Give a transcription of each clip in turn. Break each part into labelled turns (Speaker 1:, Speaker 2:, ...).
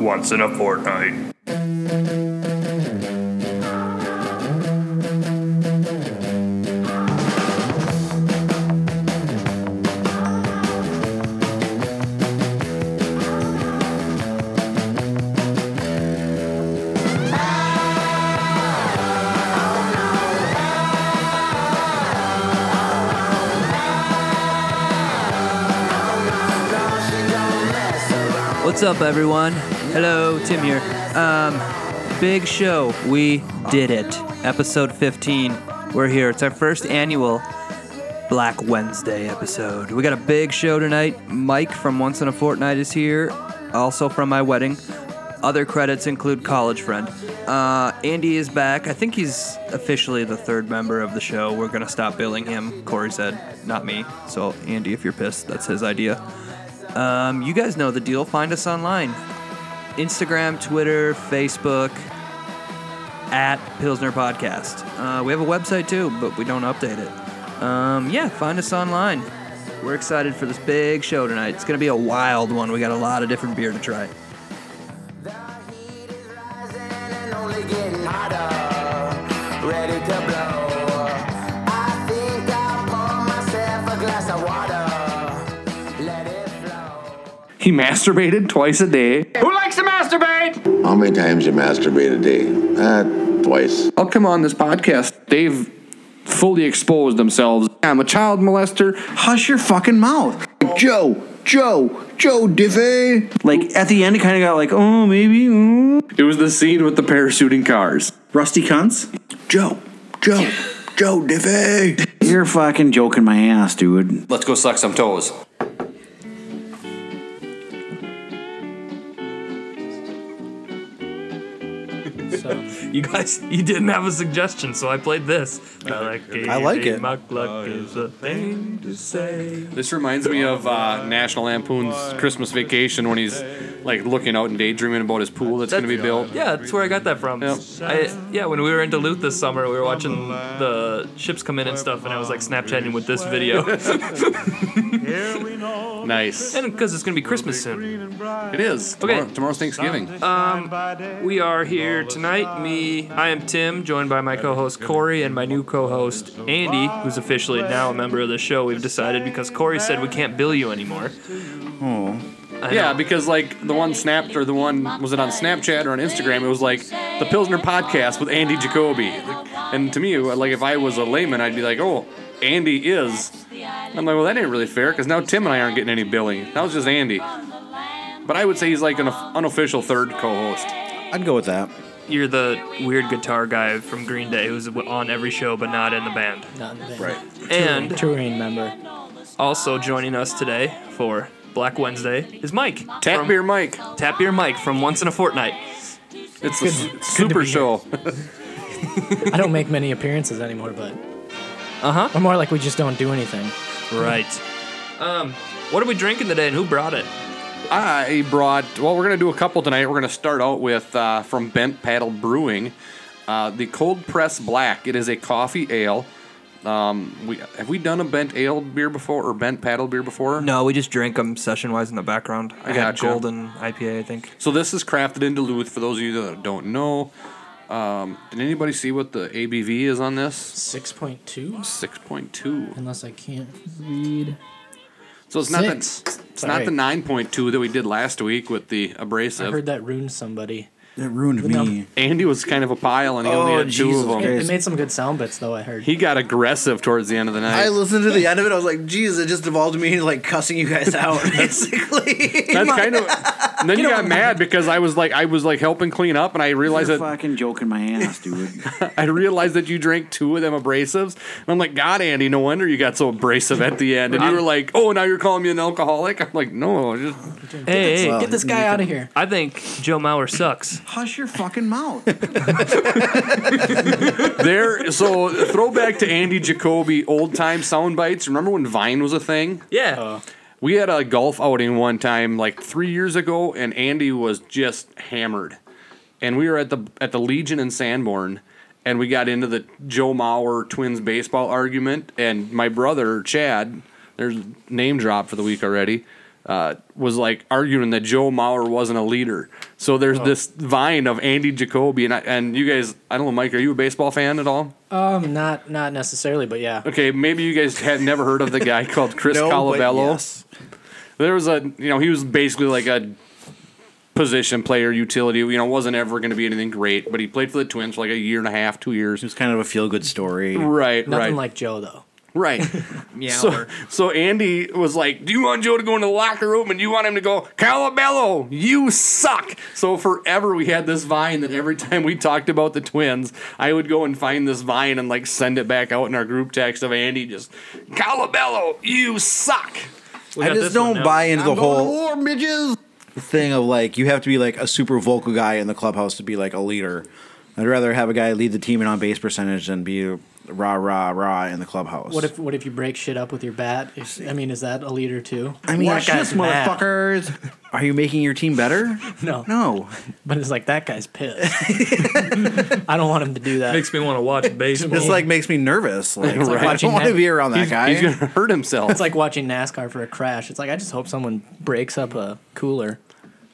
Speaker 1: Once in a fortnight.
Speaker 2: What's up, everyone? Hello, Tim here. Um, big show. We did it. Episode 15. We're here. It's our first annual Black Wednesday episode. We got a big show tonight. Mike from Once in a Fortnight is here, also from my wedding. Other credits include College Friend. Uh, Andy is back. I think he's officially the third member of the show. We're going to stop billing him. Corey said, not me. So, Andy, if you're pissed, that's his idea. Um, you guys know the deal. Find us online Instagram, Twitter, Facebook, at Pilsner Podcast. Uh, we have a website too, but we don't update it. Um, yeah, find us online. We're excited for this big show tonight. It's going to be a wild one. We got a lot of different beer to try.
Speaker 3: and only getting hotter. Ready to blow. I think I'll pour myself a glass of water. Let it flow.
Speaker 1: He masturbated twice a day. Who likes to masturbate?
Speaker 4: How many times you masturbate a day? Uh, twice.
Speaker 1: I'll come on this podcast. They've fully exposed themselves. I'm a child molester. Hush your fucking mouth.
Speaker 4: Joe, Joe, Joe Diffie.
Speaker 5: Like at the end, it kind of got like, oh, maybe mm.
Speaker 1: It was the scene with the parachuting cars.
Speaker 5: rusty cunts.
Speaker 4: Joe, Joe, Joe Diffie.
Speaker 5: You're fucking joking my ass, dude.
Speaker 6: Let's go suck some toes.
Speaker 7: You guys, you didn't have a suggestion, so I played this. I like it.
Speaker 8: I like it.
Speaker 7: Muck luck is a thing to say.
Speaker 6: This reminds me of uh, National Lampoon's Christmas Vacation when he's like looking out and daydreaming about his pool that's, going to be built.
Speaker 7: Yeah, that's where I got that from.
Speaker 6: Yep.
Speaker 7: I, yeah, when we were in Duluth this summer, we were watching the ships come in and stuff, and I was like Snapchatting with this video.
Speaker 6: Nice.
Speaker 7: and because it's going to be Christmas soon.
Speaker 6: It is.
Speaker 7: Okay.
Speaker 6: Tomorrow, tomorrow's Thanksgiving.
Speaker 7: We are here tonight. Me, I am Tim, joined by my co-host Corey and my new co-host Andy, who's officially now a member of the show. We've decided because Corey said we can't bill you anymore.
Speaker 6: yeah, because like the one snapped or the one was it on Snapchat or on Instagram? It was like the Pilsner podcast with Andy Jacoby. And to me, like if I was a layman, I'd be like, oh, Andy is. I'm like, well, that ain't really fair because now Tim and I aren't getting any billing. That was just Andy. But I would say he's like an unofficial third co-host.
Speaker 8: I'd go with that.
Speaker 7: You're the weird guitar guy from Green Day who's on every show but not in the band.
Speaker 8: Right.
Speaker 7: And
Speaker 9: touring member.
Speaker 7: also joining us today for Black Wednesday is Mike.
Speaker 6: Tap
Speaker 7: from,
Speaker 6: beer Mike.
Speaker 7: Tap Beer Mike from Once in a Fortnight.
Speaker 6: It's a su- super show.
Speaker 9: I don't make many appearances anymore, but uh
Speaker 6: Uh-huh.
Speaker 9: huh. Or more like we just don't do anything.
Speaker 7: Right. Um, what are we drinking today and who brought it?
Speaker 6: I brought, well, we're going to do a couple tonight. We're going to start out with uh, from Bent Paddle Brewing, uh, the Cold Press Black. It is a coffee ale. Um, we Have we done a Bent Ale beer before or Bent Paddle beer before?
Speaker 2: No, we just drank them session wise in the background. I had
Speaker 6: gotcha.
Speaker 2: golden IPA, I think.
Speaker 6: So this is crafted in Duluth for those of you that don't know. Um, did anybody see what the ABV is on this?
Speaker 9: 6.2?
Speaker 6: 6.2.
Speaker 9: Unless I can't read.
Speaker 6: So it's not, that,
Speaker 9: Six.
Speaker 6: it's not the
Speaker 9: Sorry.
Speaker 6: 9.2 that we did last week with the
Speaker 9: I
Speaker 6: abrasive.
Speaker 9: heard that ruined somebody.
Speaker 5: That ruined
Speaker 9: no.
Speaker 5: me.
Speaker 6: Andy was kind of a pile and he only
Speaker 5: Oh,
Speaker 6: had two
Speaker 5: Jesus
Speaker 6: of them.
Speaker 5: Christ.
Speaker 9: It made some good sound bits, though, I heard.
Speaker 6: He got aggressive towards the end of the night.
Speaker 8: I listened to the end of it. I was like, "Geez, it just evolved me into like cussing you guys out, basically."
Speaker 6: That's kind of. And then you, got mad because I was like, I was like helping clean up, and I realized
Speaker 5: You're
Speaker 6: that
Speaker 5: fucking joking my ass, dude.
Speaker 6: I realized that you drank two of them abrasives, and I'm like, God, Andy, no wonder you got so abrasive at the end. And you were like, Oh, now you're calling me an alcoholic? I'm like, No, just
Speaker 7: Hey, hey,
Speaker 9: Get this guy out of here.
Speaker 7: I think Joe Mauer sucks.
Speaker 5: Hush your fucking mouth.
Speaker 6: there. So throwback to Andy Jacoby, old time sound bites. Remember when Vine was a thing?
Speaker 7: Yeah.
Speaker 2: Uh.
Speaker 6: We had a golf outing one time, like three years ago, and Andy was just hammered. And we were at the at the Legion in Sanborn, and we got into the Joe Mauer twins baseball argument. And my brother Chad, there's name drop for the week already. uh, was like arguing that Joe Mauer wasn't a leader. So there's this vine of Andy Jacoby and I, and you guys. I don't know, Mike. Are you a baseball fan at all?
Speaker 9: Um, not not necessarily, but yeah.
Speaker 6: Okay, maybe you guys have never heard of the guy called Chris
Speaker 8: No, but
Speaker 6: Colabello.
Speaker 8: yes.
Speaker 6: There was a you know he was basically like a position player utility. You know wasn't ever going to be anything great, but he played for the Twins for like a year and a half, two years.
Speaker 10: It was kind of a feel good story.
Speaker 6: Right,
Speaker 9: Nothing
Speaker 6: right,
Speaker 9: like Joe though.
Speaker 6: right.
Speaker 11: Yeah.
Speaker 6: So, so Andy was like, "Do you want Joe to go in the locker room and you want him to go, Calabello, you suck." So forever we had this vine that every time we talked about the twins, I would go and find this vine and like send it back out in our group text of Andy just, "Calabello, you suck."
Speaker 2: We
Speaker 8: I
Speaker 2: got
Speaker 8: just
Speaker 2: this one
Speaker 8: don't
Speaker 2: now.
Speaker 8: buy into the whole thing of like you have to be like a super vocal guy in the clubhouse to be like a leader. I'd rather have a guy lead the team in on base percentage than be rah rah rah in the clubhouse.
Speaker 9: What if what if you break shit up with your bat? Is- I mean, is that a leader too?
Speaker 8: I mean
Speaker 9: Watch
Speaker 8: shit,
Speaker 9: this mad.
Speaker 8: motherfuckers? Are you making your team better?
Speaker 9: No,
Speaker 8: No.
Speaker 9: But it's like that guy's pissed. I don't want him to do that.
Speaker 2: Makes me want to watch baseball.
Speaker 8: This like makes me nervous. Like,
Speaker 9: like
Speaker 8: I
Speaker 9: watching
Speaker 8: don't want to
Speaker 9: that-
Speaker 8: be around that guy.
Speaker 6: He's gonna hurt himself.
Speaker 9: it's like watching NASCAR for a crash. It's like I just hope someone breaks up a cooler.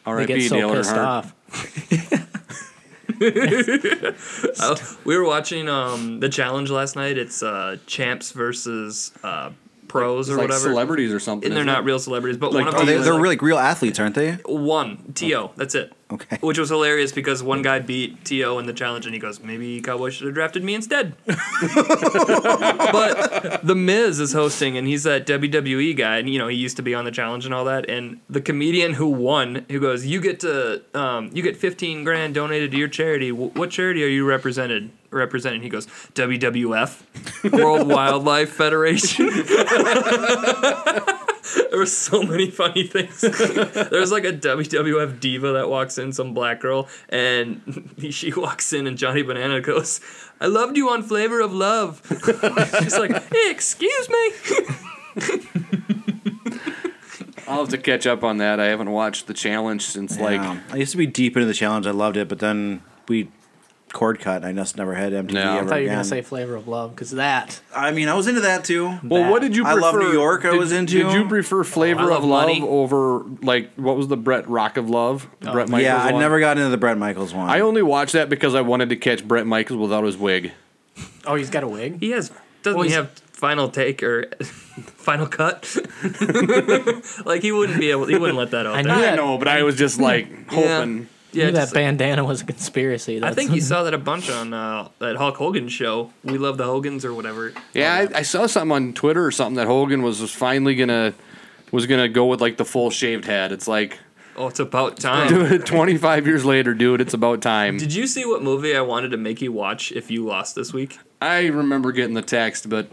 Speaker 9: They get
Speaker 6: R.I.P.
Speaker 9: so
Speaker 6: Dale
Speaker 9: pissed
Speaker 6: Earnhardt.
Speaker 9: off.
Speaker 2: we were watching um the challenge last night. It's uh champs versus uh pros or
Speaker 6: Like
Speaker 2: whatever.
Speaker 6: celebrities or something.
Speaker 2: And they're
Speaker 6: isn't
Speaker 2: not
Speaker 6: it?
Speaker 2: real celebrities, but
Speaker 6: Like,
Speaker 2: one of
Speaker 8: Oh,
Speaker 2: them
Speaker 8: they,
Speaker 2: was,
Speaker 8: they're
Speaker 2: like,
Speaker 8: really real athletes, aren't they?
Speaker 2: one T.O. That's it.
Speaker 8: Okay.
Speaker 2: Which was hilarious because one guy beat T.O. in the challenge, and he goes, "Maybe Cowboy should have drafted me instead." but the Miz is hosting, and he's that WWE guy, and you know he used to be on the challenge and all that. And the comedian who won, who goes, "You get to, um, you get 15 grand donated to your charity. Wh- What charity are you represented?" Representing, he goes WWF, World Wildlife Federation. There were so many funny things. There's like a WWF diva that walks in, some black girl, and she walks in, and Johnny Banana goes, "I loved you on Flavor of Love." She's like, "Excuse me."
Speaker 6: I'll have to catch up on that. I haven't watched the challenge since like
Speaker 8: Yeah. I used to be deep into the challenge. I loved it, but then we cord cut. And I just never had MTV
Speaker 6: No. I
Speaker 9: I thought you
Speaker 8: ever
Speaker 9: were
Speaker 8: again.
Speaker 9: gonna say flavor of love because that
Speaker 8: I mean, I was into that too.
Speaker 6: Well, what did you
Speaker 8: I
Speaker 6: prefer?
Speaker 8: love New York, I
Speaker 6: Did-
Speaker 8: was into.
Speaker 6: Did you prefer Flavor
Speaker 2: Oh, I
Speaker 6: of
Speaker 2: love
Speaker 6: Love
Speaker 2: Money. Oh,
Speaker 6: over like what was the Brett Rock of Love? The Brett Michaels.
Speaker 8: yeah, I
Speaker 6: one?
Speaker 8: never got into the Brett Michaels one.
Speaker 6: I only watched that because I wanted to catch Brett Michaels without his wig.
Speaker 9: oh he's got a wig.
Speaker 2: He has doesn't
Speaker 9: Well,
Speaker 2: he
Speaker 9: he's-
Speaker 2: have final take or final cut? like he wouldn't be able. He wouldn't let that out.
Speaker 9: I
Speaker 2: there.
Speaker 9: knew
Speaker 6: I
Speaker 9: that,
Speaker 6: know, but I was just like
Speaker 2: Yeah.
Speaker 6: hoping.
Speaker 2: Yeah,
Speaker 9: knew that
Speaker 2: just-
Speaker 9: bandana was a conspiracy.
Speaker 2: I
Speaker 9: That's,
Speaker 2: think you saw that a bunch on uh, that Hulk Hogan show. We love the Hogans or whatever.
Speaker 6: Yeah, I, I saw something on Twitter or something that Hogan was just finally gonna was gonna go with like the full shaved head. It's like,
Speaker 2: Oh, it's about time.
Speaker 6: dude, 25 years later, dude, it's about time.
Speaker 2: Did you see what movie I wanted to make you watch if you lost this week?
Speaker 6: I remember getting the text, but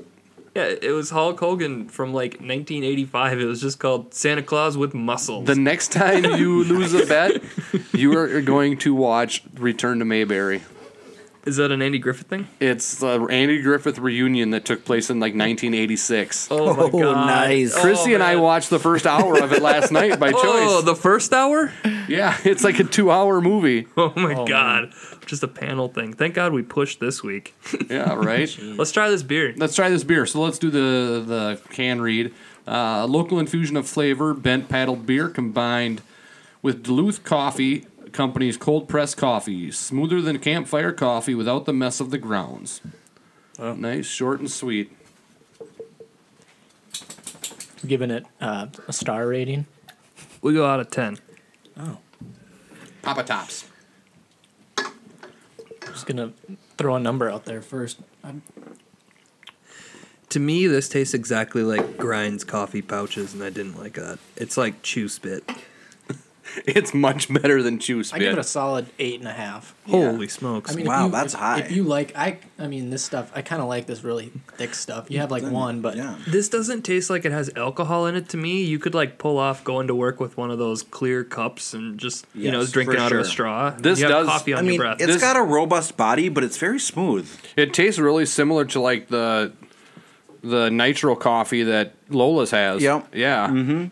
Speaker 2: Yeah, it was Hulk Hogan from like 1985. It was just called Santa Claus with Muscles.
Speaker 6: the next time you lose a bet, you are going to watch Return to Mayberry.
Speaker 2: Is that an Andy Griffith thing?
Speaker 6: It's the Andy Griffith reunion that took place in like 1986.
Speaker 2: Oh my
Speaker 8: Oh,
Speaker 2: god!
Speaker 8: nice.
Speaker 2: Oh,
Speaker 6: Chrissy and I
Speaker 2: man.
Speaker 6: watched the first hour of it last night by choice.
Speaker 2: Oh, the first hour?
Speaker 6: yeah, it's like a two-hour movie.
Speaker 2: Oh my god! Just a panel thing. Thank God we pushed this week.
Speaker 6: Yeah, right.
Speaker 9: Mm.
Speaker 2: Let's try this beer.
Speaker 6: let's try this beer. So let's do the the can read. Uh, local infusion of flavor, bent paddle beer combined with Duluth Coffee Company's cold pressed coffee, smoother than campfire coffee without the mess of the grounds. Nice, short and sweet.
Speaker 9: giving it uh, a star rating.
Speaker 2: We go out of ten.
Speaker 6: Papa tops.
Speaker 9: Just gonna throw a number out there first.
Speaker 11: To me, this tastes exactly like Grind's coffee pouches, and I didn't like that. It's like chew spit.
Speaker 6: It's much better than Chew
Speaker 9: I give it a
Speaker 6: Spit.
Speaker 9: solid eight and a half.
Speaker 11: Holy smokes!
Speaker 9: I mean, if
Speaker 8: Wow,
Speaker 9: you,
Speaker 8: that's
Speaker 9: if-
Speaker 8: high.
Speaker 9: If you like, I, I mean, this stuff, I kind of like this really thick stuff. You have like one, but
Speaker 8: yeah.
Speaker 2: This doesn't taste like it has alcohol in it to me. You could like pull off going to work with one of those clear cups and just you know
Speaker 8: Yes,
Speaker 2: drinking
Speaker 8: for
Speaker 2: out of a
Speaker 8: sure.
Speaker 2: straw.
Speaker 6: This
Speaker 2: You have
Speaker 6: does-
Speaker 2: coffee on
Speaker 8: I
Speaker 2: your
Speaker 8: mean,
Speaker 2: breath.
Speaker 8: it's
Speaker 6: This-
Speaker 8: got a robust body, but it's very smooth.
Speaker 6: It tastes really similar to like the the nitro coffee that Lola's has.
Speaker 8: Yep. Mm-hmm.
Speaker 6: Yeah.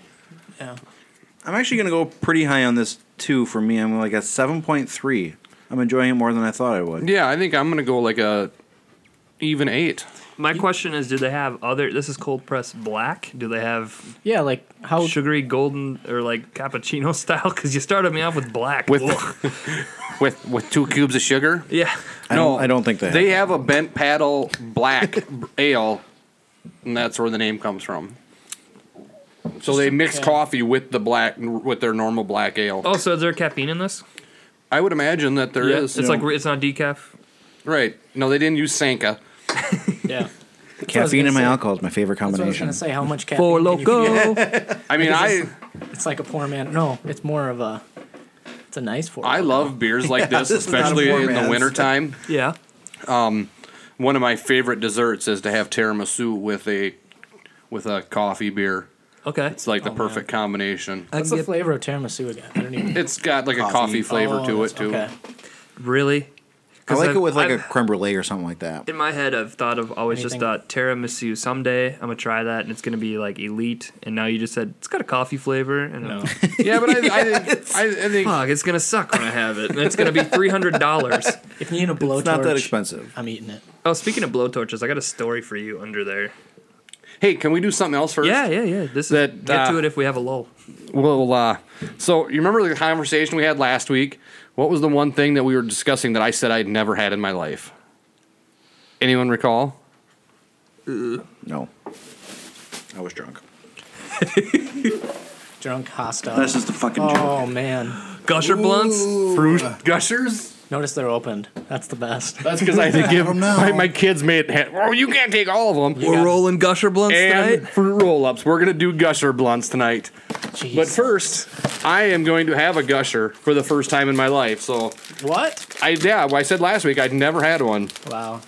Speaker 9: yeah.
Speaker 8: I'm actually going to go pretty high on this too. For me, I'm like a 7.3. I'm enjoying it more than I thought I would.
Speaker 6: Yeah, I think I'm gonna go like a even eight.
Speaker 2: my question is, do they have other? This is cold press black. Do they have
Speaker 9: Yeah, like how
Speaker 2: sugary golden or like cappuccino style? Because you started me off with black.
Speaker 6: With-
Speaker 2: Ugh.
Speaker 6: with with two cubes of sugar.
Speaker 2: yeah,
Speaker 8: I don't, I don't think they.
Speaker 6: They have a bent paddle black ale, and that's where the name comes from. So they mix coffee with the black with their normal black ale.
Speaker 2: Oh, so is there caffeine in this?
Speaker 6: I would imagine that there is.
Speaker 2: It's like it's not decaf.
Speaker 6: right. No, they didn't use Sanka.
Speaker 9: yeah.
Speaker 8: caffeine and my
Speaker 9: say.
Speaker 8: alcohol is my favorite
Speaker 9: That's what I was
Speaker 8: combination.
Speaker 9: gonna say. How much caffeine?
Speaker 12: Four
Speaker 9: can you
Speaker 12: loco.
Speaker 9: get?
Speaker 6: I mean, I
Speaker 9: It's like a poor man. No, it's more of a. It's a nice four.
Speaker 6: I love beers like this,
Speaker 8: this is not a
Speaker 6: especially
Speaker 8: poor
Speaker 6: in the
Speaker 8: man's.
Speaker 6: wintertime.
Speaker 2: Yeah.
Speaker 6: One of my favorite desserts is to have tiramisu with a with a coffee beer.
Speaker 2: Okay.
Speaker 6: It's like the perfect combination.
Speaker 12: I
Speaker 9: What's
Speaker 12: can
Speaker 9: the
Speaker 12: get
Speaker 9: flavor of tiramisu again? I don't even.
Speaker 6: It's got like a coffee flavor
Speaker 9: Oh,
Speaker 6: to
Speaker 9: that's-
Speaker 6: it too.
Speaker 9: Okay.
Speaker 2: really.
Speaker 8: I
Speaker 2: 'Cause
Speaker 8: like
Speaker 2: I've-
Speaker 8: it with like
Speaker 2: I've-
Speaker 8: a creme brulee or something like that.
Speaker 2: In my head, I've thought of always just
Speaker 9: Anything-
Speaker 2: thought tiramisu. Someday I'm gonna try that, and it's gonna be like elite. And now you just said it's got a coffee flavor, and no.
Speaker 6: Yeah, but I, I think I, I think
Speaker 2: fuck, it's gonna suck when I have it, and it's gonna be three hundred dollars.
Speaker 9: If you need a blowtorch,
Speaker 8: It's not that expensive.
Speaker 9: I'm eating it.
Speaker 2: Oh, speaking of blowtorches, I got a story for you under there.
Speaker 6: Hey, can we do something else first?
Speaker 2: Yeah, yeah, yeah. This is
Speaker 6: That,
Speaker 2: get
Speaker 6: uh,
Speaker 2: to it if we have a lull.
Speaker 6: Well, uh, so you remember the conversation we had last week? What was the one thing that we were discussing that I said I'd never had in my life? Anyone recall?
Speaker 8: No, I was drunk.
Speaker 9: Drunk hostile.
Speaker 13: This is the fucking joke.
Speaker 9: oh man!
Speaker 2: Gusher blunts.
Speaker 6: Fruit gushers.
Speaker 9: Notice they're opened. That's the best.
Speaker 6: That's because I had to give
Speaker 8: them now.
Speaker 6: my, my kids made. Oh, you can't take all of them.
Speaker 2: We're rolling gusher blunts
Speaker 6: And
Speaker 2: tonight.
Speaker 6: fruit roll-ups. We're gonna do gusher blunts tonight.
Speaker 9: Jeez.
Speaker 6: But first, I am going to have a gusher for the first time in my life. So
Speaker 9: what?
Speaker 6: I yeah, well, I said last week I'd never had one.
Speaker 9: Wow.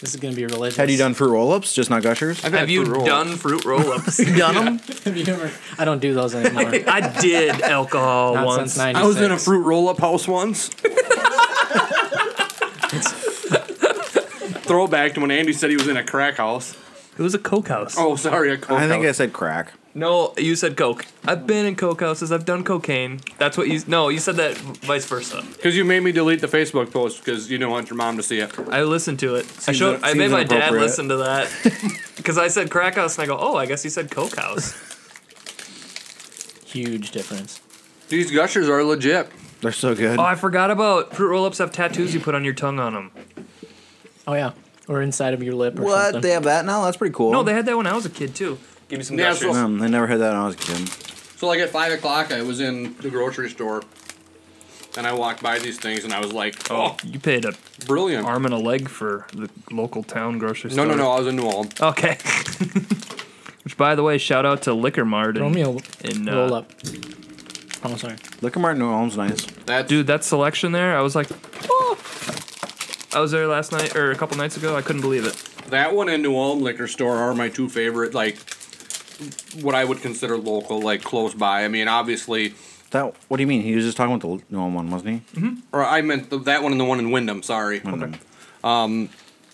Speaker 9: This is gonna be religious.
Speaker 8: Had you done fruit roll-ups, just not gushers?
Speaker 6: I've
Speaker 2: Have
Speaker 6: had
Speaker 2: you
Speaker 6: fruit roll-ups.
Speaker 2: done fruit roll-ups? done them?
Speaker 9: Have you ever? I don't do those anymore.
Speaker 2: I did alcohol
Speaker 9: Not
Speaker 2: once.
Speaker 9: since '96.
Speaker 6: I was in a fruit roll-up house once. Throwback to when Andy said he was in a crack house.
Speaker 2: It was a coke house.
Speaker 6: Oh, sorry, a coke
Speaker 8: I think I
Speaker 6: house.
Speaker 8: said crack.
Speaker 2: No, you said coke. I've been in coke houses. I've done cocaine. That's what you. No, you said that vice versa.
Speaker 6: because you made me delete the Facebook post because you don't want your mom to see it.
Speaker 2: I listened to it. I showed. I
Speaker 8: seems
Speaker 2: made my dad
Speaker 8: inappropriate.
Speaker 2: listen to that because I said crack house, and I go, "Oh, I guess you said coke house."
Speaker 9: huge difference.
Speaker 6: These gushers are legit.
Speaker 8: They're so good.
Speaker 2: Oh, I forgot about fruit roll-ups have tattoos you put on your tongue on them.
Speaker 9: Oh yeah, or inside of your lip or
Speaker 8: what?
Speaker 9: something.
Speaker 8: They have that now? That's pretty cool.
Speaker 2: No, they had that when I was a kid too. Give me some
Speaker 6: Yeah,
Speaker 2: gushers.
Speaker 6: so-
Speaker 8: Um, I never had that when I was a kid.
Speaker 6: So like at five o'clock, I was in the grocery store, and I walked by these things, and I was like, "Oh,
Speaker 2: You paid a
Speaker 6: brilliant!"
Speaker 2: arm and a leg for the local town grocery
Speaker 6: No,
Speaker 2: store.
Speaker 6: no, no. I was in New Orleans.
Speaker 2: no. Okay. Which, by the way, shout out to Liquor Mart.
Speaker 9: Throw
Speaker 2: And,
Speaker 9: me a
Speaker 2: and, uh,
Speaker 9: roll up. Oh sorry.
Speaker 8: Liquor Mart New Orleans, nice.
Speaker 6: That's
Speaker 2: Dude, that selection there, I was like, oh. I was there last night or a couple nights ago. I couldn't believe it.
Speaker 6: That one and New Ulm liquor store are my two favorite, like what I would consider local, like close by. I mean, obviously,
Speaker 8: That. What do you mean? He was just talking about the New Orleans one, wasn't he?
Speaker 6: or I meant the, that one and the one in Wyndham. Sorry,
Speaker 8: Okay.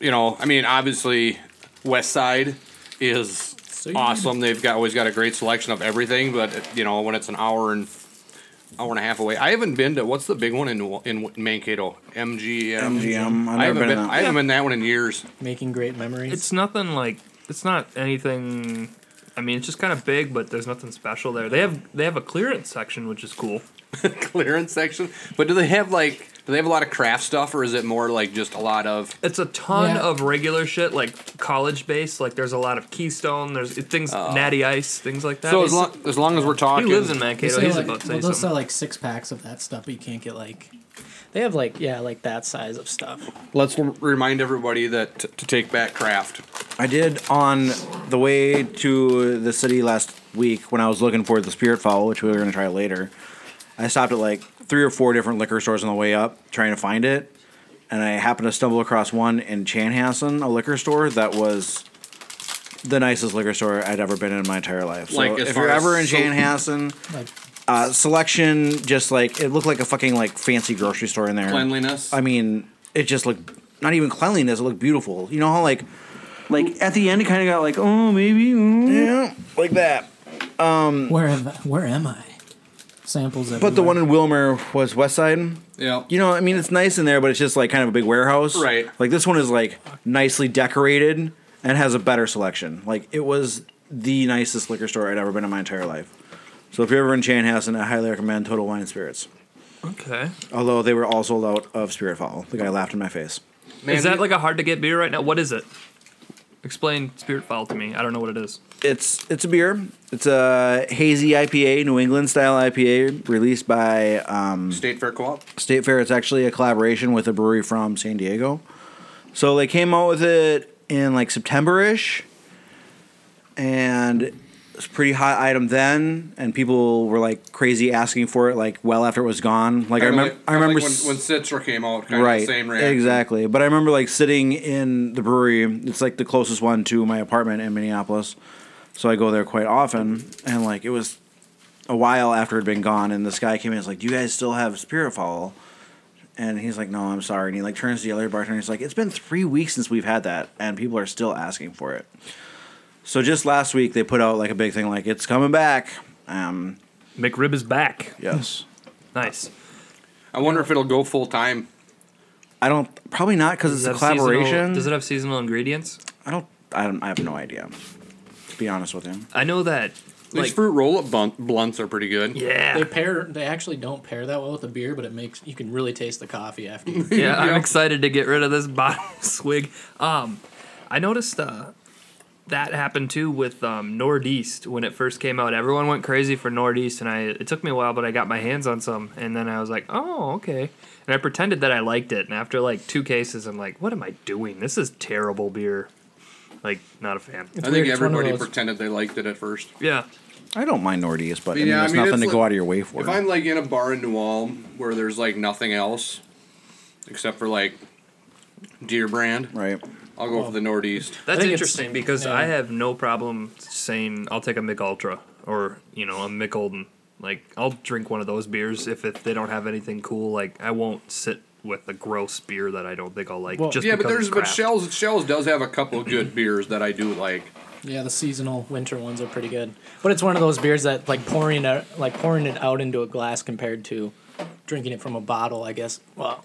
Speaker 6: you know, I mean, obviously, West Side is awesome. They've got always got a great selection of everything, but you know, when it's an hour and hour and a half away, I haven't been to what's the big one in New- in Mankato, MGM.
Speaker 8: MGM. I've
Speaker 6: I haven't
Speaker 8: never
Speaker 6: been.
Speaker 8: been.
Speaker 6: I haven't been that one in years.
Speaker 9: Making great memories.
Speaker 2: It's nothing like, it's not anything. I mean, it's just kind of big, but there's nothing special there. They have they have a clearance section, which is cool.
Speaker 6: Clearance section, but do they have like? Do they have a lot of craft stuff, or is it more like just a lot of?
Speaker 2: It's a ton
Speaker 9: Yeah.
Speaker 2: of regular shit, like college based. Like there's a lot of Keystone. There's things Natty Ice, things like that.
Speaker 6: So as long, as long as we're
Speaker 2: he
Speaker 6: talking,
Speaker 2: lives in
Speaker 9: They
Speaker 2: Mankato.
Speaker 9: sell,
Speaker 2: He's
Speaker 9: like-
Speaker 2: about to
Speaker 9: well,
Speaker 2: say
Speaker 9: they'll
Speaker 2: something.
Speaker 9: sell like six packs of that stuff, but you can't get like. They have like yeah, like that size of stuff.
Speaker 6: let's l- remind everybody that t- to take back craft.
Speaker 8: I did on the way to the city last week when I was looking for the spirit fowl, which we were going to try later. I stopped at like three or four different liquor stores on the way up trying to find it, and I happened to stumble across one in Chanhassen, a liquor store that was the nicest liquor store I'd ever been in my entire life. So
Speaker 6: Like, as
Speaker 8: if
Speaker 6: far
Speaker 8: you're
Speaker 6: as
Speaker 8: ever in
Speaker 6: soap-
Speaker 8: Chanhassen,
Speaker 9: Like
Speaker 8: uh, selection just like it looked like a fucking like fancy grocery store in there.
Speaker 6: Cleanliness.
Speaker 8: I mean, it just looked not even cleanliness. It looked beautiful. You know how like
Speaker 13: Like at the end, it kind of got like, oh, maybe. mm.
Speaker 8: yeah, like that.
Speaker 9: where am I? Where am I? samples. Everywhere.
Speaker 8: But the one in Wilmer was West Side.
Speaker 6: Yeah.
Speaker 8: You know, I mean, it's nice in there, but it's just like kind of a big warehouse.
Speaker 6: Right.
Speaker 8: Like this one is like nicely decorated and has a better selection. Like it was the nicest liquor store I'd ever been in my entire life. So if you're ever in Chanhassen, I highly recommend Total Wine and Spirits.
Speaker 2: Okay.
Speaker 8: Although they were all sold out of Spirit Fowl. The guy laughed in my face.
Speaker 2: is that like a hard to get beer right now? What is it? Explain Spirit Foul to me. I don't know what it is.
Speaker 8: It's it's a beer. It's a hazy IPA, New England style IPA, released by um,
Speaker 6: State Fair Co-op.
Speaker 8: State Fair. It's actually a collaboration with a brewery from San Diego. So they came out with it in like September ish, and it's a pretty hot item then. And people were like crazy asking for it, like well after it was gone. Like I, remember, I remember
Speaker 6: when,
Speaker 8: s-
Speaker 6: when Citra came out, kind of the same reaction.
Speaker 8: Exactly. But I remember like sitting in the brewery. It's like the closest one to my apartment in Minneapolis. So I go there quite often. And like it was a while after it had been gone. And this guy came in and was like, Do you guys still have Spirit Fowl? And he's like, No, I'm sorry. And he like turns to the other bartender and he's like, It's been three weeks since we've had that. And people are still asking for it. So just last week they put out like a big thing like, It's coming back. Um,
Speaker 2: McRib is back.
Speaker 8: yes.
Speaker 2: Nice.
Speaker 6: I wonder if it'll go full time.
Speaker 8: I don't, probably not because it's
Speaker 2: Does it
Speaker 8: a
Speaker 2: have seasonal-
Speaker 8: collaboration.
Speaker 2: Does it have seasonal ingredients?
Speaker 8: I don't. I don't. I have no idea. To be honest with you,
Speaker 2: I know that.
Speaker 6: These
Speaker 2: Like,
Speaker 6: fruit roll-up bun- blunts are pretty good.
Speaker 2: yeah.
Speaker 9: They pair. They actually don't pair that well with the beer, but it makes you can really taste the coffee after. You,
Speaker 2: yeah, I'm excited to get rid of this bottom swig. Um, I noticed uh, that happened too with um, Northeast when it first came out. Everyone went crazy for Northeast, and I it took me a while, but I got my hands on some, and then I was like, oh, okay. And I pretended that I liked it, and after like two cases, I'm like, what am I doing? This is terrible beer. Like, not a fan.
Speaker 6: I
Speaker 9: weird,
Speaker 6: think
Speaker 9: it's one of
Speaker 6: everybody
Speaker 9: those-
Speaker 6: pretended they liked it at first.
Speaker 2: Yeah.
Speaker 8: I don't mind Nordies, but I mean,
Speaker 6: Yeah, I
Speaker 8: there's
Speaker 6: mean,
Speaker 8: nothing to
Speaker 6: it's
Speaker 8: go
Speaker 6: like-
Speaker 8: out of your way for.
Speaker 6: If I'm like in a bar in New Ulm where there's like nothing else except for like Deer Brand,
Speaker 8: right.
Speaker 6: I'll go for the Northeast.
Speaker 2: That's
Speaker 9: think
Speaker 2: interesting
Speaker 9: it's-
Speaker 2: because
Speaker 9: yeah.
Speaker 2: I have no problem saying I'll take a Mick Ultra or you know a Mick Olden. Like I'll drink one of those beers if, if they don't have anything cool. Like I won't sit with a gross beer that I don't think I'll like.
Speaker 9: Well,
Speaker 2: just
Speaker 6: yeah, but
Speaker 2: because
Speaker 6: there's
Speaker 2: it's
Speaker 6: but
Speaker 2: crap.
Speaker 6: Shells Shells does have a couple of good beers that I do like.
Speaker 9: yeah, the seasonal winter ones are pretty good, but it's one of those beers that like pouring it like pouring it out into a glass compared to drinking it from a bottle. I guess well,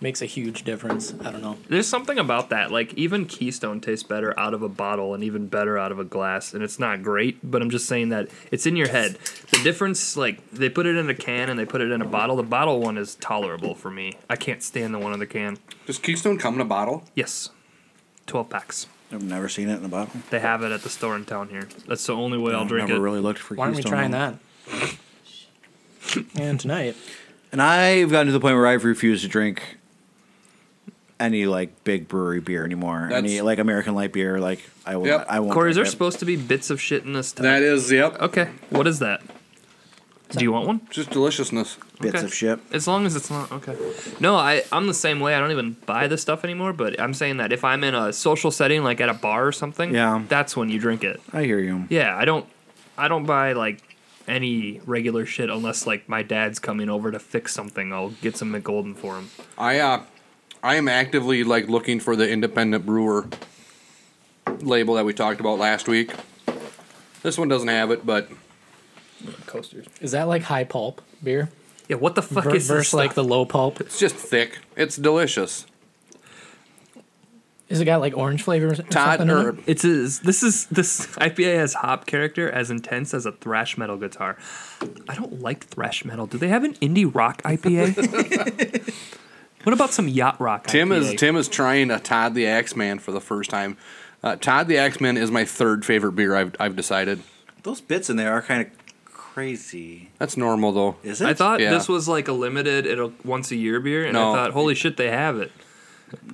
Speaker 9: makes a huge difference. I don't know.
Speaker 2: There's something about that. Like even Keystone tastes better out of a bottle and even better out of a glass. And it's not great, but I'm just saying that it's in your head. The difference, like they put it in a can and they put it in a bottle. The bottle one is tolerable for me. I can't stand the one in the can.
Speaker 6: Does Keystone come in a bottle?
Speaker 2: Yes, twelve packs.
Speaker 8: I've never seen it in a bottle.
Speaker 2: They have it at the store in town here. That's the only way I'll
Speaker 8: I've
Speaker 2: drink
Speaker 8: never
Speaker 2: it.
Speaker 8: really looked for.
Speaker 9: Why aren't we
Speaker 8: Keystone
Speaker 9: trying
Speaker 8: Light.
Speaker 9: that? and tonight,
Speaker 8: And I've gotten to the point where I've refused to drink any like big brewery beer anymore.
Speaker 6: That's-
Speaker 8: any like American light beer. Like I will.
Speaker 6: Yep.
Speaker 8: I won't.
Speaker 2: Corey, is there
Speaker 8: drink it.
Speaker 2: supposed to be bits of shit in this stuff?
Speaker 6: That is, yep.
Speaker 2: okay, what is that? Do you want one?
Speaker 6: Just deliciousness.
Speaker 8: bits
Speaker 2: okay.
Speaker 8: of shit?
Speaker 2: As long as it's not okay. No, I I'm the same way. I don't even buy this stuff anymore. But I'm saying that if I'm in a social setting, like at a bar or something,
Speaker 8: Yeah.
Speaker 2: that's when you drink it.
Speaker 8: I hear you.
Speaker 2: Yeah, I don't I don't buy like any regular shit unless like my dad's coming over to fix something. I'll get some McGolden for him.
Speaker 6: I uh, I am actively like looking for the independent brewer label that we talked about last week. This one doesn't have it, but
Speaker 2: Coasters.
Speaker 9: is that like high pulp beer
Speaker 2: Yeah, what the fuck
Speaker 9: Ver-
Speaker 2: is this?
Speaker 9: versus like the low pulp?
Speaker 6: it's just thick. It's delicious.
Speaker 9: Is it got like orange flavors?
Speaker 6: Todd or
Speaker 2: It's is this is this IPA has hop character as intense as a thrash metal guitar. I don't like thrash metal. Do they have an indie rock IPA? what about some yacht rock?
Speaker 6: Tim
Speaker 2: IPA?
Speaker 6: is Tim is trying a Todd the Axeman for the first time. Uh, Todd the Axeman is my third favorite beer. I've I've decided.
Speaker 8: Those bits in there are kind of crazy.
Speaker 6: That's normal though.
Speaker 8: Is it?
Speaker 2: I thought
Speaker 6: Yeah.
Speaker 2: this was like a limited it'll, once a year beer, and
Speaker 6: No.
Speaker 2: I thought, holy shit, they have it.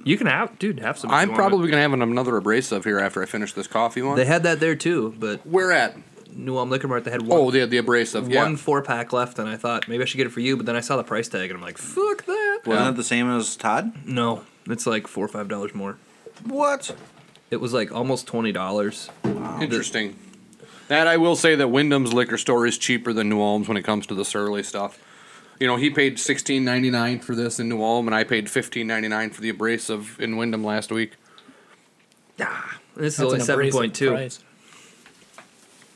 Speaker 2: You can have, dude, have some. if you
Speaker 6: I'm
Speaker 2: want, but-
Speaker 6: probably gonna have another abrasive here after I finish this coffee one.
Speaker 14: They had that there too, but
Speaker 6: Where at?
Speaker 14: New Ulm Liquor Mart they had one
Speaker 6: Oh, the the abrasive. Yeah.
Speaker 14: one four pack left, and I thought maybe I should get it for you, but then I saw the price tag and I'm like, fuck that.
Speaker 8: Wasn't it the same as Todd?
Speaker 14: No, it's like four or five dollars more.
Speaker 8: What?
Speaker 14: It was like almost twenty dollars.
Speaker 6: Interesting. That I will say that Wyndham's liquor store is cheaper than New Ulm's when it comes to the Surly stuff. You know, he paid sixteen ninety nine for this in New Ulm, and I paid fifteen ninety nine for the abrasive in Wyndham last week.
Speaker 2: This is
Speaker 9: That's
Speaker 2: only
Speaker 9: an
Speaker 2: seven
Speaker 9: abrasive
Speaker 2: point two.
Speaker 9: price.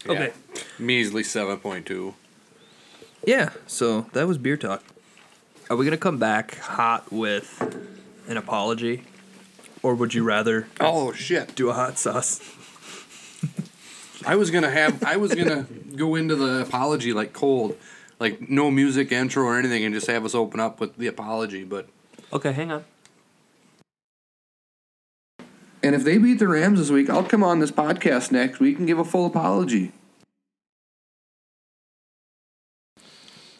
Speaker 2: Okay,
Speaker 6: Measly seven point two.
Speaker 2: Yeah, so that was beer talk. Are we gonna come back hot with an apology, or would you rather
Speaker 6: Oh shit!
Speaker 2: do a hot sauce?
Speaker 6: I was gonna have I was gonna go into the apology like cold, like no music intro or anything, and just have us open up with the apology. But
Speaker 7: Okay, hang on.
Speaker 1: And if they beat the Rams this week, I'll come on this podcast next week and give a full apology.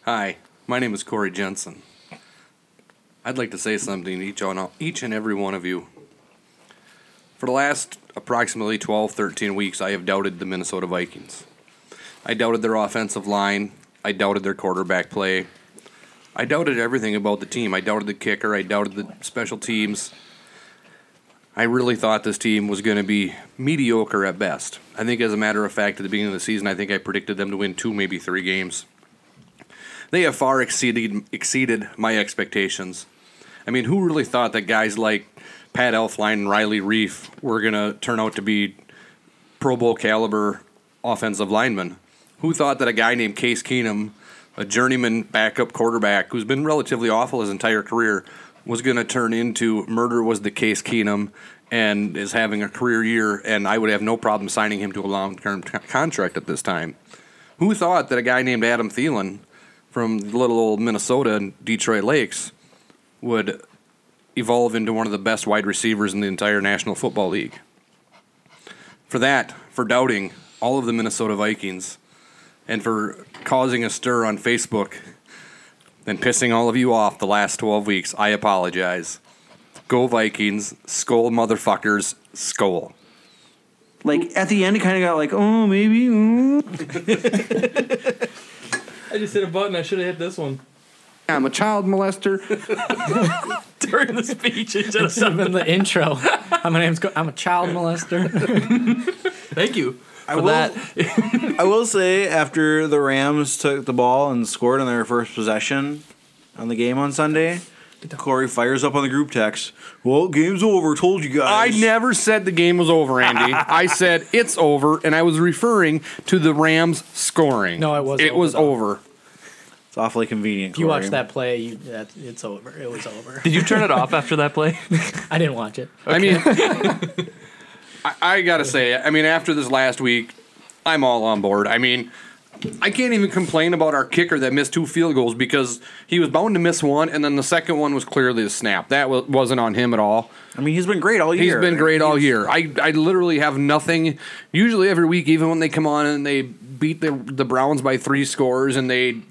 Speaker 6: hi, my name is Corey Jensen. I'd like to say something to each on each and every one of you. For the last approximately 12, 13 weeks, I have doubted the Minnesota Vikings. I doubted their offensive line. I doubted their quarterback play. I doubted everything about the team. I doubted the kicker. I doubted the special teams. I really thought this team was going to be mediocre at best. I think, as a matter of fact, at the beginning of the season, I think I predicted them to win two, maybe three games. They have far exceeded exceeded my expectations. I mean, who really thought that guys like Pat Elfline and Riley Reef were going to turn out to be Pro Bowl caliber offensive linemen? Who thought that a guy named Case Keenum, a journeyman backup quarterback who's been relatively awful his entire career, was going to turn into murder was the Case Keenum and is having a career year? And I would have no problem signing him to a long term contract at this time. Who thought that a guy named Adam Thielen from little old Minnesota and Detroit Lakes would evolve into one of the best wide receivers in the entire National Football League. For that, for doubting all of the Minnesota Vikings, and for causing a stir on Facebook and pissing all of you off the last 12 weeks, I apologize. Go Vikings, skull motherfuckers, skull.
Speaker 5: Like at the end, it kind of got like, oh, maybe. mm.
Speaker 7: I just hit a button. I should have hit this one
Speaker 1: I'm a child molester.
Speaker 7: during the speech. It just
Speaker 9: Should have been the intro. Hi, my name's. Go- I'm a child molester.
Speaker 7: thank you.
Speaker 8: I
Speaker 7: for
Speaker 8: will, I will say, after the Rams took the ball and scored on their first possession on the game on Sunday, Corey fires up on the group text. Well, game's over. Told you
Speaker 6: I
Speaker 8: guys.
Speaker 6: never said the game was over, Andy. I said it's over, and I was referring to the Rams scoring.
Speaker 9: No, it was
Speaker 6: It
Speaker 9: over,
Speaker 6: was
Speaker 9: though.
Speaker 6: over.
Speaker 8: It's awfully convenient.
Speaker 9: If you
Speaker 8: Corey.
Speaker 9: watch that play, you, that, it's over. It was over.
Speaker 7: Did you turn it off after that play?
Speaker 9: I didn't watch it.
Speaker 6: I mean, I, I gotta say, I mean, after this last week, I'm all on board. I mean, I can't even complain about our kicker that missed two field goals because he was bound to miss one, and then the second one was clearly a snap. That wa- wasn't on him at all.
Speaker 8: I mean, he's been great all
Speaker 6: He's
Speaker 8: year.
Speaker 6: been great all year. I, I literally have nothing. Usually every week, even when they come on and they beat the the Browns by three scores and they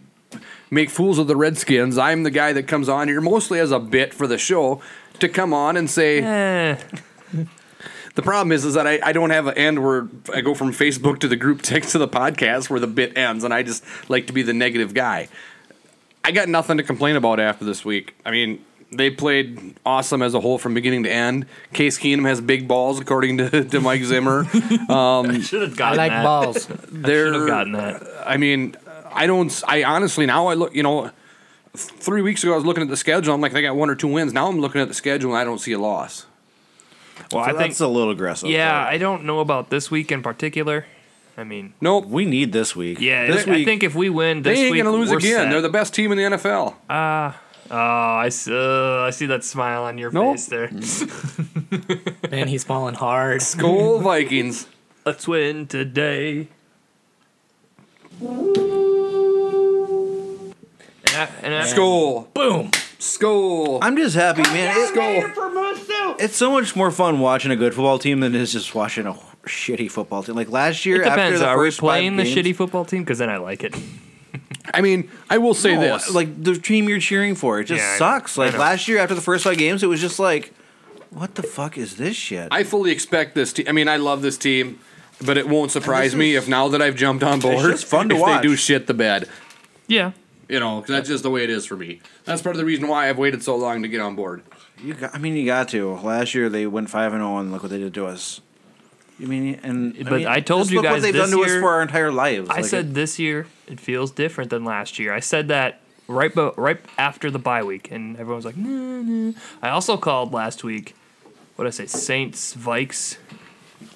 Speaker 6: make fools of the Redskins, I'm the guy that comes on here mostly as a bit for the show to come on and say.
Speaker 7: Eh.
Speaker 6: The problem is, is that I, I don't have an end where I go from Facebook to the group text to the podcast where the bit ends, and I just like to be the negative guy. I got nothing to complain about after this week. I mean, they played awesome as a whole from beginning to end. Case Keenum has big balls, according to, to Mike Zimmer.
Speaker 7: Should have
Speaker 9: I
Speaker 7: gotten
Speaker 9: like
Speaker 7: that.
Speaker 9: balls.
Speaker 6: They're,
Speaker 7: Should have gotten that.
Speaker 6: I mean, I don't. I honestly now I look. You know, three weeks ago I was looking at the schedule. I'm like, they got one or two wins. Now I'm looking at the schedule and I don't see a loss.
Speaker 7: Well, I
Speaker 8: So
Speaker 7: think.
Speaker 8: that's a little aggressive.
Speaker 7: yeah,
Speaker 8: but
Speaker 7: I don't know about this week in particular. I mean,
Speaker 6: Nope.
Speaker 8: we need this week.
Speaker 7: yeah,
Speaker 8: this
Speaker 7: I think if we win this
Speaker 6: They ain't
Speaker 7: week,
Speaker 6: gonna lose
Speaker 7: we're
Speaker 6: again.
Speaker 7: set.
Speaker 6: They're the best team in the NFL.
Speaker 7: Oh, I see, uh, I see that smile on your
Speaker 6: Nope.
Speaker 7: face there.
Speaker 9: Man, he's falling hard.
Speaker 6: Goal Vikings.
Speaker 7: Let's win today. And I, and I,
Speaker 6: Skull.
Speaker 9: Boom.
Speaker 6: Skull.
Speaker 8: I'm just happy, man. It-
Speaker 6: Skull.
Speaker 8: it's so much more fun watching a good football team than it is just watching a shitty football team. Like last year,
Speaker 7: It depends.
Speaker 8: after the
Speaker 7: Are we
Speaker 8: first five
Speaker 7: playing the
Speaker 8: games-
Speaker 7: shitty football team? Because then I like it.
Speaker 6: I mean, I will say
Speaker 8: No,
Speaker 6: this.
Speaker 8: Like the team you're cheering for, it just
Speaker 7: Yeah, I know.
Speaker 8: sucks.
Speaker 7: I
Speaker 8: Like
Speaker 7: know.
Speaker 8: last year after the first five games, it was just like, what the fuck is this shit?
Speaker 6: I fully expect this team. I mean, I love this team, but it won't surprise me if now that I've jumped on board,
Speaker 8: just fun to
Speaker 6: if
Speaker 8: watch.
Speaker 6: they do shit the bed.
Speaker 7: Yeah.
Speaker 6: You know, 'cause that's just the way it is for me. That's part of the reason why I've waited so long to get on board.
Speaker 8: you got, I mean, you got to. Last year they went five and zero, and look what they did to us. I mean, and
Speaker 7: But
Speaker 8: mean,
Speaker 7: I told
Speaker 8: just
Speaker 7: you
Speaker 8: look
Speaker 7: guys
Speaker 8: what they've
Speaker 7: this
Speaker 8: done to
Speaker 7: year-
Speaker 8: us for our entire lives.
Speaker 7: I
Speaker 8: Like,
Speaker 7: said this year it feels different than last year. I said that right bo- right after the bye week, and everyone was like, nah, nah. I also called last week. What did I say? Saints Vikes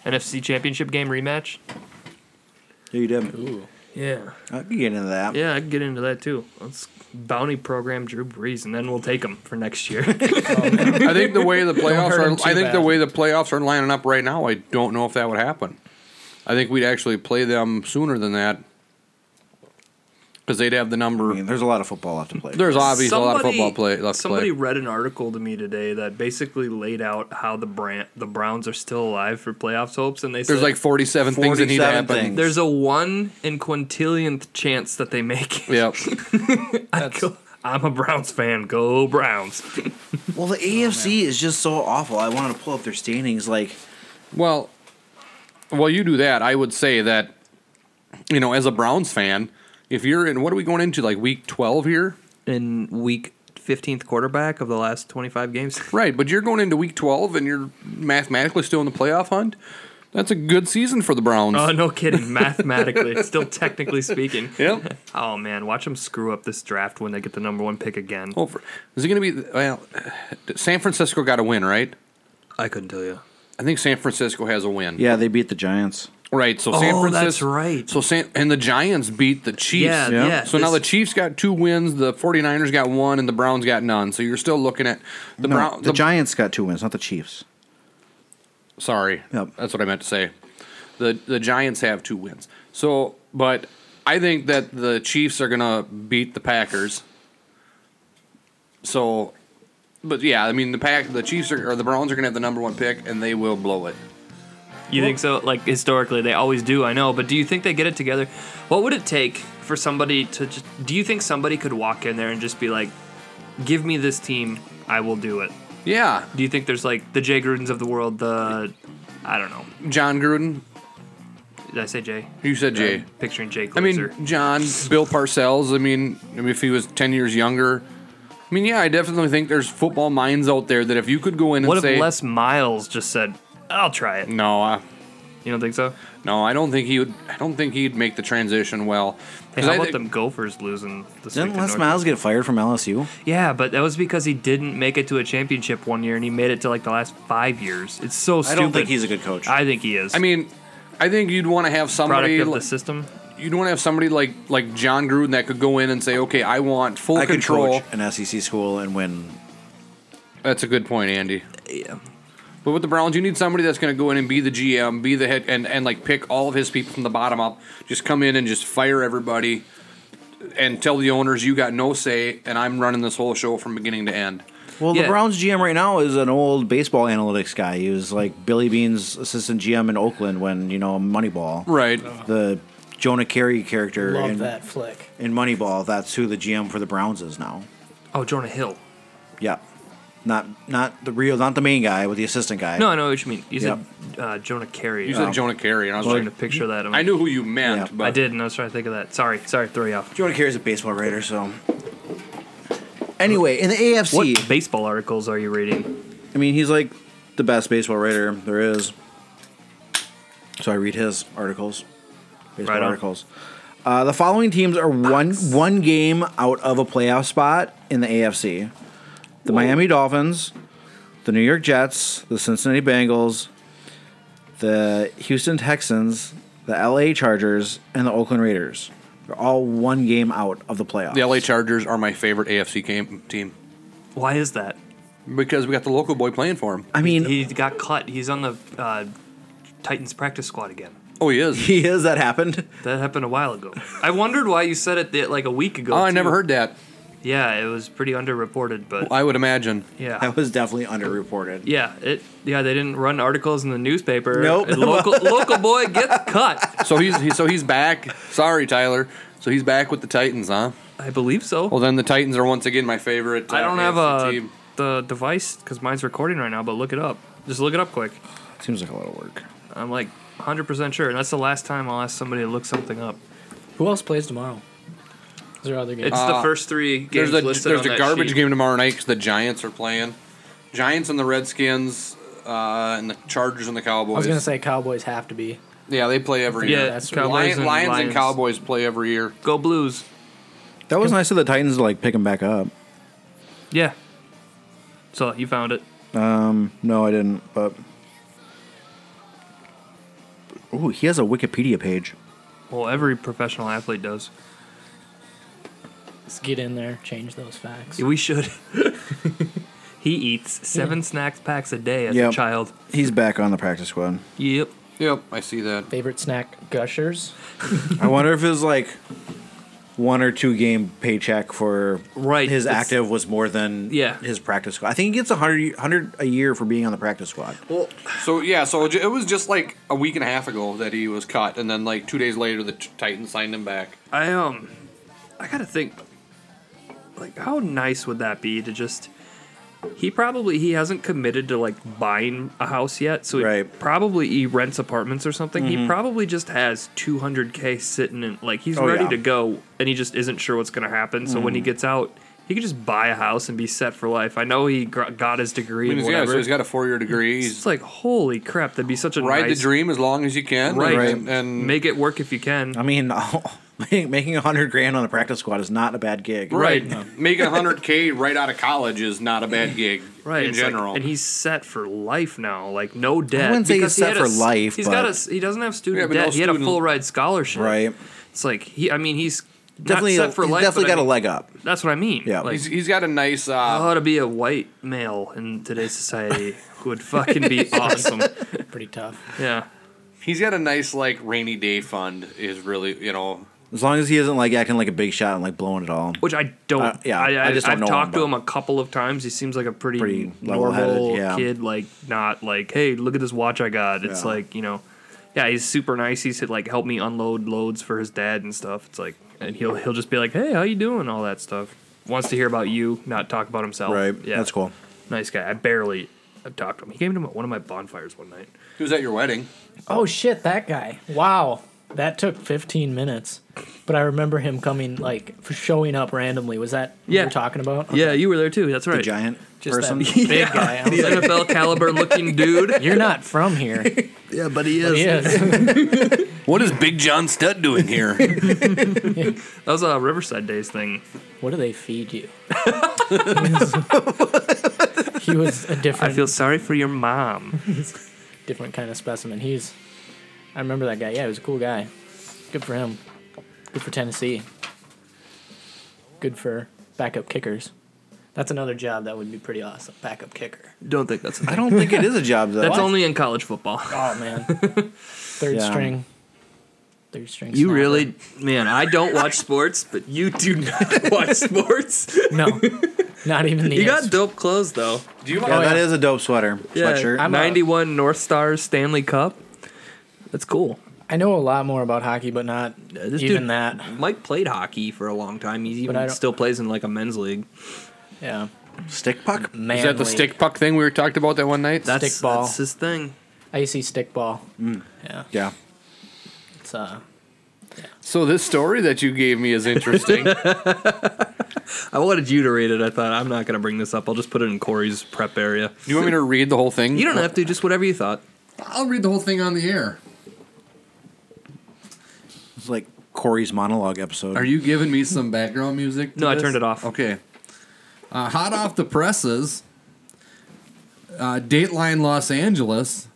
Speaker 7: NFC Championship game rematch.
Speaker 8: Yeah, you did.
Speaker 9: Ooh.
Speaker 2: Yeah.
Speaker 8: I can get into that.
Speaker 2: Yeah, I can get into that too. Let's bounty program Drew Brees, and then we'll take him for next year.
Speaker 6: I think the way the playoffs
Speaker 2: hurt
Speaker 6: are,
Speaker 2: him too
Speaker 6: I think the
Speaker 2: bad.
Speaker 6: way the playoffs are lining up right now, I don't know if that would happen. I think we'd actually play them sooner than that because they'd have the
Speaker 8: I mean,
Speaker 6: number.
Speaker 8: there's a lot of football left to play.
Speaker 6: There's obviously a lot of football play left to
Speaker 2: somebody
Speaker 6: play.
Speaker 2: read an article to me today that basically laid out how the brand, the Browns are still alive for playoffs hopes, and they
Speaker 6: There's
Speaker 2: said
Speaker 6: like 47 things that need to
Speaker 8: 47
Speaker 6: happen.
Speaker 8: things.
Speaker 2: there's a one in quintillionth chance that they make it.
Speaker 6: Yeah,
Speaker 2: Go- I'm a Browns fan. Go Browns.
Speaker 8: Well, the AFC is just so awful. I wanted to pull up their standings. Like,
Speaker 6: Well, while you do that, I would say that, you know, as a Browns fan, if you're in, what are we going into, like week 12 here?
Speaker 15: in week 15th quarterback of the last 25 games.
Speaker 6: Right, but you're going into week 12 and you're mathematically still in the playoff hunt. That's a good season for the Browns.
Speaker 2: Oh, no kidding. Mathematically, still technically speaking.
Speaker 6: Yep.
Speaker 2: Oh man, watch them screw up this draft when they get the number one pick again.
Speaker 6: Over. Is it going to be, well, San Francisco got a win, right?
Speaker 15: I couldn't tell you.
Speaker 6: I think San Francisco has a win.
Speaker 8: yeah, they beat the Giants.
Speaker 6: Right, so San
Speaker 2: Oh,
Speaker 6: Francisco.
Speaker 2: that's right.
Speaker 6: So San, and the Giants beat the Chiefs.
Speaker 2: Yeah, Yeah. yeah,
Speaker 6: So now the
Speaker 2: this-
Speaker 6: Chiefs got two wins, the 49ers got one, and the Browns got none. So you're still looking at the
Speaker 8: No,
Speaker 6: Browns.
Speaker 8: the, Giants got two wins, not the Chiefs.
Speaker 6: Sorry,
Speaker 8: Yep.
Speaker 6: that's what I meant to say. the The Giants have two wins. So, but I think that the Chiefs are gonna beat the Packers. So, but yeah, I mean the pack, the Chiefs are, or the Browns are gonna have the number one pick, and they will blow it.
Speaker 2: You think so? Like historically, they always do. I know, but do you think they get it together? What would it take for somebody to? Just, do you think somebody could walk in there and just be like, "Give me this team, I will do it."
Speaker 6: Yeah,
Speaker 2: Do you think there's like the Jay Grudens of the world? The I don't know.
Speaker 6: John Gruden.
Speaker 2: Did I say Jay?
Speaker 6: You said Jay.
Speaker 8: Um,
Speaker 2: I'm picturing Jay.
Speaker 6: I mean,
Speaker 2: Glazer.
Speaker 6: John, Bill Parcells. I mean, I mean, if he was ten years younger, I mean, yeah, I definitely think there's football minds out there that if you could go in and
Speaker 2: what if
Speaker 6: say,
Speaker 2: Les Miles just said, "I'll try it"?
Speaker 6: no, I,
Speaker 2: You don't think so?
Speaker 6: no, I don't think he would. I don't think he'd make the transition well.
Speaker 2: Hey,
Speaker 6: 'Cause
Speaker 2: how
Speaker 6: I
Speaker 2: about
Speaker 6: thi-
Speaker 2: them Gophers losing this week
Speaker 8: Didn't
Speaker 2: to
Speaker 8: Les
Speaker 2: North-
Speaker 8: Miles get fired from LSU?
Speaker 2: Yeah, but that was because he didn't make it to a championship one year, and he made it to like the last five years. It's so
Speaker 8: I
Speaker 2: stupid.
Speaker 8: don't think he's a good coach.
Speaker 2: I think he is.
Speaker 6: I mean, I think you'd want to have
Speaker 2: product
Speaker 6: somebody.
Speaker 2: of
Speaker 6: li-
Speaker 2: the system.
Speaker 6: You'd want to have somebody like like John Gruden that could go in and say, okay, I want full
Speaker 8: I could
Speaker 6: control.
Speaker 8: coach an SEC school and win.
Speaker 6: That's a good point, Andy. Yeah. But with the Browns, you need somebody that's going to go in and be the GM, be the head, and, and like pick all of his people from the bottom up. Just come in and just fire everybody, and tell the owners you got no say, and I'm running this whole show from beginning to end.
Speaker 8: Well,
Speaker 2: Yeah.
Speaker 8: the Browns GM right now is an old baseball analytics guy. He was like Billy Bean's assistant GM in Oakland when you know Moneyball.
Speaker 6: Right.
Speaker 8: The Jonah Carey character
Speaker 9: Love
Speaker 8: in,
Speaker 9: that flick.
Speaker 8: in Moneyball. That's who the GM for the Browns is now.
Speaker 2: Oh, Jonah Hill.
Speaker 8: Yeah, not not the real, not the main guy, but the assistant guy.
Speaker 2: No, I know what you mean. You said
Speaker 8: Yep.
Speaker 2: uh, Jonah Carey.
Speaker 6: You
Speaker 2: I
Speaker 6: said
Speaker 2: was
Speaker 6: Jonah Carey, and I was
Speaker 2: trying to
Speaker 6: like,
Speaker 2: picture that. I'm-
Speaker 6: I knew who you meant,
Speaker 8: Yeah.
Speaker 6: but
Speaker 2: I did, and I was trying to think of that. Sorry, sorry, throw you off.
Speaker 8: Jonah Carey's a baseball writer, so. Anyway, in the AFC,
Speaker 2: What baseball articles are you reading?
Speaker 8: I mean, he's like the best baseball writer there is. So I read his articles, baseball
Speaker 2: Right on.
Speaker 8: articles. Uh, the following teams are one one game out of a playoff spot in the AFC: the Miami Dolphins, the New York Jets, the Cincinnati Bengals, the Houston Texans, the LA Chargers, and the Oakland Raiders. They're all one game out of the playoffs.
Speaker 6: the LA Chargers are my favorite AFC game, team
Speaker 2: Why is that?
Speaker 6: because we got the local boy playing for him.
Speaker 8: I mean,
Speaker 2: He got cut. He's on the uh, Titans practice squad again.
Speaker 6: Oh, he is.
Speaker 8: he is that happened.
Speaker 2: That happened a while ago. I wondered why you said it the, like a week ago.
Speaker 6: oh, I
Speaker 2: too.
Speaker 6: never heard that.
Speaker 2: Yeah, it was pretty underreported, but
Speaker 6: I would imagine.
Speaker 2: yeah.
Speaker 8: That was definitely underreported.
Speaker 2: Yeah, it. Yeah, they didn't run articles in the newspaper.
Speaker 8: Nope.
Speaker 2: Local local boy gets cut.
Speaker 6: So he's he, so he's back. Sorry, Tyler. So he's back with the Titans, huh?
Speaker 2: I believe so.
Speaker 6: Well, then the Titans are once again my favorite. Uh,
Speaker 2: I don't have
Speaker 6: AFC
Speaker 2: a
Speaker 6: team.
Speaker 2: the device because mine's recording right now. But look it up. Just look it up quick.
Speaker 8: Seems like a lot of work.
Speaker 2: I'm like 100 percent sure, and that's the last time I'll ask somebody to look something up.
Speaker 9: Who else plays tomorrow? Is there other games?
Speaker 2: It's the first three games
Speaker 6: Uh, There's a
Speaker 2: listed
Speaker 6: there's
Speaker 2: on
Speaker 6: a
Speaker 2: that
Speaker 6: garbage
Speaker 2: sheet.
Speaker 6: game tomorrow night because the Giants are playing. Giants and the Redskins, uh, and the Chargers and the Cowboys.
Speaker 9: I was gonna say Cowboys have to be.
Speaker 6: yeah, they play every
Speaker 2: Yeah,
Speaker 6: year.
Speaker 9: that's
Speaker 2: Cowboys
Speaker 6: Lions,
Speaker 2: and
Speaker 6: Lions,
Speaker 2: Lions
Speaker 6: and Cowboys play every year.
Speaker 2: Go Blues.
Speaker 8: That was nice of the Titans to like pick him back up.
Speaker 2: Yeah. So you found it.
Speaker 8: No, I didn't. But oh, he has a Wikipedia page.
Speaker 2: Well, every professional athlete does.
Speaker 9: Let's get in there, change those facts.
Speaker 2: We should. he eats seven snacks packs a day as
Speaker 8: Yep.
Speaker 2: a child.
Speaker 8: He's back on the practice squad.
Speaker 2: Yep.
Speaker 6: Yep, I see that.
Speaker 9: Favorite snack, Gushers.
Speaker 8: I wonder if his like one or two game paycheck for
Speaker 2: Right,
Speaker 8: his
Speaker 2: it's-
Speaker 8: active was more than
Speaker 2: Yeah.
Speaker 8: his practice squad. I think he gets 100, 100 a year for being on the practice squad.
Speaker 16: So yeah, so it was just like a week and a half ago that he was cut, and then like two days later, the Titans signed him back.
Speaker 2: I um, I gotta think. Like, how nice would that be to just? He probably he hasn't committed to like buying a house yet, so he
Speaker 8: Right. Mm-hmm.
Speaker 2: probably he rents apartments or something. He probably just has 200k sitting in like he's
Speaker 8: Oh,
Speaker 2: ready
Speaker 8: yeah. Mm.
Speaker 2: to go, and he just isn't sure what's gonna happen. So when he gets out, he could just buy a house and be set for life. I know he gr- got his degree and
Speaker 16: yeah,
Speaker 2: whatever.
Speaker 16: so he's got a four-year degree.
Speaker 2: it's
Speaker 16: He's
Speaker 2: like holy crap, that'd be such a
Speaker 16: ride
Speaker 2: nice,
Speaker 16: the dream as long as you can,
Speaker 2: Right.
Speaker 16: And, and
Speaker 2: make it work if you can.
Speaker 8: I mean, making a hundred grand on the practice squad is not a bad gig.
Speaker 16: right,
Speaker 2: Right.
Speaker 16: making hundred k right out of college is not a bad gig,
Speaker 2: right
Speaker 16: In
Speaker 2: it's like-
Speaker 16: general,
Speaker 2: and he's set for life now like no debt
Speaker 8: wouldn't say he's
Speaker 2: because he
Speaker 8: set
Speaker 2: had a
Speaker 8: for
Speaker 2: s-
Speaker 8: life,
Speaker 2: he's got a
Speaker 8: but-
Speaker 2: s- he doesn't have
Speaker 16: Yeah,
Speaker 2: student
Speaker 16: but
Speaker 2: debt
Speaker 16: no
Speaker 2: he had a
Speaker 16: student-
Speaker 2: full ride scholarship
Speaker 8: Right.
Speaker 2: it's like he i mean he's
Speaker 8: Definitely,
Speaker 2: not set for
Speaker 8: he's
Speaker 2: life
Speaker 8: definitely
Speaker 2: but I
Speaker 8: got a
Speaker 2: mean,
Speaker 8: leg up.
Speaker 2: that's what i mean
Speaker 8: Yeah.
Speaker 2: like,
Speaker 16: he's, he's got a nice. Uh,
Speaker 2: oh, to be a white male in today's society would fucking be awesome
Speaker 9: Pretty tough.
Speaker 2: yeah
Speaker 16: he's got a nice like rainy day fund. Is really you know
Speaker 8: As long as he isn't like acting like a big shot and like blowing it all.
Speaker 2: which i don't
Speaker 8: Uh, yeah,
Speaker 2: i, I,
Speaker 8: I just don't
Speaker 2: i've
Speaker 8: know him,
Speaker 2: talked to
Speaker 8: but-
Speaker 2: him a couple of times he seems like a pretty,
Speaker 8: Pretty level-headed,
Speaker 2: normal
Speaker 8: yeah.
Speaker 2: kid like not like hey look at this watch i got it's
Speaker 8: Yeah.
Speaker 2: like you know yeah he's super nice he's like help me unload loads for his dad and stuff it's like and he'll he'll just be like hey how you doing all that stuff wants to hear about you not talk about himself
Speaker 8: Right. That's cool.
Speaker 2: nice guy i barely i've talked to him he came to my- one of my bonfires one night
Speaker 16: he was at your wedding.
Speaker 9: Oh shit, that guy. Wow. That took 15 minutes. But I remember him coming, like, f- showing up randomly. Was that what
Speaker 2: Yeah.
Speaker 9: you're talking about?
Speaker 2: yeah you were there too that's right
Speaker 8: The giant
Speaker 9: Just
Speaker 8: person.
Speaker 9: that big guy. I was like,
Speaker 2: nfl caliber looking dude
Speaker 9: you're not from here.
Speaker 2: yeah but he
Speaker 9: He is.
Speaker 16: What is Big John Stud doing here?
Speaker 2: that was a riverside days thing
Speaker 9: What do they feed you? he was a
Speaker 2: i
Speaker 9: different,
Speaker 2: feel sorry for your mom
Speaker 9: different kind of specimen. He's, I remember that guy. Yeah, he was a cool guy. Good for him. Good for Tennessee. Good for backup kickers. That's another job that would be pretty awesome. Backup kicker.
Speaker 2: Don't think that's.
Speaker 8: I don't think it is a job though. Oh,
Speaker 2: That's only in college football.
Speaker 9: Oh man, third
Speaker 8: Yeah.
Speaker 9: string. Third string.
Speaker 2: You
Speaker 9: snapper.
Speaker 2: really, man. I don't watch sports, but you do not watch sports.
Speaker 9: No, not even the.
Speaker 2: You got
Speaker 9: answer.
Speaker 2: dope clothes though.
Speaker 16: Do you
Speaker 8: Yeah,
Speaker 16: want?
Speaker 8: that is a dope sweater. Sweatshirt.
Speaker 9: I'm a-
Speaker 2: ninety-one North Stars Stanley Cup. That's cool.
Speaker 9: I know a lot more about hockey, but not
Speaker 2: this
Speaker 9: even
Speaker 2: dude-
Speaker 9: that.
Speaker 2: Mike played hockey for a long time. He's
Speaker 9: I
Speaker 2: even
Speaker 9: don't-
Speaker 2: still plays in like a men's league.
Speaker 9: Yeah,
Speaker 8: Stick puck.
Speaker 9: man.
Speaker 16: Is that the stick puck thing we were talked about that one night?
Speaker 2: That's
Speaker 9: Stick ball.
Speaker 2: that's his thing.
Speaker 9: Icy stick ball. Yeah,
Speaker 8: Yeah.
Speaker 9: it's uh.
Speaker 16: so this story that you gave me is interesting.
Speaker 2: I wanted you to read it. I thought I'm not gonna bring this up. I'll just put it in Corey's prep area.
Speaker 16: Do you want me to read the whole thing?
Speaker 2: You don't have to. Just whatever you thought.
Speaker 16: I'll read the whole thing on the air.
Speaker 8: It's like Corey's monologue episode.
Speaker 6: Are you giving me some background music? to
Speaker 2: No, I
Speaker 6: this?
Speaker 2: turned it off.
Speaker 6: Okay. Uh, hot off the presses, uh, Dateline Los Angeles,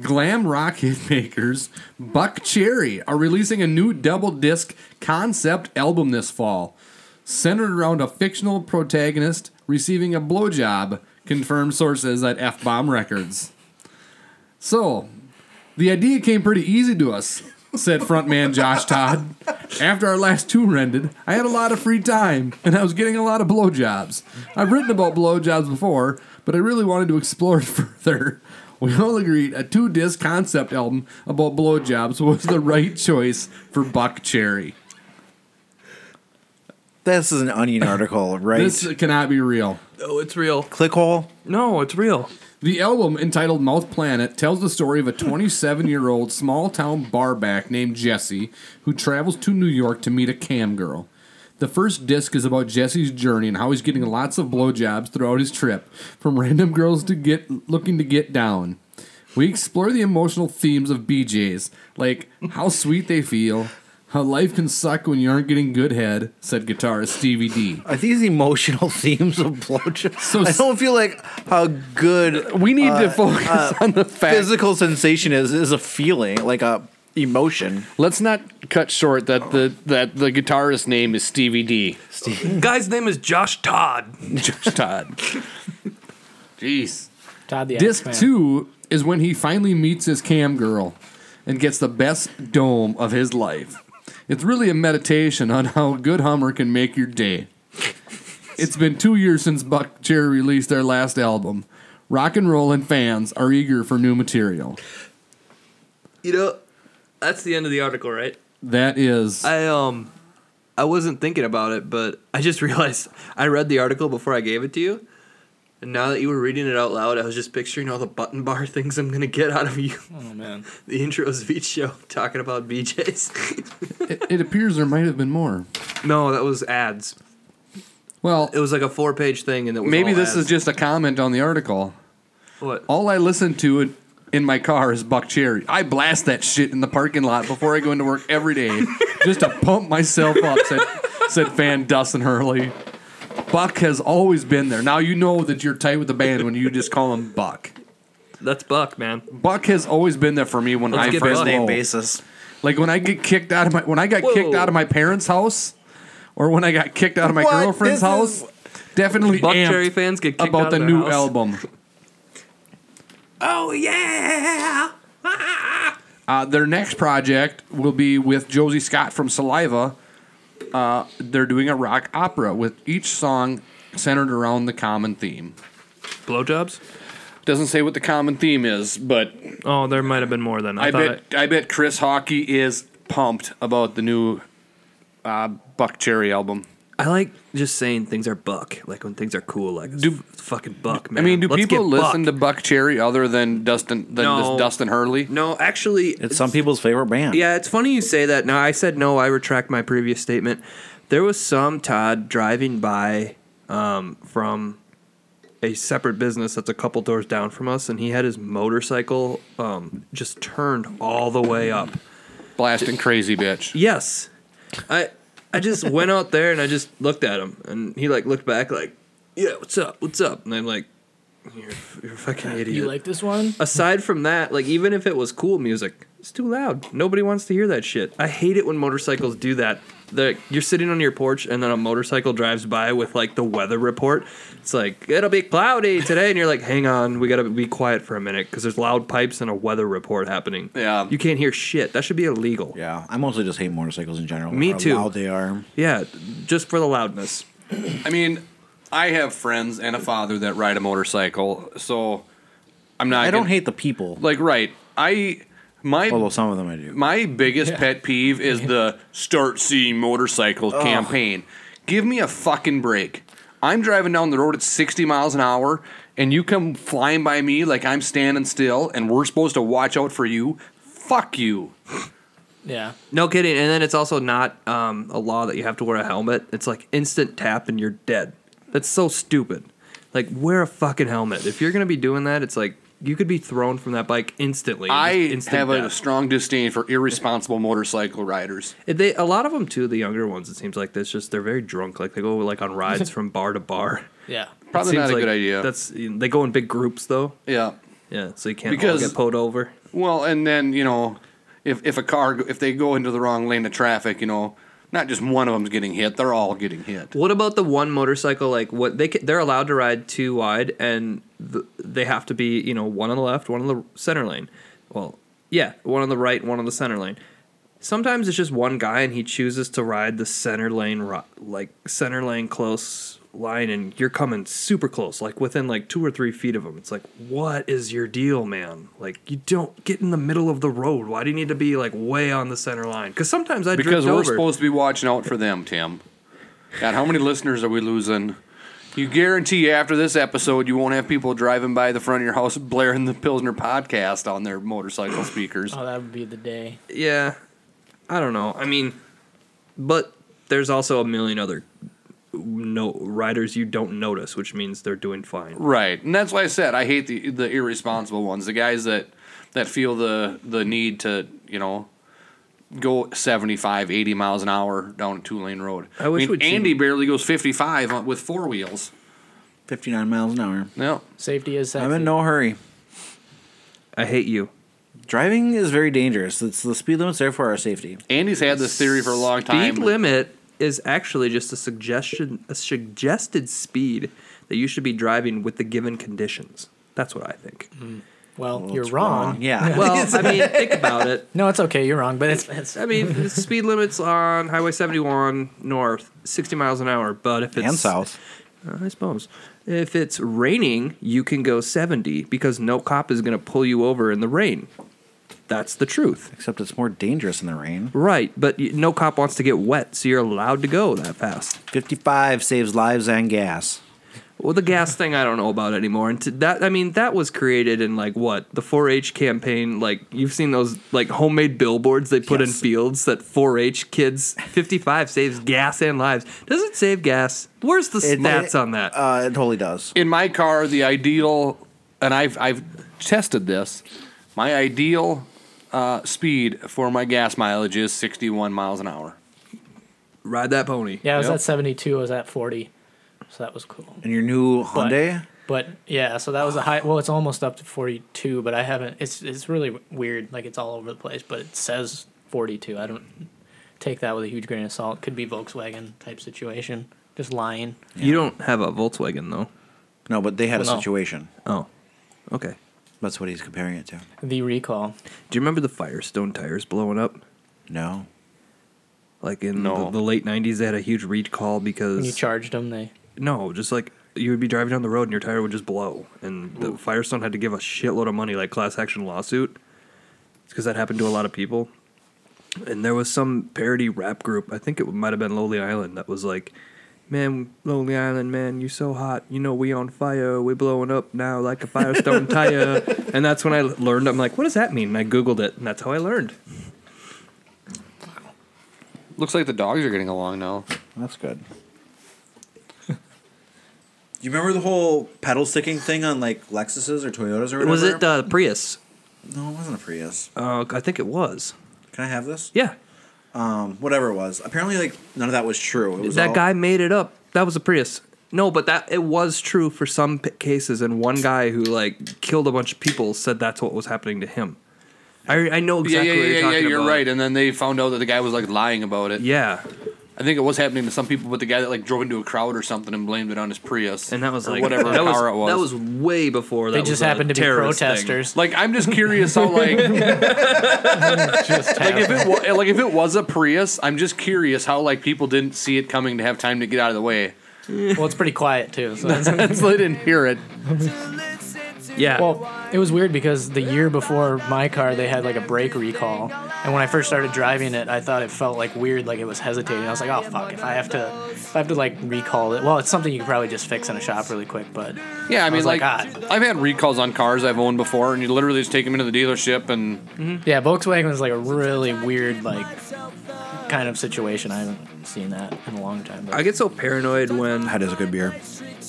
Speaker 6: glam rock hit makers Buck Cherry are releasing a new double disc concept album this fall, centered around a fictional protagonist receiving a blowjob. Confirmed sources at F Bomb Records. So, the idea came pretty easy to us, said frontman Josh Todd. After our last tour ended, I had a lot of free time and I was getting a lot of blowjobs. I've written about blowjobs before, but I really wanted to explore it further. We all agreed a two disc concept album about blowjobs was the right choice for Buck Cherry.
Speaker 8: this is an onion article, right?
Speaker 6: This cannot be real.
Speaker 2: Oh, it's real.
Speaker 8: Click hole.
Speaker 2: No, it's real.
Speaker 6: The album, entitled Mouth Planet, tells the story of a 27 year old small town barback named Jesse who travels to New York to meet a cam girl. The first disc is about Jesse's journey and how he's getting lots of blowjobs throughout his trip, from random girls to get looking to get down. We explore the emotional themes of BJs, like how sweet they feel, how life can suck when you aren't getting good head, said guitarist Stevie D.
Speaker 8: Are these emotional themes of blowjobs?
Speaker 6: So-
Speaker 8: I don't feel like how good
Speaker 6: We need to focus on the fact
Speaker 8: physical sensation is is a feeling, like a emotion.
Speaker 6: Let's not cut short that the that the guitarist name is Stevie D.
Speaker 2: Guy's name is Josh Todd.
Speaker 6: Josh Todd. Jeez.
Speaker 9: Todd the
Speaker 17: Disc
Speaker 9: X-Man.
Speaker 17: two is when he finally meets his cam girl and gets the best dome of his life. It's really a meditation on how a good Hummer can make your day. It's been two years since Buck Cherry released their last album. Rock and roll and fans are eager for new material.
Speaker 2: You know, that's the end of the article, right?
Speaker 17: That is
Speaker 2: I um I wasn't thinking about it, but I just realized I read the article before I gave it to you. And now that you were reading it out loud, I was just picturing all the button bar things I'm gonna get out of you.
Speaker 9: Oh man.
Speaker 2: The intros of each show talking about BJ's.
Speaker 17: it, it appears there might have been more.
Speaker 2: no, that was ads.
Speaker 17: Well,
Speaker 2: It was like a four page thing and it was
Speaker 17: maybe
Speaker 2: all
Speaker 17: this
Speaker 2: ads.
Speaker 17: is just a comment on the article.
Speaker 2: what?
Speaker 17: All I listen to in, in my car is Buck Cherry. I blast that shit in the parking lot before I go into work every day just to pump myself up, said, said fan Dustin Hurley. Buck has always been there. Now you know that you're tight with the band when you just call him Buck.
Speaker 2: That's Buck, man.
Speaker 17: Buck has always been there for me when
Speaker 2: Let's
Speaker 17: I
Speaker 2: get
Speaker 17: first
Speaker 2: Buck.
Speaker 8: Oh.
Speaker 2: Name
Speaker 17: low.
Speaker 8: Basis.
Speaker 17: Like when I get kicked out of my when I got kicked
Speaker 2: Whoa.
Speaker 17: out of my parents' house or when I got kicked out of my
Speaker 8: What?
Speaker 17: girlfriend's
Speaker 8: This
Speaker 17: house,
Speaker 8: is-
Speaker 17: definitely
Speaker 2: Buck
Speaker 17: amped
Speaker 2: Cherry fans get kicked
Speaker 17: about
Speaker 2: out
Speaker 17: the
Speaker 2: of their
Speaker 17: new
Speaker 2: house.
Speaker 17: album.
Speaker 2: Oh yeah.
Speaker 17: Uh, their next project will be with Josie Scott from Saliva. Uh, they're doing a rock opera with each song centered around the common theme.
Speaker 2: Blowjobs?
Speaker 6: Doesn't say what the common theme is, but
Speaker 2: Oh, there might have been more than I,
Speaker 6: I,
Speaker 2: thought.
Speaker 6: bet I bet Chris Hockey is pumped about the new uh, Buck Cherry album.
Speaker 2: I like just saying things are buck, like when things are cool, like do, fucking buck, man.
Speaker 6: I mean, do
Speaker 2: Let's
Speaker 6: people
Speaker 2: get buck.
Speaker 6: listen to Buck Cherry other than Dustin than
Speaker 2: No.
Speaker 6: this Dustin Hurley?
Speaker 2: No, actually,
Speaker 8: It's some people's favorite band.
Speaker 2: yeah, it's funny you say that. Now I said no. I retract my previous statement. There was some Todd driving by um, from a separate business that's a couple doors down from us, and he had his motorcycle um, just turned all the way up.
Speaker 6: Blasting crazy bitch.
Speaker 2: Yes. I I just went out there and I just looked at him and he like looked back like, "Yeah, what's up? What's up?" And I'm like, "You're, you're a fucking idiot."
Speaker 9: You like this one?
Speaker 2: Aside from that, like even if it was cool music, it's too loud. Nobody wants to hear that shit. I hate it when motorcycles do that. They're, you're sitting on your porch and then a motorcycle drives by with like the weather report. It's like it'll be cloudy today, and you're like, "Hang on, we gotta be quiet for a minute because there's loud pipes and a weather report happening."
Speaker 6: Yeah.
Speaker 2: you can't hear shit. That should be illegal.
Speaker 8: Yeah, I mostly just hate motorcycles in general.
Speaker 2: Me
Speaker 8: how
Speaker 2: too.
Speaker 8: Loud they are.
Speaker 2: Yeah, just for the loudness.
Speaker 6: I mean, I have friends and a father that ride a motorcycle, so I'm not.
Speaker 8: I don't
Speaker 6: gonna-
Speaker 8: hate the people,
Speaker 6: Like right, I my
Speaker 8: although some of them I do.
Speaker 6: my biggest pet peeve is the start seeing motorcycles campaign. Give me a fucking break. I'm driving down the road at 60 miles an hour, and you come flying by me like I'm standing still, and we're supposed to watch out for you. Fuck you.
Speaker 9: Yeah.
Speaker 2: No kidding. And then it's also not um, a law that you have to wear a helmet. It's like instant tap and you're dead. That's so stupid. Like wear a fucking helmet. If you're gonna be doing that, it's like you could be thrown from that bike instantly.
Speaker 6: I
Speaker 2: Just instant
Speaker 6: have a
Speaker 2: death.
Speaker 6: strong disdain for irresponsible motorcycle riders.
Speaker 2: They a lot of them too. The younger ones, it seems like that's just they're very drunk. Like they go like on rides from bar to bar.
Speaker 9: Yeah.
Speaker 6: Probably
Speaker 2: Seems
Speaker 6: not a
Speaker 2: like
Speaker 6: good idea.
Speaker 2: That's they go in big groups though.
Speaker 6: yeah.
Speaker 2: Yeah, so you can't
Speaker 6: Because-
Speaker 2: all get pulled over.
Speaker 6: Well, and then you know, if if a car if they go into the wrong lane of traffic, you know, not just one of them's getting hit; they're all getting hit.
Speaker 2: What about the one motorcycle? Like what they ca- they're allowed to ride two wide, and th- they have to be you know one on the left, one on the center lane. Well, yeah, one on the right, one on the center lane. Sometimes it's just one guy, and he chooses to ride the center lane, ro- like center lane close line, and you're coming super close, like within like two or three feet of him. It's like, what is your deal, man? Like you don't get in the middle of the road. Why do you need to be like way on the center line? Because sometimes I
Speaker 6: Because
Speaker 2: drift
Speaker 6: we're
Speaker 2: over.
Speaker 6: supposed to be watching out for them, Tim. God, how many listeners are we losing? You guarantee after this episode, you won't have people driving by the front of your house blaring the Pilsner podcast on their motorcycle speakers.
Speaker 9: Oh, that would be the day.
Speaker 2: yeah i don't know i mean but there's also a million other no riders you don't notice which means they're doing fine
Speaker 6: Right, and that's why I said I hate the the irresponsible ones, the guys that that feel the the need to you know go 75, 80 miles an hour down a two lane road.
Speaker 2: I wish we'd seen-
Speaker 6: Andy barely goes fifty five with four wheels.
Speaker 8: Fifty nine miles an hour.
Speaker 6: No,
Speaker 9: Safety is sexy.
Speaker 8: I'm in no hurry.
Speaker 2: i hate you
Speaker 8: Driving is very dangerous. It's the speed limit's there for our safety.
Speaker 6: Andy's had this theory for a long time.
Speaker 2: Speed limit is actually just a suggestion, a suggested speed that you should be driving with the given conditions. That's what I think.
Speaker 9: Well, you're wrong.
Speaker 8: Yeah.
Speaker 2: Well, I mean, think about it.
Speaker 9: No, it's okay. You're wrong, but it's, it's
Speaker 2: I mean, the speed limits on Highway 71 north, 60 miles an hour, but if it's
Speaker 8: and south.
Speaker 2: I suppose. If it's raining, you can go 70 because no cop is going to pull you over in the rain. That's the truth.
Speaker 8: Except it's more dangerous in the rain.
Speaker 2: Right, but y- no cop wants to get wet, so you're allowed to go that fast.
Speaker 8: 55 saves lives and gas.
Speaker 2: Well, the gas thing I don't know about anymore. And to that I mean that was created in like what the 4-H campaign. Like you've seen those like homemade billboards they put in
Speaker 8: Yes.
Speaker 2: fields that 4-H kids 55 saves gas and lives. Does it save gas? Where's the
Speaker 8: It-
Speaker 2: stats
Speaker 8: it-
Speaker 2: on that?
Speaker 8: Uh, it totally does.
Speaker 6: in my car, the ideal, and I've I've tested this. My ideal uh, speed for my gas mileage is 61 miles an hour.
Speaker 2: Ride that pony.
Speaker 9: yeah. I was
Speaker 6: Yep.
Speaker 9: at 72. I was at 40, so that was cool.
Speaker 8: And your new
Speaker 9: But-
Speaker 8: Hyundai?
Speaker 9: But yeah, so that was a high. Well, it's almost up to 42, but I haven't. It's it's really weird. Like it's all over the place, but it says 42. I don't take that with a huge grain of salt. Could be Volkswagen type situation. Just lying.
Speaker 2: You don't have a Volkswagen though.
Speaker 8: No, but they had
Speaker 9: Well,
Speaker 8: a
Speaker 9: no.
Speaker 8: situation.
Speaker 2: Oh, okay.
Speaker 8: That's what he's comparing it to.
Speaker 9: The recall.
Speaker 2: Do you remember the Firestone tires blowing up?
Speaker 8: No.
Speaker 2: Like in
Speaker 6: No.
Speaker 2: the, the late '90s, they had a huge recall
Speaker 9: When you
Speaker 2: because
Speaker 9: charged them, they
Speaker 2: No, just like you would be driving down the road and your tire would just blow, and the Firestone had to give a shitload of money, like class action lawsuit, because that happened to a lot of people. And there was some parody rap group, I think it might have been Lonely Island, that was like, "Man, Lonely Island, man, you so hot, you know we on fire, we blowing up now like a Firestone tire." And that's when I learned. I'm like, "What does that mean?" And I googled it, and that's how I learned.
Speaker 6: Looks like the dogs are getting along now.
Speaker 8: That's good. Do you remember the whole pedal sticking thing on like Lexuses or Toyotas or whatever?
Speaker 2: Was it uh, Prius?
Speaker 8: no, it wasn't a Prius.
Speaker 2: Uh, I think it was.
Speaker 8: Can I have this? Um,
Speaker 2: Yeah,
Speaker 8: Whatever it was. Apparently, like none of that was true. It was
Speaker 2: that
Speaker 8: all-
Speaker 2: guy made it up. That was a Prius. No, but that it was true for some p- cases, and one guy who like killed a bunch of people said that's what was happening to him. I, I know exactly
Speaker 6: yeah, yeah,
Speaker 2: what you're
Speaker 6: yeah, yeah.
Speaker 2: talking
Speaker 6: You're
Speaker 2: about.
Speaker 6: right. And then they found out that the guy was like lying about it.
Speaker 2: Yeah,
Speaker 6: I think it was happening to some people, but the guy that like drove into a crowd or something and blamed it on his Prius
Speaker 2: and that was
Speaker 6: or
Speaker 2: like
Speaker 6: whatever
Speaker 2: that
Speaker 6: car
Speaker 2: was,
Speaker 6: it
Speaker 2: That
Speaker 6: was.
Speaker 2: was way before. That
Speaker 9: they just
Speaker 2: was a
Speaker 9: happened to be
Speaker 2: terrorist thing.
Speaker 9: protesters.
Speaker 6: like I'm just curious how like
Speaker 9: Just
Speaker 6: like if it wa- like if it was a Prius, I'm just curious how like people didn't see it coming to have time to get out of the way.
Speaker 9: well, it's pretty quiet too. So it's-
Speaker 6: so they didn't hear it.
Speaker 2: Yeah,
Speaker 9: Well, it was weird because the year before my car, they had like a brake recall, and when I first started driving it, I thought it felt like weird, like it was hesitating. I was like, oh fuck, if I have to, if I have to like recall it, well, it's something you could probably just fix in a shop really quick, but
Speaker 6: Yeah, I mean,
Speaker 9: was
Speaker 6: like,
Speaker 9: like,
Speaker 6: I've had recalls on cars I've owned before, and you literally just take them into the dealership, and
Speaker 9: yeah, Volkswagen was like a really weird like kind of situation. I haven't seen that in a long time. But
Speaker 2: I get so paranoid when
Speaker 8: That is a good beer.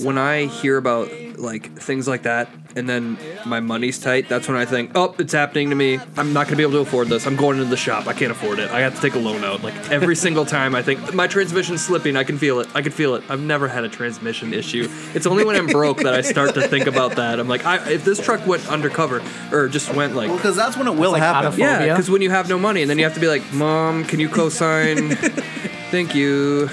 Speaker 2: when I hear about like things like that, and then my money's tight, that's when I think, oh, it's happening to me. I'm not gonna be able to afford this. I'm going into the shop. I can't afford it. I have to take a loan out. Like every single time, I think my transmission's slipping. I can feel it. I can feel it. I've never had a transmission issue. It's only when I'm broke that I start to think about that. I'm like, I, if this truck went undercover or just went like.
Speaker 8: Well, because that's when it will
Speaker 9: like
Speaker 8: happen.
Speaker 9: out of-
Speaker 2: Yeah,
Speaker 9: phobia.
Speaker 2: because when you have no money, and then you have to be like, "Mom, can you co-sign?" Thank you.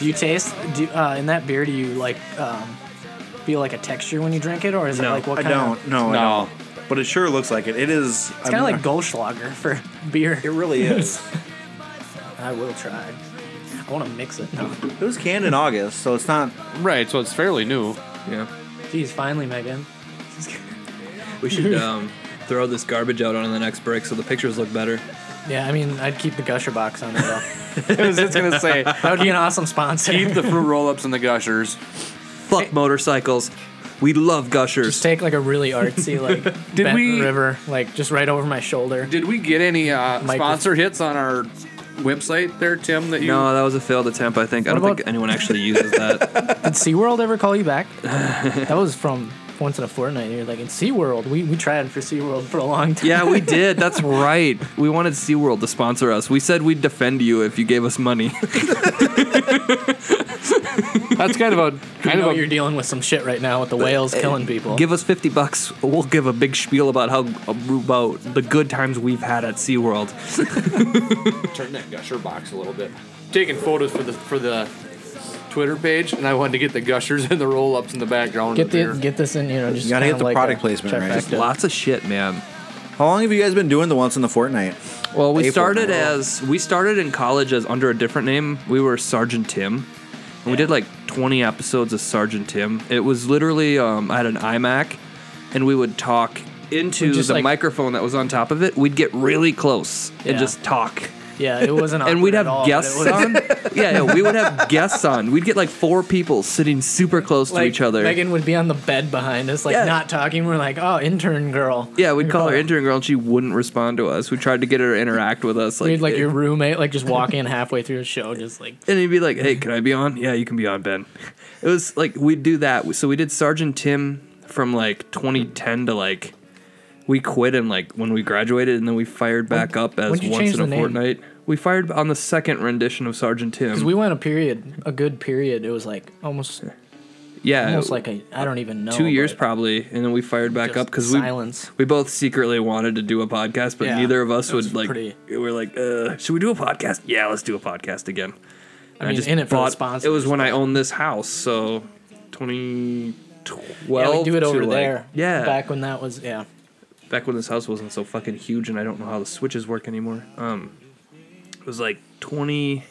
Speaker 9: do you taste do, you- uh, in that beer? Do you like um, feel like a texture when you drink it, or is
Speaker 2: No,
Speaker 9: it like what
Speaker 8: I
Speaker 9: kind
Speaker 8: don't.
Speaker 9: of?
Speaker 8: No, I
Speaker 6: no,
Speaker 8: don't. But it sure looks like it. It is.
Speaker 9: It's kind of like Goldschlager for beer.
Speaker 8: It really is.
Speaker 9: I will try. I want to mix it. No.
Speaker 8: it was canned in August, so it's not.
Speaker 6: right. So it's fairly new.
Speaker 2: Yeah.
Speaker 9: Geez, finally, Megan.
Speaker 2: We should um, throw this garbage out on the next break so the pictures look better.
Speaker 9: Yeah, I mean, I'd keep the gusher box on it though.
Speaker 6: I was just gonna say,
Speaker 9: that would be an awesome sponsor.
Speaker 6: keep the fruit roll-ups and the gushers.
Speaker 2: Fuck motorcycles. We love
Speaker 9: just
Speaker 2: gushers.
Speaker 9: take like a really artsy like
Speaker 6: Did
Speaker 9: bent
Speaker 6: we-
Speaker 9: river, like just right over my shoulder.
Speaker 6: Did we get any uh,
Speaker 9: Micro-
Speaker 6: sponsor hits on our website there, Tim? That you?
Speaker 2: No, that was a failed attempt, I think. I
Speaker 9: What
Speaker 2: don't think
Speaker 9: about-
Speaker 2: anyone actually uses that.
Speaker 9: Did SeaWorld ever call you back? that was from once in a fortnight. You're like in SeaWorld. We we tried for SeaWorld for a long time.
Speaker 2: yeah, we did. That's right. We wanted SeaWorld to sponsor us. We said we'd defend you if you gave us money.
Speaker 6: That's kind of a
Speaker 9: I
Speaker 6: kind
Speaker 9: know
Speaker 6: of
Speaker 9: you're
Speaker 6: a
Speaker 9: dealing with some shit right now with the whales killing people.
Speaker 2: Give us 50 bucks. We'll give a big spiel about how about the good times we've had at SeaWorld.
Speaker 6: turn that gusher box a little bit. Taking photos for the for the Twitter page, and I wanted to get the gushers and the roll ups in the background.
Speaker 9: get
Speaker 6: there.
Speaker 9: the, get this in, you know, just
Speaker 8: You gotta
Speaker 9: kinda
Speaker 8: get the
Speaker 9: like
Speaker 8: product
Speaker 9: a
Speaker 8: placement right.
Speaker 9: trifecta.
Speaker 2: Lots of shit, man.
Speaker 8: How long have you guys been doing the once in the fortnight?
Speaker 2: Well, we
Speaker 8: April
Speaker 2: started
Speaker 8: Fool.
Speaker 2: as we started in college as under a different name. We were Sergeant Tim, and we did like 20 episodes of Sergeant Tim. It was literally um, I had an iMac, and we would talk into
Speaker 9: We'd just,
Speaker 2: the
Speaker 9: like-
Speaker 2: microphone that was on top of it. We'd get really close
Speaker 9: Yeah.
Speaker 2: and just talk.
Speaker 9: Yeah, it wasn't.
Speaker 2: and we'd
Speaker 9: awkward at
Speaker 2: have
Speaker 9: all, but it
Speaker 2: guests
Speaker 9: was-
Speaker 2: on. yeah, yeah, we would have guests on. We'd get like four people sitting super close
Speaker 9: Like,
Speaker 2: to each other.
Speaker 9: Megan would be on the bed behind us, like
Speaker 2: Yeah.
Speaker 9: not talking. We're like, oh, intern girl.
Speaker 2: yeah, we'd call her
Speaker 9: Oh.
Speaker 2: intern girl and she wouldn't respond to us. We tried to get her to interact with us.
Speaker 9: We'd like
Speaker 2: it-
Speaker 9: your roommate, like just walk in halfway through a show, just like
Speaker 2: and he'd be like, "Hey, can I be on? Yeah, you can be on, Ben." It was like we'd do that. So we did Sergeant Tim from like 2010 to like we quit and like when we graduated, and then we fired back up as
Speaker 9: when'd you
Speaker 2: once
Speaker 9: change
Speaker 2: in a
Speaker 9: the name?
Speaker 2: fortnight. We fired on the second rendition of Sergeant Tim.
Speaker 9: because we went a period, a good period. It was like almost,
Speaker 2: yeah,
Speaker 9: almost like a, I don't even know.
Speaker 2: Uh, two years
Speaker 9: but
Speaker 2: probably, and then we fired back
Speaker 9: just
Speaker 2: up because we
Speaker 9: silence.
Speaker 2: we both secretly wanted to do a podcast, but
Speaker 9: Yeah,
Speaker 2: neither of us
Speaker 9: it was
Speaker 2: would like.
Speaker 9: pretty-
Speaker 2: We were like, uh, "Should we do a podcast? Yeah, let's do a podcast again."
Speaker 9: I mean, in it for the sponsors,
Speaker 2: It was when I owned this house, so 2012.
Speaker 9: yeah, we do it
Speaker 2: to,
Speaker 9: over
Speaker 2: like-
Speaker 9: there.
Speaker 2: yeah,
Speaker 9: back when that was yeah.
Speaker 2: back when this house wasn't so fucking huge, and I don't know how the switches work anymore. Um, it was like 2012.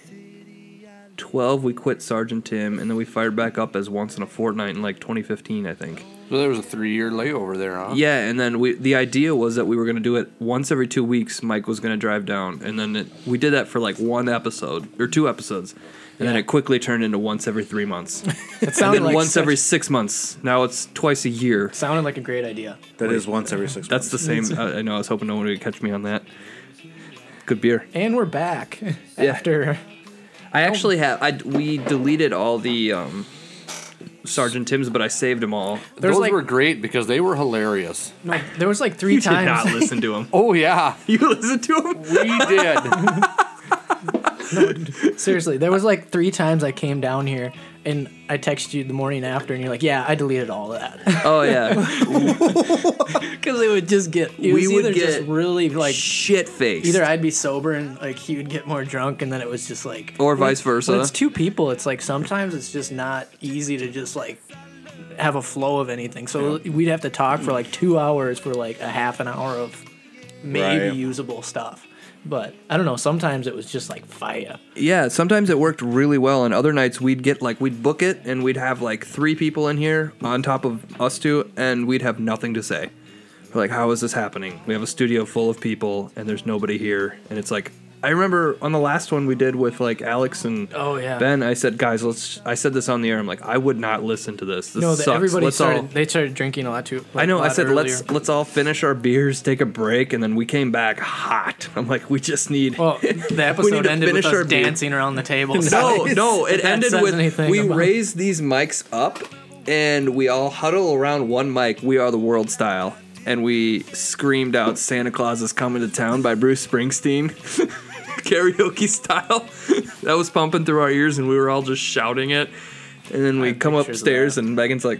Speaker 2: We quit Sergeant Tim, and then we fired back up as once in a fortnight in like 2015, I think.
Speaker 6: So there was a three year layover there, huh?
Speaker 2: Yeah, and then we the idea was that we were gonna do it once every two weeks. Mike was gonna drive down, and then it, we did that for like one episode or two episodes, and then it quickly turned into once every three months,
Speaker 9: It
Speaker 2: and
Speaker 9: sounded
Speaker 2: then
Speaker 9: like
Speaker 2: once
Speaker 9: such-
Speaker 2: every six months. Now it's twice a year.
Speaker 9: sounded like a great idea.
Speaker 8: That is once every six.
Speaker 2: That's the same. uh, I, I know. I was hoping no one would catch me on that. Good beer.
Speaker 9: And we're back
Speaker 2: Yeah.
Speaker 9: after
Speaker 2: I actually have. I we deleted all the um, Sergeant Tim's, but I saved them all.
Speaker 9: there's
Speaker 6: Those
Speaker 9: like
Speaker 6: were great because they were hilarious.
Speaker 9: no, there was like three
Speaker 2: You did
Speaker 9: times.
Speaker 2: not listen to them.
Speaker 6: Oh yeah,
Speaker 2: you listened to them.
Speaker 6: we did.
Speaker 9: Seriously, there was like three times I came down here and I texted you the morning after, and you're like, "Yeah, I deleted all of that,"
Speaker 2: Oh yeah.
Speaker 9: because it would just get it
Speaker 2: We
Speaker 9: was
Speaker 2: would
Speaker 9: either just
Speaker 2: get
Speaker 9: really like
Speaker 2: shit face.
Speaker 9: either I'd be sober and like he would get more drunk, and then it was just like
Speaker 2: Or vice
Speaker 9: When
Speaker 2: versa.
Speaker 9: it's two people, it's like sometimes it's just not easy to just like have a flow of anything. So we'd have to talk for like two hours for like a half an hour of maybe
Speaker 8: Right.
Speaker 9: usable stuff. But I don't know. Sometimes it was just like fire.
Speaker 2: yeah, sometimes it worked really well, and other nights we'd get like we'd book it and we'd have like three people in here on top of us two, and we'd have nothing to say. We're like, how is this happening? We have a studio full of people, and there's nobody here, and it's like. I remember on the last one we did with like Alex and
Speaker 9: Oh, yeah.
Speaker 2: Ben, I said, guys, let's. I said this on the air. I'm like, I would not listen to this. This
Speaker 9: no,
Speaker 2: sucks.
Speaker 9: that everybody
Speaker 2: Let's
Speaker 9: started.
Speaker 2: all-
Speaker 9: They started drinking a lot too. like,
Speaker 2: I know.
Speaker 9: a
Speaker 2: I
Speaker 9: lot
Speaker 2: said
Speaker 9: earlier.
Speaker 2: let's let's all finish our beers, take a break, and then we came back hot. I'm like, we just need.
Speaker 9: Well, the episode
Speaker 2: to
Speaker 9: ended with
Speaker 2: finish our
Speaker 9: us
Speaker 2: beer.
Speaker 9: dancing around the table.
Speaker 2: no, no, it
Speaker 9: If that
Speaker 2: ended
Speaker 9: says
Speaker 2: with
Speaker 9: anything
Speaker 2: we
Speaker 9: about-
Speaker 2: raised these mics up, and we all huddle around one mic. We are the world style, and we screamed out "Santa Claus is coming to town" by Bruce Springsteen, karaoke style. that was pumping through our ears, and we were all just shouting it. And then we come
Speaker 9: pictures of
Speaker 2: upstairs,
Speaker 9: that.
Speaker 2: and Megan's like,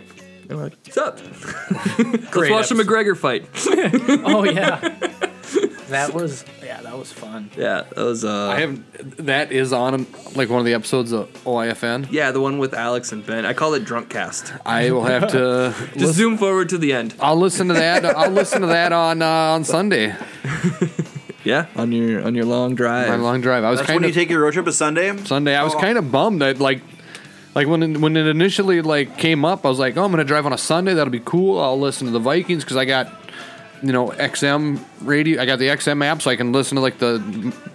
Speaker 2: I'm like, "What's up? Let's
Speaker 9: Great
Speaker 2: watch the
Speaker 9: episode.
Speaker 2: McGregor fight."
Speaker 9: Oh yeah, that was yeah, that was fun.
Speaker 2: yeah, that was uh.
Speaker 6: I have that is on like one of the episodes of OIFN.
Speaker 2: Yeah, the one with Alex and Ben. I call it Drunk Cast.
Speaker 6: I will have to.
Speaker 2: Just zoom forward to the end.
Speaker 6: I'll listen to that. I'll listen to that on uh, on Sunday.
Speaker 2: Yeah, on your on your long drive.
Speaker 6: My long drive. I was
Speaker 8: That's
Speaker 6: kind
Speaker 8: when
Speaker 6: of
Speaker 8: you take your road trip a Sunday.
Speaker 6: Sunday. I was
Speaker 2: Oh.
Speaker 6: kind of bummed. I like. Like when it, when it initially like came up, I was like, "Oh, I'm gonna drive on a Sunday. That'll be cool. I'll listen to the Vikings because I got, you know, XM radio. I got the XM app, so I can listen to like the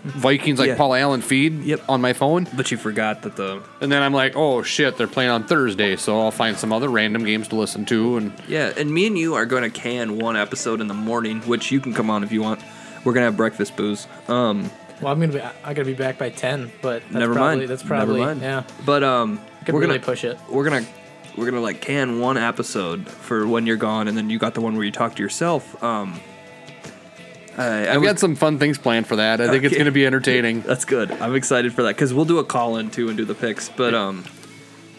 Speaker 6: Vikings, like
Speaker 2: Yeah.
Speaker 6: Paul Allen feed
Speaker 2: Yep.
Speaker 6: on my phone.
Speaker 2: but you forgot that the
Speaker 6: And then I'm like, "Oh shit, they're playing on Thursday, so I'll find some other random games to listen to." And
Speaker 2: yeah, and me and you are going to can one episode in the morning, which you can come on if you want. We're gonna have breakfast booze. Um,
Speaker 9: Well, I'm gonna be I I gotta be back by ten, but that's
Speaker 2: never
Speaker 9: probably,
Speaker 2: mind.
Speaker 9: That's probably
Speaker 2: never mind.
Speaker 9: yeah.
Speaker 2: But um,
Speaker 9: Could
Speaker 2: we're
Speaker 9: really
Speaker 2: gonna
Speaker 9: push it.
Speaker 2: We're gonna we're gonna like can one episode for when you're gone, and then you got the one where you talk to yourself. Um, I, I
Speaker 6: I've
Speaker 2: was-
Speaker 6: got some fun things planned for that. I think it's
Speaker 2: Okay.
Speaker 6: going to be entertaining.
Speaker 2: That's good. I'm excited for that because we'll do a call in too and do the picks. But um,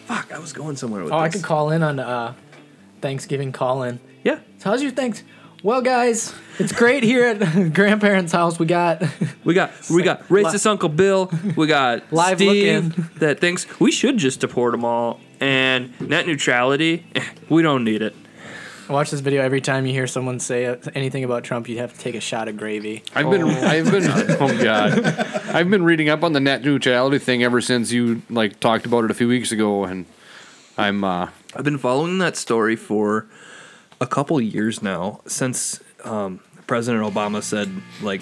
Speaker 2: Fuck, I was going somewhere with
Speaker 9: Oh, I
Speaker 2: this.
Speaker 9: could call in on uh, Thanksgiving call in.
Speaker 2: Yeah.
Speaker 9: So how's your thanks? Well, guys, it's great here at grandparents' house. We got
Speaker 2: We got we got racist Uncle Bill. We got
Speaker 9: Live
Speaker 2: Steve that thinks we should just deport them all. And net neutrality, eh, we don't need it.
Speaker 9: I watch this video every time you hear someone say uh, anything about Trump, you'd have to take a shot of gravy.
Speaker 6: I've been, I've been, oh god, I've been reading up on the net neutrality thing ever since you like talked about it a few weeks ago, and I'm, uh,
Speaker 2: I've been following that story for a couple years now since um, President Obama said like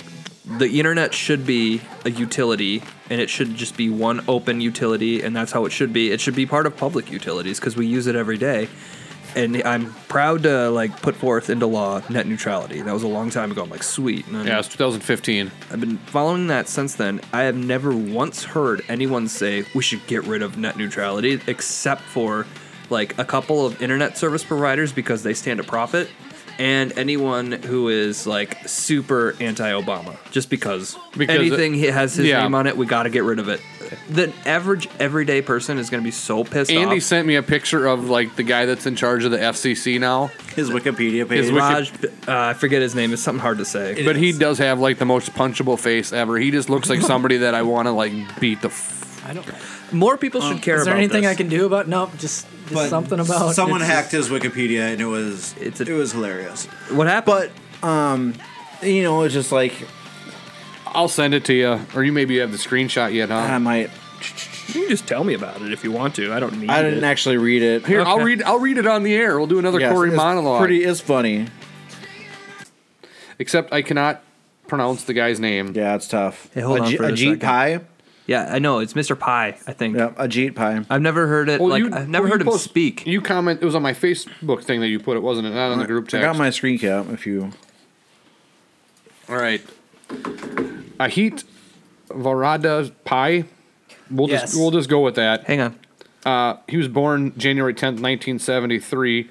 Speaker 2: the internet should be a utility and it should just be one open utility and that's how it should be. It should be part of public utilities because we use it every day. And I'm proud to like put forth into law net neutrality. That was a long time ago. I'm like sweet. And then
Speaker 6: yeah, it's 2015.
Speaker 2: I've been following that since then. I have never once heard anyone say we should get rid of net neutrality, except for like a couple of internet service providers because they stand to profit, and anyone who is like super anti-Obama just because,
Speaker 6: Because it-
Speaker 2: anything he has his
Speaker 6: yeah.
Speaker 2: name on it, we got to get rid of it. The average everyday person is going to be so pissed
Speaker 6: Andy
Speaker 2: off.
Speaker 6: sent me a picture of like the guy that's in charge of the FCC now,
Speaker 8: His Wikipedia page.
Speaker 6: His Wiki-
Speaker 2: Raj, uh, I forget his name. It's something hard to say.
Speaker 6: but he does have like the most punchable face ever. He just looks like somebody that I want to like beat the. F-
Speaker 9: I don't.
Speaker 2: More people should care.
Speaker 9: Is there
Speaker 2: about
Speaker 9: anything
Speaker 2: this.
Speaker 9: I can do about? Nope. Just, just
Speaker 8: But
Speaker 9: something about.
Speaker 8: someone
Speaker 9: it's
Speaker 8: hacked his Wikipedia and it was
Speaker 2: It's a-
Speaker 8: it was hilarious.
Speaker 2: What happened?
Speaker 8: um, You know, it's just like
Speaker 6: I'll send it to you, or you maybe have the screenshot yet, huh?
Speaker 8: I might.
Speaker 2: you can just tell me about it if you want to. I don't need.
Speaker 8: I
Speaker 2: it.
Speaker 8: didn't actually read it.
Speaker 6: Here, I'll read. I'll read it on the air. We'll do another
Speaker 8: Yes,
Speaker 6: Corey
Speaker 8: it's
Speaker 6: monologue.
Speaker 8: Pretty, it's funny.
Speaker 6: Except I cannot pronounce the guy's name.
Speaker 8: Yeah, it's tough.
Speaker 2: Hey, hold on
Speaker 8: Ajit,
Speaker 2: for a
Speaker 8: Ajit
Speaker 2: second.
Speaker 8: Pai.
Speaker 2: Yeah, I know it's Mr. Pie. I think
Speaker 8: Yep, Ajit Pai.
Speaker 2: I've never heard it.
Speaker 6: Well,
Speaker 2: like
Speaker 6: you-
Speaker 2: I've never
Speaker 6: well, you
Speaker 2: heard him
Speaker 6: post-
Speaker 2: speak.
Speaker 6: You comment. It was on my Facebook thing that you put it, wasn't it? Not on the group
Speaker 8: I
Speaker 6: text.
Speaker 8: got my screen cap. If you
Speaker 6: All right. Ahit Varada Pai. We'll
Speaker 9: Yes.
Speaker 6: just we'll just go with that.
Speaker 2: Hang on.
Speaker 6: Uh, he was born January tenth, nineteen seventy three.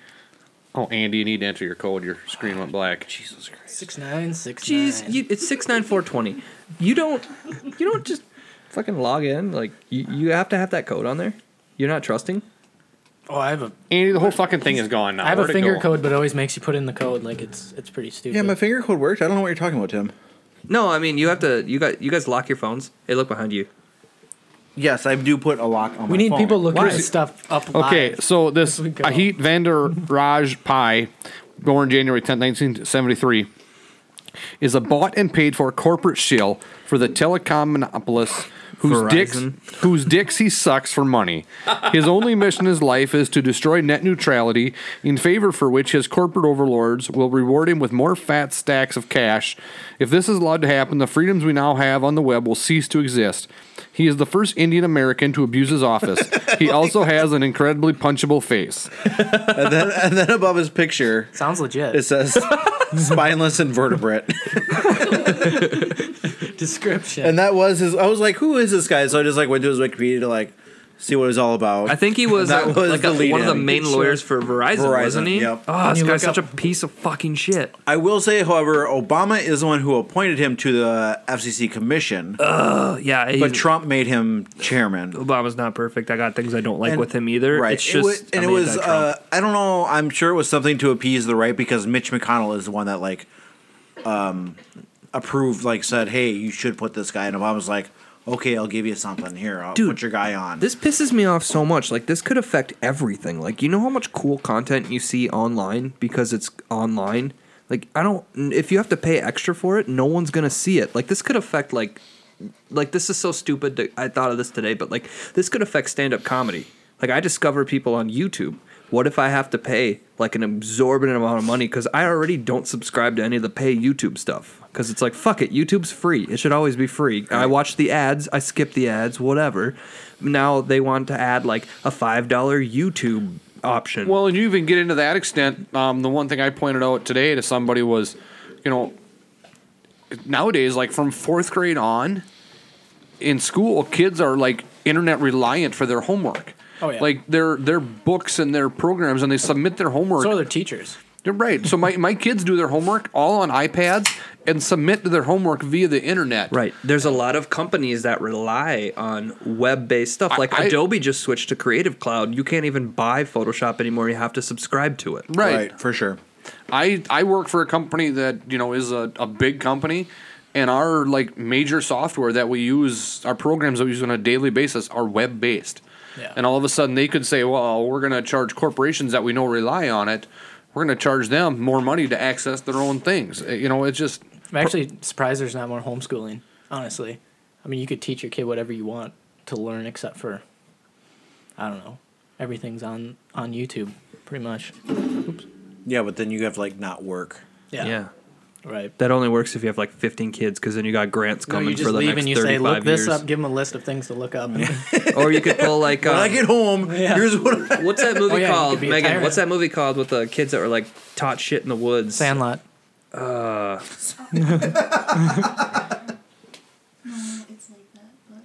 Speaker 6: Oh, Andy, you need to enter your code. Your screen went black. Jesus Christ.
Speaker 9: Six nine six.
Speaker 2: Jeez,
Speaker 9: nine.
Speaker 2: you, it's six nine four twenty. You don't. You don't just fucking log in. Like you, you have to have that code on there. You're not trusting.
Speaker 9: Oh, I have a.
Speaker 6: Andy, the whole fucking thing is gone now.
Speaker 9: I have a
Speaker 6: Where'd it
Speaker 9: finger
Speaker 6: go?
Speaker 9: code, but it always makes you put in the code. Like it's it's pretty stupid.
Speaker 8: yeah, my finger code worked. I don't know what you're talking about, Tim.
Speaker 2: No, I mean you have to. You got. You guys lock your phones. Hey, look behind you.
Speaker 8: Yes, I do put a lock on.
Speaker 9: we need people looking
Speaker 2: Why?
Speaker 9: at stuff up.
Speaker 6: Okay,
Speaker 9: live.
Speaker 6: so this
Speaker 9: As we go.
Speaker 6: Ahit Vander Raj Pai, born January 10, 1973, is a bought and paid for corporate shill for the telecom monopolist whose dicks,
Speaker 2: Verizon.
Speaker 6: whose dicks he sucks for money. His only mission in life is to destroy net neutrality, in favor for which his corporate overlords will reward him with more fat stacks of cash. If this is allowed to happen, the freedoms we now have on the web will cease to exist. He is the first Indian American to abuse his office. He also has an incredibly punchable face.
Speaker 8: and, then, and then above his picture,
Speaker 9: sounds legit.
Speaker 8: it says spineless invertebrate,
Speaker 9: description.
Speaker 8: and that was his. I was like, who is this guy? So I just like went to his Wikipedia to like see what it was all about.
Speaker 2: I think he was,
Speaker 8: That
Speaker 2: uh,
Speaker 8: was
Speaker 2: like
Speaker 8: the
Speaker 2: a,
Speaker 8: lead
Speaker 2: one of the
Speaker 8: in.
Speaker 2: main lawyers for Verizon,
Speaker 8: Verizon,
Speaker 2: wasn't he?
Speaker 8: yep.
Speaker 2: Oh, this
Speaker 9: you
Speaker 2: guy's
Speaker 9: look
Speaker 2: such a piece of fucking shit.
Speaker 8: I will say, however, Obama is the one who appointed him to the FCC commission,
Speaker 2: Oh, yeah,
Speaker 8: but
Speaker 2: he's-
Speaker 8: Trump made him chairman.
Speaker 2: Obama's not perfect. I got things I don't like
Speaker 8: And-
Speaker 2: with him either.
Speaker 8: Right.
Speaker 2: It's
Speaker 8: It
Speaker 2: just
Speaker 8: wa- and
Speaker 2: I'm
Speaker 8: it was
Speaker 2: anti-Trump.
Speaker 8: uh, I don't know. I'm sure it was something to appease the right because Mitch McConnell is the one that like um, approved, like said, "Hey, you should put this guy." And Obama's like, "Okay, I'll give you something here. I'll
Speaker 2: Dude,
Speaker 8: put your guy on."
Speaker 2: This pisses me off so much. Like this could affect everything. Like you know how much cool content you see online because it's online. Like I don't. If you have to pay extra for it, no one's gonna see it. Like this could affect like, like this is so stupid. That I thought of this today, but like this could affect stand up comedy. Like I discover people on YouTube. What if I have to pay like an exorbitant amount of money because I already don't subscribe to any of the pay YouTube stuff? Because it's like fuck it, YouTube's free. It should always be free. I watch the ads, I skip the ads, whatever. Now they want to add like a five dollar YouTube option.
Speaker 6: Well, and you even get into that extent. Um, the one thing I pointed out today to somebody was, you know, nowadays, like from fourth grade on, in school, kids are like internet reliant for their homework.
Speaker 9: Oh, yeah.
Speaker 6: Like their their books and their programs, and they submit their homework.
Speaker 9: so are their teachers.
Speaker 6: You're right. So my, my kids do their homework all on iPads and submit their homework via the internet.
Speaker 2: Right. There's a lot of companies that rely on web-based stuff.
Speaker 6: I-
Speaker 2: Like
Speaker 6: I-
Speaker 2: Adobe just switched to Creative Cloud. You can't even buy Photoshop anymore. You have to subscribe to it.
Speaker 6: Right.
Speaker 8: for sure.
Speaker 6: I, I work for a company that, you know, is a, a big company and our like major software that we use, our programs that we use on a daily basis are web based.
Speaker 9: Yeah.
Speaker 6: And all of a sudden they could say, Well, we're gonna charge corporations that we know rely on it, we're gonna charge them more money to access their own things. Uh, You know, it's just
Speaker 9: I'm actually surprised there's not more homeschooling. Honestly, I mean, you could teach your kid whatever you want to learn, except for, I don't know, everything's on on YouTube, pretty much.
Speaker 8: Yeah, but then you have like not work.
Speaker 9: Yeah.
Speaker 2: Yeah.
Speaker 9: Right.
Speaker 2: That only works if you have like 15 kids because then you got grants
Speaker 9: No,
Speaker 2: coming
Speaker 9: you just
Speaker 2: for the
Speaker 9: leave
Speaker 2: next
Speaker 9: and you
Speaker 2: 35
Speaker 9: say, "Look this
Speaker 2: years.
Speaker 9: up." Give them a list of things to look up.
Speaker 2: or you could pull like um,
Speaker 8: When I get home,
Speaker 9: Yeah.
Speaker 8: here's what. I,
Speaker 2: what's that movie
Speaker 9: Oh, yeah, you
Speaker 2: called,
Speaker 9: could be a
Speaker 2: Megan?
Speaker 9: tyrant.
Speaker 2: What's that movie called with the kids that were like taught shit in the woods?
Speaker 9: Sandlot.
Speaker 18: It's like that, but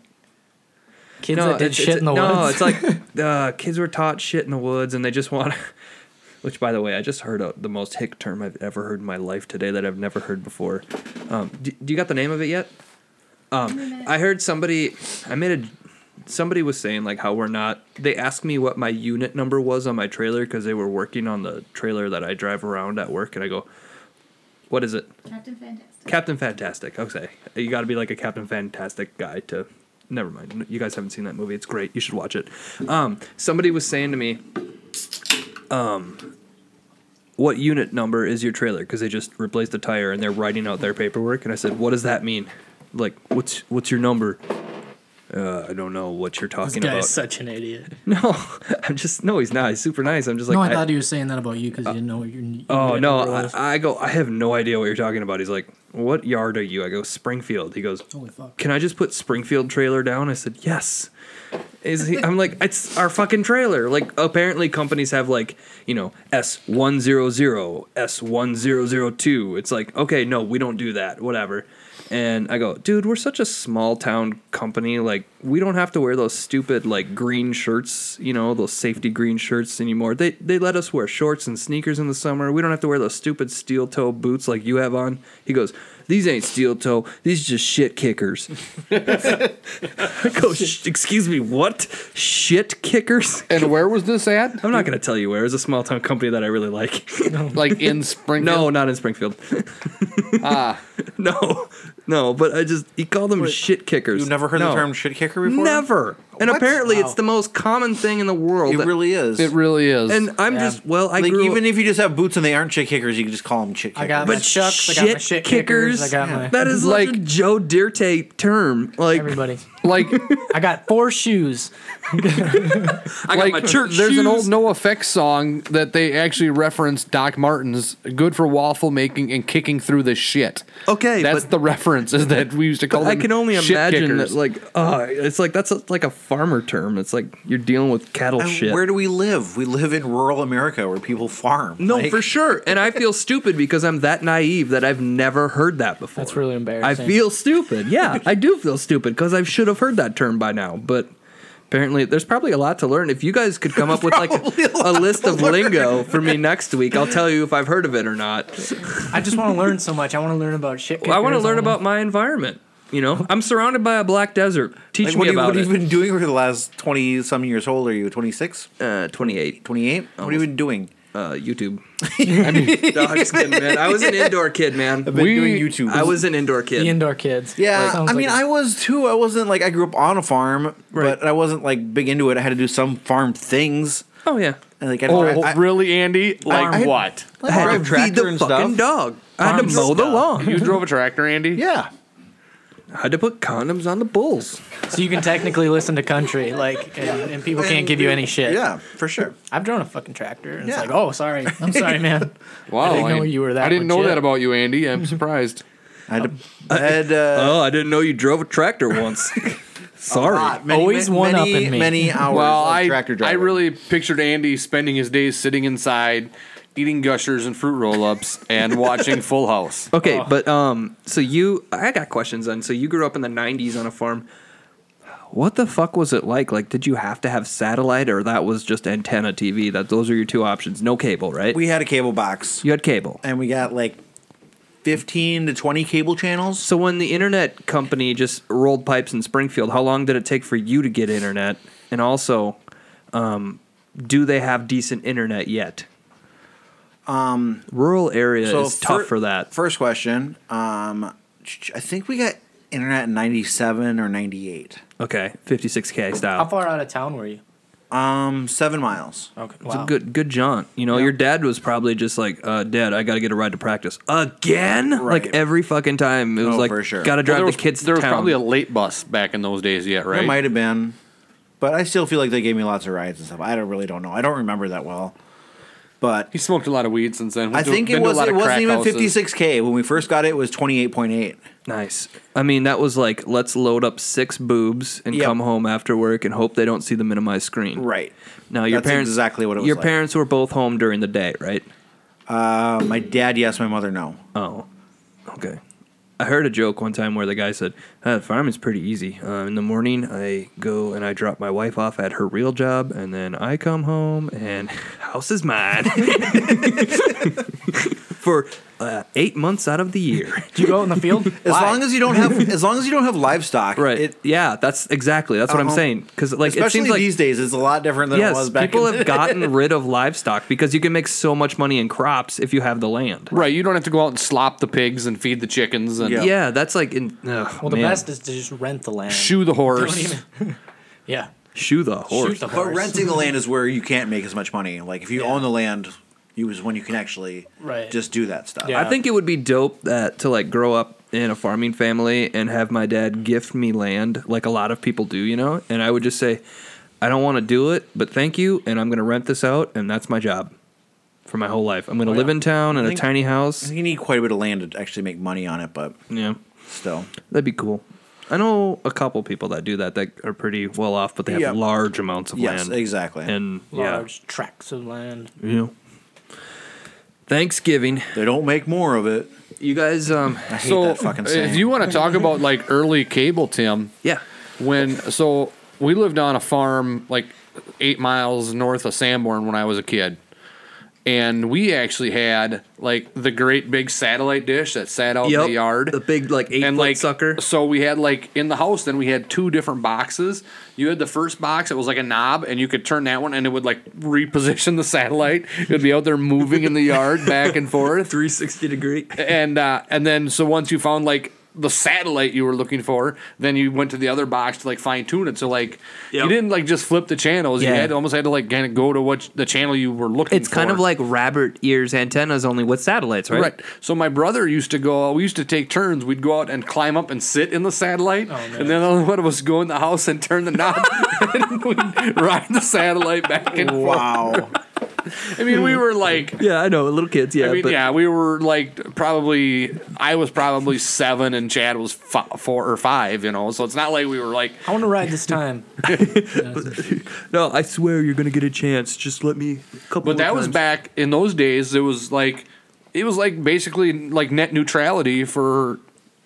Speaker 9: Kids that did
Speaker 2: it's-
Speaker 9: shit
Speaker 2: it's-
Speaker 9: in the
Speaker 2: no,
Speaker 9: woods.
Speaker 2: it's like uh, kids were taught shit in the woods, and they just want. Which, by the way, I just heard a, the most hick term I've ever heard in my life today that I've never heard before. Um, do, do you got the name of it yet? Um, I heard somebody. I made a. Somebody was saying like how we're not. They asked me what my unit number was on my trailer because they were working on the trailer that I drive around at work, and I go, "What is it?"
Speaker 18: Captain Fantastic.
Speaker 2: Captain Fantastic. Okay, you got to be like a Captain Fantastic guy to. Never mind. You guys haven't seen that movie. It's great. You should watch it. Um, somebody was saying to me, um, "What unit number is your trailer?" Because they just replaced the tire and they're writing out their paperwork. And I said, "What does that mean? Like, what's what's your number?" Uh, I don't know what you're
Speaker 9: this
Speaker 2: talking
Speaker 9: guy
Speaker 2: about.
Speaker 9: is such an idiot.
Speaker 2: no, I'm just no. He's not. He's super nice. I'm just like
Speaker 9: no, I, thought he was saying that about you because you didn't know what your. your
Speaker 2: Oh
Speaker 9: unit
Speaker 2: no!
Speaker 9: number
Speaker 2: I,
Speaker 9: was.
Speaker 2: I go. I have no idea what you're talking about. He's like, "What yard are you?" I go, "Springfield." He goes,
Speaker 9: Holy fuck.
Speaker 2: "Can I just put Springfield trailer down?" I said, "Yes." Is he, I'm like, "It's our fucking trailer." Like, apparently companies have like, you know, S one zero zero, S one zero zero two. It's like, okay, no, we don't do that. Whatever. And I go, dude, we're such a small town company. Like, we don't have to wear those stupid like green shirts, you know, those safety green shirts anymore. They they let us wear shorts and sneakers in the summer. We don't have to wear those stupid steel toe boots like you have on. He goes, these ain't steel toe. These just shit kickers. I go, "Sh- excuse me, what? Shit kickers?
Speaker 6: And where was this at?
Speaker 2: I'm not gonna tell you where. It's a small town company that I really like.
Speaker 6: Like in Springfield?
Speaker 2: No, not in Springfield. no, no. But I just he called them shit kickers.
Speaker 8: You've never heard
Speaker 2: No.
Speaker 8: the term shit kicker before?
Speaker 2: Never. And apparently, it's the most common thing in the world.
Speaker 8: It really is.
Speaker 6: It really is.
Speaker 2: and I'm
Speaker 9: Yeah.
Speaker 2: just well, I
Speaker 8: like
Speaker 2: grew
Speaker 8: even if you just have boots and they aren't shit kickers, you can just call them shit kickers.
Speaker 9: I got my
Speaker 2: but
Speaker 9: chucks. I
Speaker 2: shit,
Speaker 9: got my shit kickers. I got my
Speaker 2: that is like a
Speaker 6: Like-
Speaker 2: Joe Dirte term. Like
Speaker 9: everybody.
Speaker 6: like
Speaker 9: I got four shoes.
Speaker 7: I got
Speaker 6: like
Speaker 7: my church.
Speaker 6: there's an old
Speaker 7: shoes.
Speaker 6: no effects song that they actually reference Doc Martin's good for waffle making and kicking through the shit.
Speaker 2: okay,
Speaker 6: That's
Speaker 2: but
Speaker 6: the reference is that we used to call
Speaker 2: I
Speaker 6: them
Speaker 2: can only
Speaker 6: shit
Speaker 2: imagine that.
Speaker 6: kickers.
Speaker 2: Like, uh, it's like that's a, like a farmer term. It's like you're dealing with cattle
Speaker 8: And
Speaker 2: shit.
Speaker 8: Where do we live? We live in rural America where people farm.
Speaker 2: No,
Speaker 8: Like,
Speaker 2: for sure. And I feel stupid because I'm that naive that I've never heard that before.
Speaker 9: That's really
Speaker 2: I
Speaker 9: embarrassing.
Speaker 2: feel stupid. Yeah, I do feel stupid because I should have heard that term by now. But apparently, there's probably a lot to learn. If you guys could come up with like a, a list of lingo for me next week, I'll tell you if I've heard of it or not.
Speaker 9: I just want to learn so much. I want to learn about shit. Kickers.
Speaker 2: I want to learn
Speaker 9: wanna-
Speaker 2: about my environment. You know, I'm surrounded by a black desert. Teach
Speaker 8: like,
Speaker 2: me
Speaker 8: what, do you,
Speaker 2: about
Speaker 8: what have
Speaker 2: it.
Speaker 8: you been doing for the last 20 some years? How old are you? 26?
Speaker 2: uh, 28.
Speaker 8: 28? What have you been doing?
Speaker 2: Uh, YouTube. I mean, no, I'm just kidding, man. I was an indoor kid, man.
Speaker 8: Been
Speaker 6: We-
Speaker 8: doing YouTube.
Speaker 2: I was an indoor
Speaker 9: the
Speaker 2: kid.
Speaker 9: indoor kids.
Speaker 8: Yeah,
Speaker 9: Sounds
Speaker 8: I mean,
Speaker 9: like
Speaker 8: I was too. I wasn't like I grew up on a farm,
Speaker 2: Right.
Speaker 8: but I wasn't like big into it. I had to do some farm things.
Speaker 2: Oh yeah.
Speaker 8: And, like I
Speaker 6: oh,
Speaker 8: I,
Speaker 6: really, Andy? Like
Speaker 8: I-
Speaker 6: what?
Speaker 8: I, I drive
Speaker 2: feed
Speaker 8: tractor
Speaker 2: the
Speaker 8: and
Speaker 2: fucking
Speaker 8: stuff.
Speaker 2: dog. I had to
Speaker 8: Farm
Speaker 2: mow the
Speaker 8: stuff.
Speaker 2: lawn.
Speaker 6: you drove a tractor, Andy?
Speaker 8: Yeah,
Speaker 2: I had to put condoms on the bulls.
Speaker 9: so you can technically listen to country, like, and, and people can't give you any shit.
Speaker 8: yeah, for sure.
Speaker 9: I've drawn a fucking tractor. And
Speaker 8: Yeah.
Speaker 9: It's like, oh, sorry, I'm sorry, man.
Speaker 6: Wow.
Speaker 9: I didn't know you were that
Speaker 6: I didn't know
Speaker 9: legit.
Speaker 6: that about you, Andy. I'm surprised.
Speaker 8: I had, to, I had uh,
Speaker 2: Oh, I didn't know you drove a tractor once. Sorry.
Speaker 8: many,
Speaker 9: always
Speaker 8: many,
Speaker 9: one-upping me.
Speaker 8: Many hours.
Speaker 6: well,
Speaker 8: of
Speaker 6: I
Speaker 8: Oh, tractor
Speaker 6: I
Speaker 8: driving.
Speaker 6: really pictured Andy spending his days sitting inside, eating gushers and fruit roll-ups, and watching Full House.
Speaker 2: Okay, but um, so you, I got questions then. So you grew up in the '90s on a farm. What the fuck was it like? Like, did you have to have satellite, or that was just antenna TV? That those are your two options. No cable, right?
Speaker 8: We had a cable box,
Speaker 2: you had cable.
Speaker 8: and we got like fifteen to twenty cable channels.
Speaker 2: So when the internet company just rolled pipes in Springfield, how long did it take for you to get internet? And also, um, do they have decent internet yet? Um, Rural area
Speaker 8: So
Speaker 2: is tough
Speaker 8: fir-
Speaker 2: for that.
Speaker 8: First question. Um, I think we got internet in '97 or '98.
Speaker 2: okay, 56k style.
Speaker 9: How far out of town were you?
Speaker 8: Um, seven miles.
Speaker 9: Okay.
Speaker 2: It's
Speaker 9: Wow.
Speaker 2: a good good jaunt. You know, your dad was probably just like, uh, Dad, I got to get a ride to practice again. Like
Speaker 8: Right.
Speaker 2: every fucking time, it was
Speaker 8: Oh,
Speaker 2: like,
Speaker 8: for sure.
Speaker 2: got to drive
Speaker 6: there was,
Speaker 2: the kids to
Speaker 6: there was
Speaker 2: town.
Speaker 6: probably a late bus back in those days yet,
Speaker 8: It
Speaker 6: right?
Speaker 8: might have been, but I still feel like they gave me lots of rides and stuff. I don't really don't know. I don't remember that well, but
Speaker 6: He smoked a lot of weed since then.
Speaker 8: I
Speaker 6: Went to-
Speaker 8: think it
Speaker 6: been to a
Speaker 8: was
Speaker 6: lot
Speaker 8: it
Speaker 6: of
Speaker 8: wasn't
Speaker 6: crack
Speaker 8: even
Speaker 6: houses.
Speaker 8: 56k when we first got it. It was 28.8.
Speaker 2: nice. I mean, that was like, let's load up six boobs and
Speaker 8: Yep.
Speaker 2: come home after work and hope they don't see the minimized screen.
Speaker 8: Right.
Speaker 2: Now your
Speaker 8: That's
Speaker 2: parents
Speaker 8: exactly what it was
Speaker 2: Your
Speaker 8: like.
Speaker 2: parents were both home during the day, right?
Speaker 8: Uh, my dad, yes. My mother, no.
Speaker 2: Oh, okay. I heard a joke one time where the guy said, uh, "Farming's pretty easy. Uh, in the morning, I go and I drop my wife off at her real job, and then I come home and house is mine for uh, eight months out of the year."
Speaker 9: Did you go out in the field?
Speaker 8: As long as you don't have as long as you don't have livestock,
Speaker 2: Right?
Speaker 8: It,
Speaker 2: yeah, that's exactly that's what I'm
Speaker 8: Uh-huh.
Speaker 2: saying. Because like it
Speaker 8: especially
Speaker 2: seems like
Speaker 8: these days, it's a lot different than
Speaker 2: yes,
Speaker 8: it was back.
Speaker 2: people
Speaker 8: in
Speaker 2: have gotten rid of livestock because you can make so much money in crops if you have the land.
Speaker 6: Right, you don't have to go out and slop the pigs and feed the chickens and
Speaker 8: Yeah.
Speaker 2: Yeah, that's like in. ugh,
Speaker 9: well, the
Speaker 2: man.
Speaker 9: best is to just rent the land.
Speaker 6: shoe the horse.
Speaker 9: Yeah.
Speaker 2: shoe the horse.
Speaker 9: Shoot the
Speaker 8: But
Speaker 9: horse.
Speaker 8: renting the land is where you can't make as much money. Like if you own the land, you is when you can actually
Speaker 9: Right.
Speaker 8: just do that stuff.
Speaker 9: Yeah.
Speaker 2: I think it would be dope that to like grow up in a farming family and have my dad gift me land like a lot of people do, you know? And I would just say, I don't want to do it, but thank you, and I'm gonna rent this out, and that's my job for my whole life. I'm gonna live in town in
Speaker 8: I
Speaker 2: a
Speaker 8: think-
Speaker 2: tiny
Speaker 8: I
Speaker 2: house.
Speaker 8: think you need quite a bit of land to actually make money on it, but
Speaker 2: Yeah,
Speaker 8: still.
Speaker 2: that'd be cool. I know a couple people that do that that are pretty well off, but they have
Speaker 8: Yeah.
Speaker 2: large amounts of
Speaker 8: Yes,
Speaker 2: land.
Speaker 8: exactly.
Speaker 2: And
Speaker 9: large tracts of land.
Speaker 2: yeah, you know. Thanksgiving,
Speaker 8: they don't make more of it.
Speaker 2: you guys. Um,
Speaker 8: I hate
Speaker 6: so
Speaker 8: that fucking saying.
Speaker 6: if you want to talk about like early cable, Tim,
Speaker 2: yeah,
Speaker 6: when so we lived on a farm like eight miles north of Sanborn when I was a kid. And we actually had like the great big satellite dish that sat out in the yard.
Speaker 2: the big like eight
Speaker 6: and
Speaker 2: foot
Speaker 6: like
Speaker 2: sucker.
Speaker 6: so we had like in the house then we had two different boxes you had the first box it was like a knob and you could turn that one and it would like reposition the satellite it would be out there moving in the yard back and forth
Speaker 2: 360 degree.
Speaker 6: and uh, and then so once you found like the satellite you were looking for, then you went to the other box to like fine tune it. So like
Speaker 2: Yep.
Speaker 6: you didn't like just flip the channels.
Speaker 2: Yeah.
Speaker 6: You had almost had to like kind of go to what the channel you were looking.
Speaker 2: It's kind
Speaker 6: for.
Speaker 2: of like rabbit ears antennas, only with satellites, right?
Speaker 6: Right. So my brother used to go. We used to take turns. We'd go out and climb up and sit in the satellite, and then the other one of us go in the house and turn the knob, and we'd ride the satellite back and
Speaker 8: wow.
Speaker 6: forth. I mean, we were like
Speaker 2: Yeah, I know. Little kids, yeah.
Speaker 6: I mean,
Speaker 2: but
Speaker 6: yeah, we were like probably I was probably seven and Chad was f- four or five, you know. So it's not like we were like
Speaker 9: I want to ride this time.
Speaker 2: No, I swear you're gonna get a chance. Just let me. A couple
Speaker 6: But that was back in those days. It was like, it was like basically like net neutrality for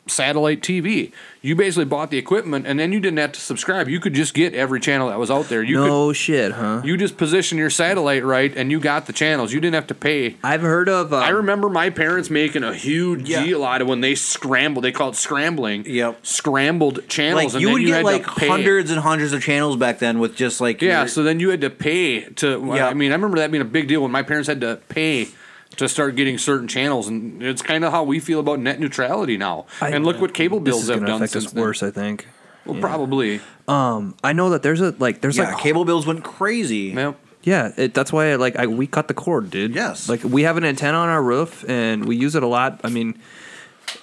Speaker 6: satellite TV. You basically bought the equipment, and then you didn't have to subscribe. You could just get every channel that was out there. You
Speaker 2: no shit, huh?
Speaker 6: could, you just position your satellite right, and you got the channels. You didn't have to pay.
Speaker 2: I've heard of. Um,
Speaker 6: I remember my parents making a huge
Speaker 8: Yeah.
Speaker 6: deal out of when they scrambled. They called it scrambling.
Speaker 8: Yep.
Speaker 6: Scrambled channels.
Speaker 8: Like you
Speaker 6: then
Speaker 8: would
Speaker 6: had
Speaker 8: get
Speaker 6: to
Speaker 8: like
Speaker 6: pay.
Speaker 8: hundreds and hundreds of channels back then with just like
Speaker 6: Yeah,
Speaker 8: your-
Speaker 6: so then you had to pay to.
Speaker 8: Yeah.
Speaker 6: I mean, I remember that being a big deal when my parents had to pay to start getting certain channels, and it's kind of how we feel about net neutrality now. and look what cable
Speaker 2: this
Speaker 6: bills
Speaker 2: is
Speaker 6: have
Speaker 2: gonna
Speaker 6: done
Speaker 2: affect
Speaker 6: since
Speaker 2: us
Speaker 6: then.
Speaker 2: worse. I think.
Speaker 6: Well, probably.
Speaker 2: Um, I know that there's a like there's
Speaker 8: yeah,
Speaker 2: like
Speaker 8: cable bills went crazy.
Speaker 6: Yeah.
Speaker 2: Yeah, it, that's why like I, we cut the cord, dude.
Speaker 8: Yes.
Speaker 2: Like we have an antenna on our roof and we use it a lot. I mean,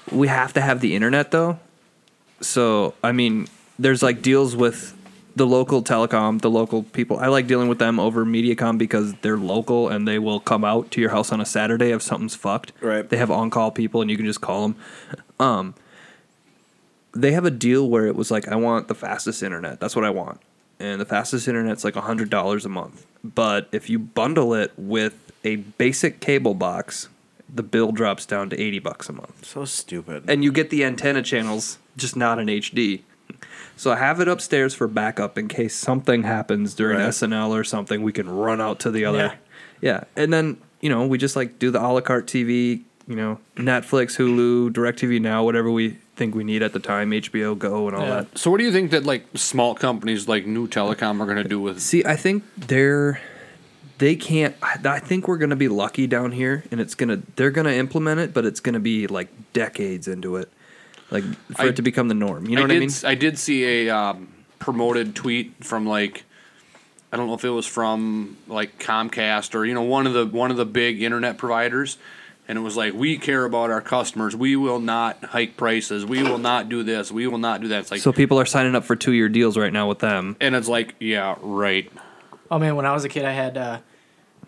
Speaker 2: we have to have the internet though. So I mean, there's like deals with the local telecom, the local people. I like dealing with them over MediaCom because they're local and they will come out to your house on a Saturday if something's fucked.
Speaker 8: Right.
Speaker 2: They have on-call people and you can just call them. Um, they have a deal where it was like I want the fastest internet. That's what I want. And the fastest internet's like $100 a month. But if you bundle it with a basic cable box, the bill drops down to 80 bucks a month.
Speaker 8: So stupid.
Speaker 2: And you get the antenna channels just not in HD. So have it upstairs for backup in case something happens during
Speaker 8: Right.
Speaker 2: SNL or something. We can run out to the
Speaker 9: Yeah.
Speaker 2: other. Yeah. And then, you know, we just like do the a la carte TV, you know, Netflix, Hulu, DirecTV Now, whatever we think we need at the time, HBO Go and all
Speaker 9: Yeah.
Speaker 2: that.
Speaker 6: So what do you think that like small companies like New Telecom are going to do with?
Speaker 2: See, I think they're they can't I I think we're going to be lucky down here and it's going to they're going to implement it, but it's going to be like decades into it. Like for
Speaker 6: I-
Speaker 2: it to become the norm. You know what
Speaker 6: did,
Speaker 2: I mean?
Speaker 6: s- I did see a um, promoted tweet from like I don't know if it was from like Comcast or you know one of the one of the big internet providers, and it was like we care about our customers. We will not hike prices. We will not do this. We will not do that. It's like
Speaker 2: So people are signing up for two year deals right now with them.
Speaker 6: and it's like yeah right.
Speaker 9: Oh man, when I was a kid, I had uh,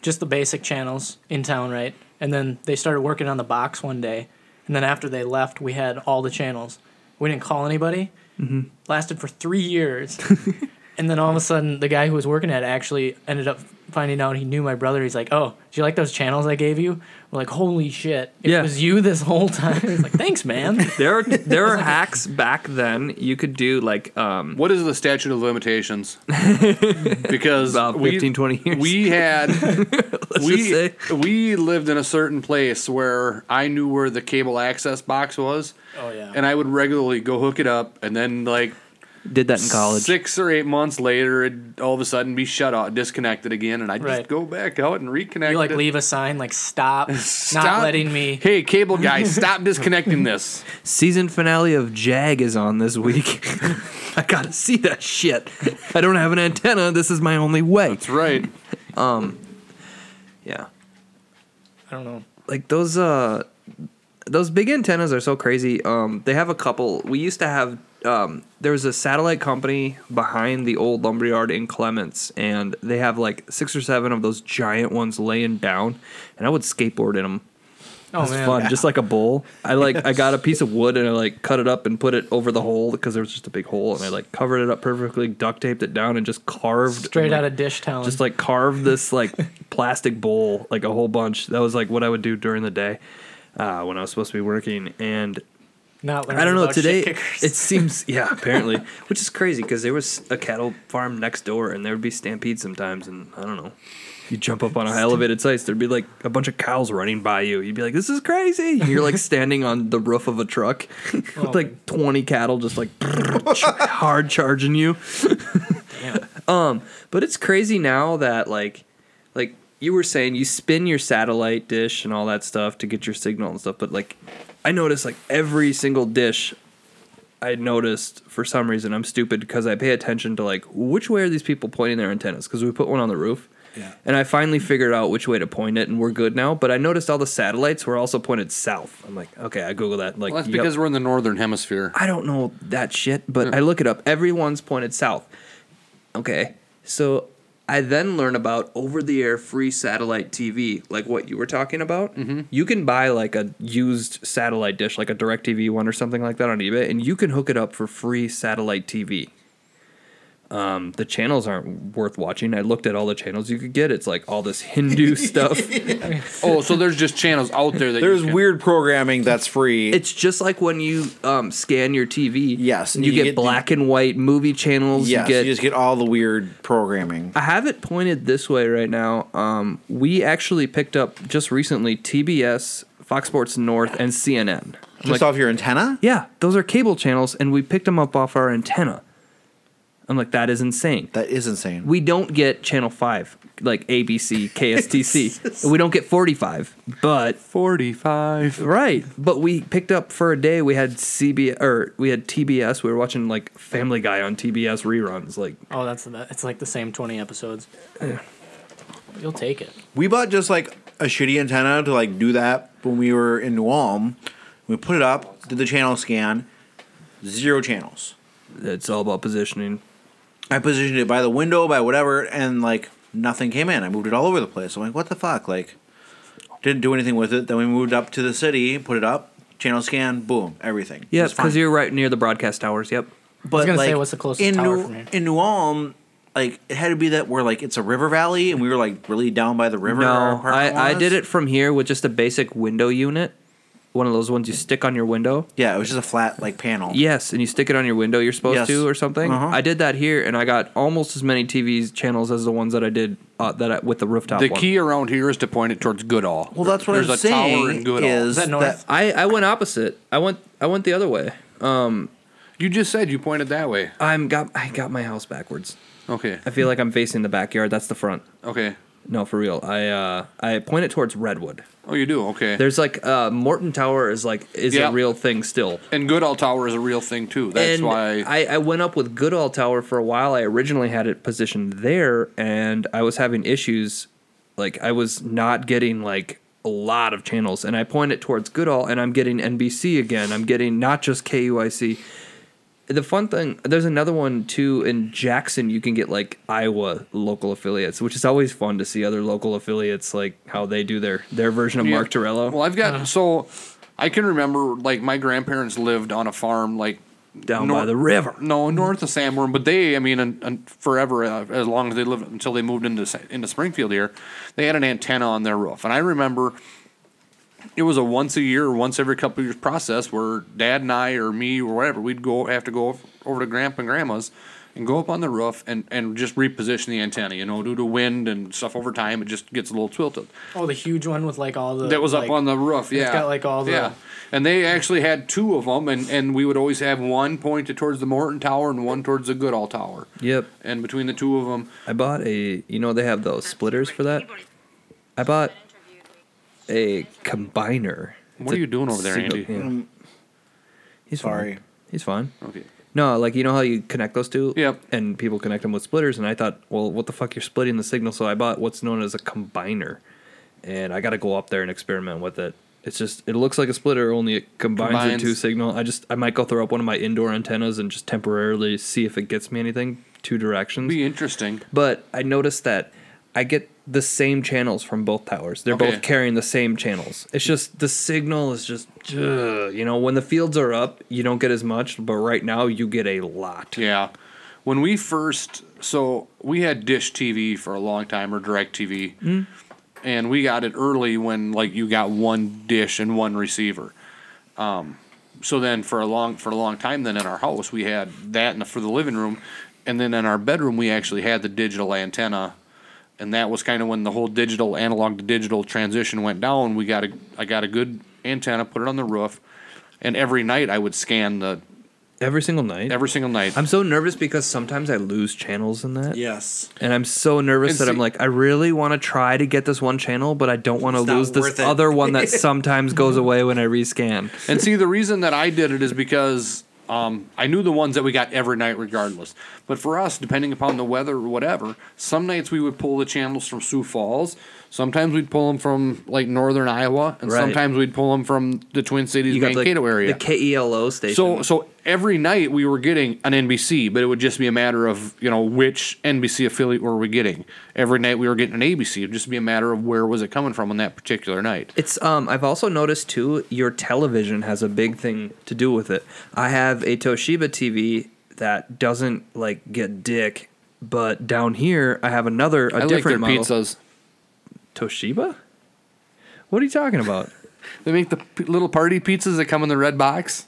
Speaker 9: just the basic channels in town, right? And then they started working on the box one day, and then after they left, we had all the channels. We didn't call anybody. Mm-hmm. Lasted for three years, and then all of a sudden, the guy who was working at it actually ended up finding out he knew my brother. He's like, "Oh, do you like those channels I gave you?" We're like, "Holy shit! It
Speaker 2: Yeah.
Speaker 9: was you this whole time." He's like, "Thanks, man."
Speaker 2: There are there are hacks back then. You could do like um
Speaker 6: What is the statute of limitations? Because
Speaker 2: About
Speaker 6: we-
Speaker 2: 15, 20 years.
Speaker 6: We had we
Speaker 2: just
Speaker 6: we lived in a certain place where I knew where the cable access box was,
Speaker 9: oh yeah.
Speaker 6: and I would regularly go hook it up, and then like
Speaker 2: did that in college.
Speaker 6: six or eight months later, it'd all of a sudden be shut off, disconnected again, and I'd
Speaker 9: Right.
Speaker 6: just go back out and reconnect.
Speaker 9: you like
Speaker 6: it.
Speaker 9: leave a sign like stop,
Speaker 6: Stop.
Speaker 9: not letting me
Speaker 6: Hey, cable guy, stop disconnecting this.
Speaker 2: Season finale of Jag is on this week. I gotta see that shit. I don't have an antenna. This is my only way.
Speaker 6: That's right.
Speaker 2: Yeah,
Speaker 9: I don't know.
Speaker 2: like those uh those big antennas are so crazy. Um, they have a couple. We used to have. Um, there was a satellite company behind the old lumberyard in Clements, and they have like six or seven of those giant ones laying down, and I would skateboard in them.
Speaker 9: Oh
Speaker 2: It's
Speaker 9: man.
Speaker 2: fun, just like a bowl. I like I got a piece of wood and I like cut it up and put it over the hole because there was just a big hole and I like covered it up perfectly, duct taped it down, and just carved
Speaker 9: Straight
Speaker 2: like,
Speaker 9: out of dish town.
Speaker 2: just like carved this like plastic bowl like a whole bunch. That was like what I would do during the day uh, when I was supposed to be working and.
Speaker 9: Not learning
Speaker 2: I don't know.
Speaker 9: about shit
Speaker 2: Today,
Speaker 9: kickers.
Speaker 2: it seems yeah, apparently, which is crazy because there was a cattle farm next door, and there would be stampedes sometimes, and I don't know. You jump up on a elevated sites, there'd be like a bunch of cows running by you. You'd be like, "This is crazy!" And you're like standing on the roof of a truck with
Speaker 9: Oh.
Speaker 2: like 20 cattle just like hard charging you. um, but it's crazy now that like, like you were saying, you spin your satellite dish and all that stuff to get your signal and stuff. But like, I noticed like every single dish I noticed for some reason I'm stupid because I pay attention to like which way are these people pointing their antennas because we put one on the roof. Yeah. And I finally figured out which way to point it, and we're good now. But I noticed all the satellites were also pointed south. I'm like, okay, I Google that. Like,
Speaker 6: Well, that's
Speaker 2: yep.
Speaker 6: because we're in the northern hemisphere.
Speaker 2: I don't know that shit, but
Speaker 8: Mm.
Speaker 2: I look it up. Everyone's pointed south. Okay. So I then learn about over the air free satellite TV, like what you were talking about. Mm-hmm. You can buy like a used satellite dish, like a direct TV one or something like that on eBay, and you can hook it up for free satellite TV. Um, the channels aren't worth watching. I looked at all the channels you could get. It's like all this Hindu stuff.
Speaker 6: Oh, so there's just channels out there that
Speaker 8: There's
Speaker 6: you can-
Speaker 8: weird programming that's free.
Speaker 2: It's just like when you um, scan your TV.
Speaker 8: Yes,
Speaker 2: and you,
Speaker 8: you
Speaker 2: get,
Speaker 8: get the-
Speaker 2: black and white movie channels.
Speaker 8: yes,
Speaker 2: you get.
Speaker 8: you just get all the weird programming.
Speaker 2: I have it pointed this way right now. Um, we actually picked up just recently TBS, Fox Sports North, and CNN. I'm like,
Speaker 8: Just off your antenna?
Speaker 2: yeah, those are cable channels, and we picked them up off our antenna. I'm like, that is insane.
Speaker 8: That is insane.
Speaker 2: We don't get Channel 5, like ABC, KSTC. we don't get 45, but
Speaker 6: 45.
Speaker 2: Right, but we picked up for a day. We had CB or we had TBS. We were watching like Family Guy on TBS reruns. Like
Speaker 9: oh, that's the, it's like the same twenty episodes. You'll take it.
Speaker 8: We bought just like a shitty antenna to like do that when we were in New Ulm. We put it up, did the channel scan, zero channels.
Speaker 2: it's all about positioning.
Speaker 8: I positioned it by the window, by whatever, and like nothing came in. I moved it all over the place. I'm like, what the fuck? Like, didn't do anything with it. Then we moved up to the city, put it up, channel scan, boom, everything.
Speaker 2: Yeah,
Speaker 8: It's fine.
Speaker 2: because you're right near the broadcast towers. Yep.
Speaker 8: But
Speaker 9: gonna say, what's the closest
Speaker 8: in
Speaker 9: tower
Speaker 8: New,
Speaker 9: from here?
Speaker 8: In New Ulm, like it had to be that we're like it's a river valley, and we were like really down by the river.
Speaker 2: No,
Speaker 8: our apartment
Speaker 2: I, I
Speaker 8: was.
Speaker 2: did it from here with just a basic window unit, one of those ones you stick on your window.
Speaker 8: Yeah, it was just a flat like panel.
Speaker 2: Yes, and you stick it on your window. You're supposed
Speaker 8: Yes.
Speaker 2: to or something.
Speaker 8: Uh-huh.
Speaker 2: I did that here, and I got almost as many TV channels as the ones that I did uh, that I, with the rooftop.
Speaker 6: The
Speaker 2: one.
Speaker 6: key around here is to point it towards Goodall.
Speaker 8: Well, that's what
Speaker 6: There's
Speaker 8: I'm
Speaker 6: a
Speaker 8: saying
Speaker 6: tower in Goodall.
Speaker 8: is
Speaker 9: that north?
Speaker 2: I, I went opposite. I went I went the other way.
Speaker 6: You just said you pointed that way.
Speaker 2: I'm got I got my house backwards.
Speaker 6: Okay.
Speaker 2: I feel like I'm facing the backyard. That's the front.
Speaker 6: Okay.
Speaker 2: No, for real. I uh, I point it towards Redwood.
Speaker 6: Oh, you do. Okay.
Speaker 2: There's like uh, Morton Tower is like is
Speaker 6: Yeah.
Speaker 2: a real thing still.
Speaker 6: and Goodall Tower is a real thing too. That's
Speaker 2: and
Speaker 6: why.
Speaker 2: I, I went up with Goodall Tower for a while. I originally had it positioned there, and I was having issues. Like I was not getting like a lot of channels, and I point it towards Goodall, and I'm getting NBC again. I'm getting not just KUIC. The fun thing, there's another one too in Jackson. You can get like Iowa local affiliates, which is always fun to see other local affiliates like how they do their their version of
Speaker 6: Yeah.
Speaker 2: Mark Torello
Speaker 6: well, I've got so I can remember like my grandparents lived on a farm like
Speaker 2: down
Speaker 6: nor-
Speaker 2: by the river.
Speaker 6: No, north of Sanborn, but they, I mean, un, un, forever uh, as long as they lived until they moved into Sa- into Springfield here, they had an antenna on their roof, and I remember it was a once a year, once every couple of years process where Dad and I or me or whatever we'd go have to go over to Grandpa and Grandma's and go up on the roof and and just reposition the antenna, you know, due to wind and stuff over time, it just gets a little tilted.
Speaker 9: Oh, the huge one with like all the
Speaker 6: That was
Speaker 9: like-
Speaker 6: up on the roof. Yeah,
Speaker 9: got, like, all the-
Speaker 6: yeah. And they actually had two of them, and, and we would always have one pointed towards the Morton Tower and one towards the Goodall Tower.
Speaker 2: Yep.
Speaker 6: And between the two of them,
Speaker 2: I bought a, you know, they have those splitters for that. I bought a combiner.
Speaker 6: What are you doing over there, Andy?
Speaker 2: yeah. He's
Speaker 8: Sorry.
Speaker 2: Fine. He's fine.
Speaker 6: okay,
Speaker 2: No, like you know how you connect those two.
Speaker 6: Yep.
Speaker 2: And people connect them with splitters, and I thought, well, what the fuck, you're splitting the signal. So I bought what's known as a combiner, and I got to go up there and experiment with it. It's just it looks like a splitter, only it combines,
Speaker 6: Combines.
Speaker 2: the two signal. I just I might go throw up one of my indoor antennas and just temporarily see if it gets me anything two directions.
Speaker 6: be interesting.
Speaker 2: But I noticed that I get the same channels from both towers. They're
Speaker 6: Okay.
Speaker 2: both carrying the same channels. It's just the signal is just, ugh, you know, when the fields are up, you don't get as much, but right now you get a lot.
Speaker 6: Yeah. When we first, so we had Dish TV for a long time or Direct TV, and we got it early when like you got one dish and one receiver. Um, so then for a long for a long time, then in our house we had that in the, for the living room, and then in our bedroom we actually had the digital antenna, and that was kind of when the whole digital analog to digital transition went down. We got a I got a good antenna, put it on the roof, and every night I would scan the
Speaker 2: Every single night.
Speaker 6: every single night.
Speaker 2: I'm so nervous because sometimes I lose channels in that.
Speaker 8: Yes.
Speaker 2: And I'm so nervous
Speaker 6: And
Speaker 2: that
Speaker 6: see-
Speaker 2: I'm like, I really want to try to get this one channel, but I don't want to
Speaker 8: not
Speaker 2: lose this
Speaker 8: worth it.
Speaker 2: other one that sometimes goes away when I rescan.
Speaker 6: And see, the reason that I did it is because um, I knew the ones that we got every night, regardless. But for us, depending upon the weather or whatever, some nights we would pull the channels from Sioux Falls. Sometimes we'd pull them from like northern Iowa, and
Speaker 2: Right.
Speaker 6: sometimes we'd pull them from the Twin Cities,
Speaker 2: the,
Speaker 6: Mankato area.
Speaker 2: the KELO station.
Speaker 6: so, so every night we were getting an NBC, but it would just be a matter of you know which NBC affiliate were we getting. Every night we were getting an ABC. It'd just be a matter of where was it coming from on that particular night.
Speaker 2: It's um I've also noticed too your television has a big thing to do with it. I have a Toshiba TV that doesn't like get dick, but down here I have another a
Speaker 6: I like their
Speaker 2: different model.
Speaker 6: pizzas.
Speaker 2: Toshiba? What are you talking about?
Speaker 6: They make the p- little party pizzas that come in the red box.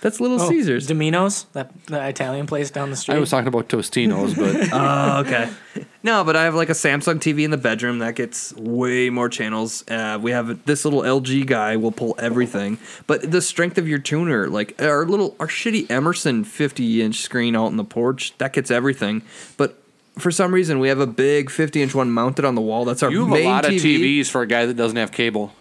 Speaker 2: That's Little
Speaker 9: Oh,
Speaker 2: Caesars.
Speaker 9: Domino's, that the Italian place down the street.
Speaker 6: I was talking about Tostinos, but
Speaker 2: Oh, okay. No, but I have like a Samsung TV in the bedroom that gets way more channels. Uh, we have this little LG guy will pull everything. But the strength of your tuner, like our little, our shitty Emerson 50 inch screen out on the porch, that gets everything. But for some reason, we have a big 50 inch one mounted on the wall. That's our
Speaker 6: you have
Speaker 2: main
Speaker 6: a lot
Speaker 2: TV.
Speaker 6: of TVs for a guy that doesn't have cable.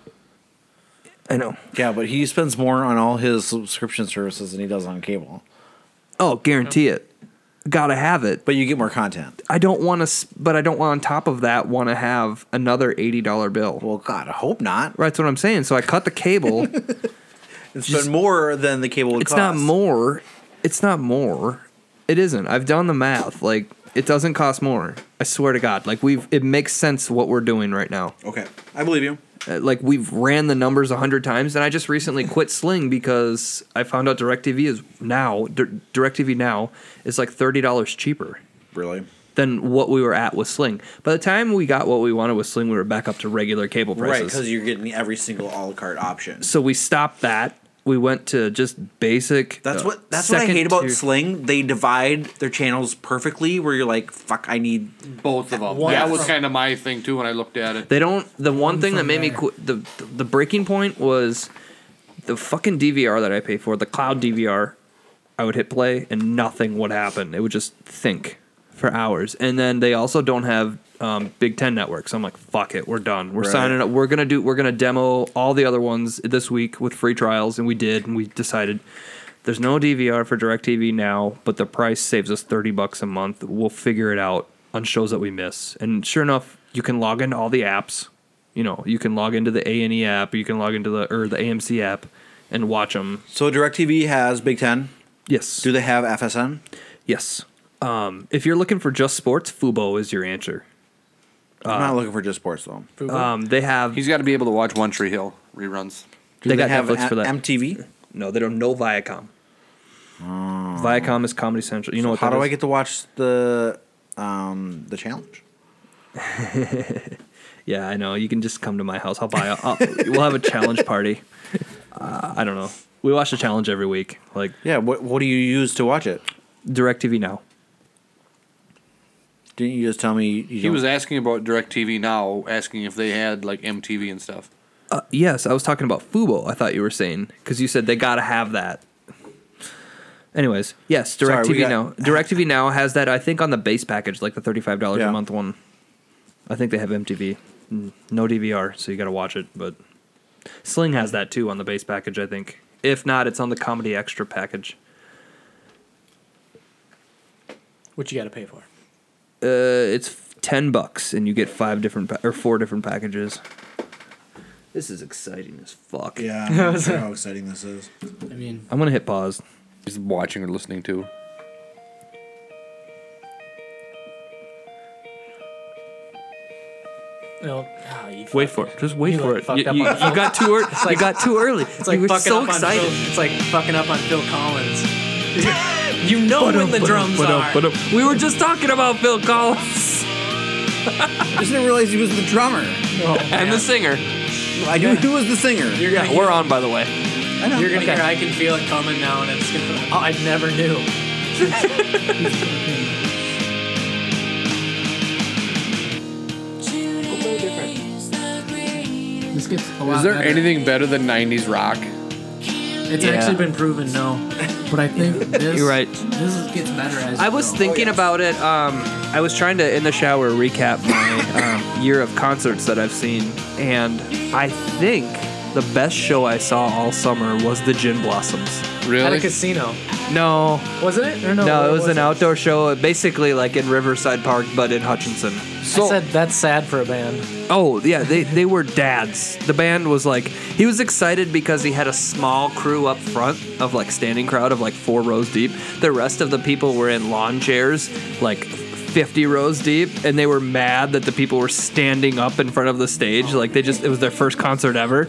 Speaker 2: I know.
Speaker 8: Yeah, but he spends more on all his subscription services than he does on cable.
Speaker 2: Oh, guarantee it. Gotta have it.
Speaker 8: But you get more content.
Speaker 2: I don't want to, but I don't want on top of that want to have another eighty dollar bill.
Speaker 8: Well, God, I hope not.
Speaker 2: Right, that's what I'm saying. So I cut the cable.
Speaker 8: It's been more than the cable would
Speaker 2: it's
Speaker 8: cost.
Speaker 2: not more. It's not more. It isn't. I've done the math. Like it doesn't cost more. I swear to God. Like we've. It makes sense what we're doing right now.
Speaker 8: Okay, I believe you.
Speaker 2: Uh, Like we've ran the numbers a hundred times, and I just recently quit Sling because I found out Directv is now Dir- Directv now is like thirty dollars cheaper.
Speaker 8: Really?
Speaker 2: than what we were at with Sling. By the time we got what we wanted with Sling, we were back up to regular cable
Speaker 8: Right,
Speaker 2: prices.
Speaker 8: because you're getting every single a la carte option.
Speaker 2: so we stopped that. We went to just basic.
Speaker 8: That's
Speaker 2: uh,
Speaker 8: what that's what I
Speaker 2: second
Speaker 8: hate about
Speaker 2: tier-
Speaker 8: Sling. They divide their channels perfectly where you're like, fuck, I need
Speaker 6: Both of them.
Speaker 9: One
Speaker 6: that was
Speaker 9: from-
Speaker 6: kind of my thing too when I looked at it.
Speaker 2: They don't. The one thing that
Speaker 9: from
Speaker 2: made me
Speaker 9: there.
Speaker 2: quit the the breaking point was the fucking DVR that I pay for, the cloud DVR. I would hit play and nothing would happen. It would just think for hours. And then they also don't have um, Big Ten networks. I'm like, fuck it, we're done. We're signing up. We're gonna do. We're gonna demo all the other ones this week with free trials, and we did. And we decided. There's no DVR for DirecTV now, but the price saves us 30 bucks a month. We'll figure it out on shows that we miss. And sure enough, you can log into all the apps. You know, you can log into the A&E app, you can log into the or the AMC app and watch them.
Speaker 8: So DirecTV has Big Ten.
Speaker 2: Yes.
Speaker 8: Do they have FSN?
Speaker 2: yes. Um, if you're looking for just sports, Fubo is your answer. Uh,
Speaker 8: I'm not looking for just sports though. Do
Speaker 2: Um, they have
Speaker 6: He's got to be able to watch One Tree Hill reruns.
Speaker 2: they got
Speaker 8: have
Speaker 2: Netflix
Speaker 8: a-
Speaker 2: for that.
Speaker 8: MTV.
Speaker 2: no, they don't know Viacom. Viacom is Comedy Central. You know what?
Speaker 8: Oh. How
Speaker 2: that
Speaker 8: do I
Speaker 2: is?
Speaker 8: get to watch the um, the challenge?
Speaker 2: Yeah, I know. You can just come to my house. I'll buy. A, I'll, we'll have a challenge party. Uh, I don't know. We watch a challenge every week, like
Speaker 8: Yeah. What What do you use to watch it?
Speaker 2: Directv now.
Speaker 8: Didn't you just tell me you
Speaker 6: He
Speaker 8: don't-
Speaker 6: was asking about DirecTV now, asking if they had like MTV and stuff.
Speaker 2: Uh, yes, I was talking about Fubo. I thought you were saying because you said they gotta have that. Anyways, yes,
Speaker 8: Sorry, we
Speaker 2: Directv
Speaker 8: got-
Speaker 2: now. Directv now has that. I think on the base package, like the thirty-five dollars
Speaker 8: Yeah.
Speaker 2: a month one. I think they have MTV, Mm, no DVR, so you gotta watch it. But Sling has that too on the base package. I think. If not, it's on the Comedy Extra package.
Speaker 9: Which you got to pay for.
Speaker 2: Uh, it's ten bucks, and you get five different pa- or four different packages. This is exciting as fuck.
Speaker 8: Yeah. I'm not sure how exciting this is.
Speaker 9: I mean,
Speaker 2: I'm gonna hit pause.
Speaker 6: He's watching or listening to.
Speaker 9: you know, ah, you
Speaker 2: Wait for
Speaker 9: fuck-
Speaker 2: it. Just wait
Speaker 9: You,
Speaker 2: for
Speaker 9: like,
Speaker 2: it.
Speaker 9: fucked
Speaker 2: You,
Speaker 9: up
Speaker 2: you-
Speaker 9: on-
Speaker 2: you got too early.
Speaker 9: like-
Speaker 2: you got too early.
Speaker 9: It's like
Speaker 2: you were
Speaker 9: fucking
Speaker 2: so
Speaker 9: up
Speaker 2: excited.
Speaker 9: on Phil, It's like fucking up on Phil Collins. you know when the drums are.
Speaker 2: We were just talking about Phil Collins
Speaker 8: I just didn't realize he was the drummer.
Speaker 2: and the singer.
Speaker 8: I knew he was the singer.
Speaker 9: You're gonna,
Speaker 2: We're on, by the way.
Speaker 8: I know.
Speaker 9: You're gonna hear I can feel it coming now, and it's gonna. Oh, I never knew. This gets a lot
Speaker 6: Is there
Speaker 9: better.
Speaker 6: anything better than '90s rock?
Speaker 9: It's
Speaker 2: Yeah.
Speaker 9: actually been proven no, but I think this.
Speaker 2: You're right.
Speaker 9: This is- gets better as
Speaker 2: I
Speaker 9: you
Speaker 2: was
Speaker 9: go.
Speaker 2: thinking about it. Um, I was trying to, in the shower, recap my um, year of concerts that I've seen, and I think the best show I saw all summer was the Gin Blossoms.
Speaker 9: At a
Speaker 6: Really?
Speaker 9: casino,
Speaker 2: No,
Speaker 9: wasn't it? Or no,
Speaker 2: no,
Speaker 9: where
Speaker 2: it was an
Speaker 9: Oh, it?
Speaker 2: outdoor show, basically like in Riverside Park, but in Hutchinson.
Speaker 9: I said that's sad for a band.
Speaker 2: Oh yeah, they they were dads. The band was like he was excited because he had a small crew up front of like standing crowd of like four rows deep. The rest of the people were in lawn chairs, like fifty rows deep, and they were mad that the people were standing up in front of the stage. Like they just it was their first concert ever,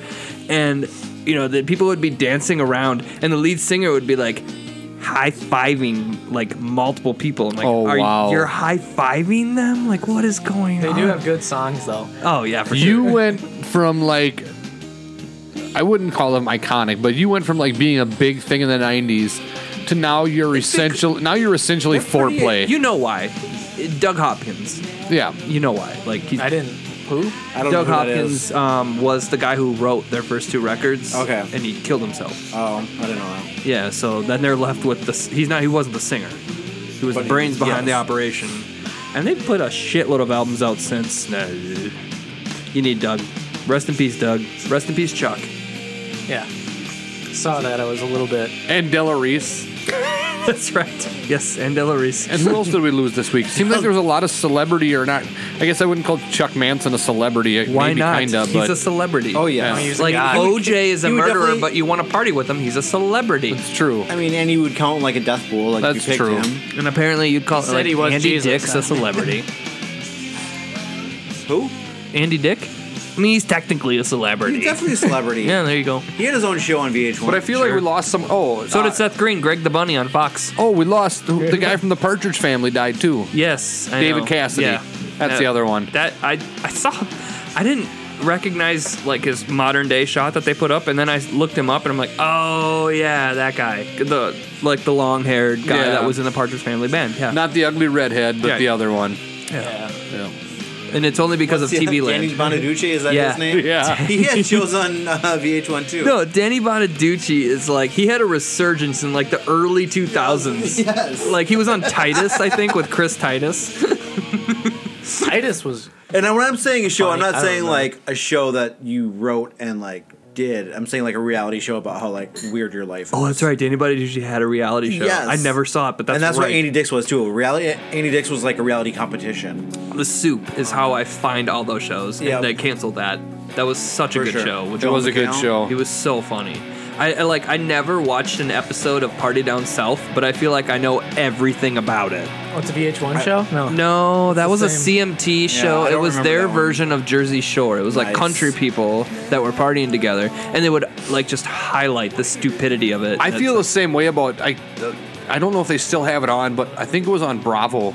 Speaker 2: and you know the people would be dancing around, and the lead singer would be like high fiving like multiple people. I'm like,
Speaker 6: Oh,
Speaker 2: "Are you-
Speaker 6: wow.
Speaker 2: You're high fiving them? Like what is going
Speaker 9: They
Speaker 2: on?
Speaker 9: do have good songs though.
Speaker 2: Oh yeah, for sure.
Speaker 6: You went from like I wouldn't call them iconic, but you went from like being a big thing in the '90s to now you're essential. Now you're essentially foreplay.
Speaker 2: You know why? Doug Hopkins.
Speaker 6: yeah,
Speaker 2: You know why? Like he's,
Speaker 9: I didn't.
Speaker 2: who?
Speaker 8: I don't
Speaker 2: Doug
Speaker 8: know who that
Speaker 2: Hopkins
Speaker 8: is.
Speaker 2: um, was the guy who wrote their first two records.
Speaker 8: Okay.
Speaker 2: And he killed himself.
Speaker 8: Oh, I didn't know that.
Speaker 2: Yeah. So then they're left with the. s- He's not. He wasn't the singer. He was
Speaker 8: But
Speaker 2: the
Speaker 8: he-
Speaker 2: brains behind the
Speaker 8: yes.
Speaker 2: operation. And they've put a shitload of albums out since. Nah, you need Doug. Rest in peace, Doug. Rest in peace, Chuck.
Speaker 9: Yeah, saw that. I was a little bit.
Speaker 6: and Della Reese.
Speaker 2: That's right. Yes, and Della Reese.
Speaker 6: And who else did we lose this week? Seems like there was a lot of celebrity, or not. I guess I wouldn't call Chuck Manson a celebrity. It
Speaker 2: Why
Speaker 6: maybe
Speaker 2: not?
Speaker 6: Kinda,
Speaker 2: he's
Speaker 6: but
Speaker 2: a celebrity.
Speaker 8: Oh yeah.
Speaker 6: Yeah.
Speaker 9: He's a
Speaker 2: Like
Speaker 9: god.
Speaker 2: OJ is a
Speaker 8: He would
Speaker 2: murderer,
Speaker 8: definitely-
Speaker 2: but you want to party with him. He's a celebrity.
Speaker 6: it's true.
Speaker 8: I mean, and he would count like a death pool. Like
Speaker 6: That's
Speaker 8: you picked
Speaker 6: true.
Speaker 8: him.
Speaker 2: And apparently, you'd call
Speaker 9: He
Speaker 2: it
Speaker 9: said
Speaker 2: like
Speaker 9: he was
Speaker 2: Andy
Speaker 9: Jesus,
Speaker 2: Dick's
Speaker 9: huh?
Speaker 2: a celebrity. Who? Andy Dick? I mean, he's technically a celebrity.
Speaker 8: He's definitely a celebrity.
Speaker 2: yeah, there you go.
Speaker 8: He had his own show on VH1.
Speaker 6: But I feel like we lost some. Oh,
Speaker 2: So
Speaker 6: uh,
Speaker 2: did Seth Green, Greg the Bunny on Fox.
Speaker 6: Oh, we lost the, the guy from the Partridge Family died too.
Speaker 2: Yes, I
Speaker 6: David
Speaker 2: know.
Speaker 6: Cassidy.
Speaker 2: Yeah,
Speaker 6: That's
Speaker 2: Yeah.
Speaker 6: the other one.
Speaker 2: That I I saw. I didn't recognize like his modern day shot that they put up, and then I looked him up, and I'm like, oh yeah, that guy, the like the long haired guy
Speaker 6: Yeah.
Speaker 2: that was in the Partridge Family Band. Yeah,
Speaker 6: Not the ugly redhead, but
Speaker 2: Yeah.
Speaker 6: the other one.
Speaker 9: Yeah.
Speaker 6: Yeah.
Speaker 2: and it's only because of TV Land.
Speaker 8: Danny Bonaduce, is that
Speaker 2: Yeah.
Speaker 8: his name?
Speaker 6: Yeah.
Speaker 8: He had shows on uh, VH1 too.
Speaker 2: No, Danny Bonaducci is like he had a resurgence in like the early 2000s.
Speaker 8: Yes.
Speaker 2: Like he was on Titus, I think, with Chris Titus.
Speaker 9: Titus was
Speaker 8: And now when I'm saying a show, I'm
Speaker 9: Funny, I
Speaker 8: not
Speaker 9: don't
Speaker 8: saying
Speaker 9: know.
Speaker 8: like a show that you wrote and like did. I'm saying like a reality show about how like weird your life is.
Speaker 2: Oh, that's right. Danny Bonaducci had a reality show.
Speaker 8: Yes.
Speaker 2: I never saw it, but that's
Speaker 8: and that's
Speaker 2: right.
Speaker 8: what Andy Dix was too. A reality Andy Dix was like a reality competition.
Speaker 2: The Soup is how I find all those shows.
Speaker 8: Yeah.
Speaker 2: And they canceled that. That was such
Speaker 8: For
Speaker 2: a good
Speaker 8: sure.
Speaker 2: show. Which
Speaker 6: It was a good
Speaker 8: McCall?
Speaker 6: show.
Speaker 2: It was so funny. I, I like. I never watched an episode of Party Down South, but I feel like I know everything about it.
Speaker 9: oh, it's a VH1 show. No,
Speaker 2: No, that
Speaker 9: the
Speaker 2: was a
Speaker 9: same.
Speaker 2: CMT
Speaker 8: Yeah,
Speaker 2: show.
Speaker 8: I
Speaker 2: it
Speaker 8: don't
Speaker 2: was
Speaker 8: remember
Speaker 2: their
Speaker 8: that one.
Speaker 2: version of Jersey Shore. It was like
Speaker 8: Nice.
Speaker 2: country people that were partying together, and they would like just highlight the stupidity of it.
Speaker 6: I
Speaker 2: And
Speaker 6: feel the
Speaker 2: it's
Speaker 6: same way about I. Uh, I don't know if they still have it on, but I think it was on Bravo.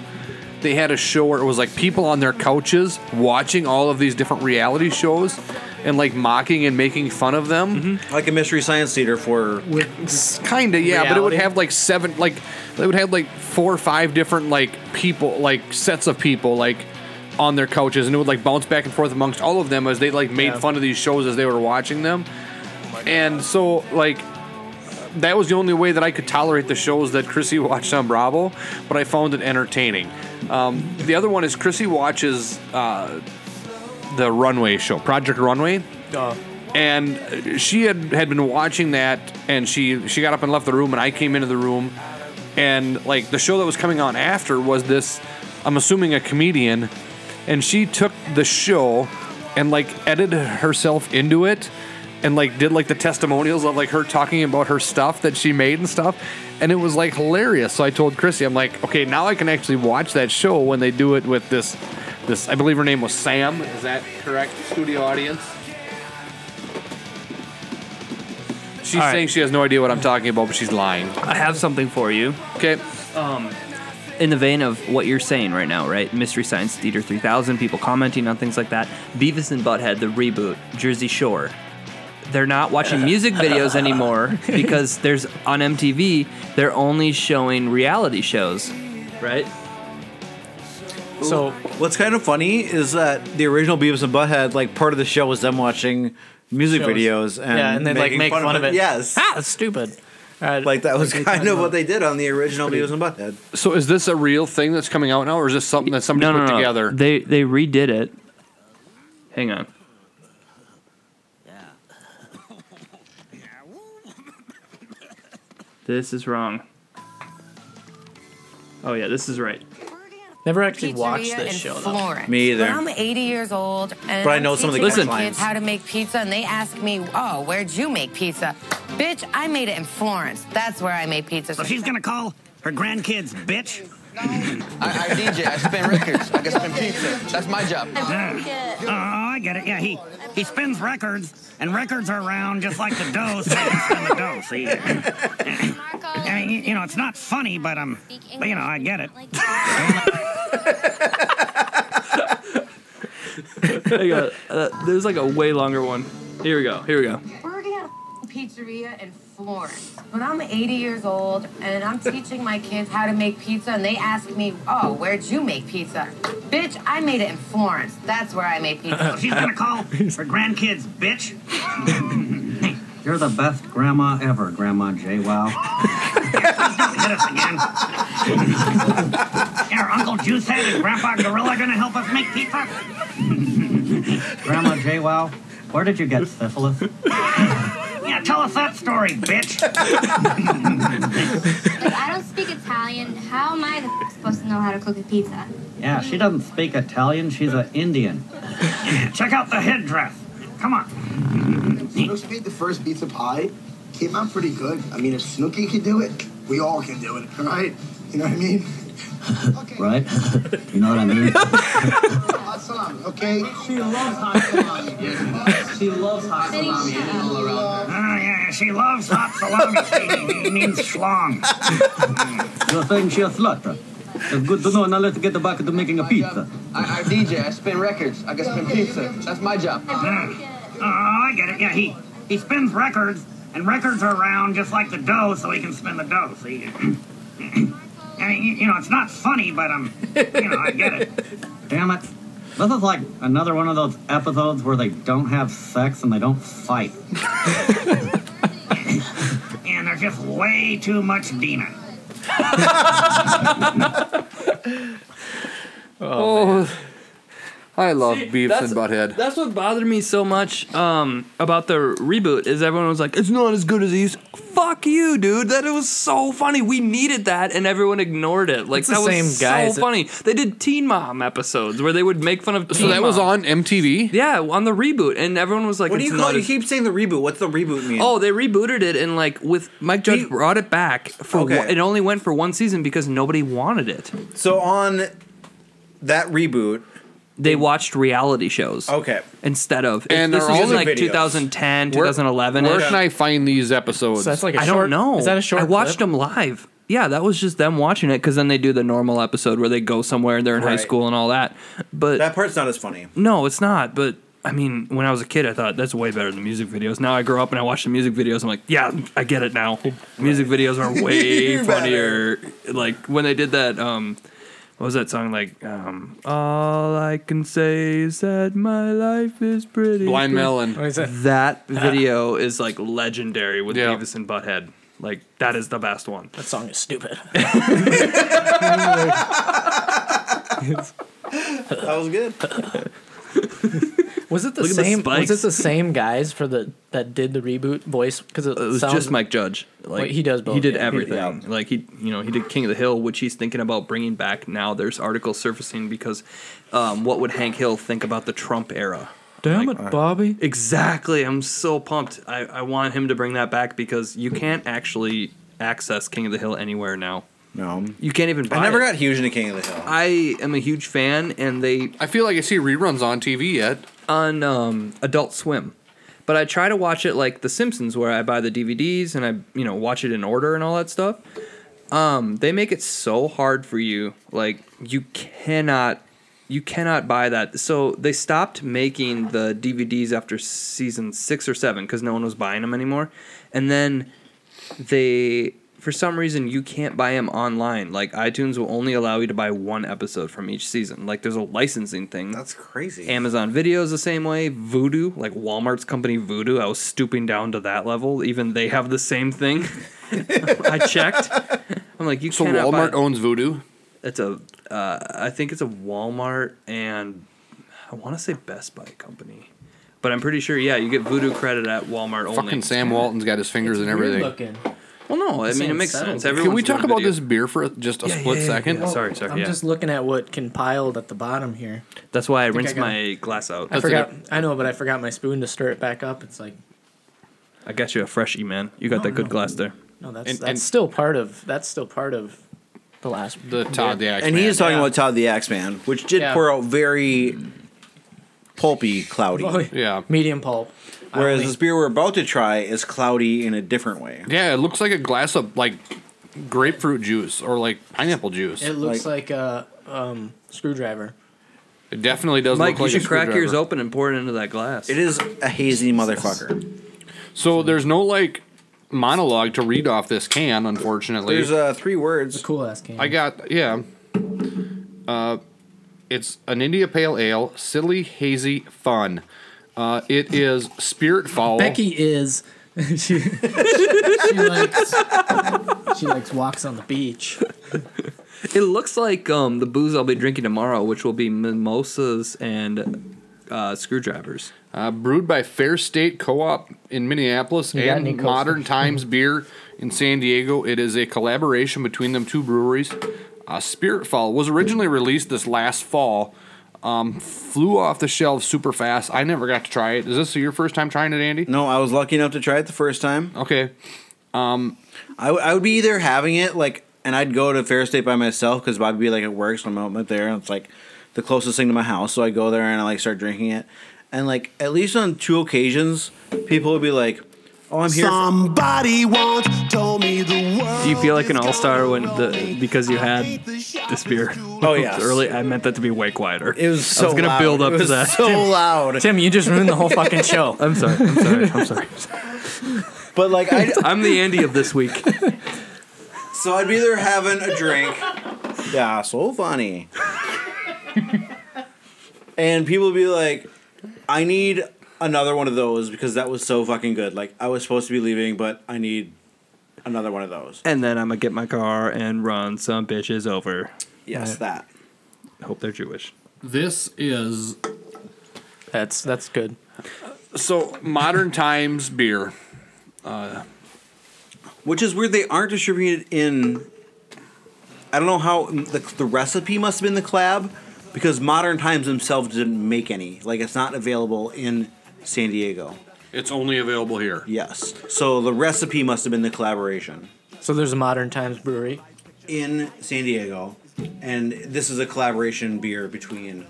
Speaker 6: They had a show where it was like people on their couches watching all of these different reality shows and like mocking and making fun of them.
Speaker 8: Like a mystery science theater for
Speaker 6: It's Kinda, yeah, but it would
Speaker 9: Reality?
Speaker 6: have like seven, like they would have like four or five different like people, like sets of people, like on their couches, and it would like bounce back and forth amongst all of them as they like made
Speaker 9: Yeah.
Speaker 6: fun of these shows as they were watching them. and so like that was the only way that I could tolerate the shows that Chrissy watched on Bravo, but I found it entertaining. Um, the other one is Chrissy watches uh, the Runway show, Project Runway,
Speaker 9: Oh.
Speaker 6: and she had had been watching that, and she she got up and left the room, and I came into the room, and like the show that was coming on after was this, I'm assuming a comedian, and she took the show and like edited herself into it and like did like the testimonials of like her talking about her stuff that she made and stuff and it was like hilarious so i told chrissy i'm like okay now i can actually watch that show when they do it with this this i believe her name was sam is that correct studio audience she's
Speaker 2: All right.
Speaker 6: saying she has no idea what i'm talking about but she's lying
Speaker 2: like, I have something for you.
Speaker 6: okay
Speaker 2: in the vein of what you're saying right now, right? Mystery Science Theater 3000, people commenting on things like that. Beavis and Butthead, the reboot, Jersey Shore. They're not watching music videos anymore because there's on MTV, they're only showing reality shows, right?
Speaker 9: So
Speaker 8: What's kind of funny is that the original Beavis and Butthead, like part of the show was them watching music
Speaker 9: Shows.
Speaker 8: videos and
Speaker 9: yeah, and they like
Speaker 8: making
Speaker 9: make fun, of it.
Speaker 8: Yes,
Speaker 9: ah, that's stupid. Uh,
Speaker 8: like that was
Speaker 9: they
Speaker 8: kind
Speaker 9: kinda-
Speaker 8: of what they did on the original Beavis and Butthead.
Speaker 6: so is this a real thing that's coming out now or is this something that somebody put together
Speaker 2: They they redid it. Hang on. This is wrong. Oh yeah, this is right.
Speaker 9: Never actually watched this show. Though.
Speaker 8: Me either.
Speaker 3: But I'm 80 years old, and
Speaker 8: But I
Speaker 3: I'm
Speaker 8: know some of the
Speaker 3: teaching
Speaker 2: guidelines.
Speaker 3: kids how to make pizza, and they ask me, "Oh, where'd you make pizza?" Bitch, I made it in Florence. That's where I made pizza. So she's gonna call her grandkids, bitch.
Speaker 13: I, I DJ, I spin records, I can spin pizza. That's my job.
Speaker 3: Get
Speaker 19: Oh, I get it. Yeah, he he spins records, and records are round just like the dough. So he can spin the dough. See, I mean, you- you know, it's not funny, but um, but, you know, I get it.
Speaker 2: Hang on. Uh, there's like a way longer one. Here we go. Here we go.
Speaker 3: We're gonna have a pizzeria in Florence. When I'm 80 years old and I'm teaching my kids how to make pizza, and they ask me, "Oh, where'd you make pizza?" Bitch, I made it in Florence. That's where I made pizza.
Speaker 19: She's gonna call her grandkids, bitch. You're the best grandma ever, Grandma J. Wow. Hit us again. Are Uncle Juicehead and Grandpa Gorilla gonna help us make pizza? Grandma J. Wow, where did you get syphilis? yeah, tell us that story, bitch.
Speaker 3: I don't speak Italian. How am I supposed to know how to cook a pizza?
Speaker 19: Yeah, she doesn't speak Italian. She's an Indian. Check out the headdress. Come on.
Speaker 13: Snooks made the first pizza pie. Came out pretty good. I mean, if Snooky could do it, we all can do it, all right? You know what I mean? right? You know what I mean?
Speaker 3: Hot salami, okay? She loves hot salami. she loves hot salami.
Speaker 20: Oh, yeah, she loves hot salami. He means schlong.
Speaker 13: You're saying she a slut. It's good to know. Now let's get back to making a pizza.
Speaker 3: I, I DJ. I spin records. I can spin pizza. That's my job.
Speaker 20: Oh, I get it. Yeah, he he spins records, and records are round just like the dough, so he can spin the dough. See, I mean, you- you know, it's not funny, but um, you know, I get it.
Speaker 13: Damn it. This is like another one of those episodes where they don't have sex and they don't fight.
Speaker 20: And there's just way too much Dina.
Speaker 6: Oh, I love
Speaker 2: See,
Speaker 6: Beavis
Speaker 2: that's-
Speaker 6: and Butthead.
Speaker 2: That's what bothered me so much um, about the reboot is everyone was like, "It's not as good as these." Fuck you, dude. That it was so funny. We needed that, and everyone ignored it. Like
Speaker 21: It's the
Speaker 2: that was
Speaker 21: same
Speaker 2: so
Speaker 21: guys that-
Speaker 2: funny. They did Teen Mom episodes where they would make fun of.
Speaker 6: So
Speaker 2: Teen
Speaker 6: that was
Speaker 2: Mom.
Speaker 6: on MTV.
Speaker 2: Yeah, on the reboot, and everyone was like,
Speaker 6: What do
Speaker 2: "It's
Speaker 6: you call
Speaker 2: not
Speaker 6: it?
Speaker 2: as
Speaker 6: You
Speaker 8: keep saying the reboot. What's the reboot mean?
Speaker 2: Oh, they rebooted it and like with Mike Judge brought it back for
Speaker 8: Okay.
Speaker 2: one, it only went for one season because nobody wanted it.
Speaker 8: So on that reboot,
Speaker 2: they watched reality shows.
Speaker 8: Okay.
Speaker 2: Instead of
Speaker 6: Oh. And
Speaker 2: this
Speaker 6: they're
Speaker 2: was in
Speaker 6: all-
Speaker 2: like
Speaker 6: videos.
Speaker 2: 2010,
Speaker 6: Where-
Speaker 2: 2011.
Speaker 6: Where can I find these episodes?
Speaker 2: I don't know. I watched them live. Yeah, that was just them watching it because then they do the normal episode where they go somewhere and they're in high
Speaker 8: Right.
Speaker 2: school and all that. But
Speaker 8: that part's not as funny.
Speaker 2: No, it's not. But I mean, when I was a kid, I thought that's way better than music videos. Now I grow up and I watch the music videos. I'm like, yeah, I get it now. Music videos are way
Speaker 21: You
Speaker 2: funnier. Like when they did that. um what was that song like? Um, All I can say is that my life is pretty.
Speaker 6: Blind
Speaker 2: good."
Speaker 6: Melon. What is that?
Speaker 2: That video is like legendary with Beavis and Butthead. Like that is the best one.
Speaker 9: That song is stupid.
Speaker 8: That was good.
Speaker 9: Was it the
Speaker 2: Look at the
Speaker 9: same? was it
Speaker 2: spikes.
Speaker 9: the same guys for the that did the reboot voice? Because it,
Speaker 2: It was
Speaker 9: sounds,
Speaker 2: just Mike Judge. Like
Speaker 9: Wait, he does both,
Speaker 2: He did
Speaker 9: yeah.
Speaker 2: everything.
Speaker 9: Yeah.
Speaker 2: Like he, you know, he did King of the Hill, which he's thinking about bringing back now. There's articles surfacing because, um, what would Hank Hill think about the Trump era?
Speaker 21: Damn it, Bobby.
Speaker 2: Exactly. I'm so pumped. I, I want him to bring that back because you can't actually access King of the Hill anywhere now.
Speaker 8: No.
Speaker 2: You can't even buy
Speaker 8: I never
Speaker 2: it.
Speaker 8: got huge into King of the Hill.
Speaker 2: I am a huge fan, and they.
Speaker 6: I feel like I see reruns on TV yet.
Speaker 2: On um, Adult Swim, but I try to watch it like The Simpsons, where I buy the DVDs and I you know watch it in order and all that stuff. Um, they make it so hard for you, like you cannot. You cannot buy that. So they stopped making the DVDs after season six or seven because no one was buying them anymore. And then they for some reason you can't buy them online like itunes will only allow you to buy one episode from each season like there's a licensing thing that's
Speaker 8: crazy
Speaker 2: amazon video is the same way voodoo like walmart's company voodoo i was stooping down to that level even they have the same thing i checked i'm like you
Speaker 6: So
Speaker 2: cannot buy-
Speaker 6: Walmart owns Voodoo.
Speaker 2: it's a uh, i think it's a walmart and i want to say best buy company but i'm pretty sure yeah you get voodoo credit at walmart only
Speaker 6: Fucking Sam Walton's got his fingers in everything.
Speaker 2: well no i mean it makes sense Everyone's
Speaker 6: Can we talk
Speaker 2: doing
Speaker 6: about
Speaker 2: video.
Speaker 6: this beer for just a split second?
Speaker 2: Sorry, sorry.
Speaker 9: I'm
Speaker 2: yeah.
Speaker 9: just looking at what compiled at the bottom here.
Speaker 2: That's why I,
Speaker 9: think I
Speaker 2: rinsed
Speaker 9: got-
Speaker 2: my glass out.
Speaker 9: I forgot. I know, but I forgot my spoon to stir it back up. It's like
Speaker 2: I got you a freshie, man. You got that good glass there.
Speaker 9: no, that's
Speaker 2: And-
Speaker 9: that's
Speaker 2: and-
Speaker 9: still part of that's still part of the last
Speaker 6: the Todd the
Speaker 8: and he is talking about Todd the Axe Man, which did
Speaker 9: Yeah.
Speaker 8: pour out very pulpy, cloudy.
Speaker 6: Yeah.
Speaker 9: medium pulp. I
Speaker 8: Whereas
Speaker 9: only-
Speaker 8: this beer we're about to try is cloudy in a different way.
Speaker 6: Yeah, it looks like a glass of like grapefruit juice or like pineapple juice.
Speaker 9: it looks like, a um, screwdriver.
Speaker 6: it definitely does.
Speaker 2: Mike,
Speaker 6: look
Speaker 2: you
Speaker 6: like a
Speaker 2: should crack yours
Speaker 6: screwdriver.
Speaker 2: open and pour it into that glass.
Speaker 8: It is a hazy motherfucker.
Speaker 6: So there's no like monologue to read off this can, unfortunately.
Speaker 8: There's uh, three words.
Speaker 9: cool ass can.
Speaker 6: I got yeah. Uh, it's an India Pale Ale, silly, hazy, fun. Uh, it is spirit foul.
Speaker 9: Becky is she, she likes she likes walks on the beach.
Speaker 2: It looks like um, the booze I'll be drinking tomorrow, which will be mimosas and uh, screwdrivers.
Speaker 6: Uh, brewed by Fair State Co-op in Minneapolis
Speaker 2: You got any
Speaker 6: and
Speaker 2: coasters?
Speaker 6: Modern Times Beer in San Diego. It is a collaboration between them two breweries. Uh, Spirit Fall was originally released this last fall. Um, flew off the shelves super fast. I never got to try it. Is this your first time trying it, Andy?
Speaker 8: No, I was lucky enough to try it the first time.
Speaker 6: Okay.
Speaker 8: Um, I, w- I would be either having it like and I'd go to Fair State by myself because Bobby'd be like at work, so I'm out up there, and it's like the closest thing to my house. So I go there and I like start drinking it, and like at least on two occasions, people would be like, "Oh, I'm here." for-"
Speaker 22: Somebody once told me the world.
Speaker 2: Do you feel like an all star when the because you had this beer?
Speaker 8: Oh, yes.
Speaker 2: early. I meant that to be way quieter.
Speaker 8: It was
Speaker 2: I
Speaker 8: so
Speaker 2: was gonna
Speaker 8: loud.
Speaker 2: build up
Speaker 8: It was
Speaker 2: to that.
Speaker 8: so loud.
Speaker 9: Tim, you just ruined the whole fucking show.
Speaker 2: I'm sorry. I'm sorry. I'm sorry.
Speaker 8: But like I,
Speaker 2: I'm the Andy of this week.
Speaker 8: so I'd be there having a drink. yeah, so funny. and people would be like, I need another one of those because that was so fucking good. Like I was supposed to be leaving, but I need another one of those.
Speaker 2: And then I'm gonna get my car and run some bitches over.
Speaker 8: Yes, that.
Speaker 2: Hope they're Jewish.
Speaker 23: This is
Speaker 9: That's that's good.
Speaker 6: So modern times beer. Uh,
Speaker 8: Which is weird. They aren't distributed in. I don't know how the, the recipe must have been the collab, because Modern Times themselves didn't make any. Like it's not available in San Diego.
Speaker 6: It's only available here.
Speaker 8: Yes. So the recipe must have been the collaboration
Speaker 9: So there's a Modern Times brewery.
Speaker 8: in San Diego, and this is a collaboration beer between.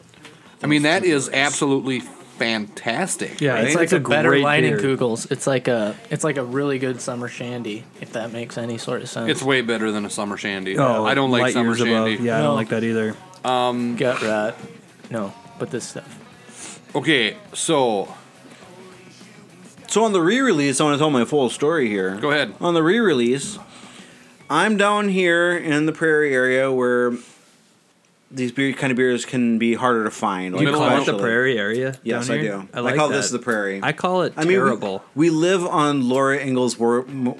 Speaker 6: I mean, that is absolutely fantastic.
Speaker 9: Yeah,
Speaker 6: right?
Speaker 9: it's like a, better lighting Googles. It's like a it's like a really good summer shandy, if that makes any sort of sense.
Speaker 6: It's way better than a summer shandy.
Speaker 9: Oh,
Speaker 6: I don't like
Speaker 9: light
Speaker 6: summer
Speaker 9: years above.
Speaker 6: shandy.
Speaker 9: Yeah, I don't No. like
Speaker 2: that either.
Speaker 6: Um,
Speaker 9: gut rot. No, but this stuff.
Speaker 6: Okay, so
Speaker 8: So on the re-release, I want to tell my full story here. Go
Speaker 6: ahead.
Speaker 8: On the re-release, I'm down here in the prairie area where these beer kind of beers can be harder to find.
Speaker 2: Do you call it the
Speaker 8: especially-
Speaker 2: prairie area?
Speaker 8: Yes,
Speaker 2: down
Speaker 8: I
Speaker 2: here?
Speaker 8: do.
Speaker 2: I,
Speaker 8: I,
Speaker 2: like
Speaker 8: call
Speaker 2: that.
Speaker 8: this the prairie.
Speaker 2: I call it
Speaker 8: I mean, we-
Speaker 2: terrible.
Speaker 8: We, live on Laura Ingalls. Wor- Mo-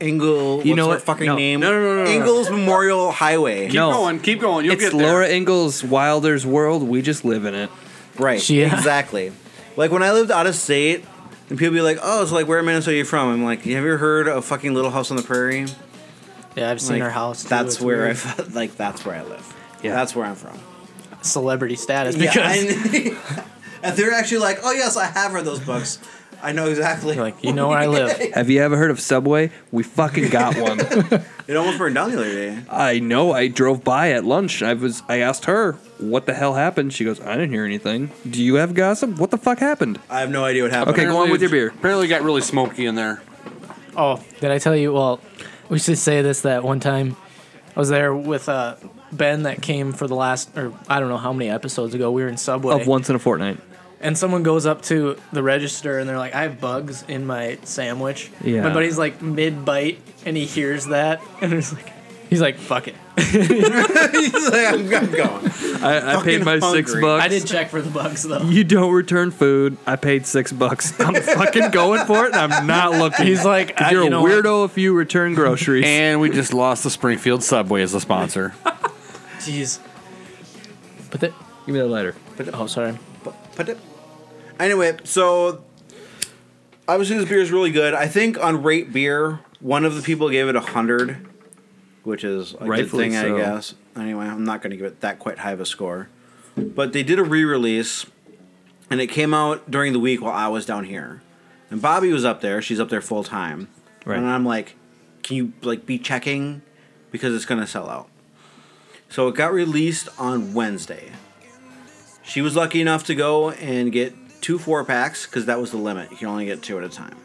Speaker 8: Ingle,
Speaker 2: You know
Speaker 8: what's her
Speaker 2: what?
Speaker 8: fucking
Speaker 2: No.
Speaker 8: name?
Speaker 2: No, no, no, no, no.
Speaker 8: Ingalls Memorial Highway.
Speaker 2: Keep No. going,
Speaker 6: keep going.
Speaker 2: it's Laura Ingalls Wilder's world. We just live in it.
Speaker 8: Right.
Speaker 2: Yeah.
Speaker 8: Exactly. Like when I lived out of state, and people be like, "Oh, so like where in Minnesota are you from?" I'm like, "You ever heard of fucking Little House on the Prairie?"
Speaker 9: Yeah, I've seen
Speaker 8: Like,
Speaker 9: her house. Too.
Speaker 8: That's
Speaker 9: It's
Speaker 8: where
Speaker 9: weird.
Speaker 8: I like. That's where I live. Yeah. That's where I'm from.
Speaker 9: celebrity status
Speaker 8: Yeah,
Speaker 9: because
Speaker 8: I- and they're actually like, "Oh yes, I have read those books. I know exactly."
Speaker 9: like you know where I live.
Speaker 2: Have you ever heard of Subway? We fucking got one.
Speaker 8: it almost burned down the other day.
Speaker 2: I know. I drove by at lunch. I was. I asked her what the hell happened. She goes, I didn't hear anything. Do you have gossip? What the fuck happened?
Speaker 8: I have no idea what happened.
Speaker 2: Okay, go on with your beer.
Speaker 6: Apparently, it got really smoky in there.
Speaker 9: Oh, did I tell you? Well, we should say this that one time I was there with uh, Ben that came for the last, or I don't know how many episodes ago. We were in Subway.
Speaker 2: Of once in a fortnight.
Speaker 9: And someone goes up to the register and they're like, I have bugs in my sandwich.
Speaker 2: Yeah.
Speaker 9: My buddy's like mid bite and he hears that and he's like, he's like, fuck it.
Speaker 8: he's like, I'm, I'm going.
Speaker 2: I, I paid my six bucks.
Speaker 9: I did check for the bugs though.
Speaker 2: You don't return food. I paid six bucks. I'm fucking going for it, and I'm not looking.
Speaker 9: He's like,
Speaker 2: 'Cause
Speaker 9: I-
Speaker 2: you're
Speaker 9: you
Speaker 2: a
Speaker 9: know what?
Speaker 2: weirdo if you return groceries.
Speaker 6: And we just lost the Springfield Subway as a sponsor.
Speaker 9: Jeez. But that.
Speaker 2: Give me that lighter.
Speaker 9: oh, sorry.
Speaker 8: Put it. Anyway, so obviously this beer is really good. I think on Rate Beer, one of the people gave it a hundred, which is a
Speaker 2: Rightfully
Speaker 8: good thing,
Speaker 2: so.
Speaker 8: I guess. Anyway, I'm not going to give it that quite high of a score, but they did a re-release, and it came out during the week while I was down here, and Bobby was up there. She's up there full time,
Speaker 2: Right.
Speaker 8: and I'm like, "Can you like be checking because it's going to sell out?" So it got released on Wednesday. She was lucky enough to go and get two four packs because that was the limit. You can only get two at a time.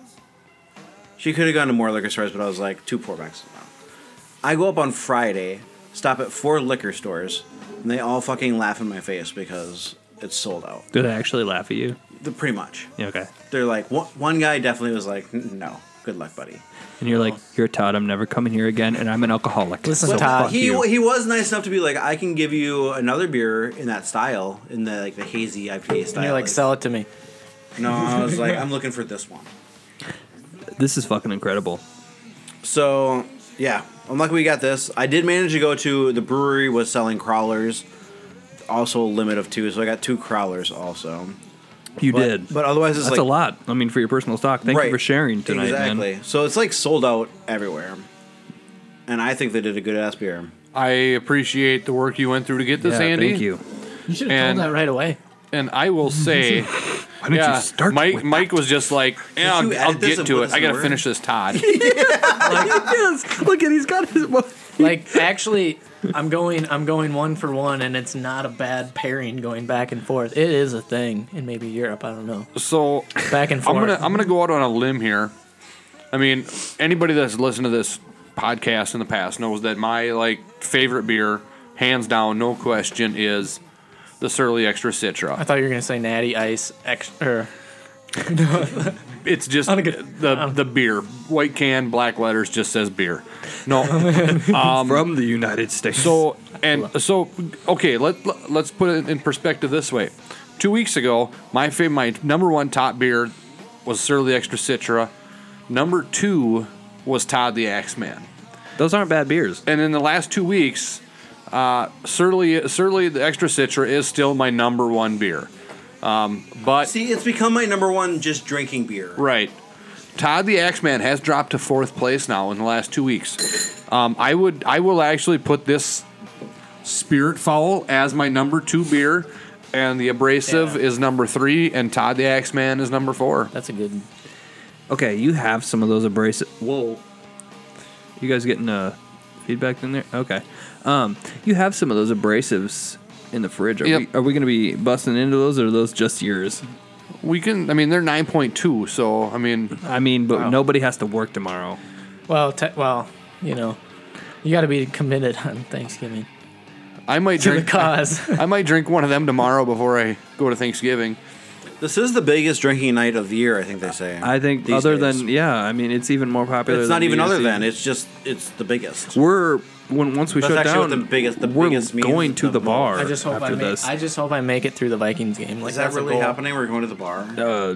Speaker 8: She could have gone to more liquor stores, but I was like, two four packs. is enough. I go up on Friday, stop at four liquor stores, and they all fucking laugh in my face because it's sold out.
Speaker 2: Do they actually laugh at you?
Speaker 8: The, pretty much.
Speaker 2: Yeah, okay.
Speaker 8: They're like, one, one guy definitely was like, "N- no, good luck, buddy.
Speaker 2: And you're like, you're Todd. I'm never coming here again, and I'm an alcoholic.
Speaker 9: Listen,
Speaker 2: so
Speaker 9: Todd,
Speaker 2: fuck
Speaker 8: Uh, he,
Speaker 2: you.
Speaker 8: he was nice enough to be like, I can give you another beer in that style, in the like the hazy IPA style.
Speaker 9: And you're like, sell it to me.
Speaker 8: no, I was like, I'm looking for this one.
Speaker 2: this is fucking incredible.
Speaker 8: So yeah, I'm lucky we got this. I did manage to go to the brewery was selling crawlers, also a limit of two, so I got two crawlers also.
Speaker 2: You
Speaker 8: But-
Speaker 2: did.
Speaker 8: but otherwise it's
Speaker 2: that's a
Speaker 8: like-
Speaker 2: lot. I mean, for your personal stock. Thank
Speaker 8: Right.
Speaker 2: you for sharing tonight, man.
Speaker 8: exactly. So it's like sold out everywhere, and I think they did a good ass beer.
Speaker 6: I appreciate the work you went through to get this,
Speaker 8: Yeah,
Speaker 6: Andy.
Speaker 8: thank you.
Speaker 9: You should have
Speaker 6: And-
Speaker 9: told that right away.
Speaker 6: And I will say,
Speaker 9: Why don't you
Speaker 6: yeah,
Speaker 9: start
Speaker 6: Mike. Mike was just like, yeah,
Speaker 9: you
Speaker 6: I'll,
Speaker 9: edit
Speaker 6: I'll
Speaker 9: this
Speaker 6: get
Speaker 9: and
Speaker 6: to
Speaker 9: put
Speaker 6: it.
Speaker 9: this
Speaker 6: I
Speaker 9: in
Speaker 6: gotta
Speaker 9: Word?
Speaker 6: finish this, Todd.
Speaker 2: yes. Look at he's got his.
Speaker 9: like actually, I'm going. I'm going one for one, and it's not a bad pairing going back and forth. It is a thing in maybe Europe. I don't know.
Speaker 6: So
Speaker 9: back and forth.
Speaker 6: I'm gonna I'm gonna go out on a limb here. I mean, anybody that's listened to this podcast in the past knows that my like favorite beer, hands down, no question, is the Surly Extra Citra.
Speaker 9: I thought you were gonna say Natty Ice er, extra.
Speaker 6: It's just the the beer, white can, black letters, just says beer. No, um,
Speaker 24: from the United States.
Speaker 6: So and so, okay. Let let's put it in perspective this way. Two weeks ago, my fav- my number one top beer was Surly Extra Citra. Number two was Todd the Axeman.
Speaker 2: Those aren't bad beers.
Speaker 6: And in the last two weeks, uh, Surly Surly the Extra Citra is still my number one beer. Um, but
Speaker 8: See, it's become my number one just drinking beer.
Speaker 6: Right. Todd the Axeman has dropped to fourth place now in the last two weeks. Um, I would I will actually put this Spirit Foul as my number two beer, and the Abrasive is number three, and Todd the Axeman is number four.
Speaker 9: That's a good.
Speaker 2: Okay, you have some of those abrasive. Whoa. You guys getting uh, feedback in there? Okay. Um, you have some of those abrasives in the fridge. Are
Speaker 6: Yep.
Speaker 2: we, are we going to be busting into those or are those just yours?
Speaker 6: We can, I mean, they're 9.2, so, I mean.
Speaker 2: I mean, but
Speaker 6: Wow.
Speaker 2: nobody has to work tomorrow.
Speaker 9: Well, te- well, you know, you got to be committed on Thanksgiving.
Speaker 6: I might
Speaker 9: To the
Speaker 6: drink
Speaker 9: cause.
Speaker 6: I might drink one of them tomorrow before I go to Thanksgiving.
Speaker 8: This is the biggest drinking night of the year, I think they say.
Speaker 2: I think
Speaker 8: These
Speaker 2: other
Speaker 8: days.
Speaker 2: than yeah, I mean it's even more popular.
Speaker 8: it's
Speaker 2: than
Speaker 8: not even
Speaker 2: BSE.
Speaker 8: other than. It's just it's the biggest.
Speaker 2: we're when once we
Speaker 8: That's
Speaker 2: shut
Speaker 8: actually
Speaker 2: down
Speaker 8: what the biggest- the
Speaker 2: we're
Speaker 8: biggest means
Speaker 2: going to the
Speaker 8: the
Speaker 2: bar.
Speaker 9: I just hope
Speaker 2: after
Speaker 9: I make,
Speaker 2: this.
Speaker 9: I just hope I make it through the Vikings game. Like
Speaker 8: Is that
Speaker 9: that's a
Speaker 8: really
Speaker 9: goal.
Speaker 8: happening? We're going to the bar.
Speaker 2: Uh,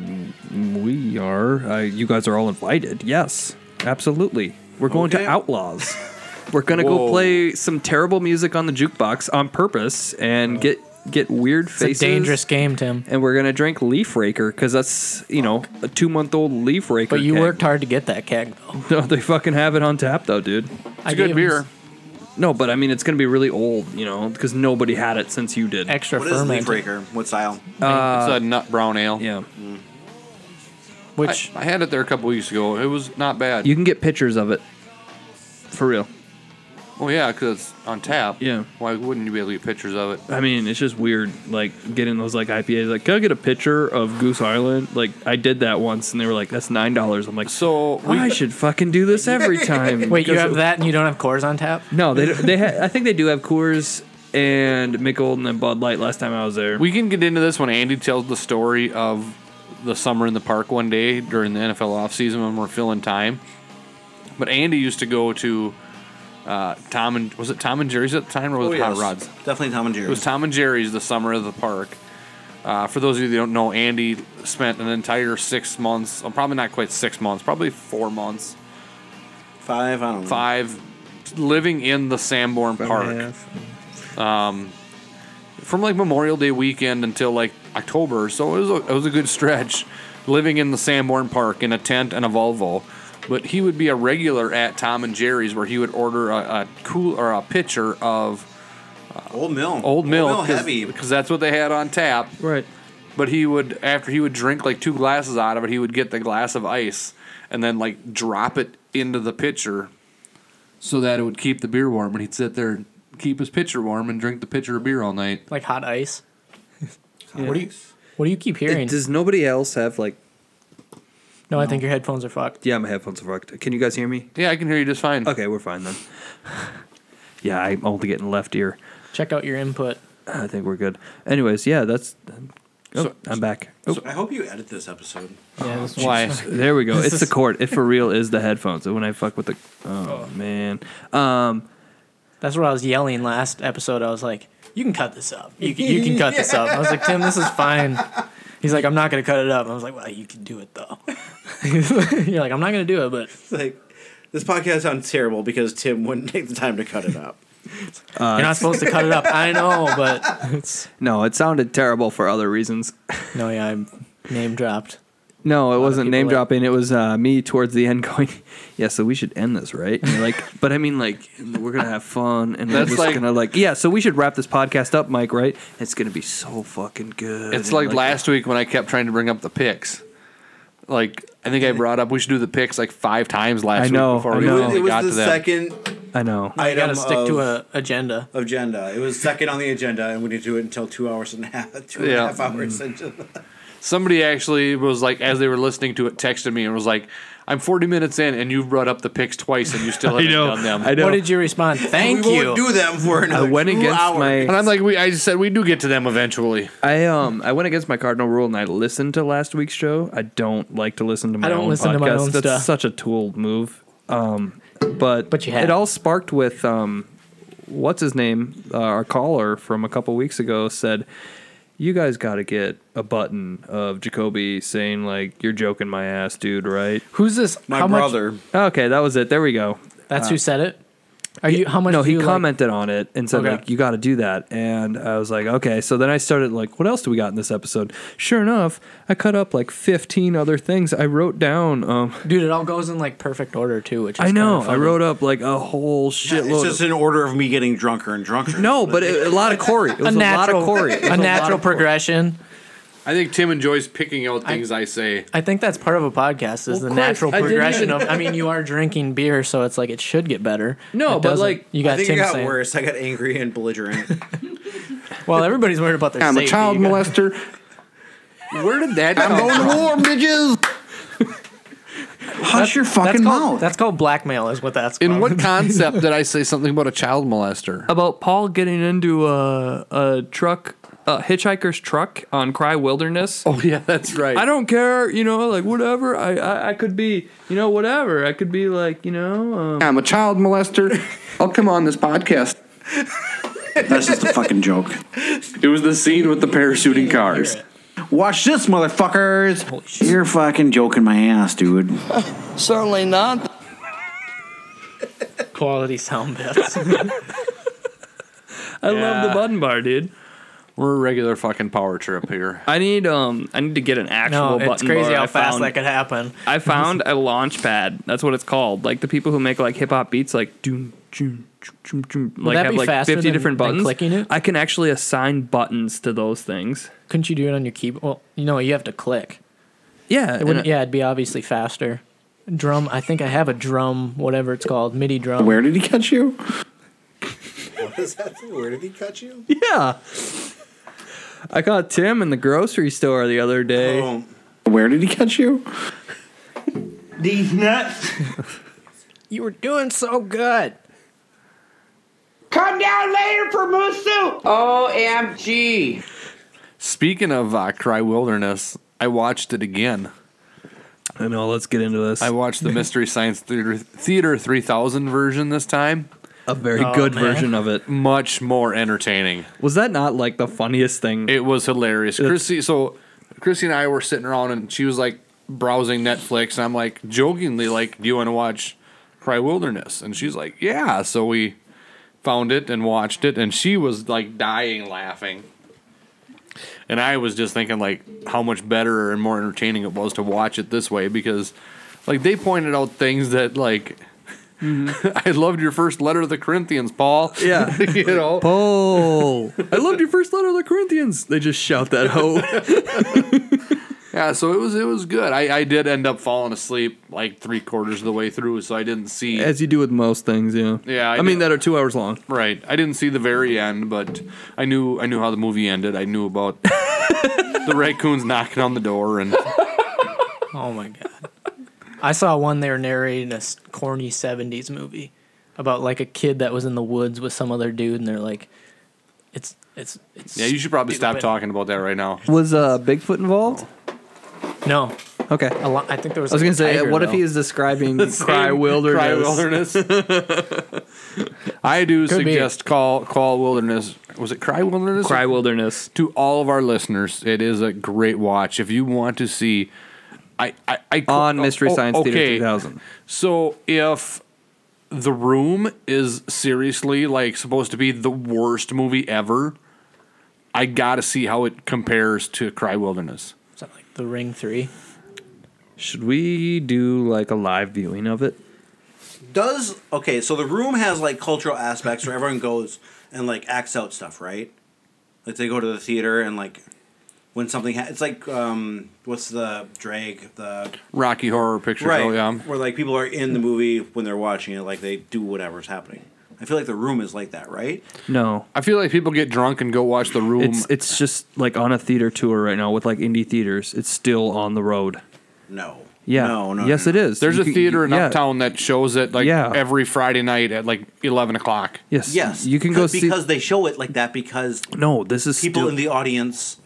Speaker 2: we are. Uh, you guys are all invited. Yes, absolutely. We're going
Speaker 8: Okay.
Speaker 2: to Outlaws. We're gonna
Speaker 6: Whoa.
Speaker 2: go play some terrible music on the jukebox on purpose and get get weird
Speaker 9: It's
Speaker 2: faces.
Speaker 9: a dangerous game, Tim.
Speaker 2: And we're gonna drink Leaf Raker because that's you know a two month old Leaf Raker.
Speaker 9: But you
Speaker 2: keg.
Speaker 9: worked hard to get that keg.
Speaker 2: No, they fucking have it on tap though, dude.
Speaker 9: I good gave 'em beer. s-
Speaker 2: No, but I mean it's gonna be really old, you know, because nobody had it since you did.
Speaker 9: Extra
Speaker 8: What is Leaf Raker? What style?
Speaker 2: Uh,
Speaker 6: it's a nut brown ale.
Speaker 2: Yeah.
Speaker 9: Which
Speaker 6: I, I had it there a couple weeks ago. It was not bad.
Speaker 2: You can get pictures of it. For real.
Speaker 6: well, yeah, because it's on tap.
Speaker 2: Yeah.
Speaker 6: Why wouldn't you be able to get pictures of it?
Speaker 2: I mean, it's just weird, like getting those like IPAs. Like, can I get a picture of Goose Island? Like, I did that once, and they were like, "That's nine dollars." I'm like,
Speaker 6: "So
Speaker 9: we-
Speaker 2: I should fucking do this every time."
Speaker 9: Wait, you
Speaker 2: because-
Speaker 9: have that and you don't have cores on tap?
Speaker 2: No, they don't- they. Ha- I think they do have Coors and Michelob and then Bud Light. Last time I was there,
Speaker 6: We can get into this when Andy tells the story of the summer in the park one day during the NFL offseason when we're filling time. But Andy used to go to uh, Tom and was it Tom and Jerry's at the time or was
Speaker 8: Oh,
Speaker 6: it
Speaker 8: yes.
Speaker 6: Hot Rods?
Speaker 8: Definitely Tom and
Speaker 6: It was
Speaker 8: Jerry's.
Speaker 6: Tom and Jerry's the summer of the park. Uh, for those of you that don't know, Andy spent an entire six months, well, probably not quite six months, probably four months,
Speaker 8: Five. I don't know.
Speaker 6: five, living in the Sanborn Park. Um, from like Memorial Day weekend until like October, so it was a, it was a good stretch living in the Sanborn Park in a tent and a Volvo. But he would be a regular at Tom and Jerry's where he would order a, a cool or a pitcher of
Speaker 8: Old Mill.
Speaker 6: Old Mill,
Speaker 8: Mill
Speaker 6: cause,
Speaker 8: heavy.
Speaker 6: because that's what they had on tap.
Speaker 2: Right.
Speaker 6: But he would after he would drink like two glasses out of it, he would get the glass of ice and then like drop it into the pitcher so that it would keep the beer warm. And he'd sit there, and keep his pitcher warm, and drink the pitcher of beer all night.
Speaker 9: Like hot ice? What do you What do you keep hearing?
Speaker 2: Does nobody else have like?
Speaker 9: no, I think your headphones are fucked.
Speaker 2: Yeah, my headphones are fucked. Can you guys hear me?
Speaker 6: Yeah, I can hear you just fine.
Speaker 2: Okay, we're fine then. yeah, I'm only getting left ear.
Speaker 9: Check out your input.
Speaker 2: I think we're good. Anyways, yeah, that's. Oh,
Speaker 8: So-
Speaker 2: I'm back.
Speaker 8: So I hope you edit this episode.
Speaker 9: Yeah, this
Speaker 6: Why?
Speaker 2: There we go.
Speaker 6: This
Speaker 2: It's the
Speaker 6: is-
Speaker 2: cord. It for real is the headphones. When I fuck with the, oh, man. Um,
Speaker 9: That's what I was yelling last episode. I was like, "You can cut this up. You can, you can cut this up." I was like, "Tim, this is fine." He's like, "I'm not gonna cut it up." I was like, "Well, you can do it though." You're like, "I'm not gonna do it," but
Speaker 8: It's like this podcast sounds terrible because Tim wouldn't take the time to cut it up.
Speaker 9: you're not supposed to cut it up. I know, but it's
Speaker 2: no, it sounded terrible for other reasons.
Speaker 9: no, yeah, I'm name dropped.
Speaker 2: No, it wasn't
Speaker 9: people
Speaker 2: name
Speaker 9: like-
Speaker 2: dropping. It was uh, me towards the end going, yeah, so we should end this, right? And you're like, but I mean, like, we're gonna have fun, and we're
Speaker 6: That's
Speaker 2: just
Speaker 6: like-
Speaker 2: gonna like, yeah, so we should wrap this podcast up, Mike, right? It's gonna be so fucking good.
Speaker 6: It's
Speaker 2: And,
Speaker 6: like last week when I kept trying to bring up the picks. Like I think I brought up we should do the picks like five times last
Speaker 2: I know,
Speaker 6: week before
Speaker 2: I
Speaker 6: we
Speaker 2: know.
Speaker 6: finally
Speaker 8: it was
Speaker 6: got
Speaker 8: the
Speaker 6: to them.
Speaker 8: second
Speaker 2: I know.
Speaker 9: You gotta
Speaker 8: item
Speaker 9: stick to
Speaker 8: of-
Speaker 9: a agenda.
Speaker 8: Agenda. It was second on the agenda, and we didn't do it until two hours and a half, two and a
Speaker 6: Yeah.
Speaker 8: half hours into
Speaker 6: Somebody actually was like, as they were listening to it, texted me and was like, "I'm 40 minutes in, and you've brought up the picks twice, and you still haven't done them."
Speaker 9: What did you respond? Thank
Speaker 6: We
Speaker 9: you.
Speaker 6: won't do them for another
Speaker 2: I went
Speaker 6: two
Speaker 2: against
Speaker 6: hours.
Speaker 2: my.
Speaker 6: And I'm like, we. I just said we do get to them eventually.
Speaker 2: I um I went against my cardinal rule and I listened to last week's show. I don't like to listen to my
Speaker 9: I don't
Speaker 2: own
Speaker 9: listen
Speaker 2: podcast.
Speaker 9: to my own
Speaker 2: That's
Speaker 9: stuff.
Speaker 2: such a tool move. Um, but but
Speaker 9: you
Speaker 2: it
Speaker 9: have.
Speaker 2: all sparked with um, what's his name? Uh, our caller from a couple weeks ago said, "You guys got to get a button of Jacoby saying like you're joking my ass, dude. Right?
Speaker 9: Who's this? My How much- brother.
Speaker 2: okay, that was it. There we go.
Speaker 9: That's who said it. Are you? How much?
Speaker 2: No,
Speaker 9: do
Speaker 2: Uh, he
Speaker 9: you like-
Speaker 2: commented on it and said
Speaker 9: Okay.
Speaker 2: like, "You got to do that." And I was like, "Okay." So then I started like, "What else do we got in this episode?" Sure enough, I cut up like fifteen other things. I wrote down. Um,
Speaker 9: Dude, it all goes in like perfect order too, which is
Speaker 2: I know.
Speaker 9: kinda
Speaker 2: I
Speaker 9: funny.
Speaker 2: wrote up like a whole shitload.
Speaker 8: It's just
Speaker 2: of-
Speaker 8: an order of me getting drunker and drunker.
Speaker 2: no, but it, a lot of Corey. It was a, lot of Corey. It was
Speaker 9: a
Speaker 2: lot
Speaker 9: natural
Speaker 2: of-
Speaker 9: progression.
Speaker 6: I think Tim enjoys picking out things I, say.
Speaker 9: I think that's part of a podcast is the natural
Speaker 6: I didn't
Speaker 9: progression
Speaker 6: even-
Speaker 9: of. I mean, you are drinking beer, so it's like it should get better.
Speaker 2: No,
Speaker 9: It
Speaker 2: but,
Speaker 9: doesn't.
Speaker 2: like,
Speaker 9: you got
Speaker 8: I think
Speaker 9: Tim
Speaker 8: it got
Speaker 9: saying-
Speaker 8: worse. I got angry and belligerent.
Speaker 9: Well, everybody's worried about their
Speaker 8: I'm a
Speaker 9: safety.
Speaker 8: child
Speaker 9: You got-
Speaker 1: molester.
Speaker 6: Where did that
Speaker 8: I'm going to war, bitches.
Speaker 9: That's-
Speaker 8: your fucking
Speaker 9: that's called,
Speaker 8: mouth.
Speaker 9: That's called blackmail, is what that's.
Speaker 6: In
Speaker 9: called.
Speaker 6: what concept did I say something about a child molester?
Speaker 7: About Paul getting into a, a truck, a hitchhiker's truck on Cry Wilderness.
Speaker 6: Oh yeah, that's right.
Speaker 7: I don't care, you know, like whatever. I I, I could be, you know, whatever. I could be like, you know, um,
Speaker 1: I'm a child molester. I'll come on this podcast.
Speaker 8: That's just a fucking joke.
Speaker 6: It was the scene with the parachuting cars.
Speaker 8: Watch this, motherfuckers. You're fucking joking my ass, dude.
Speaker 25: Certainly not.
Speaker 9: Quality sound bits.
Speaker 7: I love
Speaker 6: Yeah.
Speaker 7: the button bar, dude.
Speaker 6: We're a regular fucking power trip here.
Speaker 7: I need um I need to get an
Speaker 9: no,
Speaker 7: actual button
Speaker 9: it's crazy
Speaker 7: bar
Speaker 9: how
Speaker 7: I
Speaker 9: fast
Speaker 7: found.
Speaker 9: that could happen.
Speaker 7: I found a launch pad. That's what it's called. Like the people who make like hip hop beats, like doom, doom, doom, doom,
Speaker 9: Would
Speaker 7: like
Speaker 9: that
Speaker 7: have
Speaker 9: be
Speaker 7: like
Speaker 9: faster
Speaker 7: fifty
Speaker 9: than-
Speaker 7: different
Speaker 9: than
Speaker 7: buttons.
Speaker 9: clicking it?
Speaker 7: I can actually assign buttons to those things.
Speaker 9: Couldn't you do it on your keyboard? Well, you know, you have to click.
Speaker 7: Yeah,
Speaker 9: It wouldn't, yeah, it'd be obviously faster. Drum. I think I have a drum, whatever it's called, MIDI drum.
Speaker 8: Where did he catch you?
Speaker 25: What is that? Where did he cut you?
Speaker 2: Yeah. I caught Tim in the grocery store the other day.
Speaker 8: Where did he catch you?
Speaker 25: These nuts.
Speaker 9: You were doing so good.
Speaker 25: Come down later for moose soup. OMG.
Speaker 6: Speaking of uh, Cry Wilderness, I watched it again.
Speaker 2: I know. Let's get into this.
Speaker 6: I watched the Mystery Science Theater Theater 3000 version this time.
Speaker 2: A very Oh, good man. version of it.
Speaker 6: Much more entertaining.
Speaker 2: Was that not like the funniest thing?
Speaker 6: It was hilarious. Chrissy, so Chrissy and I were sitting around, and she was like browsing Netflix, and I'm like jokingly like, "Do you want to watch Cry Wilderness?" And she's like, "Yeah." So we found it and watched it, and she was like dying laughing, and I was just thinking like how much better and more entertaining it was to watch it this way because like they pointed out things that like. I loved your first letter to the Corinthians, Paul.
Speaker 2: Yeah.
Speaker 6: you know.
Speaker 2: Paul. I loved your first letter of the Corinthians. They just shout that out.
Speaker 6: Yeah, so it was it was good. I, I did end up falling asleep like three quarters of the way through, so I didn't see
Speaker 2: As you do with most things, yeah.
Speaker 6: Yeah,
Speaker 2: I,
Speaker 6: I
Speaker 2: mean
Speaker 6: do.
Speaker 2: that are two hours long.
Speaker 6: right. I didn't see the very end, but I knew I knew how the movie ended. I knew about the raccoons knocking on the door, and
Speaker 9: Oh my god. I saw one they were narrating a s- corny 70s movie about like a kid that was in the woods with some other dude and they're like it's it's it's
Speaker 6: yeah, you should probably stop
Speaker 9: stupid.
Speaker 6: talking about that right now.
Speaker 2: Was uh, Bigfoot involved?
Speaker 9: No.
Speaker 2: Okay.
Speaker 9: A lo- I think there
Speaker 2: I
Speaker 9: was
Speaker 2: was
Speaker 9: like,
Speaker 2: gonna
Speaker 9: a
Speaker 2: say,
Speaker 9: tiger,
Speaker 2: what if
Speaker 9: though.
Speaker 2: he is describing
Speaker 6: The same
Speaker 2: cry wilderness?
Speaker 6: Cry Wilderness. I do
Speaker 2: Could be.
Speaker 6: suggest call call wilderness. Was it Cry Wilderness?
Speaker 7: Cry Wilderness.
Speaker 6: To all of our listeners, it is a great watch. If you want to see, I I, I
Speaker 2: On Mystery Science Theater
Speaker 6: Oh, okay.
Speaker 2: 3000.
Speaker 6: So if the Room is seriously like supposed to be the worst movie ever, I gotta see how it compares to Cry Wilderness.
Speaker 9: the ring 3.
Speaker 2: Should we do like a live viewing of it?
Speaker 8: Does okay? So the room has like cultural aspects where everyone goes and like acts out stuff, right? Like they go to the theater and like when something ha- it's like um, what's the drag the
Speaker 6: Rocky Horror Picture
Speaker 8: right
Speaker 2: oh,
Speaker 6: Show. Yeah.
Speaker 8: where like people are in the movie when they're watching it like they do whatever's happening. I feel like the room is like that, right?
Speaker 2: No.
Speaker 6: I feel like people get drunk and go watch the room.
Speaker 2: It's it's just like on a theater tour right now with like indie theaters. It's still on the road.
Speaker 8: No.
Speaker 2: Yeah. Yes, it is.
Speaker 6: There's
Speaker 2: You
Speaker 6: a
Speaker 2: can-
Speaker 6: theater in
Speaker 2: yeah.
Speaker 6: Uptown that shows it like
Speaker 2: Yeah.
Speaker 6: every Friday night at like eleven o'clock.
Speaker 2: Yes.
Speaker 8: Yes,
Speaker 2: You can go
Speaker 8: because-
Speaker 2: see-
Speaker 8: because they show it like that because
Speaker 2: No, this is
Speaker 8: people
Speaker 2: stu-
Speaker 8: in the audience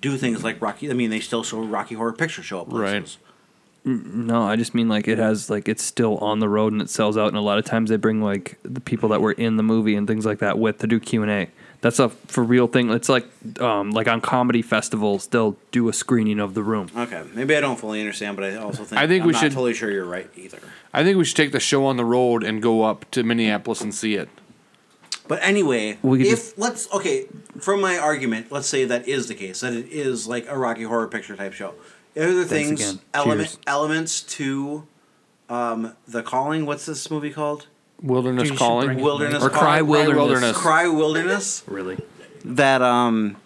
Speaker 8: do things like Rocky. I mean, they still show Rocky Horror Picture Show up. Right.
Speaker 2: N- No, I just mean like it has like it's still on the road and it sells out. And a lot of times they bring like the people that were in the movie and things like that with to do Q and A. That's a for real thing. It's like um like on comedy festivals they'll do a screening of the room.
Speaker 8: Okay, maybe I don't fully understand, but I also think
Speaker 6: I think
Speaker 8: I'm
Speaker 6: we
Speaker 8: not
Speaker 6: should-
Speaker 8: totally sure you're right either.
Speaker 6: I think we should take the show on the road and go up to Minneapolis and see it.
Speaker 8: But anyway,
Speaker 6: We could
Speaker 8: if
Speaker 6: just-
Speaker 8: let's okay, from my argument, let's say that is the case that it is like a Rocky Horror Picture type show. Are there
Speaker 2: Thanks
Speaker 8: things
Speaker 2: again.
Speaker 8: element
Speaker 2: Cheers.
Speaker 8: elements to um, the calling? What's this movie called?
Speaker 6: Wilderness Calling,
Speaker 8: Wilderness
Speaker 6: or Cry
Speaker 8: Calling?
Speaker 6: Wilderness.
Speaker 8: Cry Wilderness.
Speaker 2: Really?
Speaker 8: That um,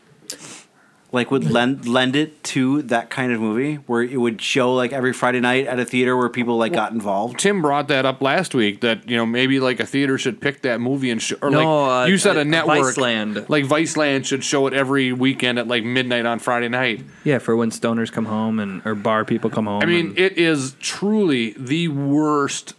Speaker 8: like would lend lend it to that kind of movie where it would show like every Friday night at a theater where people like got involved.
Speaker 6: Tim brought that up last week that you know maybe like a theater should pick that movie and show, or
Speaker 2: No,
Speaker 6: like
Speaker 2: uh,
Speaker 6: you said
Speaker 2: uh,
Speaker 6: a network
Speaker 2: Viceland.
Speaker 6: like Viceland should show it every weekend at like midnight on Friday night.
Speaker 2: Yeah, for when stoners come home and or bar people come home.
Speaker 6: I mean, it is truly the worst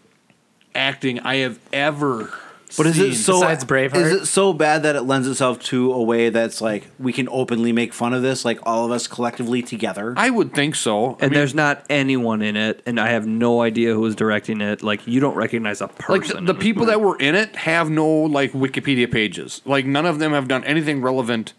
Speaker 6: acting I have ever.
Speaker 8: But is
Speaker 6: seen.
Speaker 8: it so? Is it so bad that it lends itself to a way that's like we can openly make fun of this, like all of us collectively together?
Speaker 6: I would think so.
Speaker 2: and there's not anyone in it, and I have no idea who was directing it. Like you don't recognize a
Speaker 6: like
Speaker 2: person.
Speaker 6: the, the people that were in it have no like Wikipedia pages. Like none of them have done anything relevant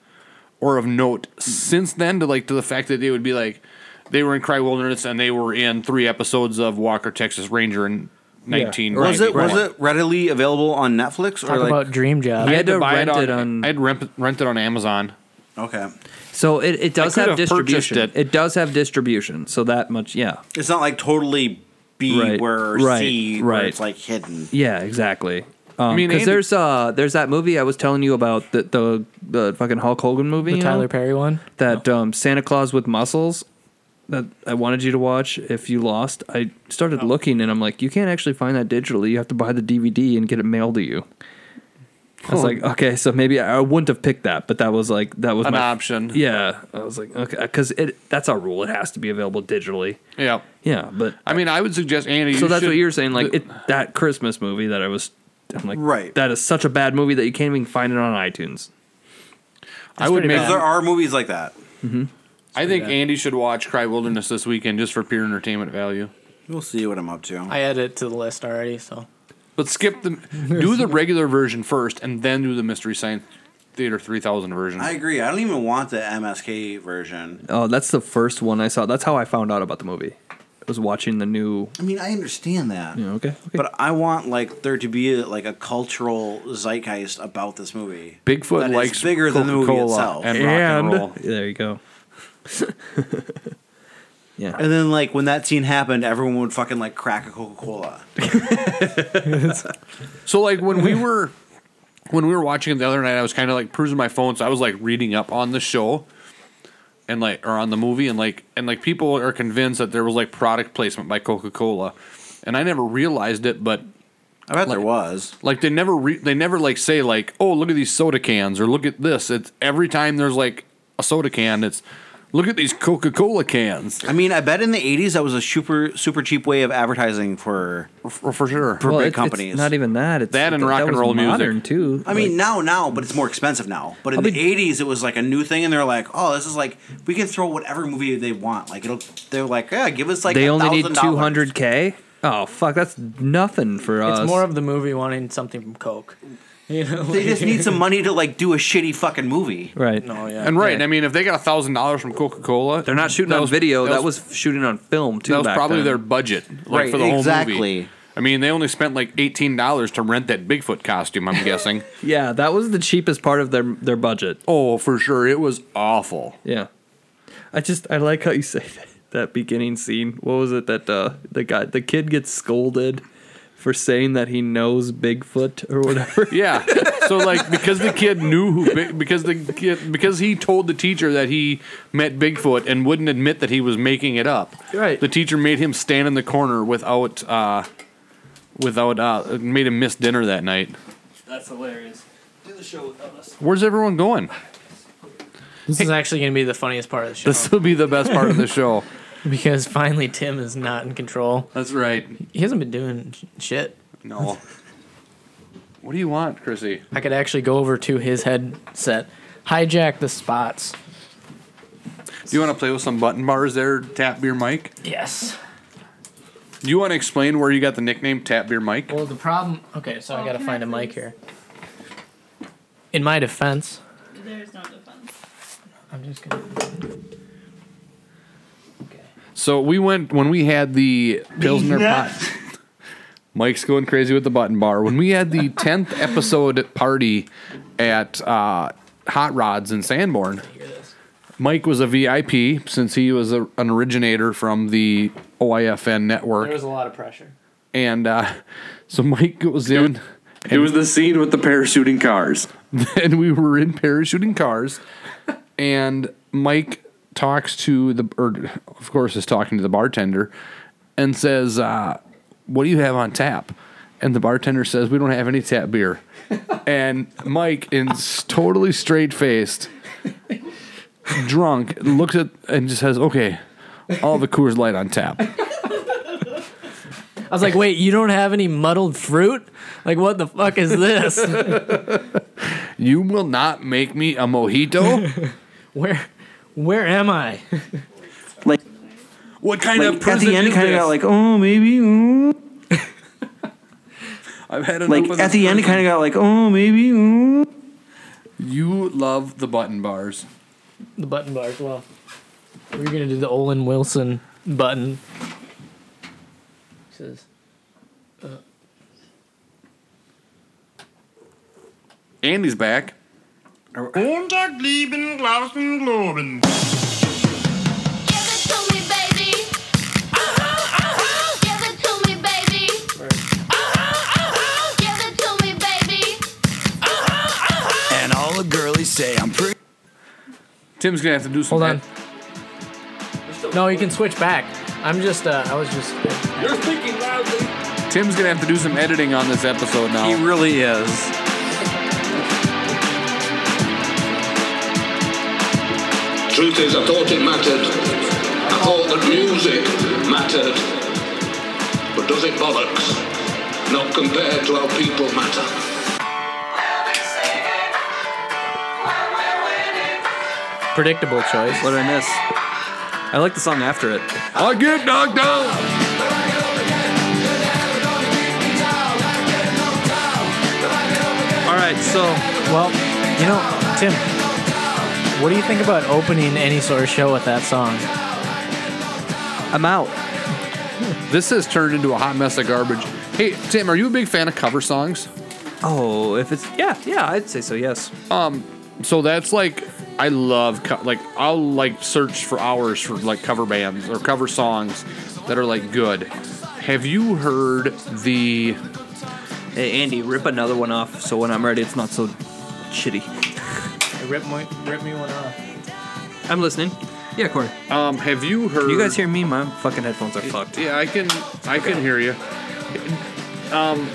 Speaker 6: or of note since then to like to the fact that they would be like they were in Cry Wilderness and they were in three episodes of Walker Texas Ranger in nineteen.
Speaker 8: Was it was it readily available on Netflix or like
Speaker 9: dream job.
Speaker 6: I
Speaker 2: You
Speaker 6: had,
Speaker 2: had
Speaker 6: to,
Speaker 2: to
Speaker 6: buy
Speaker 2: rent
Speaker 6: it
Speaker 2: it
Speaker 6: on. I had rent, rent it on Amazon.
Speaker 8: Okay,
Speaker 2: so it, it does
Speaker 6: I could
Speaker 2: have
Speaker 6: have purchased
Speaker 2: distribution. It. does have distribution. So that much, yeah,
Speaker 8: it's not like totally B
Speaker 2: Right,
Speaker 8: where
Speaker 2: right,
Speaker 8: C where
Speaker 2: right.
Speaker 8: it's like hidden.
Speaker 2: yeah, exactly. Um,
Speaker 8: I mean,
Speaker 2: because
Speaker 8: Andy-
Speaker 2: there's uh there's that movie I was telling you about the the, the fucking Hulk Hogan movie,
Speaker 9: The
Speaker 2: you know?
Speaker 9: Tyler Perry one.
Speaker 2: that um, Santa Claus with muscles that I wanted you to watch. If you lost, I started looking and I'm like, you can't actually find that digitally. You have to buy the DVD and get it mailed to you. I was
Speaker 6: Huh.
Speaker 2: like, okay, so maybe I I wouldn't have picked that, but that was like that was
Speaker 6: An
Speaker 2: my-
Speaker 6: option.
Speaker 2: Yeah, I was like, okay, because it that's our rule. It has to be available digitally.
Speaker 6: Yeah,
Speaker 2: Yeah, but
Speaker 6: I mean, I would suggest Andy.
Speaker 2: so that's what
Speaker 6: should-
Speaker 2: you're saying, like it that Christmas movie that I was. I'm like,
Speaker 8: Right.
Speaker 2: That is such a bad movie that you can't even find it on iTunes.
Speaker 6: I would make.
Speaker 8: there are movies like that.
Speaker 6: I think
Speaker 9: bad.
Speaker 6: Andy should watch Cry Wilderness this weekend just for pure entertainment value.
Speaker 8: We'll see what I'm up to.
Speaker 9: I added it to the list already, so
Speaker 6: But skip the do the regular version first, and then do the Mystery Science Theater three thousand version.
Speaker 8: I agree. I don't even want the MSK version.
Speaker 2: Oh, that's the first one I saw. That's how I found out about the movie. I was watching the new.
Speaker 8: I mean, I understand that.
Speaker 2: You know, okay.
Speaker 8: But I want like there to be like a cultural zeitgeist about this movie.
Speaker 6: Bigfoot
Speaker 8: that is
Speaker 6: likes
Speaker 8: bigger than the movie
Speaker 6: Coca-Cola
Speaker 8: itself.
Speaker 6: and rock and roll.
Speaker 2: There you go. yeah.
Speaker 8: And then like when that scene happened, everyone would fucking like crack a Coca Cola.
Speaker 6: So like when we were when we were watching it the other night, I was kind of like perusing my phone, so I was like reading up on the show and like or on the movie, and like and like people are convinced that there was like product placement by Coca Cola, and I never realized it, but
Speaker 8: I bet there was.
Speaker 6: Like they never re- they never like say like oh look at these soda cans or look at this. It's every time there's like a soda can, it's look at these Coca Cola cans.
Speaker 8: I mean, I bet in the '80s that was a super super cheap way of advertising for
Speaker 6: for, sure
Speaker 8: for
Speaker 2: Well,
Speaker 8: big
Speaker 2: it's-
Speaker 8: companies.
Speaker 2: It's not even that. It's
Speaker 6: That and rock and
Speaker 2: was
Speaker 6: roll music.
Speaker 2: modern too.
Speaker 8: I mean,
Speaker 2: Like,
Speaker 8: now, now, but it's more expensive now. But in the '80s, it was like a new thing, and they're like, "Oh, this is like we can throw whatever movie they want. Like it'll." They're like, "Yeah, give us like
Speaker 2: they only need two
Speaker 8: $1,000."
Speaker 2: hundred k. Oh fuck, that's nothing for
Speaker 6: Uh,
Speaker 2: us.
Speaker 9: it's more of the movie wanting something from Coke. You know,
Speaker 8: They just need some money to like do a shitty fucking movie.
Speaker 2: right.
Speaker 9: No, yeah,
Speaker 6: And right, I mean, if they got a thousand dollars from Coca Cola,
Speaker 2: They're not shooting on video. That was, shooting on film too.
Speaker 6: that was
Speaker 2: back
Speaker 6: probably
Speaker 2: then.
Speaker 6: their budget, like
Speaker 8: Right,
Speaker 6: for the whole movie.
Speaker 8: exactly.
Speaker 6: I mean, they only spent like eighteen dollars to rent that Bigfoot costume. I'm guessing.
Speaker 2: Yeah, that was the cheapest part of their their budget.
Speaker 6: oh, for sure, it was awful.
Speaker 2: Yeah. I just I like how you say that, that beginning scene. What was it that uh the guy the kid gets scolded for saying that he knows Bigfoot or whatever.
Speaker 6: Yeah, So like because the kid knew who Big- because the kid because he told the teacher that he met Bigfoot and wouldn't admit that he was making it up.
Speaker 7: Right.
Speaker 6: The teacher made him stand in the corner without uh without uh made him miss dinner that night.
Speaker 7: That's hilarious. Do the show without us.
Speaker 6: Where's everyone going?
Speaker 9: This is actually going to be the funniest part of the show.
Speaker 6: This will be the best part of the show.
Speaker 9: because finally Tim is not in control.
Speaker 6: That's right.
Speaker 9: He hasn't been doing sh- shit.
Speaker 6: No. What do you want, Chrissy?
Speaker 9: I could actually go over to his headset, hijack the spots.
Speaker 6: Do you want to play with some button bars there? Tap beer Mike.
Speaker 9: Yes.
Speaker 6: Do you want to explain where you got the nickname Tap Beer Mike?
Speaker 9: Well, the problem. Okay, so I got to find a mic here. In my defense,
Speaker 24: There's no defense.
Speaker 9: I'm just gonna.
Speaker 6: So we went when we had the Pilsner pot.
Speaker 9: nuts.
Speaker 6: Mike's going crazy with the button bar. When we had the tenth episode party at uh, Hot Rods in Sanborn, Mike was a VIP since he was a, an originator from the OIFN network,
Speaker 9: There was a lot of pressure.
Speaker 6: and uh, so Mike was in.
Speaker 9: it was the
Speaker 6: scene with the parachuting cars. and we were in parachuting cars, and Mike talks to the, or of course, is talking to the bartender, and says, uh, "What do you have on tap?" And the bartender says, "We don't have any tap beer." and Mike, in s- totally straight faced, drunk, looks at and just says, "Okay, all the Coors Light on tap."
Speaker 9: I was like, wait, you don't have any muddled fruit? Like, what the fuck is this?
Speaker 6: You will not make me a mojito.
Speaker 9: where, where am I?
Speaker 5: like,
Speaker 6: what
Speaker 5: Like, at the end, kind of got like, oh, maybe. mm."
Speaker 6: I've had enough
Speaker 5: Like
Speaker 6: of
Speaker 5: at
Speaker 6: this
Speaker 5: the end,
Speaker 6: person.
Speaker 5: kind of got like, oh, maybe. mm."
Speaker 6: You love the button bars.
Speaker 9: The button bar as well. We're gonna do the Olin Wilson button. He says, uh,
Speaker 6: Andy's back.
Speaker 26: Und ich lieben Glauben Globen.
Speaker 6: And all the girlies say I'm pretty. Tim's gonna have to do some. Hold on.
Speaker 9: "No, you can switch back." I'm just, uh, I was just.
Speaker 6: You're thinking loudly. Tim's gonna have to do some editing on this episode now.
Speaker 2: He really is.
Speaker 26: Truth is, I thought it mattered. I thought that music mattered. But does it bollocks? Not compared to how people matter.
Speaker 9: Predictable choice.
Speaker 2: What did I miss? I like the song after it.
Speaker 6: I get knocked out.
Speaker 2: All right, so
Speaker 9: well, you know, Tim, what do you think about opening any sort of show with that song?
Speaker 2: I'm out.
Speaker 6: This has turned into a hot mess of garbage. Hey, Tim, are you a big fan of cover songs?
Speaker 2: Oh, if it's yeah, yeah, I'd say so. Yes.
Speaker 6: Um, so that's like I love co- like I'll like search for hours for like cover bands or cover songs that are like good. Have you heard the?
Speaker 2: Hey, Andy, rip another one off so when I'm ready, it's not so shitty.
Speaker 9: Rip, my, rip me one off.
Speaker 2: I'm listening. Yeah, Corey.
Speaker 6: Um, have you heard?
Speaker 2: You guys hear me? My fucking headphones are fucked.
Speaker 6: Yeah, I can. I can hear you. Um,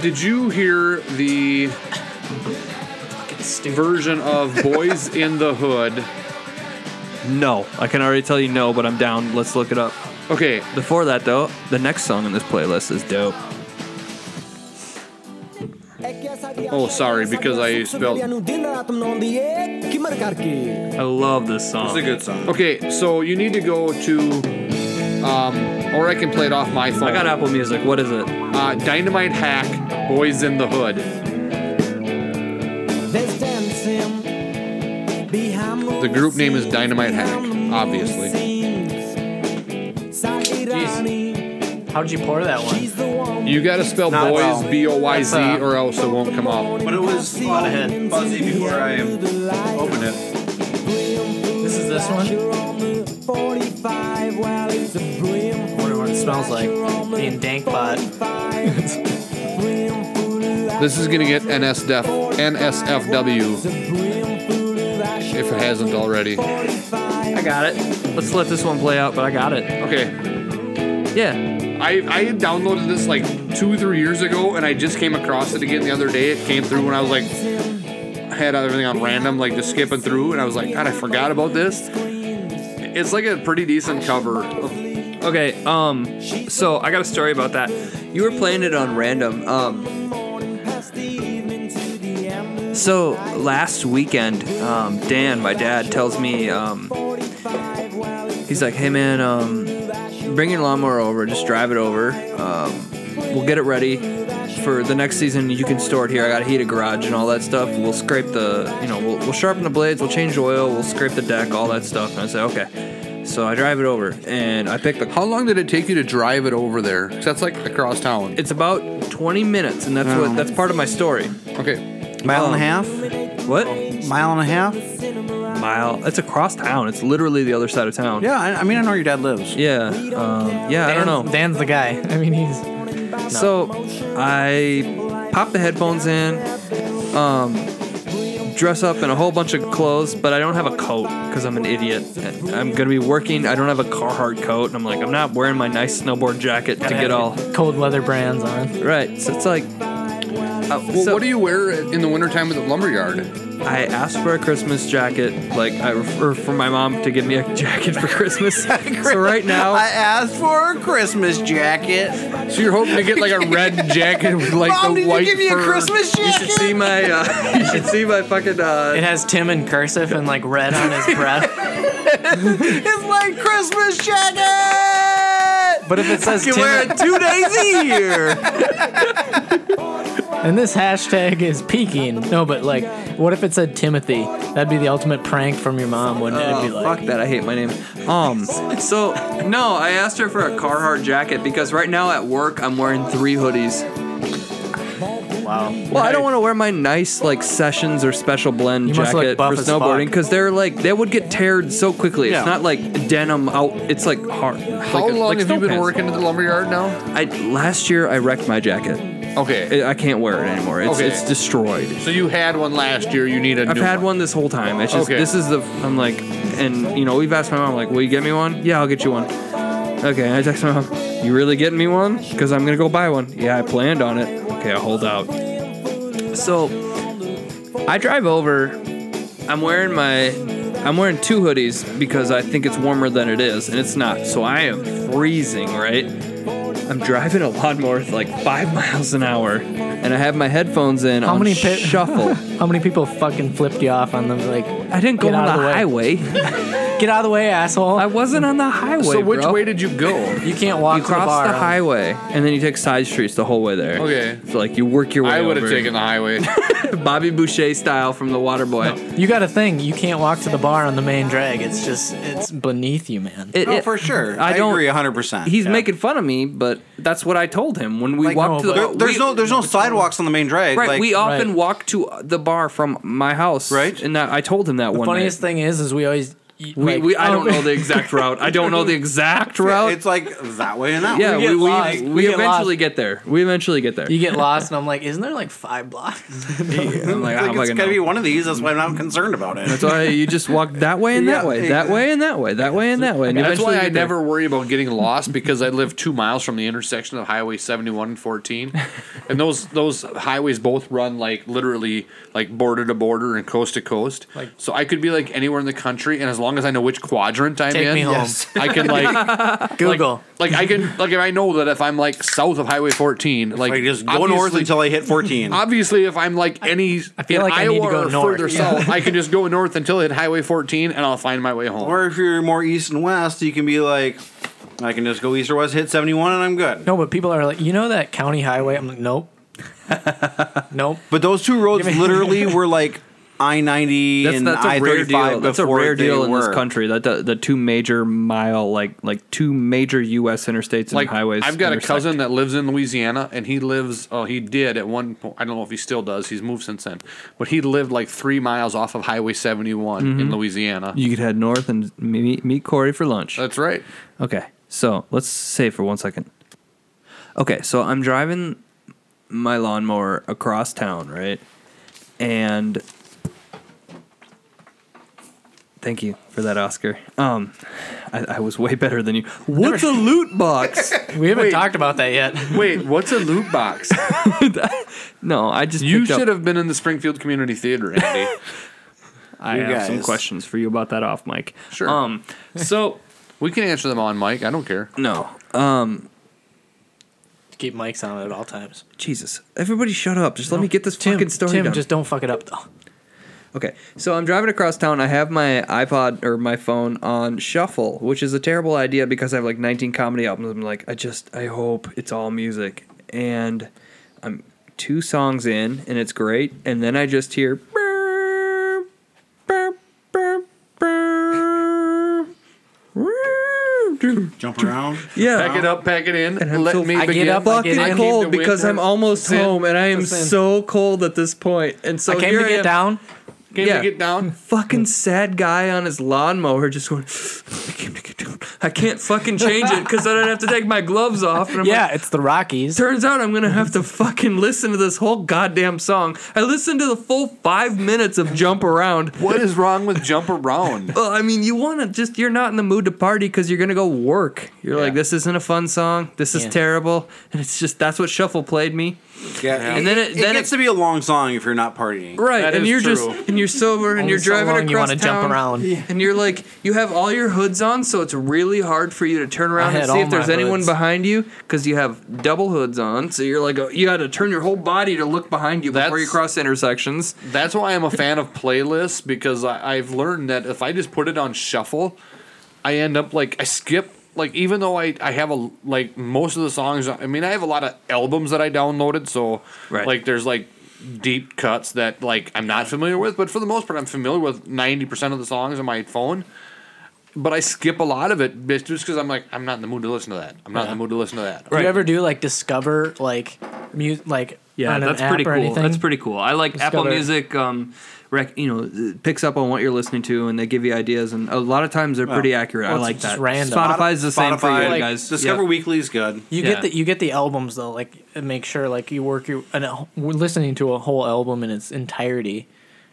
Speaker 6: did you hear the version of "Boys in the Hood"?
Speaker 2: No, I can already tell you no, but I'm down. Let's look it up.
Speaker 6: Okay.
Speaker 2: Before that, though, the next song in this playlist is dope.
Speaker 6: Oh, sorry, because I spelled
Speaker 2: I love this song.
Speaker 6: It's a good song. Okay, so you need to go to, um, or I can play it off my phone.
Speaker 2: I got Apple Music. What is it?
Speaker 6: Uh, Dynamite Hack, Boys in the Hood. The group name is Dynamite Hack, obviously.
Speaker 9: Jeez. How'd you pour that one?
Speaker 6: You gotta spell
Speaker 9: Not
Speaker 6: boys
Speaker 9: well.
Speaker 6: B O Y Z
Speaker 9: That's, uh,
Speaker 6: or else it won't come up.
Speaker 9: But it was a lot ahead.
Speaker 27: Fuzzy before I open it.
Speaker 9: Oh, This is this one. Wonder what it smells like. Being dank bot.
Speaker 6: This is going to get NSF, NSFW if it hasn't already.
Speaker 7: I got it. Let's let this one play out, but I got it.
Speaker 6: Okay.
Speaker 7: Yeah.
Speaker 6: I, I had downloaded this like two, three years ago, and I just came across it again the other day. It came through when I was like, I had everything on random, like just skipping through, and I was like, God, I forgot about this. It's like a pretty decent cover.
Speaker 7: Okay, um, so I got a story about that. You were playing it on random. Um,
Speaker 2: So last weekend, um, Dan, my dad, tells me um, he's like, "Hey man, um, bring your lawnmower over. Just drive it over. Um, we'll get it ready for the next season. You can store it here. I got to heat a garage and all that stuff. We'll scrape the, you know, we'll, we'll sharpen the blades. We'll change the oil. We'll scrape the deck. All that stuff." And I say, "Okay." So I drive it over and I pick the.
Speaker 6: How long did it take you to drive it over there? 'Cause that's like across town.
Speaker 2: It's about 20 minutes, and that's
Speaker 6: Oh.
Speaker 2: what that's part of my story.
Speaker 6: Okay,
Speaker 8: Mile
Speaker 9: Um,
Speaker 8: and a
Speaker 2: half. What? Mile and a half. Mile. It's across town. It's literally the other side of town.
Speaker 8: Yeah, I, I mean, I know your dad lives.
Speaker 2: Yeah. Um, yeah. I don't know.
Speaker 9: Dan's the guy. I mean, he's.
Speaker 2: So I pop the headphones in, um, dress up in a whole bunch of clothes, but I don't have a coat because I'm an idiot. I'm gonna be working. I don't have a Carhartt coat, and I'm like, I'm not wearing my nice snowboard jacket to
Speaker 9: Gotta
Speaker 2: get
Speaker 9: have
Speaker 2: all
Speaker 9: cold leather brands on.
Speaker 2: right. So it's like, uh,
Speaker 6: well, what do you wear in the wintertime at the lumberyard?
Speaker 2: I asked for a Christmas jacket, like I or for my mom to give me a jacket for Christmas. so right now,
Speaker 8: I asked for a Christmas jacket.
Speaker 6: So you're hoping to get like a red jacket with like
Speaker 8: Mom,
Speaker 6: the
Speaker 8: did
Speaker 6: white
Speaker 8: you give me
Speaker 6: fur.
Speaker 8: a Christmas
Speaker 2: You
Speaker 8: jacket?
Speaker 2: should see my. Uh, you should see my fucking. Uh,
Speaker 9: It has Tim in cursive and like red on his breath.
Speaker 8: it's my Christmas jacket.
Speaker 9: But if it says
Speaker 8: You
Speaker 9: Tim-
Speaker 8: wear it
Speaker 2: two days a year.
Speaker 9: And this hashtag is peaking. No, but like, what if it said Timothy? That'd be the ultimate prank from your mom, wouldn't it? It'd be like,
Speaker 2: fuck that! I hate my name. Um, so no, I asked her for a Carhartt jacket because right now at work I'm wearing three hoodies.
Speaker 9: Wow.
Speaker 2: Well, I don't want to wear my nice like sessions or special blend
Speaker 9: You must look
Speaker 2: jacket for
Speaker 9: buff as fuck.
Speaker 2: snowboarding because they're like they would get teared so quickly.
Speaker 6: Yeah.
Speaker 2: It's not like denim out. It's like hard.
Speaker 6: How
Speaker 2: like a-
Speaker 6: long
Speaker 2: like
Speaker 6: have you
Speaker 2: snow
Speaker 6: been
Speaker 2: pants.
Speaker 6: working at the lumberyard now?
Speaker 2: I last year I wrecked my jacket.
Speaker 6: Okay.
Speaker 2: I, I can't wear it anymore. It's,
Speaker 6: Okay.
Speaker 2: it's destroyed.
Speaker 6: So you had one last year. You need a
Speaker 2: I've
Speaker 6: new
Speaker 2: had
Speaker 6: one.
Speaker 2: one this whole time. It's just
Speaker 6: Okay.
Speaker 2: this is the I'm like, and you know we've asked my mom like, will you get me one? Yeah, I'll get you one. Okay, and I text my mom, you really getting me one? Because I'm gonna go buy one. Yeah, I planned on it. Okay, I'll hold out. So I drive over. I'm wearing my I'm wearing two hoodies because I think it's warmer than it is, and it's not. So I am freezing, right? I'm driving a lawnmower at like five miles an hour, and I have my headphones in
Speaker 9: how
Speaker 2: on
Speaker 9: many pe-
Speaker 2: shuffle.
Speaker 9: How many people fucking flipped you off on them? Like,
Speaker 2: I didn't go
Speaker 9: get
Speaker 2: on
Speaker 9: out of
Speaker 2: the
Speaker 9: way.
Speaker 2: highway.
Speaker 9: Get out of the way, asshole. I
Speaker 2: wasn't on the highway.
Speaker 6: So which
Speaker 2: bro.
Speaker 6: way did you go?
Speaker 9: You can't walk
Speaker 2: You
Speaker 9: to the
Speaker 2: cross
Speaker 9: bar.
Speaker 2: the, highway, and then you take side streets the whole way there.
Speaker 6: Okay.
Speaker 2: So like you work your way.
Speaker 6: I would've
Speaker 2: over.
Speaker 6: taken the highway.
Speaker 2: Bobby Boucher style from The Water Boy.
Speaker 9: You got a thing. You can't walk to the bar on the main drag. It's just, it's beneath you, man.
Speaker 8: Oh,
Speaker 2: It- it- I, don't hundred percent. He's
Speaker 9: Yeah.
Speaker 2: making fun of me, but that's what I told him when we
Speaker 9: Like,
Speaker 2: walked
Speaker 9: no,
Speaker 2: to the.
Speaker 9: but- There- there's
Speaker 2: no
Speaker 8: there's no sidewalks on the main drag.
Speaker 2: Right,
Speaker 8: like-
Speaker 2: we often
Speaker 9: Right.
Speaker 2: walk to the bar from my house. Right, and that, I told him that
Speaker 9: The
Speaker 2: one.
Speaker 9: funniest um,
Speaker 2: night.
Speaker 9: thing is, is we always. oh, We,
Speaker 2: We, we, I don't know the exact route. I don't know the exact route. It's
Speaker 8: like that way and
Speaker 9: that
Speaker 2: Yeah,
Speaker 9: way. We
Speaker 2: we,
Speaker 9: get
Speaker 2: we,
Speaker 9: lost.
Speaker 2: we,
Speaker 9: We get
Speaker 2: eventually get there. We eventually get there.
Speaker 9: You get lost, and I'm like, isn't there like five blocks?
Speaker 2: I'm like, "Ah,
Speaker 8: I
Speaker 2: "How
Speaker 8: think
Speaker 2: am I
Speaker 8: it's
Speaker 2: gonna
Speaker 8: gotta
Speaker 2: know?"
Speaker 8: be one of these. That's why I'm not concerned about it.
Speaker 2: That's why you just walk that way and that
Speaker 8: Yeah,
Speaker 2: way, that way and that way, that way and that way. And
Speaker 6: That's
Speaker 2: eventually
Speaker 6: why
Speaker 2: you
Speaker 6: I
Speaker 2: get there.
Speaker 6: never worry about getting lost because I live two miles from the intersection of Highway 71 and 14, and those those highways both run like literally like border to border and coast to coast.
Speaker 9: Like-
Speaker 6: so I could be like anywhere in the country, and as long as I know which quadrant I'm
Speaker 9: Take
Speaker 6: in,
Speaker 9: me home.
Speaker 6: I can like
Speaker 9: Google.
Speaker 6: like I can like if I know that if I'm like south of Highway 14, like
Speaker 8: I just go north until I hit 14.
Speaker 6: Obviously, if I'm like any
Speaker 8: feel
Speaker 6: in
Speaker 8: like I
Speaker 6: Iowa
Speaker 8: need to go
Speaker 6: or
Speaker 8: north.
Speaker 6: further
Speaker 8: Yeah.
Speaker 6: south, I can just go north until I hit Highway 14, and I'll find my way home.
Speaker 8: Or if you're more east and west, you can be like, I can just go east or west, hit 71, and I'm good.
Speaker 9: No, but people are like, you know that county highway? I'm like, nope. nope.
Speaker 8: But those two roads
Speaker 9: Give me-
Speaker 8: literally were like I 90
Speaker 2: That's,
Speaker 8: and
Speaker 2: that's
Speaker 8: I
Speaker 2: a rare
Speaker 8: 35
Speaker 2: deal.
Speaker 8: before
Speaker 2: That's a rare
Speaker 8: they
Speaker 2: deal in this
Speaker 8: were.
Speaker 2: country. That the, the two major mile, like like two major U.S. interstates and
Speaker 6: like
Speaker 2: highways.
Speaker 6: I've got a
Speaker 2: intersect.
Speaker 6: cousin that lives in Louisiana, and he lives. Oh, he did at one point. I don't know if he still does. He's moved since then, but he lived like three miles off of Highway 71 in
Speaker 2: Mhm.
Speaker 6: Louisiana.
Speaker 2: You could head north and meet, meet Corey for lunch.
Speaker 6: That's right.
Speaker 2: Okay, so let's say for one second. Okay, so I'm driving my lawnmower across town, right? And thank you for that, Oscar. Um, I, I was way better than you. What's a loot box?
Speaker 9: we haven't talked about that yet.
Speaker 6: Wait, what's a loot box?
Speaker 2: no, I just
Speaker 6: you
Speaker 2: picked up-
Speaker 6: should have been in the Springfield Community Theater, Andy.
Speaker 2: I
Speaker 6: You
Speaker 2: have some
Speaker 6: guys.
Speaker 2: questions for you about that off mic.
Speaker 6: Sure.
Speaker 2: Um,
Speaker 6: so we can answer them on mic. I don't care.
Speaker 2: No. Um,
Speaker 9: Keep mics on at all times.
Speaker 2: Jesus, everybody, shut up! Just let me get this fucking story
Speaker 9: Tim,
Speaker 2: done.
Speaker 9: just don't fuck it up though.
Speaker 2: Okay, so I'm driving across town. I have my iPod or my phone on shuffle, which is a terrible idea because I have like 19 comedy albums. I'm like, I just, I hope it's all music. And I'm two songs in, and it's great. And then I just hear. "Burr, burr, burr, burr, roo,
Speaker 6: Jump around.
Speaker 2: Yeah.
Speaker 6: Pack it up, pack it in.
Speaker 2: and I'm
Speaker 6: Let
Speaker 2: so
Speaker 6: me
Speaker 2: I
Speaker 6: begin.
Speaker 2: get up, fucking
Speaker 6: I came to
Speaker 2: cold because
Speaker 6: witness-
Speaker 2: I'm almost
Speaker 6: Sin.
Speaker 2: home and I am
Speaker 6: Sin.
Speaker 2: so cold at this point. And so
Speaker 6: I came to
Speaker 2: here
Speaker 6: get
Speaker 2: am.
Speaker 6: down. Came to get down.
Speaker 2: Fucking sad guy on his lawnmower just going. I came to get down. I can't fucking change it because then I'd have to take my gloves off. And I'm
Speaker 9: Yeah,
Speaker 2: like,
Speaker 9: it's the Rockies.
Speaker 2: Turns out I'm gonna have to fucking listen to this whole goddamn song. I listened to the full five minutes of "Jump Around."
Speaker 6: What is wrong with "Jump Around"?
Speaker 2: well, I mean, you want to just you're not in the mood to party because you're gonna go work. You're like, this isn't a fun song. This is
Speaker 8: Yeah.
Speaker 2: terrible, and it's just that's what shuffle played me.
Speaker 8: Yeah,
Speaker 2: And then it- then
Speaker 8: gets to be a long song if you're not partying.
Speaker 2: Right, and you're just and you're sober and
Speaker 8: Only
Speaker 2: you're
Speaker 8: so
Speaker 2: driving
Speaker 8: long you
Speaker 2: across
Speaker 8: wanna
Speaker 2: town,
Speaker 8: jump around. Yeah.
Speaker 2: and you're like you have all your hoods on, so it's really hard for you to turn around
Speaker 9: I
Speaker 2: and
Speaker 9: had
Speaker 2: see
Speaker 9: all
Speaker 2: if there's
Speaker 9: my
Speaker 2: anyone
Speaker 9: hoods.
Speaker 2: behind you because you have double hoods on. So you're like a, you had to turn your whole body to look behind you before you cross intersections.
Speaker 6: That's why I'm a fan of playlists because I, I've learned that if I just put it on shuffle, I end up like I skip like even though I, I have a like most of the songs I mean I have a lot of albums that I downloaded so like there's like deep cuts that like I'm not familiar with but for the most part I'm familiar with 90% of the songs on my phone but I skip a lot of it just because I'm like I'm not in the mood to listen to that I'm not in
Speaker 9: Yeah.
Speaker 6: the mood to listen to that
Speaker 9: Do you ever do like discover like mu- like
Speaker 2: Yeah,
Speaker 9: on an
Speaker 2: that's
Speaker 9: app
Speaker 2: pretty
Speaker 9: or
Speaker 2: cool.
Speaker 9: anything?
Speaker 2: That's
Speaker 7: pretty cool. I like
Speaker 9: Discover-
Speaker 2: Apple Music. Um, rec- you know, it picks up on what you're listening to, and they give you ideas. And a lot of times they're pretty accurate. I like that. Spotify's the same for you
Speaker 8: Spotify,
Speaker 2: guys.
Speaker 8: Discover
Speaker 2: Yep.
Speaker 8: Weekly's good.
Speaker 9: You get the you get the albums though, like and make sure like you work your and uh, we're listening to a whole album in its entirety.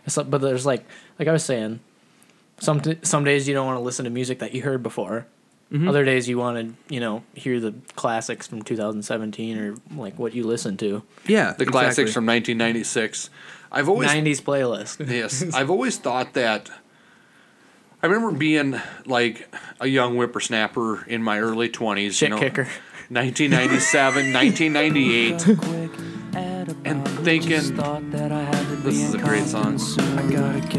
Speaker 9: It's like- but there's like like I was saying, some t- some days you don't want to listen to music that you heard before.
Speaker 2: Mhm.
Speaker 9: Other days you want to you know hear the classics from 2017 or like what you listen to.
Speaker 2: Yeah,
Speaker 6: the classics from 1996. I've always
Speaker 9: 90s playlist.
Speaker 6: yes, I've always thought that. I remember being like a young whippersnapper in my early 20s.
Speaker 9: Shit
Speaker 6: you know,
Speaker 9: kicker.
Speaker 6: 1997, 1998, and thinking this is a great song.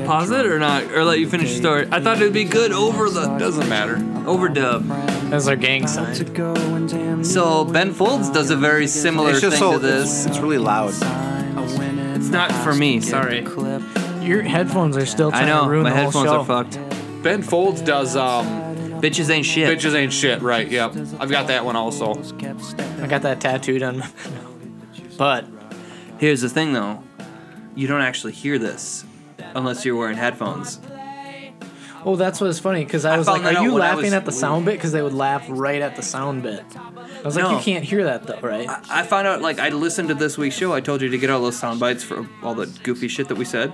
Speaker 2: Pause it or not, or let you finish the story. I thought it'd be good over the.
Speaker 6: Doesn't matter.
Speaker 2: Overdub.
Speaker 9: That's our gang sign.
Speaker 2: So Ben Folds does a very similar
Speaker 8: It's
Speaker 2: thing
Speaker 8: just
Speaker 2: to
Speaker 8: so- it's-
Speaker 2: this.
Speaker 8: it's really loud.
Speaker 2: It's not for me. Sorry.
Speaker 9: Your headphones are still. Trying
Speaker 2: I know
Speaker 9: To ruin
Speaker 2: my
Speaker 9: the whole
Speaker 2: headphones
Speaker 9: show.
Speaker 2: are fucked.
Speaker 6: Ben Folds does um,
Speaker 2: bitches ain't shit.
Speaker 6: Bitches ain't shit, right? Yep, I've got that one also.
Speaker 9: I got that tattooed on. my- But
Speaker 2: here's the thing, though, you don't actually hear this unless you're wearing headphones.
Speaker 9: Oh, that's what's funny because I
Speaker 2: I
Speaker 9: was like,
Speaker 2: found that
Speaker 9: "Are
Speaker 2: out
Speaker 9: you
Speaker 2: when I
Speaker 9: laughing
Speaker 2: was-
Speaker 9: at the sound bit?" Because they would laugh right at the sound bit. I was like,
Speaker 2: No.
Speaker 9: "You can't hear that though, right?"
Speaker 2: I found out, like, I listened to this week's show. I told you to get all those sound bites for all the goofy shit that we said.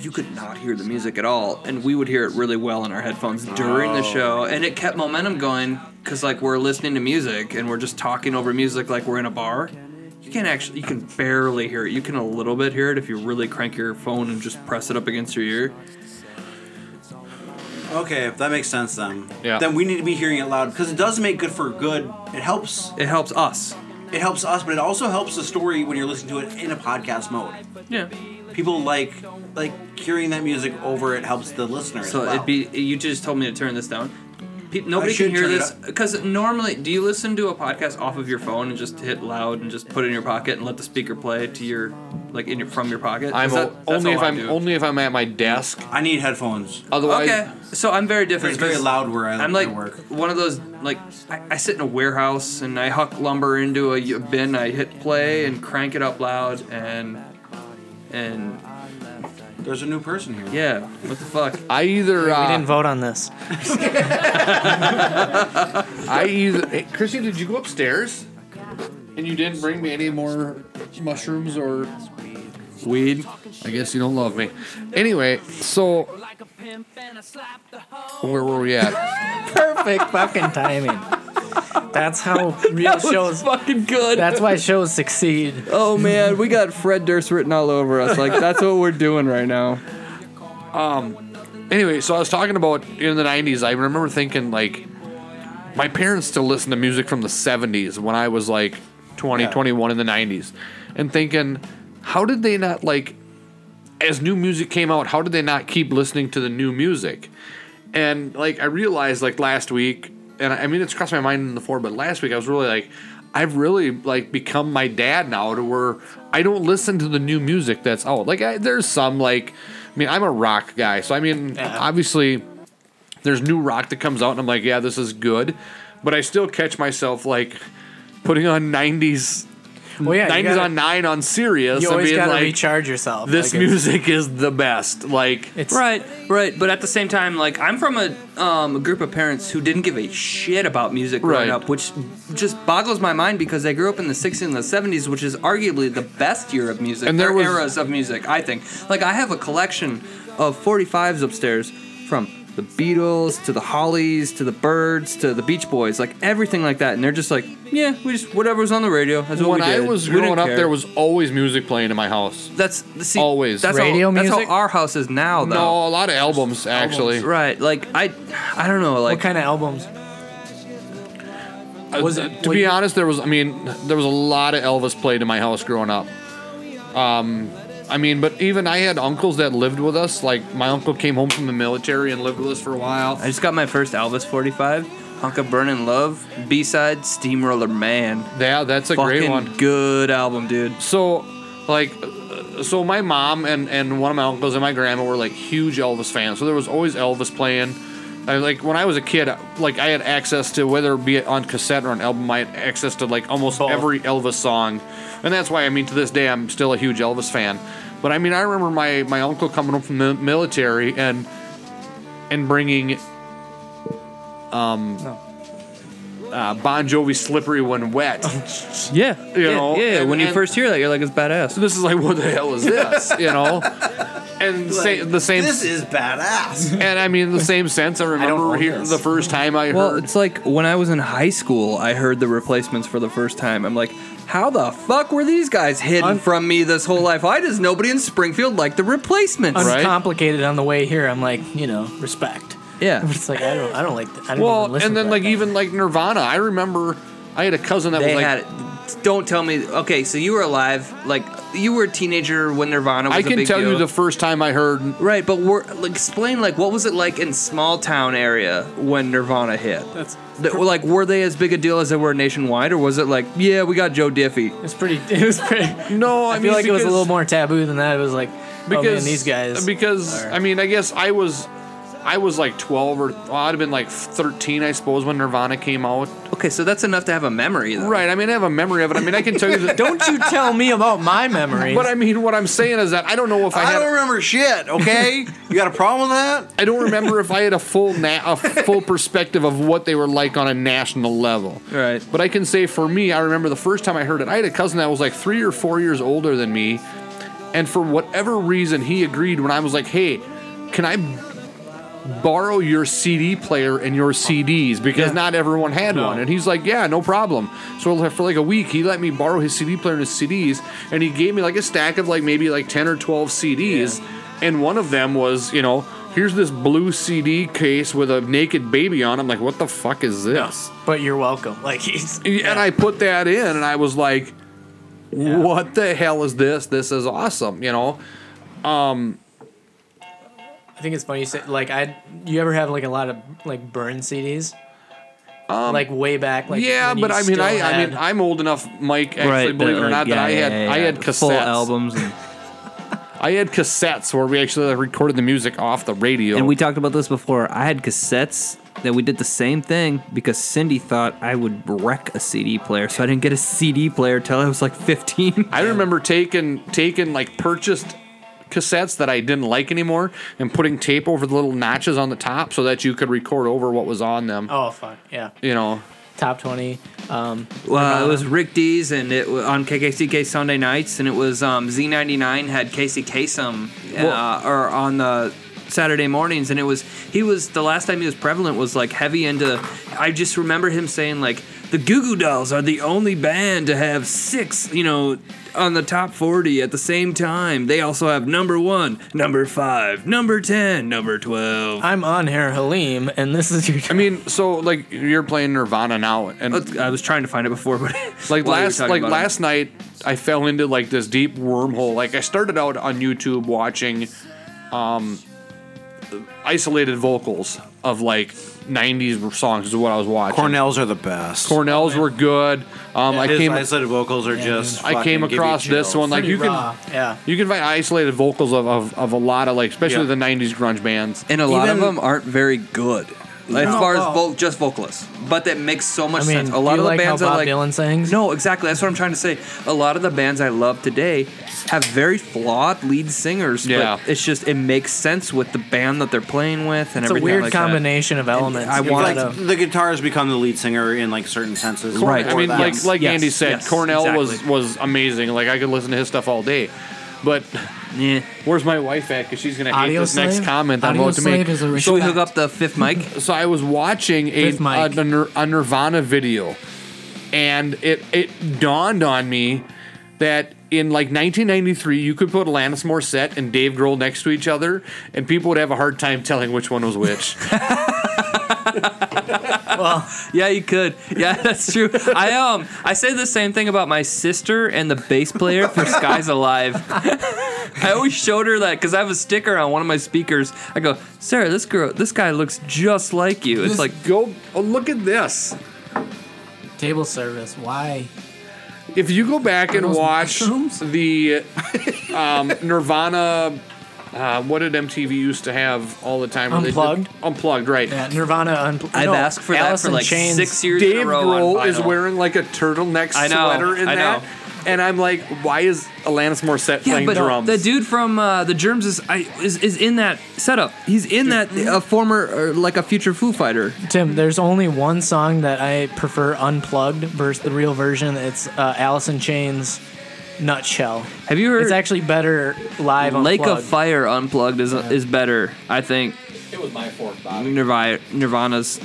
Speaker 2: You could not hear the music at all, and we would hear it really well in our headphones during the
Speaker 8: Oh.
Speaker 2: show, and it kept momentum going because, like, we're listening to music and we're just talking over music like we're in a bar. You can actually, you can barely hear it. You can a little bit hear it if you really crank your phone and just press it up against your ear.
Speaker 8: Okay, if that makes sense then.
Speaker 2: Yeah.
Speaker 8: Then we need to be hearing it loud because it does make good for good. It helps.
Speaker 2: It helps us.
Speaker 8: It helps us, but it also helps the story when you're listening to it in a podcast mode.
Speaker 2: Yeah.
Speaker 8: People like like hearing that music over it helps the listener. as
Speaker 2: So
Speaker 8: well.
Speaker 2: it'd be you just told me to turn this down. Pe- nobody can
Speaker 8: I should
Speaker 2: hear
Speaker 8: turn it
Speaker 2: this because normally, do you listen to a podcast off of your phone and just hit loud and just put it in your pocket and let the speaker play to your like in your from your pocket?
Speaker 6: I'm
Speaker 2: Is that-
Speaker 6: o-
Speaker 2: that's
Speaker 6: only
Speaker 2: all
Speaker 6: if
Speaker 2: I
Speaker 6: I'm
Speaker 2: do.
Speaker 6: only if I'm at my desk.
Speaker 8: I need headphones.
Speaker 6: Otherwise,
Speaker 2: okay. So I'm very different.
Speaker 8: It's very
Speaker 2: Oh, because
Speaker 8: loud where I-
Speaker 2: I'm
Speaker 8: I
Speaker 2: like one of those like I, I sit in a warehouse and I huck lumber into a bin. I hit play and crank it up loud and and
Speaker 8: there's a new person here.
Speaker 2: yeah. What the fuck?
Speaker 6: I either uh,
Speaker 9: we didn't vote on this.
Speaker 6: I either hey, Christian, did you go upstairs? And you didn't bring me any more
Speaker 28: mushrooms or weed. I guess you don't love me. Anyway, so where were we at?
Speaker 9: Perfect fucking timing. That's how real shows.
Speaker 2: fucking good.
Speaker 9: That's why shows succeed.
Speaker 29: Oh man, we got Fred Durst written all over us. Like that's what we're doing right now.
Speaker 6: Um. Anyway, so I was talking about in the '90s. I remember thinking like, my parents still listened to music from the '70s when I was like 20,
Speaker 29: Yeah.
Speaker 6: 21 in the '90s, and thinking, how did they not like, as new music came out, how did they not keep listening to the new music? And like I realized like last week, and I I mean it's crossed my mind before, but last week I was really like, I've really like become my dad now to where I don't listen to the new music that's out. Like I, there's some like, I mean I'm a rock guy, so I mean obviously there's new rock that comes out and I'm like, yeah, this is good, but I still catch myself like putting on 90s.
Speaker 9: yeah, you
Speaker 6: 90s
Speaker 9: gotta-
Speaker 6: on 9 on Sirius.
Speaker 9: You
Speaker 6: and
Speaker 9: always
Speaker 6: being
Speaker 9: gotta
Speaker 6: like,
Speaker 9: recharge yourself.
Speaker 6: This
Speaker 9: Like, it's-
Speaker 6: music is the best. Like,
Speaker 2: right, right. But at the same time, like I'm from a um, a group of parents who didn't give a shit about music growing
Speaker 6: Right.
Speaker 2: up, which just boggles my mind because I grew up in the '60s and the '70s, which is arguably the best year of music
Speaker 6: And there
Speaker 2: or
Speaker 6: was-
Speaker 2: eras of music. I think. Like I have a collection of 45s upstairs from. The Beatles to the Hollies to the Birds to the Beach Boys, like everything like that, and they're just like, yeah, we just whatever was on the radio. That's what
Speaker 6: when
Speaker 2: we
Speaker 6: I
Speaker 2: did.
Speaker 6: was
Speaker 2: We didn't
Speaker 6: growing up,
Speaker 2: care.
Speaker 6: there was always music playing in my house.
Speaker 2: That's see,
Speaker 6: always
Speaker 2: that's how, That's how our house is now, though.
Speaker 6: No, a lot of albums actually.
Speaker 2: Right, like I, I don't know, like
Speaker 9: what kind of albums?
Speaker 6: was it, Uh, to be honest, there was. I mean, there was a lot of Elvis played in my house growing up. Um, I mean, but even I had uncles that lived with us. Like my uncle came home from the military and lived with us for a while.
Speaker 2: I just got my first Elvis 45, Hunk of Burning Love, B side Steamroller Man.
Speaker 6: Yeah, that's a great one.
Speaker 2: Good album, dude.
Speaker 6: So, like, uh, so my mom and and one of my uncles and my grandma were like huge Elvis fans. So there was always Elvis playing. I like when I was a kid, like I had access to whether it be it on cassette or an album, I had access to like almost every Elvis song, and that's why I mean to this day I'm still a huge Elvis fan. But I mean I remember my my uncle coming home from the military and and bringing um uh, Bon Jovi "Slippery When Wet."
Speaker 2: yeah,
Speaker 6: you know,
Speaker 2: yeah.
Speaker 6: and-
Speaker 2: when you
Speaker 6: and-
Speaker 2: first hear that, you're like, it's badass.
Speaker 6: This is like, what the hell is this? You know. And
Speaker 13: Like,
Speaker 6: sa- the same.
Speaker 13: This is badass.
Speaker 6: and I mean, in the same sense, I remember
Speaker 2: own
Speaker 6: here
Speaker 2: this.
Speaker 6: the first time I
Speaker 2: well,
Speaker 6: heard.
Speaker 2: it's like when I was in high school, I heard the replacements for the first time. I'm like, how the fuck were these guys hidden from me this whole life? Why does nobody in Springfield like the replacements?
Speaker 9: Uncomplicated on the way here. I'm like, you know, respect.
Speaker 2: Yeah.
Speaker 9: It's like I don't, I don't like. I don't
Speaker 6: Well,
Speaker 9: even listen
Speaker 6: and
Speaker 9: to
Speaker 6: then
Speaker 9: that.
Speaker 6: like even like Nirvana, I remember I had a cousin that
Speaker 2: they
Speaker 6: was like,
Speaker 2: had it. Don't tell me. Okay, so you were alive, like you were a teenager when Nirvana. was
Speaker 6: I
Speaker 2: a
Speaker 6: can
Speaker 2: big
Speaker 6: tell you
Speaker 2: deal.
Speaker 6: the first time I heard.
Speaker 2: Right, but we're, like, explain like what was it like in small town area when Nirvana hit? That's like were they as big a deal as they were nationwide, or was it like yeah we got Joe Diffie?
Speaker 9: It's pretty. It was pretty.
Speaker 6: No,
Speaker 9: I,
Speaker 6: I
Speaker 9: feel
Speaker 6: mean,
Speaker 9: like it was a
Speaker 6: because-
Speaker 9: little more taboo than that. It was like,
Speaker 6: because
Speaker 9: oh man, these guys.
Speaker 6: Because I mean, I guess I was, I was like twelve or well, I'd have been like thirteen, I suppose, when Nirvana came out.
Speaker 2: Okay, so that's enough to have a memory, though.
Speaker 6: Right. I mean, I have a memory of it. I mean, I can tell you that.
Speaker 9: Don't you tell me about my memories.
Speaker 6: But I mean, what I'm saying is that I don't know if I,
Speaker 13: I
Speaker 6: had.
Speaker 13: don't remember shit. Okay, you got a problem with that?
Speaker 6: I don't remember if I had a full na- a full perspective of what they were like on a national level.
Speaker 2: Right.
Speaker 6: But I can say for me, I remember the first time I heard it. I had a cousin that was like three or four years older than me, and for whatever reason, he agreed when I was like, "Hey, can I borrow your CD player and your CDs because not everyone had one. And he's like, yeah, no problem. So for like a week, he let me borrow his CD player and his CDs, and he gave me like a stack of like maybe like ten or twelve CDs, and one of them was you know. Here's this blue CD case with a naked baby on. it. I'm like, what the fuck is this?
Speaker 9: But you're welcome. Like he's.
Speaker 6: And I put that in, and I was like, "What the hell is this? This is awesome!" You know. Um,
Speaker 9: I think it's funny you say like I. You ever have like a lot of like burn CDs?
Speaker 6: Um,
Speaker 9: like way back. Like
Speaker 6: yeah,
Speaker 9: when you
Speaker 6: but I mean,
Speaker 9: still
Speaker 6: I, I
Speaker 9: had-
Speaker 6: mean, I'm old enough, Mike. Actually,
Speaker 2: Right,
Speaker 6: believe it
Speaker 2: that, like,
Speaker 6: or not, that
Speaker 2: yeah,
Speaker 6: I had
Speaker 2: yeah, yeah,
Speaker 6: I had
Speaker 2: yeah.
Speaker 6: cassettes,
Speaker 2: Full albums and-
Speaker 6: I had cassettes where we actually like, recorded the music off the radio.
Speaker 30: And we talked about this before. I had cassettes that we did the same thing because Cindy thought I would wreck a CD player, so I didn't get a CD player till I was like 15.
Speaker 6: I remember taking taking like purchased cassettes that I didn't like anymore and putting tape over the little notches
Speaker 2: Oh.
Speaker 6: on the top so that you could record over what was on them.
Speaker 9: Oh fuck yeah.
Speaker 6: You know,
Speaker 9: Top twenty. Um,
Speaker 2: Well, it was Rick D's and it wa- on KKCK Sunday nights, and it was um, Z99 had Casey Kasem uh,
Speaker 7: Well-
Speaker 2: or on the Saturday mornings, and it was he was the last time he was prevalent was like heavy into. I just remember him saying like the Goo Goo Dolls are the only band to have six, you know, on the top forty at the same time. They also have number one, number five, number ten, number twelve.
Speaker 9: I'm on here, Halim, and this is your.
Speaker 6: I mean, so like you're playing Nirvana now, and
Speaker 2: I was trying to find it before, but while you
Speaker 6: like
Speaker 2: were
Speaker 6: last
Speaker 2: talking
Speaker 6: like
Speaker 2: about it.
Speaker 6: last night, I fell into like this deep wormhole. Like I started out on YouTube watching, um, isolated vocals of like '90s songs is what I was watching.
Speaker 8: Cornells are the best.
Speaker 6: Cornells were good. Um, I
Speaker 8: His
Speaker 6: came.
Speaker 8: isolated vocals are just.
Speaker 6: I came
Speaker 8: fucking give you
Speaker 6: across this
Speaker 8: chills.
Speaker 6: one. Like you can,
Speaker 9: yeah,
Speaker 6: you can find isolated vocals of, of, of a lot of like, especially the '90s grunge bands,
Speaker 2: and uh, a lot of them aren't very good. Like, As
Speaker 6: No.
Speaker 2: far as
Speaker 6: Oh.
Speaker 2: vo- just vocalists, but that makes so much
Speaker 9: I mean,
Speaker 2: sense. A
Speaker 9: do
Speaker 2: lot
Speaker 9: you
Speaker 2: of the
Speaker 9: like how
Speaker 2: bands
Speaker 9: Bob
Speaker 2: I like.
Speaker 9: Dylan sings?
Speaker 2: No, exactly. That's what I'm trying to say. A lot of the bands I love today have very flawed lead singers.
Speaker 9: Yeah.
Speaker 2: but it's just it makes sense with the band that they're playing with and
Speaker 9: It's a
Speaker 2: everything.
Speaker 9: weird
Speaker 2: like that.
Speaker 9: combination of elements.
Speaker 2: I
Speaker 8: It's
Speaker 2: wanted
Speaker 8: like
Speaker 2: to-
Speaker 8: the guitars become the lead singer in like certain senses.
Speaker 6: Right. I
Speaker 8: before
Speaker 6: mean,
Speaker 8: that.
Speaker 6: like like Andy said, Cornell was was amazing. Like I could listen to his stuff all day, but where's my wife at? Because she's gonna hate
Speaker 2: Audio
Speaker 6: this next
Speaker 2: Slave?
Speaker 6: comment I'm
Speaker 2: Audio
Speaker 6: about to make.
Speaker 2: Slave is a
Speaker 6: so
Speaker 2: respect. Should we hook up the fifth mic.
Speaker 6: So I was watching a,
Speaker 2: Fifth mic.
Speaker 6: a Nir- a Nirvana video, and it it dawned on me that. In like 1993, you could put Alanis Morissette and Dave Grohl next to each other, and people would have a hard time telling which one was which.
Speaker 2: well, yeah, you could. Yeah, that's true. I um, I say the same thing about my sister and the bass player for Sky's Alive. I always showed her that because I have a sticker on one of my speakers. I go, Sarah, this girl, this guy looks just like you. It's
Speaker 6: Just
Speaker 2: like,
Speaker 6: go, oh, look at this.
Speaker 9: Table service. Why?
Speaker 6: If you go back and
Speaker 9: Are those
Speaker 6: watch the um, Nirvana, uh, what did MTV used to have all the time? where they did-
Speaker 9: Unplugged?
Speaker 6: unplugged, right?
Speaker 9: Yeah, Nirvana. Unpl-
Speaker 6: I've
Speaker 9: no,
Speaker 6: asked for that for
Speaker 9: Alice in
Speaker 6: like
Speaker 9: Chains.
Speaker 2: six years
Speaker 6: Dave
Speaker 2: in a row
Speaker 6: Grohl
Speaker 2: on
Speaker 6: is
Speaker 2: vinyl.
Speaker 6: wearing like a turtleneck
Speaker 2: I know,
Speaker 6: sweater in
Speaker 2: I
Speaker 6: that.
Speaker 2: know.
Speaker 6: And I'm like, why is Alanis Morissette
Speaker 2: yeah,
Speaker 6: playing
Speaker 2: but
Speaker 6: drums?
Speaker 2: the dude from uh, the Germs is, I, is is in that setup. He's in that a former or like a future Foo Fighter.
Speaker 9: Tim, there's only one song that I prefer unplugged versus the real version. It's uh, Alice in Chains. Nutshell.
Speaker 2: Have you heard?
Speaker 9: It's actually better live.
Speaker 2: Er, Lake
Speaker 9: unplugged.
Speaker 2: of Fire unplugged is is better, I think.
Speaker 9: It was my fault,
Speaker 2: Nirvana, Nirvana's.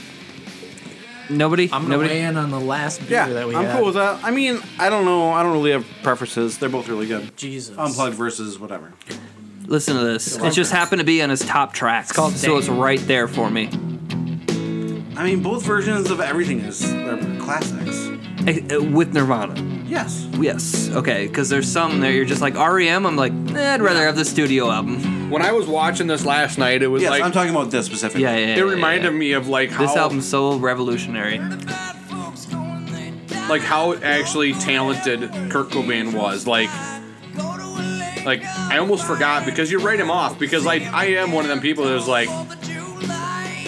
Speaker 2: Nobody.
Speaker 9: I'm gonna
Speaker 2: nobody.
Speaker 9: weigh in on the last beer
Speaker 8: Yeah,
Speaker 9: that we
Speaker 8: I'm
Speaker 9: had.
Speaker 8: cool with that. I mean, I don't know. I don't really have preferences. They're both really good.
Speaker 9: Jesus.
Speaker 8: Unplugged versus whatever.
Speaker 2: Listen to this. It just happened to be on his top tracks,
Speaker 8: called
Speaker 2: so it's
Speaker 8: Dang.
Speaker 2: right there for me.
Speaker 8: I mean, both versions of everything is they're classics.
Speaker 2: Eh, eh, With Nirvana.
Speaker 8: Yes.
Speaker 2: Yes. Okay. Because there's some there you're just like REM. I'm like, eh, I'd rather have the studio album.
Speaker 6: When I was watching this last night, it was
Speaker 2: Yes,
Speaker 6: like
Speaker 2: I'm talking
Speaker 8: about this specifically.
Speaker 2: Yeah, yeah.
Speaker 6: It reminded me of like how
Speaker 2: this album's so revolutionary.
Speaker 6: like how actually talented Kurt Cobain was. Like, like I almost forgot because you write him off because I I am one of them people that was like,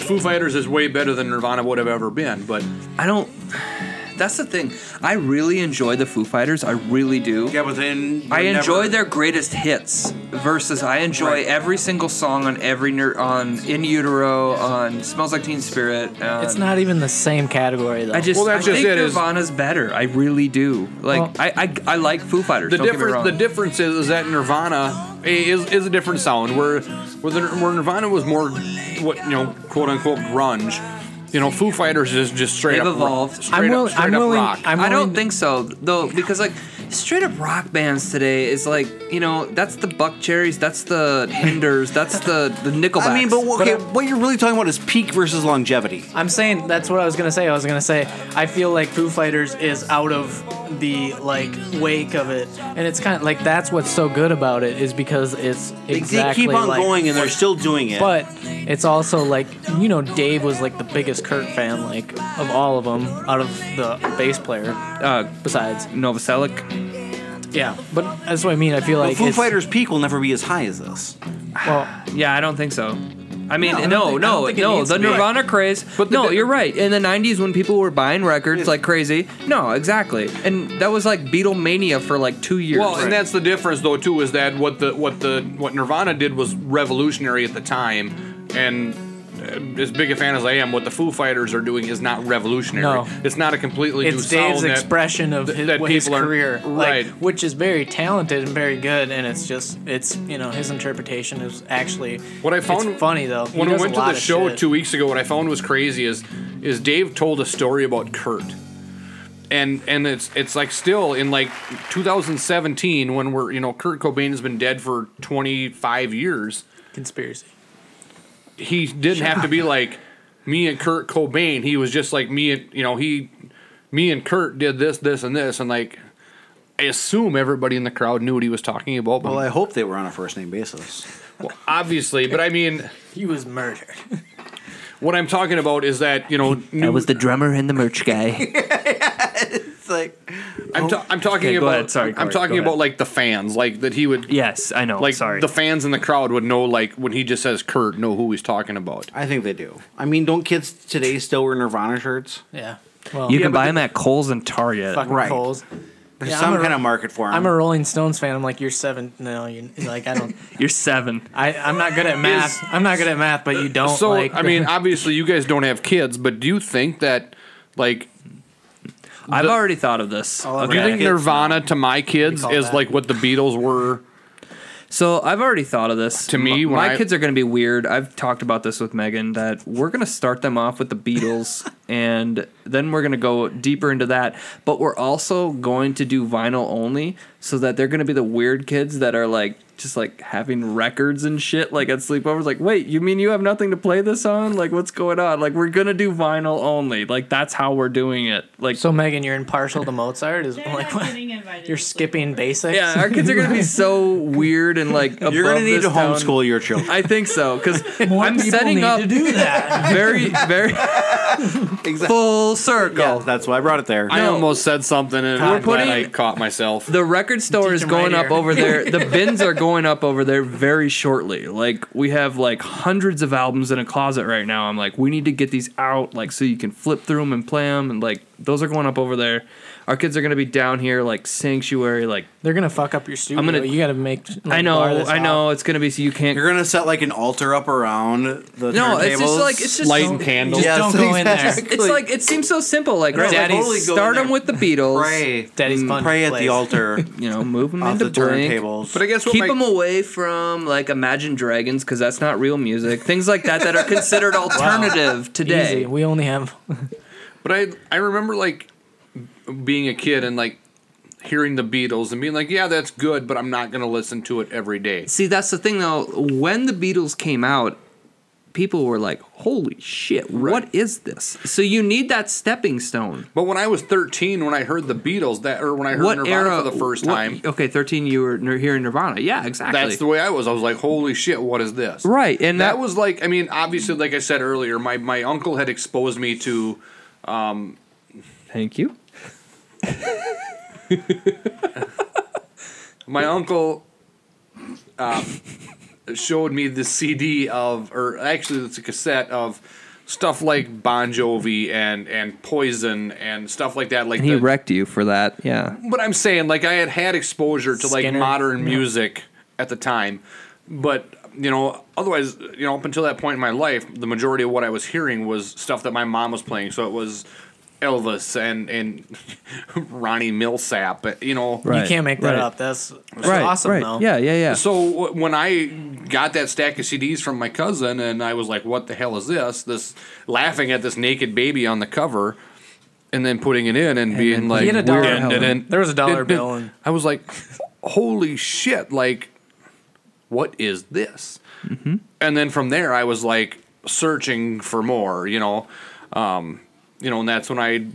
Speaker 6: Foo Fighters is way better than Nirvana would have ever been. But
Speaker 2: I don't. That's the thing. I really enjoy the Foo Fighters. I really do.
Speaker 8: Yeah, but then
Speaker 2: I
Speaker 8: you're
Speaker 2: enjoy
Speaker 8: never-
Speaker 2: their greatest hits versus I enjoy every single song on every ner- on In Utero on Smells Like Teen Spirit. On,
Speaker 9: It's not even the same category though.
Speaker 2: I just I think Nirvana's better. I really do. Like
Speaker 6: Well-
Speaker 2: I, I I like Foo Fighters.
Speaker 6: the
Speaker 2: don't get me
Speaker 6: difference
Speaker 2: wrong.
Speaker 6: the difference is, is that Nirvana is is a different sound where where, the, where Nirvana was more what you know quote unquote grunge. You know, Foo Fighters is just straight
Speaker 2: They've
Speaker 6: up ro-
Speaker 2: evolved.
Speaker 6: Straight up, straight up rock.
Speaker 2: I don't think so though, because like straight up rock bands today is like you know that's the Buck Cherries, that's the Hinders, that's the the Nickelbacks.
Speaker 8: I mean, but okay, what you're really talking about is peak versus longevity.
Speaker 9: I'm saying that's what I was gonna say. I was gonna say I feel like Foo Fighters is out of the like wake of it, and it's kind of like that's what's so good about it is because it's
Speaker 8: They-
Speaker 9: exactly
Speaker 8: they keep on
Speaker 9: like-
Speaker 8: going and they're still doing it.
Speaker 9: But it's also like you know Dave was like the biggest Kurt fan like of all of them out of the bass player.
Speaker 2: Uh,
Speaker 9: besides
Speaker 2: Novoselic,
Speaker 9: Yeah, but that's what I mean. I feel
Speaker 8: But
Speaker 9: like
Speaker 8: Foo
Speaker 9: it's-
Speaker 8: Fighters' peak will never be as high as this.
Speaker 9: Well,
Speaker 2: yeah, I don't think so. I mean,
Speaker 8: No, I don't
Speaker 2: no,
Speaker 8: think- I don't
Speaker 2: no,
Speaker 8: think it
Speaker 2: no.
Speaker 8: needs
Speaker 2: The
Speaker 8: to be.
Speaker 2: Nirvana craze, but no, you're right. In the '90s, when people were buying records like crazy, no, exactly, and that was like Beatlemania for like two years.
Speaker 6: Well, and that's the difference, though, too, is that what the what the what Nirvana did was revolutionary at the time, and uh, as big a fan as I am, what the Foo Fighters are doing is not revolutionary.
Speaker 9: No.
Speaker 6: It's not a completely new
Speaker 9: It's Dave's
Speaker 6: sound that-
Speaker 9: expression of
Speaker 6: that-
Speaker 9: his,
Speaker 6: that
Speaker 9: what his
Speaker 6: people aren't-
Speaker 9: career, Like,
Speaker 6: right?
Speaker 9: which is very talented and very good, and it's just it's you know his interpretation is actually
Speaker 6: What I found
Speaker 9: it's funny though. He
Speaker 6: when I
Speaker 9: does a
Speaker 6: went to
Speaker 9: lot
Speaker 6: the
Speaker 9: of
Speaker 6: show
Speaker 9: shit.
Speaker 6: two weeks ago, what I found was crazy is is Dave told a story about Kurt, and and it's it's like still in like 2017 when we're you know Kurt Cobain has been dead for 25 years.
Speaker 9: Conspiracy.
Speaker 6: He didn't have to be like me and Kurt Cobain. He was just like me and you know he me and Kurt did this this and this and like. I assume everybody in the crowd knew what he was talking about. But
Speaker 8: Well, I hope they were on a first name basis.
Speaker 6: well, obviously, but I mean,
Speaker 9: he was murdered.
Speaker 6: What I'm talking about is that you know
Speaker 2: I was the drummer and the merch guy.
Speaker 6: it's like I'm, ta- I'm talking
Speaker 2: Okay, go
Speaker 6: about
Speaker 2: ahead. Sorry,
Speaker 6: I'm
Speaker 2: Corey,
Speaker 6: talking
Speaker 2: go
Speaker 6: about
Speaker 2: ahead.
Speaker 6: like the fans like that he would
Speaker 2: yes I know
Speaker 6: like
Speaker 2: sorry
Speaker 6: the fans in the crowd would know like when he just says Kurt know who he's talking about
Speaker 8: I think they do. I mean, don't kids today still wear Nirvana shirts?
Speaker 9: Yeah. Well,
Speaker 2: you can buy them at Kohl's and Target.
Speaker 9: fucking
Speaker 8: Right.
Speaker 9: Coles.
Speaker 8: There's
Speaker 9: Yeah,
Speaker 8: some
Speaker 9: I'm a-
Speaker 8: kind of market for them.
Speaker 9: I'm a Rolling Stones fan. I'm like you're seven. No, you are like I don't.
Speaker 2: you're seven.
Speaker 9: I I'm not good at math. I'm not good at math, but you don't.
Speaker 6: so
Speaker 9: like,
Speaker 6: I mean obviously you guys don't have kids but do you think that like
Speaker 2: I've already thought of this
Speaker 6: do you
Speaker 2: Okay.
Speaker 6: think Nirvana to my kids
Speaker 2: call
Speaker 6: is
Speaker 2: that.
Speaker 6: like what the Beatles were
Speaker 2: So I've already thought of this. To
Speaker 6: me,
Speaker 2: my,
Speaker 6: when I-
Speaker 2: kids are going to be weird. I've talked about this with Megan that we're going to start them off with the Beatles, and then we're going to go deeper into that. But we're also going to do vinyl only, so that they're going to be the weird kids that are like just like having records and shit like at sleepovers like wait you mean you have nothing to play this on like what's going on like we're gonna do vinyl only like that's how we're doing it like
Speaker 9: so Megan, you're impartial to Mozart. Is like what? You're skipping basics.
Speaker 2: Yeah, our kids are gonna be so weird and like.
Speaker 9: You're gonna
Speaker 2: above
Speaker 9: need
Speaker 2: this
Speaker 9: to
Speaker 2: town.
Speaker 9: homeschool
Speaker 8: your children.
Speaker 2: I think so because I'm
Speaker 9: people
Speaker 2: setting
Speaker 9: need
Speaker 2: up
Speaker 9: to do that.
Speaker 2: very, very full circle.
Speaker 8: that's why I brought it there.
Speaker 6: I
Speaker 2: No.
Speaker 6: almost said something and
Speaker 2: We're
Speaker 6: I'm glad
Speaker 2: putting-
Speaker 6: I caught myself
Speaker 2: The record store is
Speaker 6: them right
Speaker 2: going up
Speaker 6: here.
Speaker 2: over there. The bins are going up over there very shortly. Like we have like hundreds of albums in a closet right now. I'm like, we need to get these out, like so you can flip through them and play them, and like those are going up over there. Our kids are gonna be down here, like sanctuary, like
Speaker 9: They're gonna fuck up your studio.
Speaker 2: gonna-
Speaker 9: you gotta make.
Speaker 2: I know,
Speaker 9: bar this
Speaker 2: I
Speaker 9: off.
Speaker 2: know. It's gonna be so you can't.
Speaker 8: You're gonna set like an altar up around the
Speaker 2: No, it's just
Speaker 8: turntables?
Speaker 2: like it's just so-
Speaker 8: Yes,
Speaker 2: It's,
Speaker 8: exactly.
Speaker 2: just- it's like it seems so simple. Like
Speaker 8: No,
Speaker 2: right,
Speaker 8: Daddy's-
Speaker 2: like, start them with the Beatles.
Speaker 8: Pray.
Speaker 9: Daddy's
Speaker 8: fun Mm, Pray at the place. altar.
Speaker 2: You know, move them
Speaker 8: Off
Speaker 2: into
Speaker 8: the
Speaker 2: Blink.
Speaker 8: turntables.
Speaker 2: But I guess
Speaker 8: what
Speaker 2: keep
Speaker 8: my-
Speaker 2: them away from like Imagine Dragons because that's not real music. Things like that that are considered alternative
Speaker 9: Wow.
Speaker 2: today.
Speaker 9: Easy. We only have.
Speaker 6: But I I remember like being a kid and like hearing the Beatles and being like, yeah, that's good, but I'm not gonna listen to it every day.
Speaker 2: See, that's the thing though. When the Beatles came out, people were like, "Holy shit, what is this?" So you need that stepping stone.
Speaker 6: But when I was 13, when I heard the Beatles, that or when I heard
Speaker 2: What
Speaker 6: Nirvana
Speaker 2: era-
Speaker 6: for the first
Speaker 2: what-
Speaker 6: time,
Speaker 2: okay, 13, you were n- hearing Nirvana. Yeah, exactly.
Speaker 6: that's the way I was. I was like, holy shit, what is this?
Speaker 2: Right, and
Speaker 6: that,
Speaker 2: that-
Speaker 6: was like, I mean, obviously, like I said earlier, my my uncle had exposed me to. Um,
Speaker 2: Thank you.
Speaker 6: my uncle uh, showed me the CD of, or actually, it's a cassette of stuff like Bon Jovi and and Poison and stuff like that. Like
Speaker 2: and he
Speaker 6: the-
Speaker 2: wrecked you for that. Yeah.
Speaker 6: But I'm saying, like, I had had exposure to like
Speaker 2: Skinner.
Speaker 6: modern
Speaker 2: Yeah.
Speaker 6: music at the time, but you know, otherwise, you know, up until that point in my life, the majority of what I was hearing was stuff that my mom was playing. So it was Elvis and and Ronnie Millsap. You know,
Speaker 9: You can't make that up. That's, that's awesome though.
Speaker 6: So w- when I got that stack of CDs from my cousin, and I was like, "What the hell is this?" This laughing at this naked baby on the cover, and then putting it in and, being like,
Speaker 9: He had a dollar
Speaker 6: "Weird,"
Speaker 9: bill.
Speaker 6: and then-
Speaker 9: There was a dollar
Speaker 6: and-
Speaker 9: bill
Speaker 6: and
Speaker 9: and-
Speaker 6: I was like, "Holy shit!" Like, what is this?
Speaker 9: Mm-hmm.
Speaker 6: And then from there, I was like searching for more. You know, um, you know, and that's when I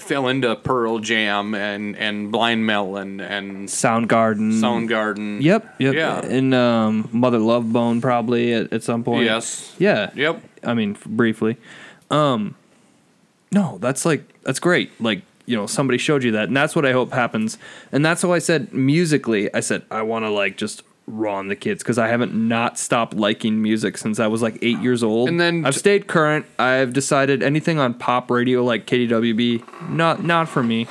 Speaker 6: fell into Pearl Jam and and Blind Melon and
Speaker 9: Mm.
Speaker 2: Soundgarden.
Speaker 6: Soundgarden.
Speaker 2: Yep. Yep.
Speaker 6: Yeah.
Speaker 2: And um, Mother Love Bone probably at, at some point.
Speaker 6: Yes.
Speaker 2: Yeah.
Speaker 6: Yep.
Speaker 2: I mean, f- briefly. Um, no, that's like that's great. Like you know, somebody showed you that, and that's what I hope happens. And that's why I said musically, I said I want to like just raw on the kids because I haven't not stopped liking music since I was like eight years old. And then I've stayed current. I've decided anything on pop radio like KDWB, not not for me.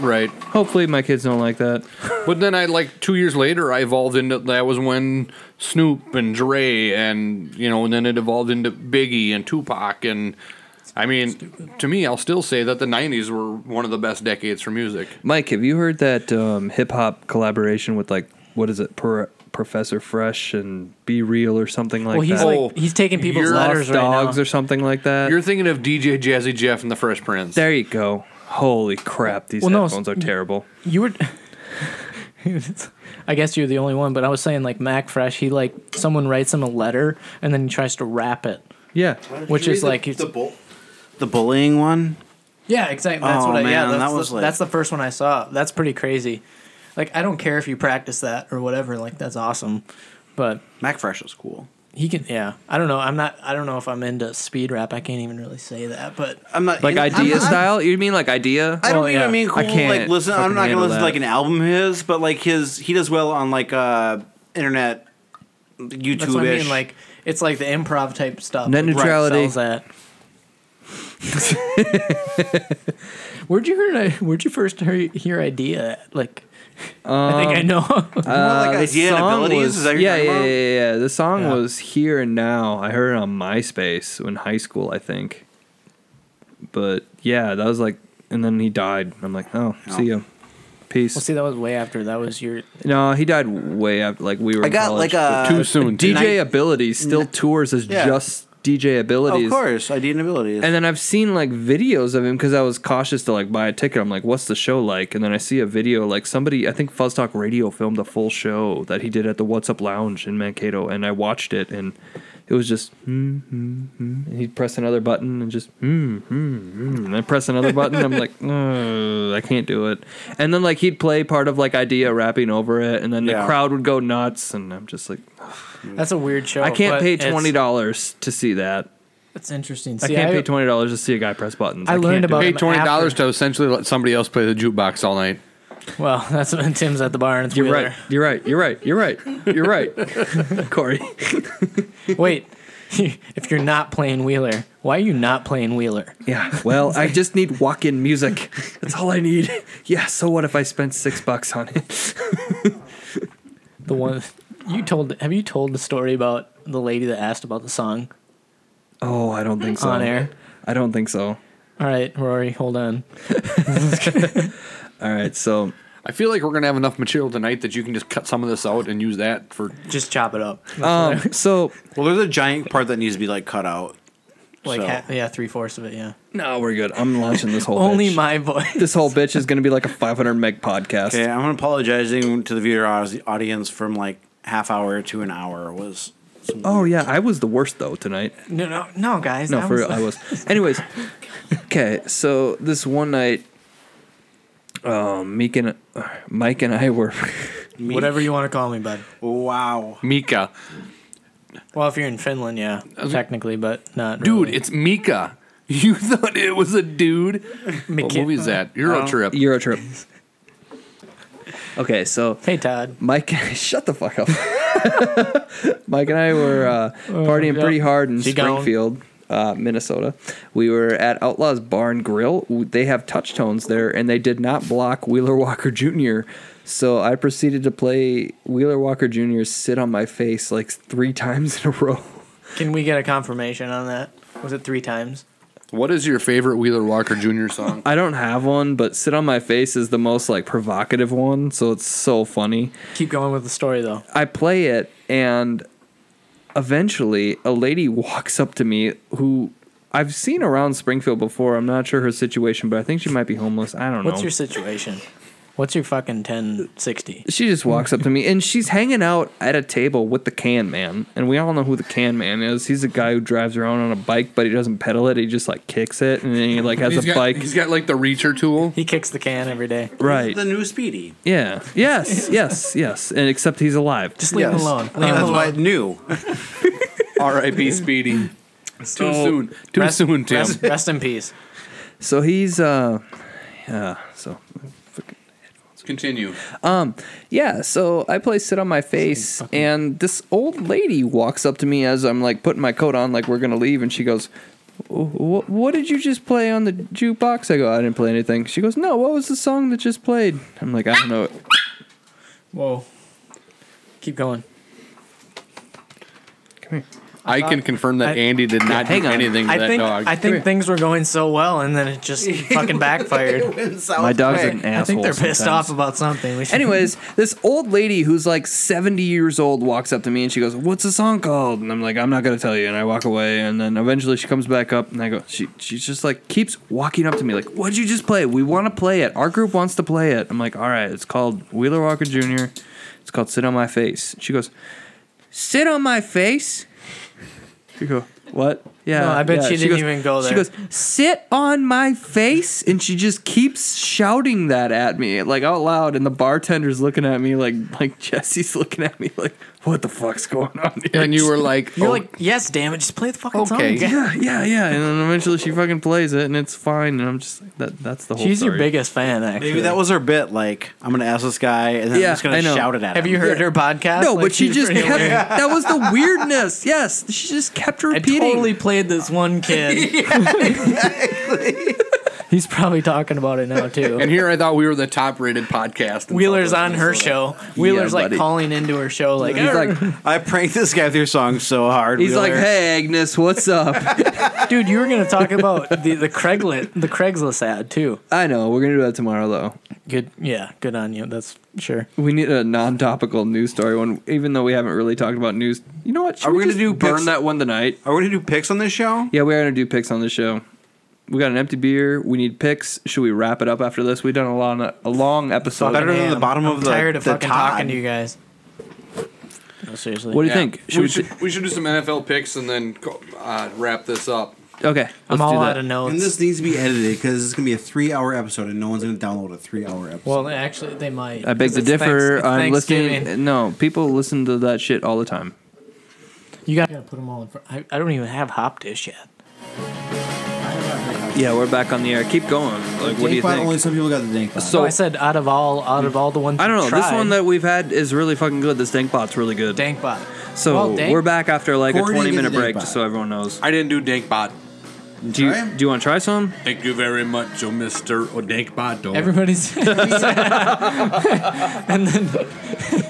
Speaker 6: Right.
Speaker 7: Hopefully, my kids don't like that.
Speaker 6: but then I like two years later, I evolved into that was when Snoop and Dre and you know, and then it evolved into Biggie and Tupac and. I mean, to me, I'll still say that the '90s were one of the best decades for music.
Speaker 2: Mike, have you heard that um, hip hop collaboration with like what is it, per, Professor Fresh and Be Real or something like
Speaker 9: Well, he's
Speaker 2: that?
Speaker 9: like- he's taking people's
Speaker 2: You're-
Speaker 9: letters
Speaker 2: Lost
Speaker 9: right now.
Speaker 2: Oh, dogs or something like that.
Speaker 6: You're thinking of DJ Jazzy Jeff and the Fresh Prince.
Speaker 2: There you go. Holy crap, these
Speaker 9: Well, no,
Speaker 2: headphones are
Speaker 9: s-
Speaker 2: terrible.
Speaker 9: You were. I guess you're the only one, but I was saying like Mac Fresh, he like someone writes him a letter and then he tries to rap it.
Speaker 2: Yeah,
Speaker 9: Which is like
Speaker 8: the,
Speaker 9: it's-
Speaker 8: bull- the bullying one.
Speaker 9: Yeah, exactly. That's
Speaker 8: Oh,
Speaker 9: what I yeah,
Speaker 8: man,
Speaker 9: that's,
Speaker 8: that
Speaker 9: the,
Speaker 8: was like-
Speaker 9: that's the first one I saw. That's pretty crazy. Like I don't care if you practice that or whatever, like that's awesome. But
Speaker 8: Mac Fresh is cool.
Speaker 9: He can yeah. I don't know. I'm not I don't know if I'm into speed rap. I can't even really say that, but
Speaker 8: I'm not
Speaker 2: Like idea style? You mean like idea?
Speaker 8: I don't mean I mean cool.
Speaker 2: can't
Speaker 8: like listen, I'm
Speaker 2: fucking
Speaker 8: not gonna
Speaker 2: handle
Speaker 8: listen to
Speaker 2: that.
Speaker 8: like an album of his, but like his he does well on like uh internet YouTube.
Speaker 9: That's what I mean. Like it's like the improv type stuff.
Speaker 8: Net
Speaker 9: that
Speaker 8: neutrality.
Speaker 9: sells that. where'd you hear? it- Where'd you first hear, hear idea? at? Like, I
Speaker 2: Um,
Speaker 9: think I know.
Speaker 2: Uh, the song was- yeah, yeah, yeah, yeah, yeah. The song
Speaker 9: Yeah.
Speaker 2: was Here and Now. I heard it on MySpace in high school, I think. But yeah, that was like, and then he died. I'm like, oh, see ya. Peace.
Speaker 9: Well, see, that was way after. That was your.
Speaker 2: No, he died way after. Like we were.
Speaker 9: I
Speaker 2: in
Speaker 9: got,
Speaker 2: college,
Speaker 9: like,
Speaker 2: but-
Speaker 9: a- Too soon, too.
Speaker 2: DJ Abilities still tours as
Speaker 8: Yeah.
Speaker 2: just DJ Abilities.
Speaker 8: Of course, idea and abilities.
Speaker 2: And then I've seen like videos of him because I was cautious to like buy a ticket. I'm like, what's the show like? And then I see a video like somebody, I think Fuzz Talk Radio filmed a full show that he did at the What's Up Lounge in Mankato, and I watched it, and it was just hmm, hmm, hmm. And he'd press another button and just hmm, hmm, hmm. And I press another button. I'm like, "Ugh, I can't do it. And then like he'd play part of like idea rapping over it, and then the
Speaker 9: Yeah.
Speaker 2: crowd would go nuts, and I'm just like,
Speaker 9: That's a weird show.
Speaker 2: I can't
Speaker 9: Oh, but
Speaker 2: pay
Speaker 9: it's-
Speaker 2: twenty dollars to see that.
Speaker 9: That's interesting.
Speaker 2: I
Speaker 9: See,
Speaker 2: can't
Speaker 9: I-
Speaker 2: pay twenty dollars to see a guy press buttons.
Speaker 9: I
Speaker 2: can't
Speaker 9: learned
Speaker 2: do
Speaker 9: about
Speaker 2: it.
Speaker 9: him
Speaker 6: Pay twenty dollars to essentially let somebody else play the jukebox all night.
Speaker 9: Well, that's when Tim's at the bar and it's
Speaker 2: You're right. You're right. You're right. You're right. You're right. Corey.
Speaker 9: Wait, if you're not playing Wheeler, why are you not playing Wheeler?
Speaker 2: Yeah. Well, I just need walk-in music. That's all I need. Yeah. So what if I spent six bucks on it?
Speaker 9: The one you told. Have you told the story about the lady that asked about the song?
Speaker 2: Oh, I don't think so.
Speaker 9: On air.
Speaker 2: I don't think so.
Speaker 9: All right, Rory, hold on.
Speaker 2: All right. So
Speaker 6: I feel like we're gonna have enough material tonight that you can just cut some of this out and use that for
Speaker 9: just chop it up.
Speaker 2: Um, so
Speaker 8: well, there's a giant part that needs to be like cut out.
Speaker 9: Like,
Speaker 8: So-
Speaker 9: ha- yeah, three fourths of it. Yeah.
Speaker 2: No, we're good. I'm launching this whole.
Speaker 9: Only
Speaker 2: bitch.
Speaker 9: my voice.
Speaker 2: This whole bitch is gonna be like a 500 meg podcast.
Speaker 8: Okay, I'm apologizing to the viewer aus- audience from like half hour to an hour was.
Speaker 2: Oh yeah, I was the worst though tonight.
Speaker 9: No, no, no, guys.
Speaker 2: No,
Speaker 9: that
Speaker 2: for real, I was. Anyways, okay, so this one night, um, Meek and uh, Mike and I were
Speaker 9: Whatever you want to call me, bud.
Speaker 8: Wow.
Speaker 6: Mika.
Speaker 9: Well, if you're in Finland, yeah, technically, but not.
Speaker 6: Dude, it's Mika. You thought it was a dude? What movie is that? Euro Trip.
Speaker 2: Euro trip. Okay, so
Speaker 9: hey Todd,
Speaker 2: Mike, shut the fuck up. Mike and I were uh, partying
Speaker 9: Oh, yeah.
Speaker 2: pretty hard in
Speaker 9: She gone.
Speaker 2: Springfield, uh, Minnesota. We were at Outlaws Bar and Grill. They have touch tones there, and they did not block Wheeler Walker Jr. So I proceeded to play Wheeler Walker Jr. sit on my face like three times in a row.
Speaker 9: Can we get a confirmation on that? Was it three times?
Speaker 6: What is your favorite Wheeler Walker Jr. song?
Speaker 2: I don't have one, but sit on my face is the most like provocative one, so it's so funny.
Speaker 9: Keep going with the story though.
Speaker 2: I play it, and eventually a lady walks up to me who I've seen around Springfield before. I'm not sure her situation, but I think she might be homeless. I don't know.
Speaker 9: What's your situation? What's your fucking ten sixty?
Speaker 2: she just walks up to me, and she's hanging out at a table with the Can Man, and we all know who the Can Man is. He's a guy who drives around on a bike, but he doesn't pedal it. He just like kicks it, and then he like has
Speaker 6: He's
Speaker 2: a
Speaker 6: got-
Speaker 2: bike.
Speaker 6: He's got like the reacher tool.
Speaker 9: He kicks the can every day.
Speaker 2: Right.
Speaker 8: The new Speedy.
Speaker 2: Yeah. Yes. Yes. Yes. And except he's alive.
Speaker 9: Just leave him
Speaker 2: Yes.
Speaker 9: alone. Leave him
Speaker 8: that's why
Speaker 9: alone.
Speaker 8: new.
Speaker 6: R.I.P. Speedy. Too soon. Too
Speaker 9: Rest-
Speaker 6: soon, Tim.
Speaker 9: Rest, rest in peace.
Speaker 2: So he's uh, yeah. So
Speaker 6: Continue.
Speaker 2: Um, yeah, so I play sit on my face, and this old lady walks up to me as I'm like putting my coat on, like we're gonna leave, and she goes, what, what did you just play on the jukebox? I go, I didn't play anything. She goes, no, what was the song that just played? I'm like, I don't know.
Speaker 9: Whoa. Keep going.
Speaker 6: I, can
Speaker 9: thought-
Speaker 6: confirm that
Speaker 9: I-
Speaker 6: Andy did not
Speaker 9: Hang
Speaker 6: do
Speaker 9: on.
Speaker 6: anything to
Speaker 9: I
Speaker 6: that
Speaker 9: think,
Speaker 6: dog.
Speaker 9: I think things were going so well, and then it just fucking backfired.
Speaker 2: My dog's an asshole.
Speaker 9: I think they're pissed
Speaker 2: sometimes.
Speaker 9: off about something. We should-
Speaker 2: Anyways, this old lady who's like 70 years old walks up to me and she goes, "What's the song called?" And I'm like, "I'm not gonna tell you." And I walk away, and then eventually she comes back up, and I go, "She she's just like keeps walking up to me like, what'd you just play? We want to play it. Our group wants to play it." I'm like, "All right, it's called Wheeler Walker Jr. It's called Sit on My Face." She goes, "Sit on my face." You go, "What?" Yeah,
Speaker 9: No, I bet
Speaker 2: yeah."
Speaker 9: she didn't
Speaker 2: goes-
Speaker 9: even go
Speaker 2: She
Speaker 9: there.
Speaker 2: goes, sit on my face and she just keeps shouting that at me like out loud and the bartender's looking at me like like jesse's looking at me like what the fuck's going on here?
Speaker 6: And you were like, "Oh,
Speaker 9: You're like, yes, damn it, just play the fucking song. again."
Speaker 2: yeah yeah yeah and then eventually she fucking plays it and it's fine and i'm just like that that's the whole
Speaker 9: She's your
Speaker 2: story.
Speaker 9: biggest fan, actually.
Speaker 3: Maybe that was her bit. Like, I'm gonna ask this guy, and then
Speaker 2: Yeah,
Speaker 3: I'm just gonna
Speaker 2: I know.
Speaker 3: shout it at
Speaker 2: Have
Speaker 3: him.
Speaker 2: you heard Yeah. her
Speaker 9: podcast?
Speaker 2: no but she just kept that was the weirdness yes she just kept repeating
Speaker 9: totally played this one kid. He's probably talking about it now too.
Speaker 6: and here I thought we were the top rated podcast. in
Speaker 9: Wheeler's
Speaker 6: Southwest
Speaker 9: on her
Speaker 6: Minnesota.
Speaker 9: show. Wheeler's like
Speaker 6: buddy.
Speaker 9: calling into her show, like,
Speaker 3: He's like, I pranked this guy with your song so hard.
Speaker 9: He's like,
Speaker 2: "Hey, Agnes, what's up?"
Speaker 9: dude, you were gonna talk about the the Craiglet the Craigslist ad too.
Speaker 2: I know we're gonna do that tomorrow though.
Speaker 9: Good, yeah, good on you. That's sure.
Speaker 2: We need a non-topical news story one, even though we haven't really talked about news. You know what? Should
Speaker 3: Are we gonna
Speaker 2: just
Speaker 3: do
Speaker 2: burn
Speaker 3: picks-
Speaker 2: that one tonight?
Speaker 3: Are we gonna do picks on this show?
Speaker 2: Yeah, we are gonna do picks on the show. We got an empty beer. We need picks. Should we wrap it up after this? We've done a long, a long episode.
Speaker 3: Better than the bottom
Speaker 9: I'm
Speaker 3: of the.
Speaker 9: tired of
Speaker 3: the
Speaker 9: fucking
Speaker 3: Todd.
Speaker 9: talking to you guys. No, seriously.
Speaker 2: What do you
Speaker 6: Yeah.
Speaker 2: think? Should
Speaker 6: we,
Speaker 2: we
Speaker 6: should, we should do some NFL picks and then co- uh, wrap this up.
Speaker 2: Okay,
Speaker 9: I'm all out of notes.
Speaker 13: And this needs to be edited because it's gonna be a three-hour episode, and no one's gonna download a three-hour episode.
Speaker 9: well, actually, they might.
Speaker 2: I beg
Speaker 9: 'cause
Speaker 2: to
Speaker 9: it's thanks-
Speaker 2: differ.
Speaker 9: it's
Speaker 2: I'm
Speaker 9: Thanksgiving.
Speaker 2: listening. No, people listen to that shit all the time.
Speaker 9: You gotta put them all in front. I, I don't even have Hop Dish yet.
Speaker 2: Yeah, we're back on the air. Keep going. Like, what do you
Speaker 13: Dank Bot,
Speaker 2: think?
Speaker 13: Only some people got the dank. Bot.
Speaker 9: So I said, out of all, out of all the ones
Speaker 2: I don't know.
Speaker 9: Tried,
Speaker 2: This one that we've had is really fucking good. This Dankbot's really good.
Speaker 9: Dankbot.
Speaker 2: So
Speaker 9: Well, Dank-
Speaker 2: we're back after like
Speaker 9: Corey
Speaker 2: a
Speaker 9: didn't
Speaker 2: 20
Speaker 9: get
Speaker 2: minute
Speaker 9: the Dank
Speaker 2: break,
Speaker 9: Bot.
Speaker 2: just so everyone knows.
Speaker 6: I didn't do Dankbot.
Speaker 2: Do you do you want to try some?
Speaker 6: Thank you very much, oh Mister oh, Dankbot.
Speaker 9: Everybody's. and then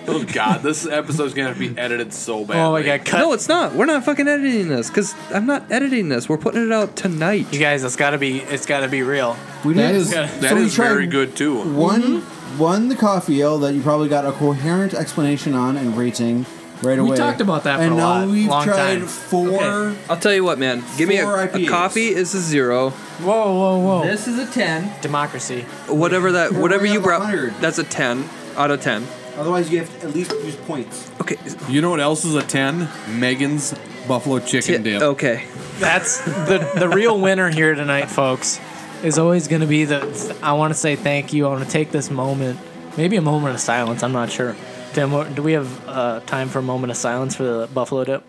Speaker 6: oh God, this episode's gonna have to be edited so bad.
Speaker 9: oh,
Speaker 2: No, it's not. We're not fucking editing this because I'm not editing this. We're putting it out tonight.
Speaker 9: You guys, it's gotta be, it's gotta be real.
Speaker 13: We
Speaker 6: That
Speaker 13: did-
Speaker 6: is
Speaker 13: Yeah.
Speaker 6: that
Speaker 13: So we
Speaker 6: is very
Speaker 13: tried
Speaker 6: good too.
Speaker 13: One,
Speaker 2: Mm-hmm.
Speaker 13: one, the coffee ale that you probably got a coherent explanation on and rating right
Speaker 2: We
Speaker 13: away.
Speaker 2: talked about that for
Speaker 13: and
Speaker 2: a
Speaker 13: now
Speaker 2: lot,
Speaker 13: we've
Speaker 2: long
Speaker 13: tried
Speaker 2: time.
Speaker 13: four.
Speaker 2: I'll tell you what, man. Give me a,
Speaker 13: Four
Speaker 2: a
Speaker 13: IPAs.
Speaker 2: coffee is a zero.
Speaker 9: Whoa, whoa, whoa.
Speaker 2: This is a ten.
Speaker 9: Democracy.
Speaker 2: Whatever that,
Speaker 13: We're
Speaker 2: whatever
Speaker 13: way
Speaker 2: you
Speaker 13: out of
Speaker 2: brought, that's a ten out of ten.
Speaker 13: Otherwise, you have to at least use points.
Speaker 2: Okay.
Speaker 6: You know what else is a ten? Megan's buffalo chicken dip.
Speaker 2: Okay.
Speaker 9: That's the the real winner here tonight, folks. Is always going to be the. I want to say thank you. I want to take this moment, maybe a moment of silence. I'm not sure. Tim, do we have uh, time for a moment of silence for the buffalo dip?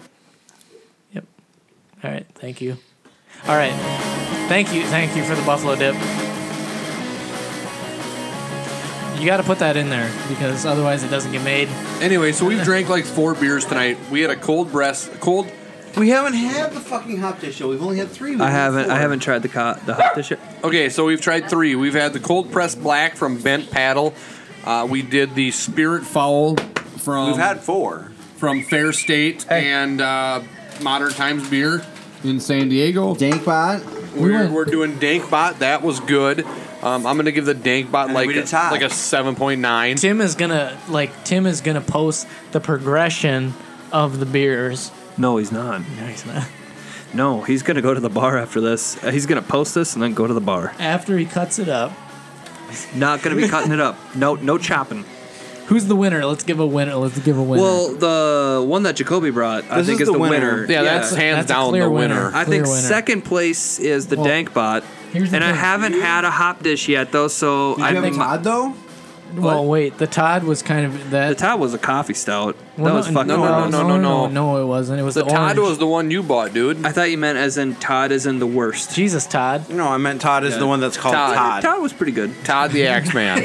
Speaker 9: Yep. All right. Thank you. All right. Thank you. Thank you for the buffalo dip. You got to put that in there because otherwise it doesn't get made.
Speaker 6: Anyway, so we've drank like four beers tonight. We had a cold breast, cold.
Speaker 13: We haven't had the fucking hop dish show. We've only had three.
Speaker 2: I haven't, I haven't tried the co- the hot dish yet.
Speaker 6: Okay, so we've tried three. We've had the cold pressed black from Bent Paddle. Uh, we did the spirit fowl from.
Speaker 3: We've had four.
Speaker 6: from Fair State and uh, Modern Times beer in San Diego.
Speaker 13: Dankbot.
Speaker 6: We're, we're doing Dankbot. That was good. Um, I'm gonna give the Dankbot like a, like a 7.9.
Speaker 9: Tim is gonna like Tim is gonna post the progression of the beers.
Speaker 2: No, he's not.
Speaker 9: No, he's not.
Speaker 2: No, he's gonna go to the bar after this. Uh, He's gonna post this and then go to the bar.
Speaker 9: After he cuts it up,
Speaker 2: Not gonna be cutting it up. No, no chopping.
Speaker 9: who's the winner? Let's give a winner. Let's give a winner.
Speaker 2: Well, the one that Jacoby brought, I
Speaker 9: This
Speaker 2: think,
Speaker 9: is
Speaker 2: is,
Speaker 9: the
Speaker 2: the winner.
Speaker 9: winner. Yeah, that's hands That's a down clear the winner. winner.
Speaker 2: I
Speaker 9: Clear
Speaker 2: think
Speaker 9: winner.
Speaker 2: second place is the Dankbot,
Speaker 9: here's the
Speaker 2: and I
Speaker 9: thing.
Speaker 2: haven't had a hop dish yet though, so
Speaker 9: Did you
Speaker 2: I
Speaker 3: Uh,
Speaker 9: have a Todd,
Speaker 2: though.
Speaker 9: Well, wait. The Todd was kind of that. The
Speaker 2: Todd was a coffee stout.
Speaker 9: Well,
Speaker 2: that was fucking
Speaker 9: no,
Speaker 2: gross.
Speaker 9: no, no, no, no, It wasn't. It was the, orange.
Speaker 2: the one you bought, dude. I thought you meant as in Todd is in the worst.
Speaker 9: Jesus, Todd.
Speaker 13: No, I meant Todd is the one that's called Todd.
Speaker 2: Todd. was pretty good. Todd the Axeman.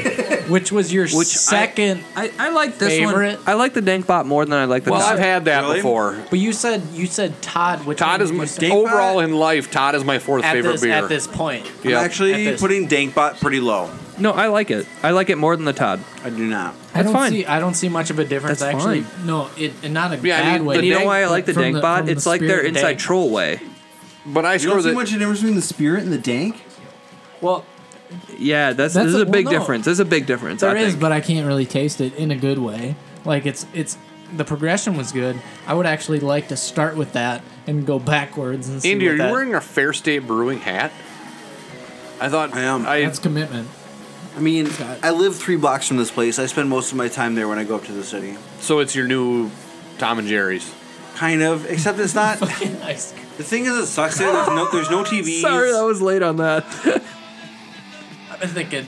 Speaker 9: which was your
Speaker 2: Which I-
Speaker 9: second.
Speaker 2: I, I like this
Speaker 9: favorite.
Speaker 2: one. I like the Dank Bot more than I like the.
Speaker 6: Well,
Speaker 2: Todd.
Speaker 6: I've had that Really? before.
Speaker 9: But you said you said Todd. Which
Speaker 6: Todd
Speaker 9: one
Speaker 6: is
Speaker 9: did
Speaker 6: my
Speaker 9: you say? Oh,
Speaker 6: overall in life. Todd is my fourth
Speaker 9: At
Speaker 6: favorite
Speaker 9: this-
Speaker 6: beer.
Speaker 9: at this point.
Speaker 6: Yeah.
Speaker 13: I'm actually
Speaker 9: At this-
Speaker 13: putting Dankbot pretty low.
Speaker 2: No, I like it. I like it more than the Todd.
Speaker 13: I do not.
Speaker 9: I
Speaker 2: That's
Speaker 9: don't
Speaker 2: fine.
Speaker 9: see. I don't see much of a difference.
Speaker 2: That's
Speaker 9: actually,
Speaker 2: fine.
Speaker 9: no, it and not a
Speaker 2: Yeah, I
Speaker 9: bad
Speaker 2: mean,
Speaker 9: way.
Speaker 2: but you know why I like the
Speaker 9: From
Speaker 2: dank bot?
Speaker 9: from
Speaker 2: It's like their
Speaker 9: spirit
Speaker 2: inside
Speaker 9: dank.
Speaker 2: troll way.
Speaker 6: But I
Speaker 31: you don't see much of a difference between the spirit and the dank.
Speaker 9: Well,
Speaker 2: Yeah, that's,
Speaker 9: That's
Speaker 2: this is
Speaker 9: a-
Speaker 2: a big
Speaker 9: well, no.
Speaker 2: difference. This is a big difference.
Speaker 9: There
Speaker 2: I
Speaker 9: is,
Speaker 2: think.
Speaker 9: but I can't really taste it in a good way. Like it's it's the progression was good. I would actually like to start with that and go backwards and see
Speaker 6: Andy,
Speaker 9: what
Speaker 6: are you
Speaker 9: that-
Speaker 6: wearing a Fair State Brewing hat? I thought I am. I,
Speaker 9: that's commitment.
Speaker 13: I mean, I live three blocks from this place. I spend most of my time there when I go up to the city.
Speaker 6: so it's your new Tom and Jerry's.
Speaker 13: Kind of, except it's not. the
Speaker 9: Nice.
Speaker 13: thing is, it sucks there. There's no, there's no TV.
Speaker 2: Sorry, that was late on that.
Speaker 9: I've been thinking.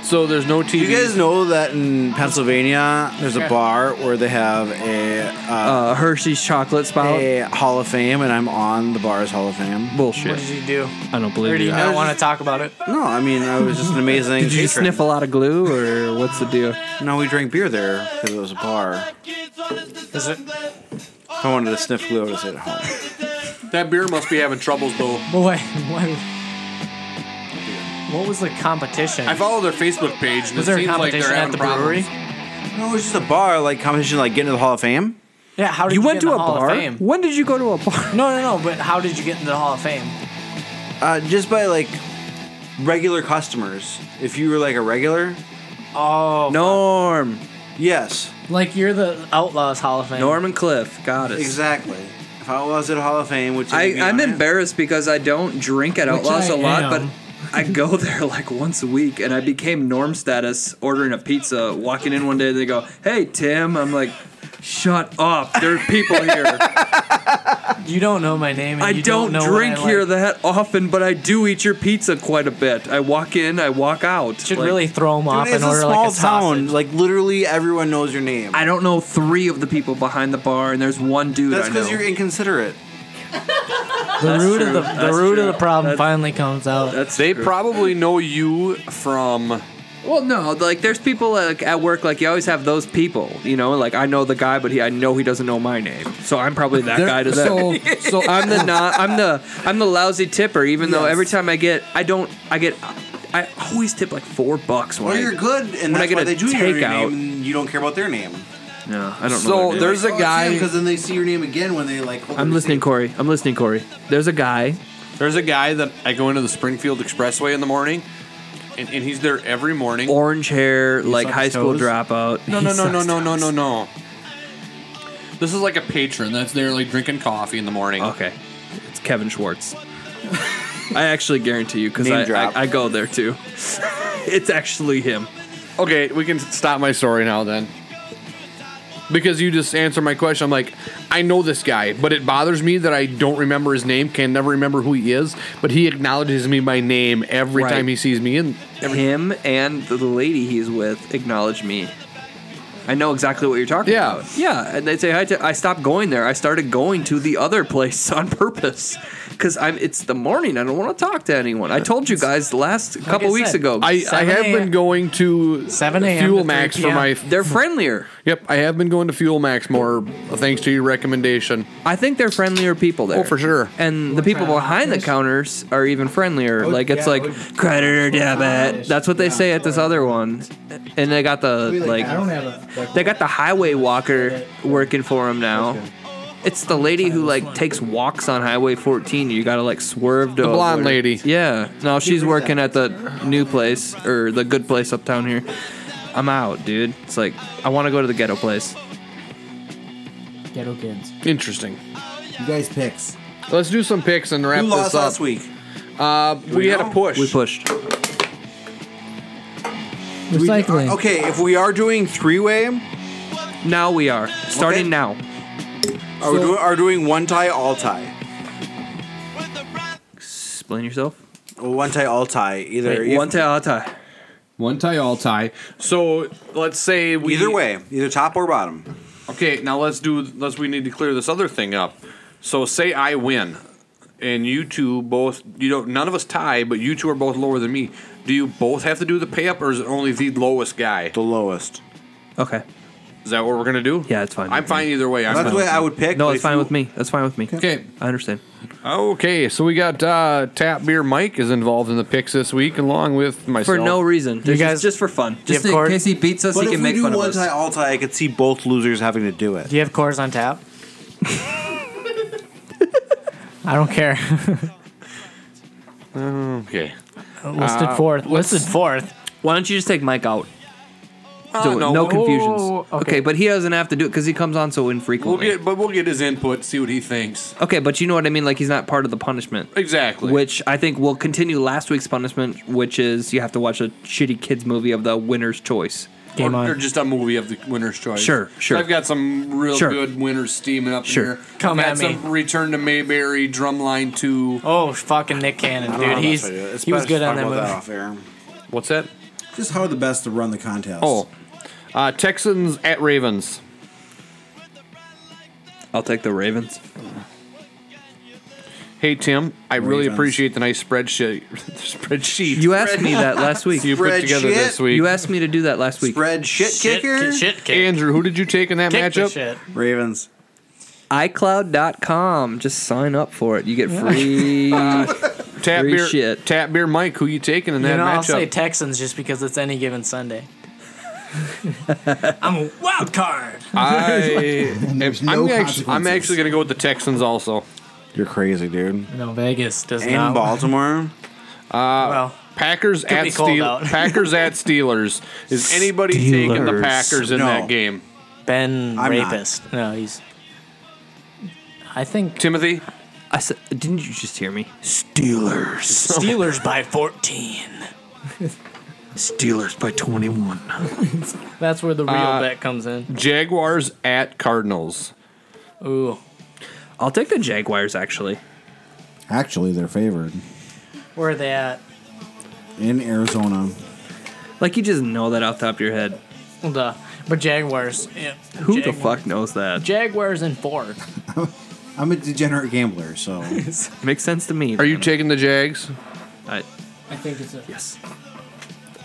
Speaker 6: So there's no TV.
Speaker 13: You guys know that in Pennsylvania, there's a bar where they have a uh,
Speaker 2: uh, Hershey's chocolate spout,
Speaker 13: a Hall of Fame, and I'm on the bar's Hall of Fame.
Speaker 2: Bullshit.
Speaker 9: What did you do?
Speaker 2: I don't
Speaker 9: Or
Speaker 2: believe
Speaker 9: do you
Speaker 2: you.
Speaker 9: not want to talk about it?
Speaker 13: No, I mean, I was just an amazing.
Speaker 2: Did you
Speaker 13: patron.
Speaker 2: sniff a lot of glue, or what's the deal?
Speaker 13: No, we drank beer there because it was a bar.
Speaker 9: Is it?
Speaker 13: If I wanted to sniff glue, I would have stayed at home.
Speaker 6: That beer must be having troubles though.
Speaker 9: Boy, what, what was the competition?
Speaker 6: I follow their Facebook page. And
Speaker 9: Was
Speaker 6: it
Speaker 9: there a
Speaker 6: seems like they're
Speaker 9: competition at
Speaker 6: having
Speaker 9: the brewery?
Speaker 6: problems.
Speaker 13: No, it was just a bar, like competition, like getting to the Hall of Fame.
Speaker 9: Yeah, how did
Speaker 13: You
Speaker 9: you,
Speaker 13: went
Speaker 9: get in the
Speaker 13: to a
Speaker 9: Hall of
Speaker 13: bar?
Speaker 9: Fame?
Speaker 2: When did you go to a bar?
Speaker 9: No, no, no. But how did you get into the Hall of Fame?
Speaker 13: Uh, just by like regular customers. If you were like a regular,
Speaker 9: Oh,
Speaker 2: Norm,
Speaker 13: yes,
Speaker 9: like you're the Outlaws Hall of Fame.
Speaker 2: Norm and Cliff, got us.
Speaker 13: exactly. If I was at Hall of Fame, which
Speaker 2: I,
Speaker 13: is
Speaker 2: I'm embarrassed because I don't drink at
Speaker 13: Which
Speaker 2: Outlaws
Speaker 13: I
Speaker 2: a lot,
Speaker 13: am.
Speaker 2: but I go there like once a week, and I became norm status ordering a pizza, walking in one day, they go, "Hey Tim," I'm like, "Shut up! There's people here.
Speaker 9: You don't know my name. And
Speaker 2: I
Speaker 9: you
Speaker 2: don't,
Speaker 9: know what
Speaker 2: drink
Speaker 9: I like.
Speaker 2: here that often, but I do eat your pizza quite a bit. I walk in, I walk out.
Speaker 9: Should really throw 'em
Speaker 13: Dude,
Speaker 9: off
Speaker 13: it's
Speaker 9: and
Speaker 13: a
Speaker 9: order
Speaker 13: small
Speaker 9: like a
Speaker 13: town. Like literally, everyone knows your name.
Speaker 2: I don't know three of the people behind the bar, and there's one dude
Speaker 13: That's
Speaker 2: I know.
Speaker 13: because you're inconsiderate.
Speaker 9: The
Speaker 2: That's
Speaker 9: root of
Speaker 2: true.
Speaker 9: the, the
Speaker 2: That's
Speaker 9: root
Speaker 2: true.
Speaker 9: of the problem finally comes out.
Speaker 6: they probably know you from.
Speaker 2: Well, no, like there's people like at work, like you always have those people, you know, like I know the guy, but he I know he doesn't know my name, so I'm probably that
Speaker 32: There-
Speaker 2: guy to them.
Speaker 32: so- so-
Speaker 2: I'm the not, I'm the I'm the lousy tipper, even though
Speaker 32: Yes.
Speaker 2: every time I get, I don't, I get, I always tip like four bucks. When
Speaker 13: Well,
Speaker 2: I-
Speaker 13: you're good,
Speaker 2: when
Speaker 13: and that's
Speaker 2: I get
Speaker 13: why
Speaker 2: a
Speaker 13: they do know your
Speaker 2: takeout.
Speaker 13: name, and you don't care about their name.
Speaker 2: No, I don't
Speaker 13: So
Speaker 2: know. their name.
Speaker 13: there's a guy because then they see your name again when they like.
Speaker 2: I'm listening, Corey. I'm listening, Corey. There's a guy.
Speaker 6: There's a guy that I go into the Springfield Expressway in the morning, and, and he's there every morning.
Speaker 2: Orange hair, like
Speaker 6: sucks
Speaker 2: high school
Speaker 6: toes?
Speaker 2: dropout.
Speaker 6: No,
Speaker 2: He
Speaker 6: no, no, no,
Speaker 2: sucks
Speaker 6: no, no,
Speaker 2: toes.
Speaker 6: no, no. This is like a patron that's there, like drinking coffee in the morning.
Speaker 2: Okay, it's Kevin Schwartz. I actually guarantee you because
Speaker 6: Name
Speaker 2: I,
Speaker 6: drop.
Speaker 2: I, I go there too. it's actually him.
Speaker 6: Okay, we can stop my story now then. Because you just answer my question. I'm like, I know this guy, but it bothers me that I don't remember his name, can never remember who he is, but he acknowledges me by name every
Speaker 2: Right.
Speaker 6: time he sees me. And
Speaker 2: Him and the lady he's with acknowledge me. I know exactly what you're talking about. Yeah, and they say hi to. I stopped going there. I started going to the other place on purpose because I'm. It's the morning. I don't want to talk to anyone. I told you guys last
Speaker 6: Like
Speaker 2: couple
Speaker 6: I
Speaker 2: weeks
Speaker 6: said,
Speaker 2: ago.
Speaker 6: I- I have 7 been going to
Speaker 9: 7 a.m. to
Speaker 6: Fuel
Speaker 9: 3
Speaker 6: Max for
Speaker 9: p.m..
Speaker 6: my.
Speaker 2: They're friendlier.
Speaker 6: Yep, I have been going to Fuel Max more thanks to your recommendation.
Speaker 2: I think they're friendlier people there.
Speaker 6: Oh, for sure.
Speaker 2: And the people behind the counters are even friendlier. like it's
Speaker 6: yeah,
Speaker 2: like credit or debit. That's what they say at this other one. And they got the like they got the highway walker working for them now. It's the lady who like takes walks on Highway 14. You gotta like swerve to
Speaker 6: The blonde
Speaker 2: avoid her.
Speaker 6: lady.
Speaker 2: Yeah. No, she's working at the new place or the good place uptown here. I'm out, dude. It's like I want to go to the ghetto place.
Speaker 9: Ghetto kids.
Speaker 6: Interesting.
Speaker 31: You guys picks.
Speaker 6: Let's do some picks and wrap
Speaker 31: Who
Speaker 6: this
Speaker 31: lost
Speaker 6: up.
Speaker 31: last
Speaker 13: week?
Speaker 6: Uh, we,
Speaker 13: we
Speaker 6: had
Speaker 13: know?
Speaker 6: a push.
Speaker 2: We pushed.
Speaker 9: Recycling.
Speaker 13: Oh, Okay, if we are doing three way,
Speaker 2: now we are starting now.
Speaker 13: Are we
Speaker 2: So-
Speaker 13: doing, are doing one tie all tie?
Speaker 2: Explain yourself.
Speaker 13: One tie all tie. Either
Speaker 2: Wait,
Speaker 13: if-
Speaker 2: one tie, all tie.
Speaker 6: One tie, all tie. So let's say we
Speaker 13: Either way, either top or bottom.
Speaker 33: Okay, now let's do. Let's we need to clear this other thing up. So say I win, and you two both. You don't. None of us tie, but you two are both lower than me. Do you both have to do the pay up, or is it only the lowest guy? The
Speaker 13: lowest.
Speaker 33: Okay. Is that what we're gonna do?
Speaker 34: Yeah, it's fine.
Speaker 33: I'm fine either way. I'm
Speaker 34: That's
Speaker 33: fine.
Speaker 34: the way I would pick, No, but it's if fine you- with
Speaker 6: me. That's fine with me. Okay.
Speaker 34: I understand.
Speaker 6: Okay, so we got uh, Tap Beer Mike is involved in the picks this week, along with myself.
Speaker 2: For no reason.
Speaker 6: You
Speaker 2: Just,
Speaker 6: guys-
Speaker 2: just for fun. Just in case he beats us,
Speaker 13: but
Speaker 2: he
Speaker 13: if
Speaker 2: can
Speaker 13: we
Speaker 2: make
Speaker 13: do
Speaker 2: fun of
Speaker 13: one
Speaker 2: us.
Speaker 13: tie, all tie, I could see both losers having to do it.
Speaker 9: Do you have cores on tap? I don't care.
Speaker 33: Okay.
Speaker 13: Uh,
Speaker 9: Listed fourth. Listed fourth.
Speaker 2: Why don't you just take Mike out?
Speaker 33: Uh,
Speaker 2: Do it.
Speaker 33: no.
Speaker 2: No confusions.
Speaker 33: Oh,
Speaker 2: okay.
Speaker 33: okay.
Speaker 2: but he doesn't have to do it because he comes on so
Speaker 33: We'll
Speaker 2: infrequently.
Speaker 33: get, but we'll get his input, see what he thinks.
Speaker 2: okay, but you know what I mean? Like, he's not part of the punishment.
Speaker 33: Exactly.
Speaker 2: Which I think will continue last week's punishment, which is you have to watch a shitty kids movie of the winner's choice.
Speaker 33: or, or just a movie of the winner's choice.
Speaker 2: Sure, sure.
Speaker 33: I've got some real
Speaker 2: Sure.
Speaker 33: good winners steaming up
Speaker 2: Sure.
Speaker 33: in here.
Speaker 9: Come
Speaker 33: I've
Speaker 9: at
Speaker 33: got
Speaker 9: me.
Speaker 33: Some Return to Mayberry, Drumline Two.
Speaker 9: Oh, fucking Nick Cannon,
Speaker 13: I don't know
Speaker 9: dude.
Speaker 13: how
Speaker 9: He's
Speaker 13: much I do. It's
Speaker 9: he was
Speaker 13: best
Speaker 9: good
Speaker 13: to
Speaker 9: on
Speaker 13: talk
Speaker 9: that
Speaker 13: about
Speaker 9: movie.
Speaker 13: off air.
Speaker 33: What's that?
Speaker 3: Just how the best to run the contest.
Speaker 6: Oh, uh, Texans at Ravens.
Speaker 2: I'll take the Ravens.
Speaker 6: Hey Tim, I really
Speaker 2: Ravens.
Speaker 6: appreciate the nice spreadsheet. spreadsheet.
Speaker 2: You asked me that last week.
Speaker 6: you put together this week.
Speaker 2: You asked me to do that last week.
Speaker 13: Spread shit Shit kicker? ki- shit kick.
Speaker 6: Andrew, who did you take in that
Speaker 2: Kick the
Speaker 6: matchup?
Speaker 2: shit.
Speaker 13: Ravens.
Speaker 2: iCloud.com. Just sign up for it. You get free,
Speaker 6: Tap
Speaker 2: free
Speaker 6: beer,
Speaker 2: shit.
Speaker 6: tap beer, Mike. Who you taking in
Speaker 9: You
Speaker 6: that
Speaker 9: know, I'll
Speaker 6: matchup?
Speaker 9: say Texans just because it's any given Sunday. I'm a wild card.
Speaker 6: I,
Speaker 9: there's no
Speaker 6: I'm, actually, I'm
Speaker 9: consequences.
Speaker 6: actually going to go with the Texans also.
Speaker 13: You're crazy, dude.
Speaker 9: No, Vegas does
Speaker 13: And
Speaker 9: not.
Speaker 13: Baltimore.
Speaker 6: Uh, Packers
Speaker 9: could
Speaker 6: at
Speaker 9: be cold
Speaker 6: Steel-
Speaker 9: out.
Speaker 6: Packers at Steelers. Is anybody taking the
Speaker 9: Steelers.
Speaker 6: Packers in
Speaker 9: No.
Speaker 6: that game?
Speaker 9: Ben
Speaker 6: I'm not.
Speaker 9: Rapist. No, he's. I think
Speaker 33: Timothy.
Speaker 2: I said, didn't you just hear me?
Speaker 9: Steelers. Steelers by 14.
Speaker 2: Steelers by 21.
Speaker 9: That's where the real
Speaker 6: Uh,
Speaker 9: bet comes in.
Speaker 6: Jaguars at Cardinals.
Speaker 9: Ooh.
Speaker 2: I'll take the Jaguars actually.
Speaker 3: Actually, they're favored
Speaker 9: Where are they at?
Speaker 3: in Arizona.
Speaker 2: Like you just know that off the top of your head.
Speaker 9: Duh. But Jaguars. Yeah.
Speaker 2: Who the
Speaker 9: Jaguars.
Speaker 2: fuck knows that?
Speaker 9: Jaguars in four.
Speaker 3: I'm a degenerate gambler, so
Speaker 2: Makes sense to me.
Speaker 6: Are you taking the Jags?
Speaker 2: I,
Speaker 9: I think it's a.
Speaker 2: Yes.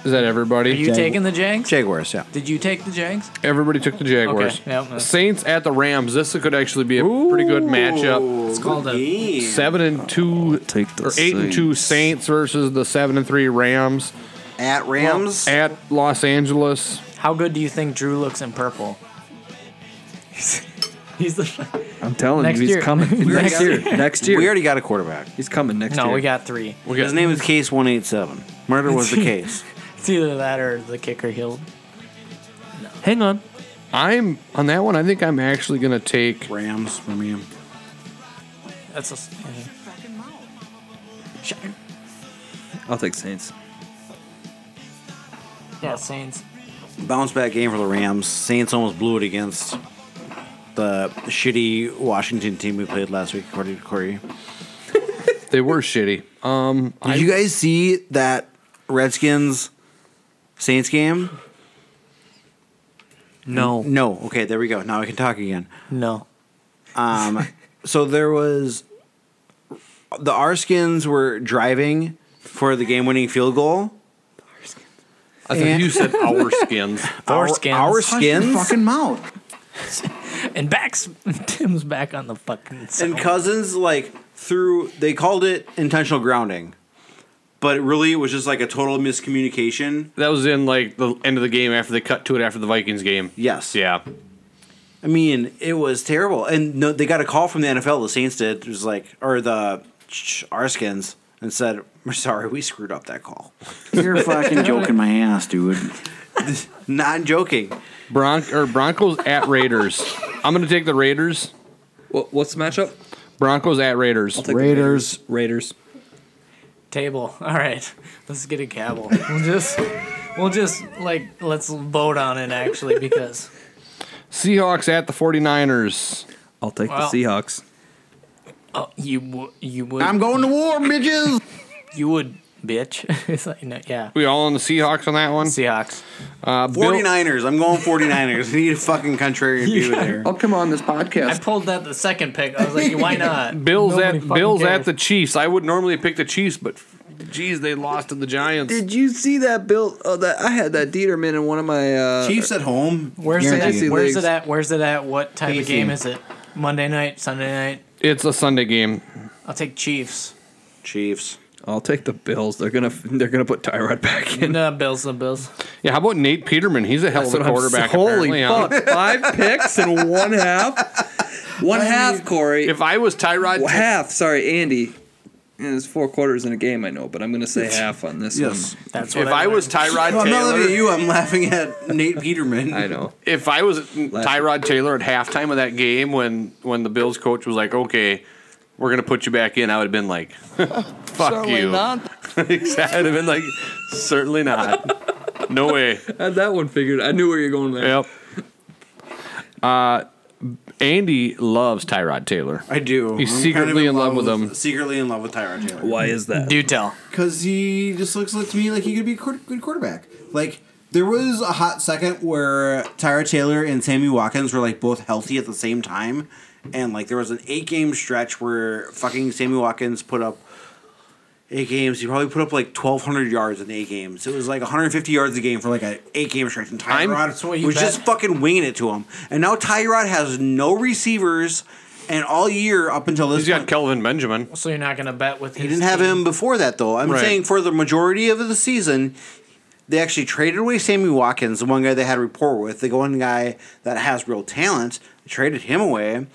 Speaker 6: Is that everybody?
Speaker 9: Are you taking the Jags?
Speaker 13: Jaguars, yeah.
Speaker 9: Did you take the Jags?
Speaker 6: Everybody took the Jaguars.
Speaker 9: Okay, yep.
Speaker 6: Saints at the Rams. This could actually be a pretty good matchup.
Speaker 9: It's called a.
Speaker 6: Seven and two, or eight and two Saints versus the seven and three Rams.
Speaker 13: At Rams?
Speaker 6: at Los Angeles.
Speaker 9: How good do you think Drew looks in purple? he's the.
Speaker 2: I'm telling
Speaker 9: Next
Speaker 2: you, he's
Speaker 9: year.
Speaker 2: coming.
Speaker 9: We already
Speaker 2: next year.
Speaker 9: got-
Speaker 2: Next year.
Speaker 13: We already got a quarterback.
Speaker 2: He's coming next
Speaker 9: No,
Speaker 2: year.
Speaker 9: we got three.
Speaker 13: His name is Case 187. Murder was the case.
Speaker 9: It's either that or the kicker heel.
Speaker 2: Hang on.
Speaker 6: I'm on that one. I think I'm actually going to take
Speaker 13: Rams for me.
Speaker 9: That's a. s- Shut-
Speaker 2: I'll take Saints.
Speaker 9: Yeah, Saints.
Speaker 13: Bounce back game for the Rams. Saints almost blew it against the shitty Washington team we played last week, according to Corey.
Speaker 6: they were shitty. Um,
Speaker 13: Did you guys see that Redskins Saints game?
Speaker 2: No.
Speaker 13: No. Okay, there we go. Now I can talk again.
Speaker 9: No.
Speaker 13: Um, so there was the Arskins were driving for the game-winning field goal.
Speaker 33: I thought you said our skins.
Speaker 13: Our skins. Our skins.
Speaker 3: Fucking mouth.
Speaker 9: And back's Tim's back on the fucking.
Speaker 13: And
Speaker 9: cell.
Speaker 13: Cousins like threw. They called it intentional grounding, but really it was just like a total miscommunication.
Speaker 33: That was in like the end of the game after they cut to it after the Vikings game.
Speaker 13: Yes.
Speaker 33: Yeah.
Speaker 13: I mean, it was terrible. And no, they got a call from the NFL. The Saints did. It was like, or the sh- Arskins, and said, "We're sorry, we screwed up that call."
Speaker 35: You're fucking joking
Speaker 13: my ass, dude. Not joking.
Speaker 6: Bron- or Broncos at Raiders. I'm going to take the Raiders.
Speaker 2: What, what's the matchup?
Speaker 6: Broncos at Raiders.
Speaker 3: Raiders.
Speaker 2: Raiders.
Speaker 9: Table. All right, let's get a cabal. We'll just, we'll just like let's vote on it actually because
Speaker 6: Seahawks at the 49ers.
Speaker 2: I'll take
Speaker 9: Well-
Speaker 2: the Seahawks.
Speaker 9: oh, you w- you would.
Speaker 3: I'm going to war, bitches.
Speaker 9: You would bitch. it's like, no, yeah.
Speaker 1: We all on the Seahawks on that one?
Speaker 9: Seahawks.
Speaker 1: Uh, Bill-
Speaker 8: 49ers. I'm going 49ers. I need a fucking contrarian view
Speaker 9: Yeah.
Speaker 8: there.
Speaker 24: I'll come on this podcast.
Speaker 9: I pulled that the second pick. I was like, why not?
Speaker 6: Bills
Speaker 9: Nobody
Speaker 6: at
Speaker 9: fucking
Speaker 6: Bills at
Speaker 9: cares.
Speaker 6: the Chiefs. I would normally pick the Chiefs, but geez, they lost to the Giants.
Speaker 24: Did you see that Bill? Oh, that I had that Dieterman in one of my uh,
Speaker 8: home.
Speaker 9: Where's it
Speaker 24: Guaranteed.
Speaker 9: at? Where's it
Speaker 24: Leagues.
Speaker 9: at? Where's it at? What type of
Speaker 24: Easy.
Speaker 9: game is it? Monday night, Sunday night.
Speaker 6: It's a Sunday game.
Speaker 9: I'll take Chiefs.
Speaker 8: Chiefs.
Speaker 24: I'll take the Bills. They're gonna they're gonna put Tyrod back in.
Speaker 9: No Bills, no Bills.
Speaker 6: Yeah, how about Nate Peterman? He's a hell
Speaker 24: That's
Speaker 6: of a
Speaker 24: what I'm
Speaker 6: quarterback.
Speaker 24: saying. Holy
Speaker 6: apparently, huh?
Speaker 24: fuck! Five picks in one half. One half, Corey. If
Speaker 6: I was Tyrod,
Speaker 24: half. Sorry, Andy. Yeah, There's four quarters in a game. I know, but I'm gonna say half on this
Speaker 13: Hmm.
Speaker 6: Yes.
Speaker 24: one.
Speaker 9: That's
Speaker 6: If I was Tyrod
Speaker 8: I'm not
Speaker 6: Taylor,
Speaker 8: laughing at you. I'm laughing at Nate Peterman.
Speaker 24: I know.
Speaker 6: if I was Tyrod Taylor at halftime of that game when when the Bills coach was like, "Okay, we're gonna put you back in," I would have been like, "Fuck
Speaker 24: Certainly
Speaker 6: you."
Speaker 24: not.
Speaker 6: exactly. I'd have been like, "Certainly not. No way."
Speaker 24: I had that one figured. I knew where you're going there.
Speaker 6: Yep. Uh, Andy loves Tyrod Taylor.
Speaker 8: I do.
Speaker 6: He's
Speaker 8: I'm
Speaker 6: secretly
Speaker 8: kind
Speaker 6: in,
Speaker 8: of
Speaker 6: love with him.
Speaker 8: Secretly in love with Tyrod Taylor.
Speaker 24: Why is that?
Speaker 9: Do tell.
Speaker 13: Because he just looks like to me like he could be a quar- good quarterback. Like there was a hot second where Tyra Taylor and Sammy Watkins were like both healthy at the same time, and like there was an eight game stretch where fucking Sammy Watkins put up eight games. He probably put up like twelve hundred yards in eight games. It was like one hundred fifty yards a game for like an eight game stretch, and
Speaker 8: I'm-
Speaker 13: Tyrod
Speaker 8: That's what you
Speaker 13: was
Speaker 8: bet.
Speaker 13: just fucking winging it to him. And now Tyrod has no receivers. And all year up until this,
Speaker 6: He's got Kelvin Benjamin.
Speaker 9: So you're not gonna bet with
Speaker 13: he
Speaker 9: his
Speaker 13: didn't have
Speaker 9: team?
Speaker 13: him before that, though. I'm
Speaker 6: Right.
Speaker 13: saying for the majority of the season, they actually traded away Sammy Watkins, the one guy they had rapport with, the one guy that has real talent. They traded him away,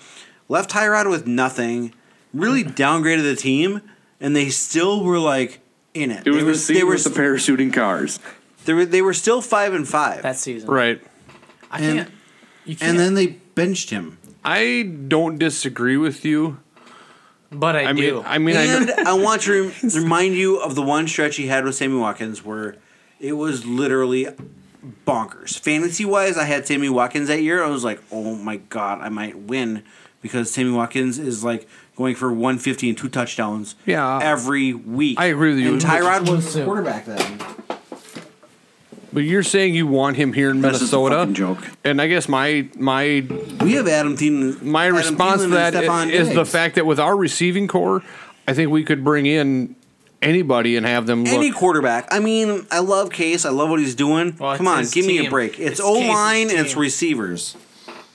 Speaker 13: left Tyrod with nothing, really downgraded the team, and they still were like in it.
Speaker 1: It was
Speaker 13: they
Speaker 1: the scene
Speaker 13: they were
Speaker 1: with the parachuting cars.
Speaker 13: they were they were still five and five
Speaker 9: that season,
Speaker 6: Right.
Speaker 9: I
Speaker 13: and,
Speaker 9: can't. You can't.
Speaker 13: and then they benched him.
Speaker 6: I don't disagree with you.
Speaker 9: But I,
Speaker 6: mean,
Speaker 13: do.
Speaker 6: I mean, I
Speaker 13: and I, want to rem- remind you of the one stretch he had with Sammy Watkins where it was literally bonkers. Fantasy wise, I had Sammy Watkins that year. I was like, oh my god, I might win because Sammy Watkins is like going for 150 and two touchdowns
Speaker 6: Yeah.
Speaker 13: every week. I
Speaker 6: agree with you.
Speaker 13: And Tyrod was
Speaker 9: Soon.
Speaker 13: quarterback then.
Speaker 6: But you're saying you want him here in
Speaker 13: That's just a
Speaker 6: Minnesota?
Speaker 13: fucking joke.
Speaker 6: And I guess my my
Speaker 13: we have Adam Thielen.
Speaker 6: My response to
Speaker 13: Thielen
Speaker 6: that
Speaker 13: and
Speaker 6: i-
Speaker 13: Stephon
Speaker 6: is, the
Speaker 13: Diggs.
Speaker 6: fact that with our receiving core, I think we could bring in anybody and have them look.
Speaker 13: Any quarterback. I mean, I love Case. I love what he's doing. Come
Speaker 9: it's
Speaker 13: on,
Speaker 9: his
Speaker 13: give me a
Speaker 9: team.
Speaker 13: break.
Speaker 9: It's
Speaker 13: It's, O line
Speaker 9: Case's
Speaker 13: and it's
Speaker 9: team.
Speaker 13: receivers.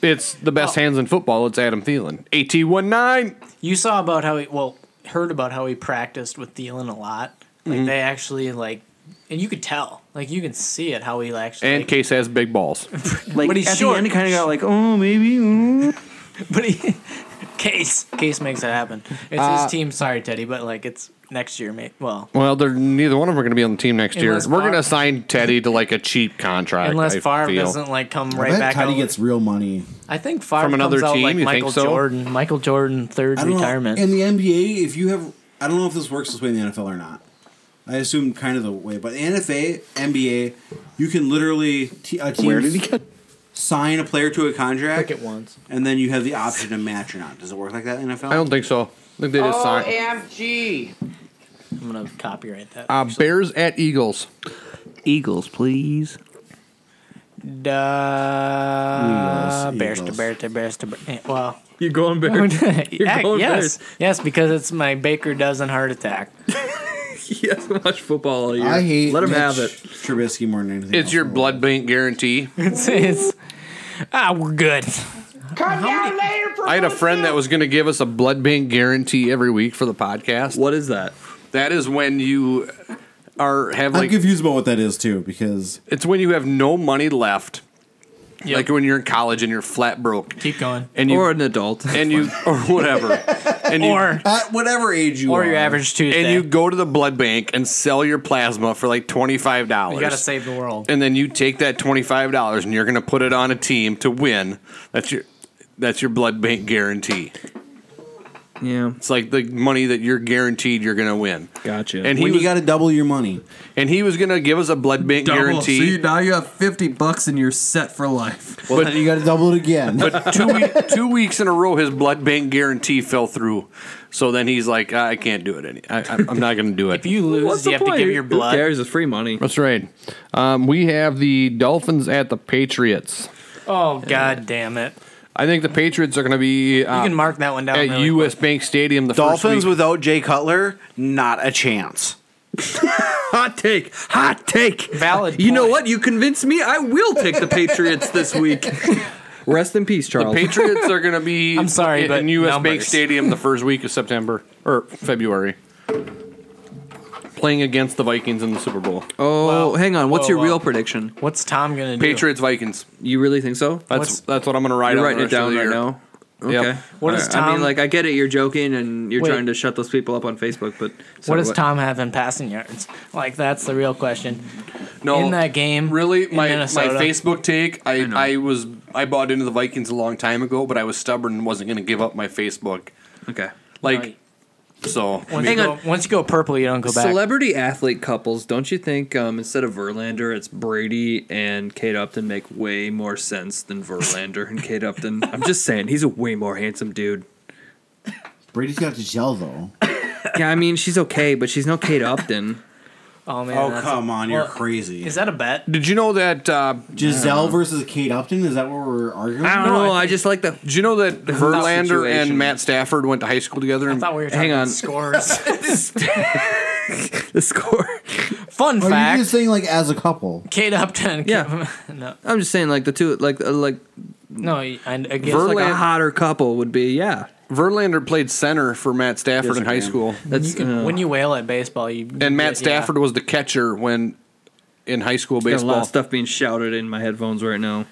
Speaker 6: it's the
Speaker 13: Oh.
Speaker 6: best hands in football. It's Adam Thielen. AT19.
Speaker 9: You saw about how he well heard about how he practiced with Thielen a lot. Like
Speaker 6: Mhm.
Speaker 9: they actually like, and you could tell. Like you can see it how he actually.
Speaker 6: And Case has big balls.
Speaker 9: Like,
Speaker 5: But
Speaker 9: he's
Speaker 5: at
Speaker 9: short.
Speaker 5: the end, kind of got like, oh, maybe. mm."
Speaker 9: but he, Case Case makes it happen. It's
Speaker 6: Uh,
Speaker 9: his team. Sorry, Teddy, but like it's next year, mate. Well,
Speaker 6: Well, they're neither one of them are going to be on the team next year.
Speaker 9: Unless
Speaker 6: We're going
Speaker 9: Favre-
Speaker 6: to sign Teddy to like a cheap contract.
Speaker 9: unless
Speaker 6: I
Speaker 9: Favre
Speaker 6: feel.
Speaker 9: doesn't like come
Speaker 13: I
Speaker 9: right
Speaker 13: bet
Speaker 9: back.
Speaker 13: Teddy
Speaker 9: out.
Speaker 13: gets real money.
Speaker 9: I think Favre
Speaker 6: From another
Speaker 9: comes out
Speaker 6: team,
Speaker 9: like
Speaker 6: you think
Speaker 9: Michael
Speaker 6: so?
Speaker 9: Jordan. Michael Jordan third
Speaker 13: I don't know.
Speaker 9: retirement.
Speaker 13: In the NBA, if you have, I don't know if this works this way in the NFL or not. I assume kind of the way, but in NFA, NBA, you can literally t- a team
Speaker 24: Where did he
Speaker 13: sign a player to a contract,
Speaker 9: Cricket ones,
Speaker 13: and then you have the option to match or not. Does it work like that in NFL?
Speaker 6: I don't think so. I think they
Speaker 13: Oh,
Speaker 6: just signed.
Speaker 25: OMG.
Speaker 9: I'm gonna copyright that.
Speaker 6: Uh, Bears at Eagles.
Speaker 2: Eagles, please.
Speaker 9: Da-
Speaker 2: Eagles,
Speaker 9: Bears to
Speaker 2: Eagles.
Speaker 9: Bears to Bears to Bears. eh, Well,
Speaker 7: You going Bears? You're
Speaker 9: Yeah,
Speaker 7: going Bears.
Speaker 9: yes, yes, because it's my Baker dozen heart attack.
Speaker 7: He hasn't watched football all year.
Speaker 13: I hate.
Speaker 7: Let him
Speaker 13: Mitch
Speaker 7: have it.
Speaker 13: Trubisky more than anything.
Speaker 6: It's your blood bank guarantee.
Speaker 9: It's, it's ah, we're good.
Speaker 25: Come down later for
Speaker 6: I had a friend that was going to give us a blood bank guarantee every week for the podcast.
Speaker 24: What is that?
Speaker 6: That is when you are have
Speaker 13: I'm
Speaker 6: like
Speaker 13: confused about what that is too, because
Speaker 6: it's when you have no money left. Like when you're in college and you're flat broke,
Speaker 9: Keep going.
Speaker 6: and you
Speaker 24: or an adult.
Speaker 6: and you or whatever, and you
Speaker 9: Or
Speaker 13: at whatever age you
Speaker 9: or
Speaker 13: are,
Speaker 9: your average Tuesday.
Speaker 6: and you go to the blood bank and sell your plasma for like twenty five
Speaker 9: You gotta
Speaker 6: dollars,
Speaker 9: save the world.
Speaker 6: and then you take that twenty five dollars and you're gonna put it on a team to win. That's your that's your blood bank guarantee.
Speaker 2: Yeah.
Speaker 6: It's like the money that you're guaranteed you're going to win.
Speaker 2: Gotcha.
Speaker 6: And he
Speaker 36: When you
Speaker 6: was,
Speaker 36: got to double your money.
Speaker 6: and he was going to give us a blood bank guarantee.
Speaker 3: So you, now you have fifty bucks and you're set for life.
Speaker 6: Well, then
Speaker 36: you got to double it again.
Speaker 6: But two week, two weeks in a row, his blood bank guarantee fell through. So then he's like, I can't do it. Any, I, I- I'm not going to do it. if
Speaker 2: you lose, What's you the have to point? give your Who blood. cares? It's free money.
Speaker 37: That's right. Um, we have the Dolphins at the Patriots.
Speaker 9: Oh god damn it!
Speaker 37: I think the Patriots are going to be. Uh,
Speaker 9: you can mark that one down.
Speaker 37: at
Speaker 9: really
Speaker 37: U.S. Bank Stadium. The
Speaker 13: Dolphins
Speaker 37: first week.
Speaker 13: without Jay Cutler, not a chance.
Speaker 2: Hot take. Hot take.
Speaker 9: Valid.
Speaker 2: You know what? You convinced me. I will take the Patriots this week. Rest in peace, Charles.
Speaker 6: The Patriots are going to be.
Speaker 2: I'm sorry,
Speaker 6: in,
Speaker 2: but
Speaker 6: in U.S. Bank
Speaker 2: numbers.
Speaker 6: Stadium the first week of September or February, playing against the Vikings in the Super Bowl.
Speaker 2: Oh, hang on. What's
Speaker 6: Whoa,
Speaker 2: your
Speaker 6: wow.
Speaker 2: real prediction?
Speaker 9: What's Tom gonna
Speaker 6: Patriots Vikings.
Speaker 2: You really think so?
Speaker 6: That's that's what I'm going to write.
Speaker 2: You're
Speaker 6: out
Speaker 2: writing
Speaker 6: the
Speaker 2: it down right
Speaker 6: rest
Speaker 2: now.
Speaker 6: of the
Speaker 2: Okay.
Speaker 6: year. Yep.
Speaker 2: I- I mean, like, I get it. You're joking, and you're
Speaker 9: Wait.
Speaker 2: trying to shut those people up on Facebook. But so
Speaker 9: what does Tom have in passing yards? Like that's the real question.
Speaker 6: No,
Speaker 9: in that game,
Speaker 6: Oh, really,
Speaker 9: in
Speaker 6: my
Speaker 9: Minnesota,
Speaker 6: my Facebook take. I I, was I bought into the Vikings a long time ago, but I was stubborn and wasn't going to give up my Facebook.
Speaker 2: Okay,
Speaker 6: like so.
Speaker 9: Once you go- Once you go purple, you don't go back.
Speaker 2: Celebrity athlete couples, don't you think um, instead of Verlander, it's Brady and Kate Upton make way more sense than Verlander and Kate Upton? I'm just saying, he's a way more handsome dude.
Speaker 36: Brady's got to gel though.
Speaker 2: Yeah, I mean, she's okay, but she's no Kate Upton.
Speaker 9: oh man!
Speaker 36: Oh,
Speaker 9: that's
Speaker 36: come on, you're crazy.
Speaker 9: Is that a bet?
Speaker 6: Did you know that uh,
Speaker 36: Giselle versus Kate Upton? Is that what we're arguing?
Speaker 2: I don't know. I, just like the.
Speaker 6: Do you know that Verlander and Matt Stafford went to high school together? I
Speaker 9: thought we were
Speaker 2: talking Hang on.
Speaker 9: scores.
Speaker 2: the score.
Speaker 9: Fun
Speaker 36: Are
Speaker 9: fact.
Speaker 36: you just saying like as a couple?
Speaker 9: Kate Upton. Yeah. no.
Speaker 2: I'm just saying, like the two, like uh, like
Speaker 9: No. I, I guess
Speaker 2: Verlander,
Speaker 9: like
Speaker 2: like
Speaker 9: a
Speaker 2: a hotter couple would be yeah.
Speaker 6: Verlander played center for Matt Stafford in high
Speaker 2: Disagree.
Speaker 6: school.
Speaker 2: That's
Speaker 9: You can, when you wail at baseball, you
Speaker 6: and Matt
Speaker 9: yeah.
Speaker 6: Stafford was the catcher when in high school
Speaker 2: There's a lot
Speaker 6: baseball.
Speaker 2: of stuff being shouted in my headphones right now.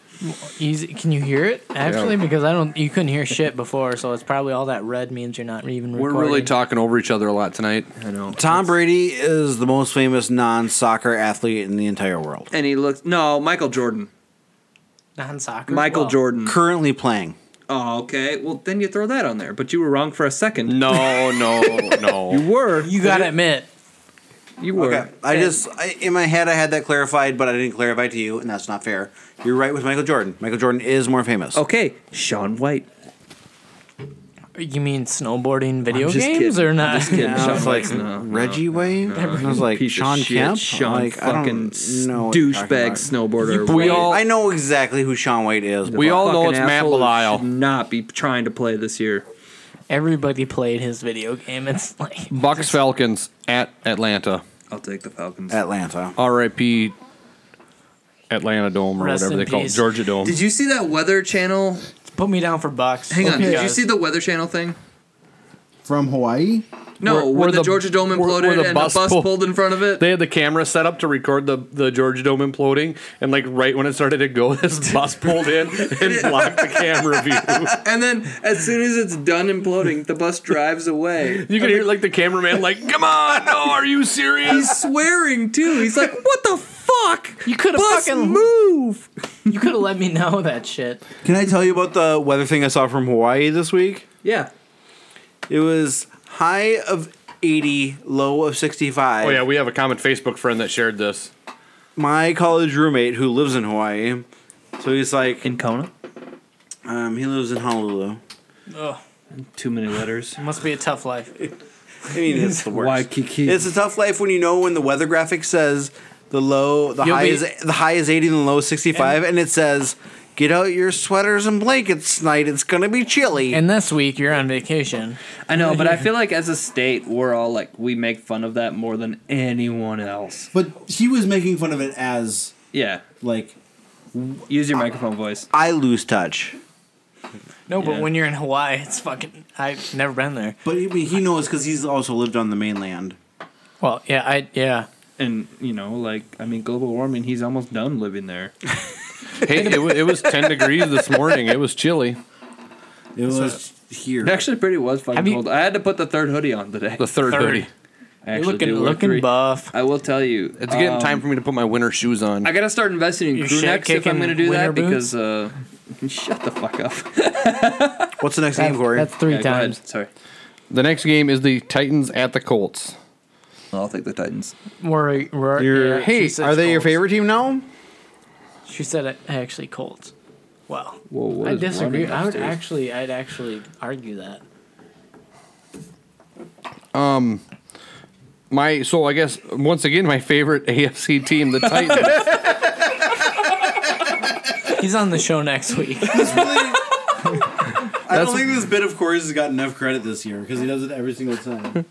Speaker 9: Easy. Can you hear it actually? Because I don't. You couldn't hear shit before, so it's probably all that red means you're not even.
Speaker 6: We're
Speaker 9: Recording.
Speaker 6: really talking over each other a lot tonight.
Speaker 2: I know.
Speaker 13: Tom Brady is the most famous non-soccer athlete in the entire world.
Speaker 2: And he looks no Michael Jordan.
Speaker 9: non-soccer.
Speaker 2: Michael
Speaker 9: Well,
Speaker 2: Jordan.
Speaker 13: Currently playing.
Speaker 2: Oh, okay. Well, then you throw that on there, but you were wrong for a second.
Speaker 6: No, no, no.
Speaker 2: you were.
Speaker 9: You gotta admit.
Speaker 2: You were.
Speaker 13: Okay. I just I, in my head I had that clarified, but I didn't clarify to you, and that's not fair. You're right with Michael Jordan. Michael Jordan is more famous.
Speaker 2: Okay, Sean White.
Speaker 9: You mean snowboarding video
Speaker 13: just
Speaker 9: games
Speaker 13: kidding.
Speaker 9: or not?
Speaker 13: I'm just kidding. No, Sean it's like White's not- Reggie Wayne? I was like
Speaker 2: Piece of
Speaker 13: Sean
Speaker 2: shit.
Speaker 13: Kemp,
Speaker 2: Sean
Speaker 13: like, I don't
Speaker 2: fucking
Speaker 13: know what you're talking
Speaker 2: douchebag
Speaker 13: about.
Speaker 2: snowboarder.
Speaker 13: We
Speaker 2: White.
Speaker 13: all I know exactly who Sean White is.
Speaker 2: The
Speaker 13: but-
Speaker 2: fucking asshole who Should not be trying to play this year.
Speaker 9: Everybody played his video game. It's like
Speaker 6: Bucks Falcons at Atlanta.
Speaker 2: I'll take the Falcons.
Speaker 13: Atlanta.
Speaker 6: R.I.P. Atlanta Dome or
Speaker 2: Rest
Speaker 6: whatever
Speaker 2: in
Speaker 6: they call it,
Speaker 2: peace.
Speaker 6: Georgia Dome.
Speaker 2: Did you see that Weather Channel?
Speaker 9: Put me down for Bucks.
Speaker 2: Hang on. Did you
Speaker 9: Guys.
Speaker 2: see the Weather Channel thing?
Speaker 36: From Hawaii?
Speaker 2: No,
Speaker 6: Where-
Speaker 2: where,
Speaker 6: where
Speaker 2: the,
Speaker 6: the-
Speaker 2: Georgia Dome
Speaker 6: where-
Speaker 2: imploded
Speaker 6: where the
Speaker 2: and the
Speaker 6: bus
Speaker 2: bus
Speaker 6: pulled-
Speaker 2: pulled in front of it.
Speaker 6: They had the camera set up to record the, the Georgia Dome imploding, and like right when it started to go, this bus pulled in and blocked the camera view.
Speaker 2: And then as soon as it's done imploding, the bus drives away.
Speaker 6: You can hear like the cameraman like, "Come on, no, are you serious?"
Speaker 2: He's swearing too. He's like, "What the fuck?
Speaker 9: You could have
Speaker 2: Bus
Speaker 9: fucking
Speaker 2: move.
Speaker 9: You could have let me know that shit.
Speaker 13: Can I tell you about the weather thing I saw from Hawaii this week?
Speaker 2: Yeah.
Speaker 13: It was high of 80, low of 65.
Speaker 6: Oh yeah, we have a common Facebook friend that shared this.
Speaker 13: My college roommate who lives in Hawaii. So he's like
Speaker 2: in Kona.
Speaker 13: Um, he lives in Honolulu.
Speaker 9: Ugh.
Speaker 2: Too many letters.
Speaker 9: Must be a tough life.
Speaker 13: I mean, it's the worst.
Speaker 2: Waikiki.
Speaker 13: It's a tough life when you know when the weather graphic says the low, the
Speaker 9: You'll
Speaker 13: high
Speaker 9: be-
Speaker 13: is the high is eighty and the low is sixty five, and, it says get out your sweaters and blankets tonight. It's gonna be chilly.
Speaker 9: And this week you're on vacation.
Speaker 2: I know, but I feel like as a state, we're all like we make fun of that more than anyone else.
Speaker 36: But he was making fun of it as
Speaker 2: Yeah.
Speaker 36: like
Speaker 2: Use your microphone voice.
Speaker 13: I lose touch.
Speaker 9: No, but
Speaker 13: Yeah.
Speaker 9: when you're in Hawaii, it's fucking. I've never been there.
Speaker 13: But I mean, he knows because he's also lived on the mainland.
Speaker 9: Well, yeah, I yeah.
Speaker 2: And you know, like I mean, global warming. He's almost done living there.
Speaker 6: Hey, it, wa- it was ten degrees this morning. It was chilly.
Speaker 36: It was here.
Speaker 2: Actually, pretty was fucking
Speaker 6: Have you-
Speaker 2: cold. I had to put the third hoodie on today.
Speaker 6: The third,
Speaker 2: Third.
Speaker 6: hoodie.
Speaker 2: I actually do wear three.
Speaker 9: buff.
Speaker 2: I will tell you,
Speaker 6: It's getting
Speaker 2: um,
Speaker 6: time for me to put my winter shoes on.
Speaker 2: I gotta start investing in
Speaker 9: Your
Speaker 2: crew necks if I'm
Speaker 9: shit-kicking
Speaker 2: gonna do that
Speaker 9: winter
Speaker 2: because uh, shut the fuck up.
Speaker 13: What's the next game, Corey?
Speaker 9: That's three
Speaker 2: Yeah, go ahead.
Speaker 9: times.
Speaker 2: Sorry.
Speaker 6: The next game is the Titans at the Colts.
Speaker 2: I'll take the Titans.
Speaker 9: We're, we're,
Speaker 3: Your-
Speaker 9: yeah,
Speaker 3: hey,
Speaker 9: she said
Speaker 3: are they your
Speaker 9: Colts.
Speaker 3: favorite team now?
Speaker 9: She said it actually Colts. Wow.
Speaker 3: Whoa, what
Speaker 9: I
Speaker 3: is
Speaker 9: disagree.
Speaker 3: running
Speaker 9: I would
Speaker 3: upstairs?
Speaker 9: actually, I'd actually argue that.
Speaker 6: Um, my so I guess once again my favorite AFC team, the Titans.
Speaker 9: He's on the show next week.
Speaker 3: I don't think this bit of Corey's has gotten enough credit this year because he does it every single time.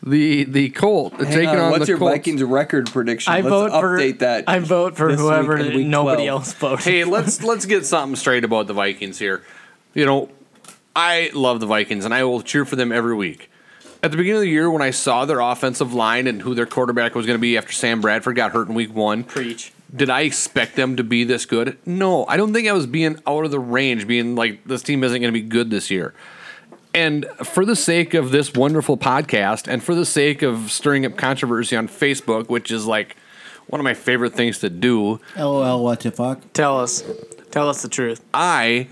Speaker 6: the the Colt
Speaker 2: Hang
Speaker 6: taking
Speaker 2: on,
Speaker 6: on,
Speaker 2: Uh, what's
Speaker 6: the
Speaker 2: your
Speaker 6: Colts.
Speaker 2: Vikings record prediction?
Speaker 6: I
Speaker 2: Let's
Speaker 6: vote for-
Speaker 2: update that.
Speaker 9: I vote for
Speaker 2: this week
Speaker 9: whoever
Speaker 2: in week
Speaker 9: nobody
Speaker 2: 12.
Speaker 9: else voted.
Speaker 6: Hey, let's let's get something straight about the Vikings here. You know, I love the Vikings and I will cheer for them every week. At the beginning of the year, when I saw their offensive line and who their quarterback was going to be after Sam Bradford got hurt in Week One,
Speaker 9: preach.
Speaker 6: Did I expect them to be this good? No, I don't think I was being out of the range, being like this team isn't going to be good this year. And for the sake of this wonderful podcast, and for the sake of stirring up controversy on Facebook, which is like one of my favorite things to do,
Speaker 3: LOL, what the fuck?
Speaker 9: Tell us. Tell us the truth.
Speaker 6: I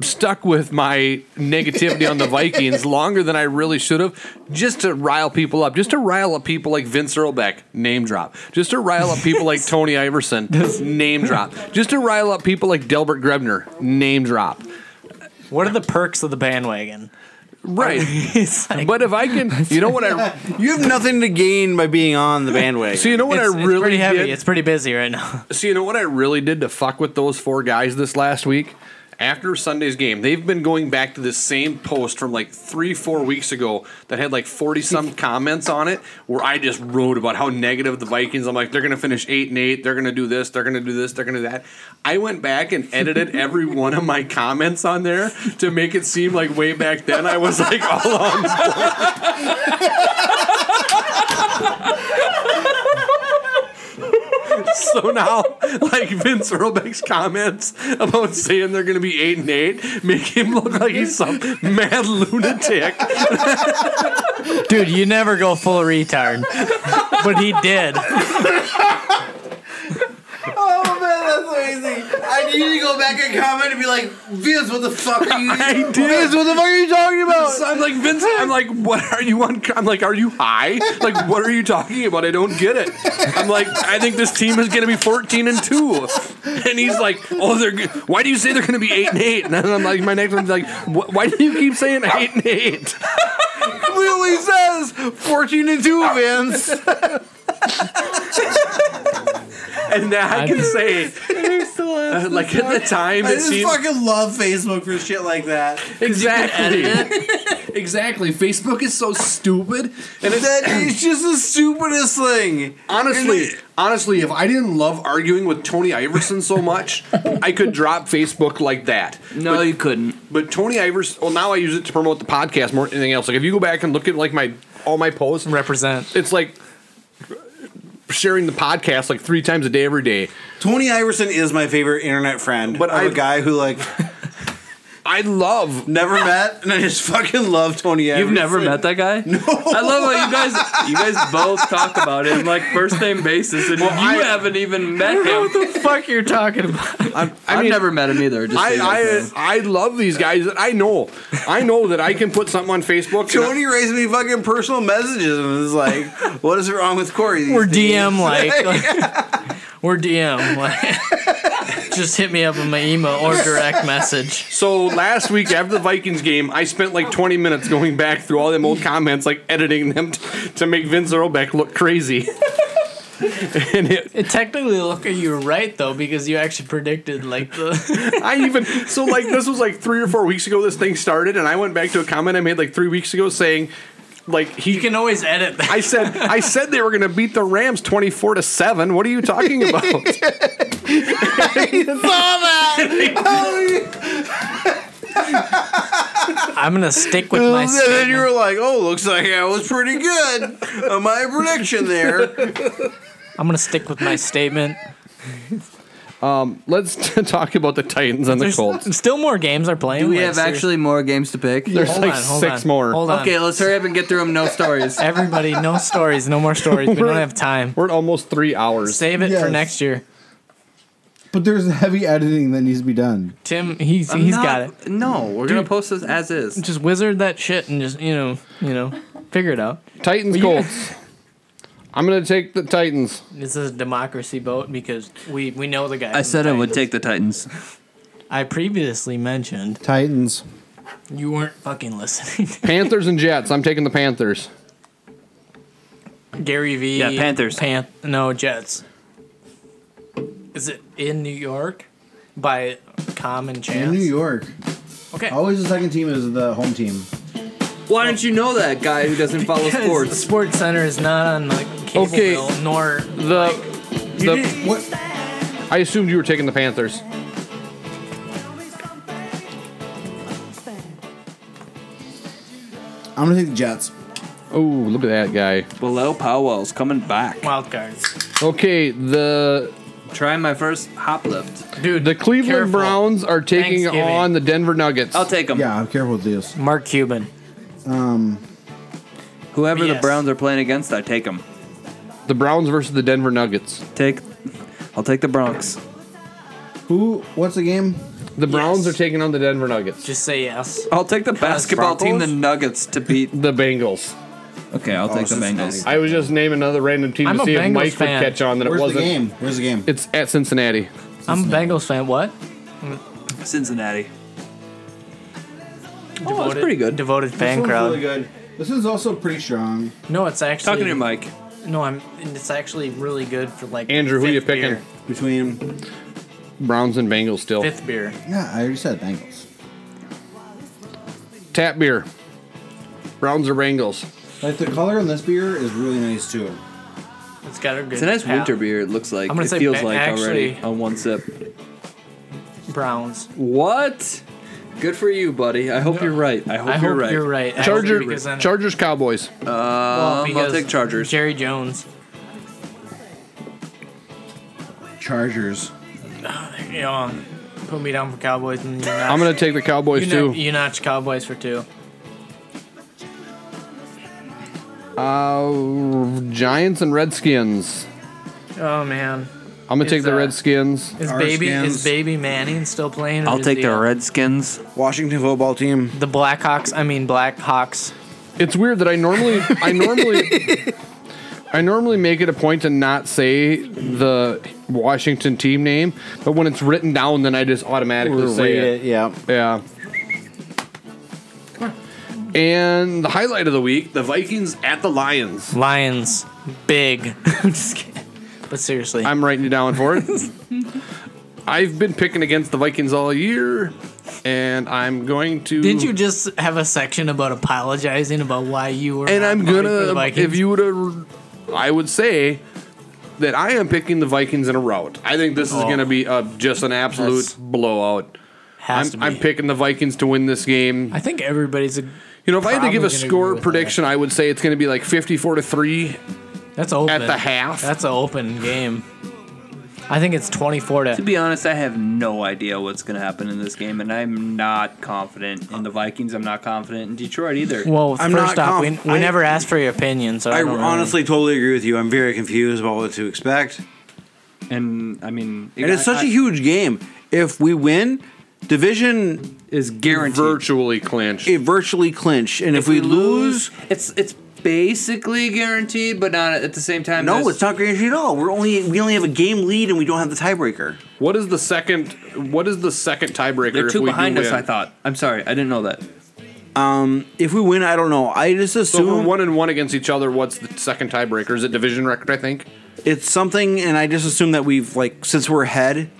Speaker 6: stuck with my negativity on the Vikings longer than I really should have, just to rile people up, just to rile up people like Vince Earlbeck, name drop, just to rile up people like Tony Iverson, name drop, just to rile up people like Delbert Grebner, name drop.
Speaker 9: What are the perks of the bandwagon?
Speaker 6: Right. but if I can, you know what I.
Speaker 3: You have nothing to gain by being on the bandwagon.
Speaker 6: So you know what
Speaker 9: it's,
Speaker 6: I
Speaker 9: it's
Speaker 6: really
Speaker 9: pretty heavy.
Speaker 6: did?
Speaker 9: It's pretty busy right now.
Speaker 6: So you know what I really did to fuck with those four guys this last week? After Sunday's game, they've been going back to this same post from like three, four weeks ago that had like 40 some comments on it where I just wrote about how negative the Vikings. I'm like, they're going to finish eight and eight. They're going to do this. They're going to do this. They're going to do that. I went back and edited every one of my comments on there to make it seem like way back then I was like all on board. so now, like Vince Earlbeck's comments about saying they're going to be eight and eight make him look like he's some mad lunatic.
Speaker 9: Dude, you never go full retard. But he did.
Speaker 3: Oh man, that's amazing. I need to go back and comment and be like, Vince, what the fuck are you?
Speaker 6: I
Speaker 3: Vince, what the fuck are you talking about?
Speaker 6: So I'm like Vince. I'm like, what are you on? I'm like, are you high? Like, what are you talking about? I don't get it. I'm like, I think this team is going to be 14 and two, and he's like, oh, they're. g- Why do you say they're going to be eight and eight? And I'm like, my next one's like, wh- why do you keep saying eight and eight?
Speaker 3: Clearly says 14 and 2, Vince.
Speaker 6: And now I can say, uh, like at the time,
Speaker 3: I
Speaker 6: it
Speaker 3: just
Speaker 6: seemed
Speaker 3: fucking love Facebook for shit like that.
Speaker 6: Exactly. exactly. Facebook is so stupid, and it's,
Speaker 3: That is just the stupidest thing.
Speaker 6: Honestly, honestly, if I didn't love arguing with Tony Iverson so much, I could drop Facebook like that. No, you couldn't. But Tony Iverson. Well, now I use it to promote the podcast more than anything else. Like if you go back and look at like my all my posts,
Speaker 9: represent.
Speaker 6: It's like sharing the podcast like three times a day every day.
Speaker 3: Tony Iverson is my favorite internet friend. But I'm a guy who like
Speaker 6: I love
Speaker 3: never met, and I just fucking love Tony Iverson.
Speaker 38: You've never met that guy? No. I love how you guys you guys both talk about him like first name basis, and you haven't even met him.
Speaker 9: what the fuck you're talking about?
Speaker 2: I've never met him either. Just so you
Speaker 6: I,
Speaker 2: guys
Speaker 6: I I love these guys. I know, I know that I can put something on Facebook. and I-
Speaker 3: Tony raised me fucking personal messages and was like, "What is wrong with Corey?" these
Speaker 9: We're
Speaker 3: days?"
Speaker 9: DM like. We're DM like. Just hit me up on my email or direct message.
Speaker 6: So last week after the Vikings game, I spent like 20 minutes going back through all them old comments, like editing them t- to make Vince Earlbeck look crazy. and it,
Speaker 9: It technically look you were right though because you actually predicted like the
Speaker 6: I even so like this was like three or four weeks ago this thing started, and I went back to a comment I made like three weeks ago saying. Like he
Speaker 9: you can always edit that.
Speaker 6: I said I said they were gonna beat the Rams twenty four to seven. What are you talking about?
Speaker 9: I'm gonna stick with my
Speaker 3: And then
Speaker 9: statement.
Speaker 3: you were like, "Oh, looks like I was pretty good on my prediction there."
Speaker 9: I'm gonna stick with my statement.
Speaker 6: um, let's t- talk about the Titans and the
Speaker 9: There's
Speaker 6: Colts.
Speaker 9: still more games are playing.
Speaker 2: Do we
Speaker 9: like,
Speaker 2: have
Speaker 9: seriously.
Speaker 2: actually more games to pick?
Speaker 6: There's like six more.
Speaker 9: Hold on.
Speaker 2: Okay, let's hurry up and get through them. No stories.
Speaker 9: Everybody, no stories, no more stories. We don't have time.
Speaker 6: We're at almost three hours.
Speaker 9: Save it for next year.
Speaker 3: But there's heavy editing that needs to be done.
Speaker 9: Tim, he's
Speaker 3: I'm
Speaker 9: he's
Speaker 3: not-
Speaker 9: got it.
Speaker 2: No, we're gonna post this as is.
Speaker 9: Just wizard that shit and just you know you know figure it out.
Speaker 6: Titans
Speaker 9: Well, you-
Speaker 6: Colts. I'm gonna take the Titans.
Speaker 9: This is a democracy vote because we we know the guy.
Speaker 39: I said I would
Speaker 9: take
Speaker 39: the Titans.
Speaker 9: I previously mentioned
Speaker 3: Titans.
Speaker 9: you weren't fucking listening.
Speaker 6: Panthers and Jets. I'm taking the Panthers.
Speaker 9: Gary V.
Speaker 6: Yeah, Panthers.
Speaker 9: Pan- no, Jets. Is it in New York? By common
Speaker 3: In
Speaker 9: chance.
Speaker 3: New York.
Speaker 9: Okay.
Speaker 3: Always the second team is the home team.
Speaker 2: Why don't you know that guy who doesn't follow
Speaker 9: Because
Speaker 2: sports?
Speaker 9: Sports Center is not on like cable
Speaker 6: Okay.
Speaker 9: bill, nor
Speaker 6: The
Speaker 9: You
Speaker 6: the
Speaker 9: did-
Speaker 6: what? I assumed you were taking the Panthers.
Speaker 3: I'm gonna take the Jets.
Speaker 6: Oh, look at that guy.
Speaker 2: Below Powell's coming back.
Speaker 9: Wild cards.
Speaker 6: Okay, the
Speaker 2: try my first hop lift.
Speaker 9: Dude,
Speaker 6: the Cleveland
Speaker 2: careful.
Speaker 6: Browns are taking
Speaker 2: Thanksgiving.
Speaker 6: on the Denver Nuggets.
Speaker 2: I'll take them.
Speaker 3: Yeah, I'm careful with this.
Speaker 9: Mark Cuban.
Speaker 3: Um,
Speaker 2: Whoever the
Speaker 6: Yes.
Speaker 2: Browns are playing against, I take them.
Speaker 6: The Browns versus the Denver Nuggets.
Speaker 2: Take, I'll take the Bronx.
Speaker 3: Who? What's the game?
Speaker 6: The Browns are taking on the Denver Nuggets.
Speaker 9: Just say yes.
Speaker 2: I'll take the basketball team, the Nuggets, to beat Oh,
Speaker 6: the Bengals.
Speaker 2: Okay, I'll take the Bengals.
Speaker 6: I was just naming another random team
Speaker 9: I'm
Speaker 6: to
Speaker 9: a
Speaker 6: see if
Speaker 9: Bengals
Speaker 6: Mike
Speaker 9: fan.
Speaker 6: would catch on that
Speaker 9: Where's
Speaker 6: it
Speaker 9: the
Speaker 6: wasn't.
Speaker 9: game?
Speaker 3: Where's the game?
Speaker 6: It's at Cincinnati.
Speaker 9: I'm a Bengals fan. What?
Speaker 2: Cincinnati.
Speaker 9: Devoted, pretty
Speaker 2: good.
Speaker 9: Devoted fan
Speaker 3: one's
Speaker 9: crowd.
Speaker 3: really good. This is also pretty strong.
Speaker 9: No, it's actually
Speaker 3: Talking to your
Speaker 2: mic.
Speaker 9: No, I'm. and It's actually really good for like
Speaker 6: Andrew, who you
Speaker 9: fifth
Speaker 6: picking?
Speaker 9: beer.
Speaker 3: Between
Speaker 6: Browns and Bengals still.
Speaker 9: Fifth beer.
Speaker 3: Yeah, I already said Bengals.
Speaker 6: Tap beer. Browns or Bengals.
Speaker 3: Like the color on this beer is really nice too.
Speaker 9: It's got a good.
Speaker 2: It's a nice
Speaker 9: pal.
Speaker 2: winter beer. It looks like.
Speaker 9: I'm gonna
Speaker 2: it
Speaker 9: say
Speaker 2: feels
Speaker 9: ba-
Speaker 2: like already
Speaker 9: actually-
Speaker 2: on one sip.
Speaker 9: Browns.
Speaker 2: What? Good for you, buddy. I hope you're right. I hope
Speaker 9: I
Speaker 2: you're
Speaker 9: hope
Speaker 2: right.
Speaker 9: you're right, actually,
Speaker 2: Charger,
Speaker 9: because then-
Speaker 6: Chargers, Cowboys.
Speaker 2: Um, I'll
Speaker 9: because
Speaker 2: take Chargers.
Speaker 9: Jerry Jones.
Speaker 3: Chargers.
Speaker 9: You know, um, put me down for Cowboys. And you notch-
Speaker 6: I'm gonna take the Cowboys
Speaker 9: you
Speaker 6: too.
Speaker 9: notch- You notch Cowboys for two.
Speaker 6: Uh, Giants and Redskins.
Speaker 9: Oh man.
Speaker 6: I'm gonna take
Speaker 9: Is,
Speaker 6: the
Speaker 9: uh,
Speaker 6: Redskins.
Speaker 9: Is baby is baby Manning still playing? or is he out?
Speaker 2: Redskins.
Speaker 3: Washington football team.
Speaker 9: The Blackhawks. I mean Blackhawks.
Speaker 6: It's weird that I normally I normally I normally make it a point to not say the Washington team name, but when it's written down, then I just automatically
Speaker 3: Read
Speaker 6: say
Speaker 3: it, yeah.
Speaker 6: Yeah. And the highlight of the week: the Vikings at the Lions.
Speaker 9: Lions, big. I'm just kidding. But seriously,
Speaker 6: I'm writing you down for it. I've been picking against the Vikings all year, and I'm going to.
Speaker 9: Didn't you just have a section about apologizing about why you were?
Speaker 6: and
Speaker 9: not
Speaker 6: I'm
Speaker 9: voting for the
Speaker 6: gonna. um,
Speaker 9: Vikings?
Speaker 6: If you would have, I would say that I am picking the Vikings in a rout. I think this is
Speaker 9: Oh.
Speaker 6: gonna be a, just an absolute
Speaker 9: That's-
Speaker 6: blowout.
Speaker 9: Has
Speaker 6: I'm,
Speaker 9: to be.
Speaker 6: I'm picking the Vikings to win this game.
Speaker 9: I think everybody's. A,
Speaker 6: you know, if I had to give a
Speaker 9: probably gonna
Speaker 6: score
Speaker 9: agree with
Speaker 6: prediction, I would say it's going to be like 54 to 3.
Speaker 9: That's open.
Speaker 6: At the half.
Speaker 9: That's an open game. I think it's 24
Speaker 2: To
Speaker 9: to.
Speaker 2: be honest, I have no idea what's going to happen in this game, and I'm not confident in the Vikings. I'm not confident in Detroit either.
Speaker 9: Well, first off, we,
Speaker 2: I-
Speaker 9: we never asked for your opinion, so I,
Speaker 2: I
Speaker 9: don't really-
Speaker 2: honestly-
Speaker 13: honestly totally agree with you. I'm very confused about what to expect.
Speaker 2: And I mean,
Speaker 13: and it's such
Speaker 2: a
Speaker 13: a huge game. If we win, division
Speaker 2: is guaranteed,
Speaker 6: virtually clinched.
Speaker 13: It virtually clinched, and if, we, lose,
Speaker 2: it's it's basically guaranteed, but not at the same time.
Speaker 13: no,
Speaker 2: there's-
Speaker 13: it's not guaranteed at all. We're only we only have a game lead, and we don't have the tiebreaker.
Speaker 6: What is the second? What is the second tiebreaker?
Speaker 2: They're
Speaker 6: if
Speaker 2: two
Speaker 6: we do
Speaker 2: behind us,
Speaker 6: win?
Speaker 2: I thought. I'm sorry, I didn't know that.
Speaker 13: Um, if we win, I don't know. I just
Speaker 6: So if
Speaker 13: assume
Speaker 6: we're one and one against each other. What's the second tiebreaker? Is it division record? I think.
Speaker 13: it's something, and I just assume that we've like since we're ahead,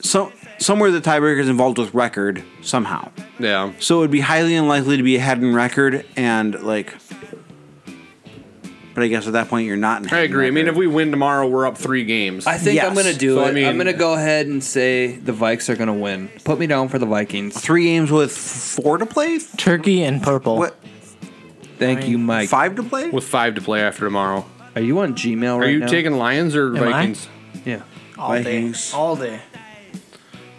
Speaker 13: so somewhere the tiebreaker is involved with record somehow.
Speaker 6: Yeah.
Speaker 13: So it'd be highly unlikely to be ahead in record, and like, but I guess at that point you're not. In
Speaker 6: I agree. I mean, if we win tomorrow, we're up three games.
Speaker 2: I think I'm gonna do
Speaker 6: So,
Speaker 2: it.
Speaker 6: I mean,
Speaker 2: I'm gonna go ahead and say the Vikes are gonna win. Put me down for the Vikings.
Speaker 13: Three games with four to play.
Speaker 9: Turkey and purple.
Speaker 13: What?
Speaker 2: Thank you, Mike.
Speaker 13: Five to play.
Speaker 6: with five to play after tomorrow.
Speaker 2: Are you on Gmail?
Speaker 6: Are
Speaker 2: right
Speaker 6: you
Speaker 2: now?
Speaker 6: taking Lions or
Speaker 2: Am I?
Speaker 6: Vikings?
Speaker 2: Yeah.
Speaker 9: All day. All day.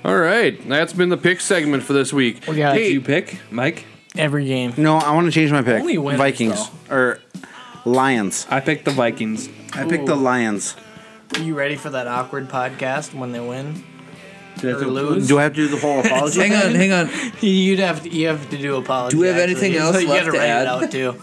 Speaker 6: All right, that's been the pick segment for this week.
Speaker 9: We got-
Speaker 6: Hey,
Speaker 9: Did you
Speaker 2: pick Mike?
Speaker 9: Every game.
Speaker 13: No, I want to change my pick.
Speaker 9: Only winners,
Speaker 13: Vikings or Lions.
Speaker 2: I picked the Vikings.
Speaker 13: I picked the
Speaker 9: Ooh.
Speaker 13: Lions.
Speaker 9: You ready for that awkward podcast when they win?
Speaker 13: Do I have
Speaker 9: Or
Speaker 13: to-
Speaker 9: lose?
Speaker 13: do I have to do the whole apology Hang on, thing? hang on.
Speaker 9: You'd have to, you have to do apology.
Speaker 6: Do we have
Speaker 9: actually.
Speaker 6: anything
Speaker 9: You
Speaker 6: else
Speaker 9: gotta
Speaker 6: left to
Speaker 9: write it
Speaker 6: add?
Speaker 9: out, too.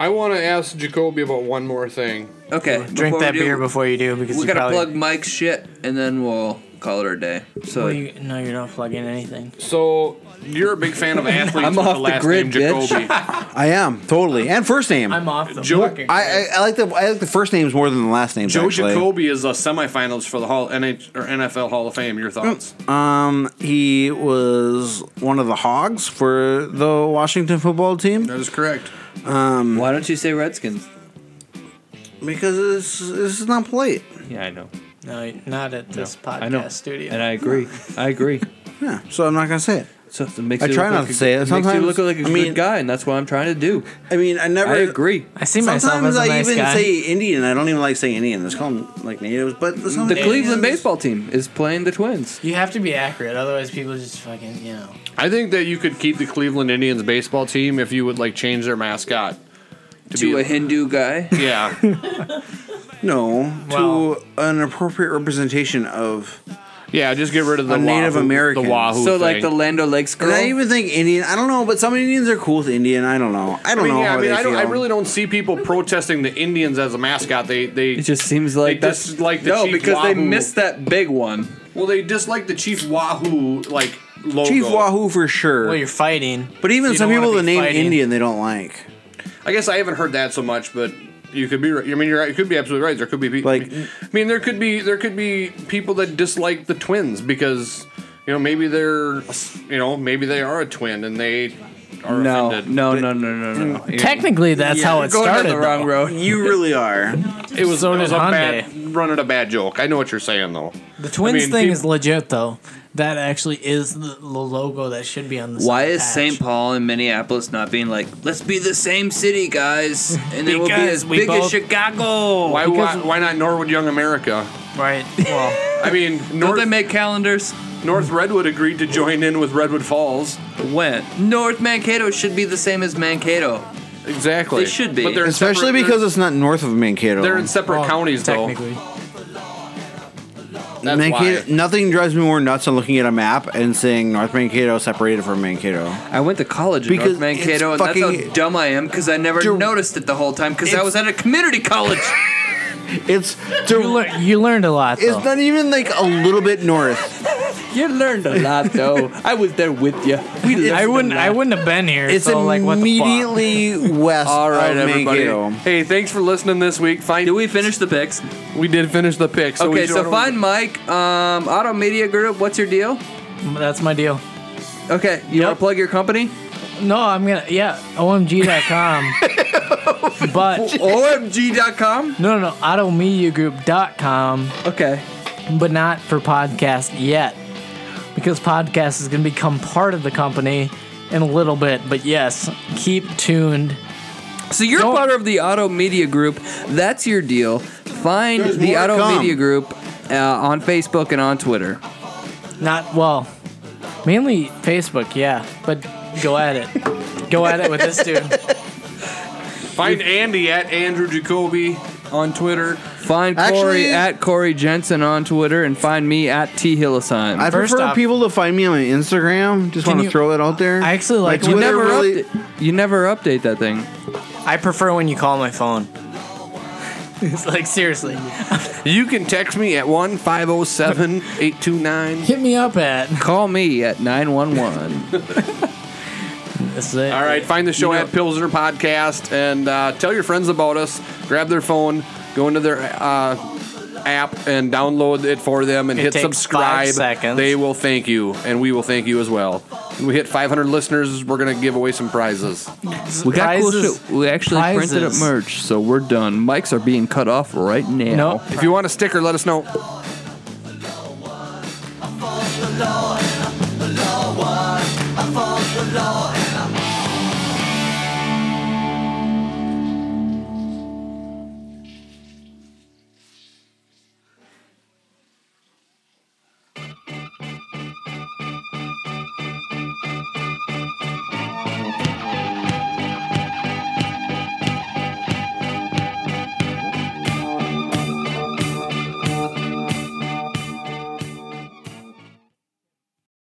Speaker 6: I want to ask Jacoby about one more thing.
Speaker 2: Okay.
Speaker 9: Drink
Speaker 2: before
Speaker 9: that
Speaker 2: we do-
Speaker 9: beer before you do because
Speaker 2: we
Speaker 9: you
Speaker 2: gotta
Speaker 9: probably,
Speaker 2: plug Mike's shit and then we'll call it a day. So
Speaker 9: Well, Oh, you- no, you're not plugging anything.
Speaker 6: So you're a big fan of athletes
Speaker 13: I'm
Speaker 6: with the
Speaker 13: off the
Speaker 6: last
Speaker 13: grid,
Speaker 6: name
Speaker 13: bitch.
Speaker 6: Jacoby.
Speaker 13: I am totally and first name.
Speaker 9: I'm off the
Speaker 6: Joe-
Speaker 13: I, I, I like the I like the first names more than the last names.
Speaker 6: Joe
Speaker 13: actually.
Speaker 6: Jacoby is a semifinalist for the Hall NH, or NFL Hall of Fame. Your thoughts?
Speaker 13: Um, he was one of the hogs for the Washington football team. That
Speaker 6: is correct.
Speaker 13: Um,
Speaker 2: why don't you say Redskins?
Speaker 13: Because this this is not polite.
Speaker 2: Yeah, I know.
Speaker 9: No, not at this podcast
Speaker 13: I know.
Speaker 9: studio.
Speaker 13: And I
Speaker 2: agree. I agree.
Speaker 13: Yeah, so I'm not gonna say it.
Speaker 2: So it makes
Speaker 13: I
Speaker 2: you
Speaker 13: try
Speaker 2: look
Speaker 13: not
Speaker 2: like
Speaker 13: to
Speaker 2: a-
Speaker 13: say it.
Speaker 2: makes you
Speaker 13: Sometimes
Speaker 2: look like a
Speaker 13: I mean,
Speaker 2: good guy, and that's what I'm trying to do.
Speaker 13: I mean, I never
Speaker 2: I agree. I see myself
Speaker 13: Sometimes
Speaker 2: as a
Speaker 13: I
Speaker 2: nice
Speaker 13: even
Speaker 2: guy.
Speaker 13: say Indian. I don't even like saying Indian. Let's call them like natives. But
Speaker 2: The Cleveland baseball team is playing the Twins.
Speaker 9: You have to be accurate, otherwise people just fucking you know.
Speaker 6: I think that you could keep the Cleveland Indians baseball team if you would like change their mascot
Speaker 2: To a Hindu guy.
Speaker 6: Yeah.
Speaker 13: no to an appropriate representation of.
Speaker 6: Yeah, just get rid of the
Speaker 13: a Native
Speaker 6: Wahoo-
Speaker 13: American.
Speaker 6: the Wahoo So, like, thing. the
Speaker 2: Lando Lakes
Speaker 13: And I even think Indian. I don't know, but some Indians are cool with Indian. I don't know. I don't
Speaker 6: mean,
Speaker 13: know
Speaker 6: Yeah,
Speaker 13: how
Speaker 6: I mean,
Speaker 13: they
Speaker 6: I, don't,
Speaker 13: feel.
Speaker 6: I really don't see people protesting the Indians as a mascot. They they it
Speaker 2: just seems like
Speaker 6: they
Speaker 2: that's-
Speaker 6: dislike the
Speaker 2: No,
Speaker 6: chief
Speaker 2: because they
Speaker 6: Wahoo.
Speaker 2: missed that big one.
Speaker 6: Well, they dislike the Chief Wahoo like logo.
Speaker 13: Chief Wahoo for sure.
Speaker 6: Well, you're
Speaker 9: fighting.
Speaker 13: But even
Speaker 6: You
Speaker 13: some
Speaker 6: don't wanna
Speaker 13: people the
Speaker 6: be
Speaker 13: name
Speaker 6: fighting.
Speaker 13: Indian they don't like.
Speaker 6: I guess I haven't heard that so much, but you could be. right. I mean, you're right. You could be absolutely right. There could be people. Like, I mean, there could be there could be people that dislike the twins because you know maybe they're you know maybe they are a twin and they are
Speaker 2: No,
Speaker 6: offended.
Speaker 2: no, no, no, no, no. You're-
Speaker 9: Technically, that's
Speaker 6: Yeah,
Speaker 9: how
Speaker 6: you're
Speaker 9: it
Speaker 6: going down
Speaker 9: started.
Speaker 6: the wrong
Speaker 9: though.
Speaker 6: road.
Speaker 13: You really are.
Speaker 6: It was,
Speaker 9: So
Speaker 6: it was a
Speaker 9: did
Speaker 6: bad running a bad joke. I know what you're saying though.
Speaker 9: The twins
Speaker 6: I mean,
Speaker 9: thing
Speaker 6: peop-
Speaker 9: is legit though. That actually is the, the logo that should be on the.
Speaker 2: Why
Speaker 9: patch.
Speaker 2: is St. Paul and Minneapolis not being like, let's be the same city, guys, and then we'll be
Speaker 6: Because
Speaker 2: as
Speaker 6: we
Speaker 2: big as
Speaker 6: both-
Speaker 2: Chicago?
Speaker 6: Why, why why not Norwood Young America?
Speaker 9: Right. Well,
Speaker 6: I mean, North, they make
Speaker 2: calendars?
Speaker 6: North Redwood agreed to join in with Redwood Falls.
Speaker 2: When North Mankato should be the same as Mankato.
Speaker 6: Exactly.
Speaker 2: They should be.
Speaker 6: But they're in
Speaker 13: Especially
Speaker 6: separate-
Speaker 13: because it's not north of Mankato.
Speaker 6: They're in separate counties
Speaker 9: though.
Speaker 6: That's
Speaker 13: Mankato, nothing drives me more nuts than looking at a map and saying North Mankato separated from Mankato.
Speaker 2: I went to college in North Mankato, and that's how dumb I am because I never noticed it the whole time because I was at a community college.
Speaker 13: it's
Speaker 9: you, lear- you learned a lot.
Speaker 13: It's
Speaker 9: though.
Speaker 13: not even like a little bit north.
Speaker 2: You learned a lot, though. I was there with you.
Speaker 9: I wouldn't. I wouldn't have been here.
Speaker 13: It's
Speaker 9: so, like, what the fuck?
Speaker 13: immediately west.
Speaker 6: All right,
Speaker 13: of
Speaker 6: everybody.
Speaker 13: Mankato.
Speaker 6: Hey, thanks for listening this week. Find did
Speaker 2: we finish the picks?
Speaker 6: We did finish the picks. So
Speaker 2: okay,
Speaker 6: we
Speaker 2: so find Mike, um, Auto Media Group. What's your deal?
Speaker 9: That's my deal.
Speaker 2: Okay, you want to plug your company?
Speaker 9: No, I'm gonna yeah, omg.com. but
Speaker 2: omg.com?
Speaker 9: No, no, no, automediagroup.com.
Speaker 2: Okay.
Speaker 9: But not for podcast yet. Because podcast is going to become part of the company in a little bit, but yes, keep tuned.
Speaker 2: So you're part of the Auto Media Group. That's your deal. Find
Speaker 9: There's
Speaker 2: the
Speaker 9: more to
Speaker 2: Auto
Speaker 9: come.
Speaker 2: Media Group uh, on Facebook and on Twitter.
Speaker 9: Not well, mainly Facebook, yeah, but go at it. go at it with this dude.
Speaker 6: find Andy at Andrew Jacoby on Twitter.
Speaker 2: Find Corey
Speaker 6: Actually-
Speaker 2: at Corey Jensen on Twitter and find me at T Hillisheim.
Speaker 13: I prefer people to find me on Instagram. Just
Speaker 2: Can
Speaker 13: want
Speaker 2: you-
Speaker 13: to throw that out there. I
Speaker 9: actually
Speaker 2: like you
Speaker 13: Twitter
Speaker 2: never
Speaker 13: really.
Speaker 2: upda- you never update that thing.
Speaker 9: I prefer when you call my phone. It's like seriously.
Speaker 6: You can text me at oh 1 507 829.
Speaker 9: Hit me up at.
Speaker 2: Call me at 911.
Speaker 9: That's it.
Speaker 6: All right, find the show at Pilsner Podcast and uh, tell your friends about us. Grab their phone, go into their uh, app, and download it for them and
Speaker 9: It
Speaker 6: hit
Speaker 9: takes
Speaker 6: subscribe.
Speaker 9: five seconds.
Speaker 6: They will thank you, and we will thank you as well. When we hit 500 listeners, we're going to give away some prizes.
Speaker 2: We got cool shit. We actually printed up
Speaker 6: Prizes.
Speaker 2: merch, so we're done. Mics are being cut off right now.
Speaker 6: No. If you want a sticker, let us know.
Speaker 40: I fought the Lord.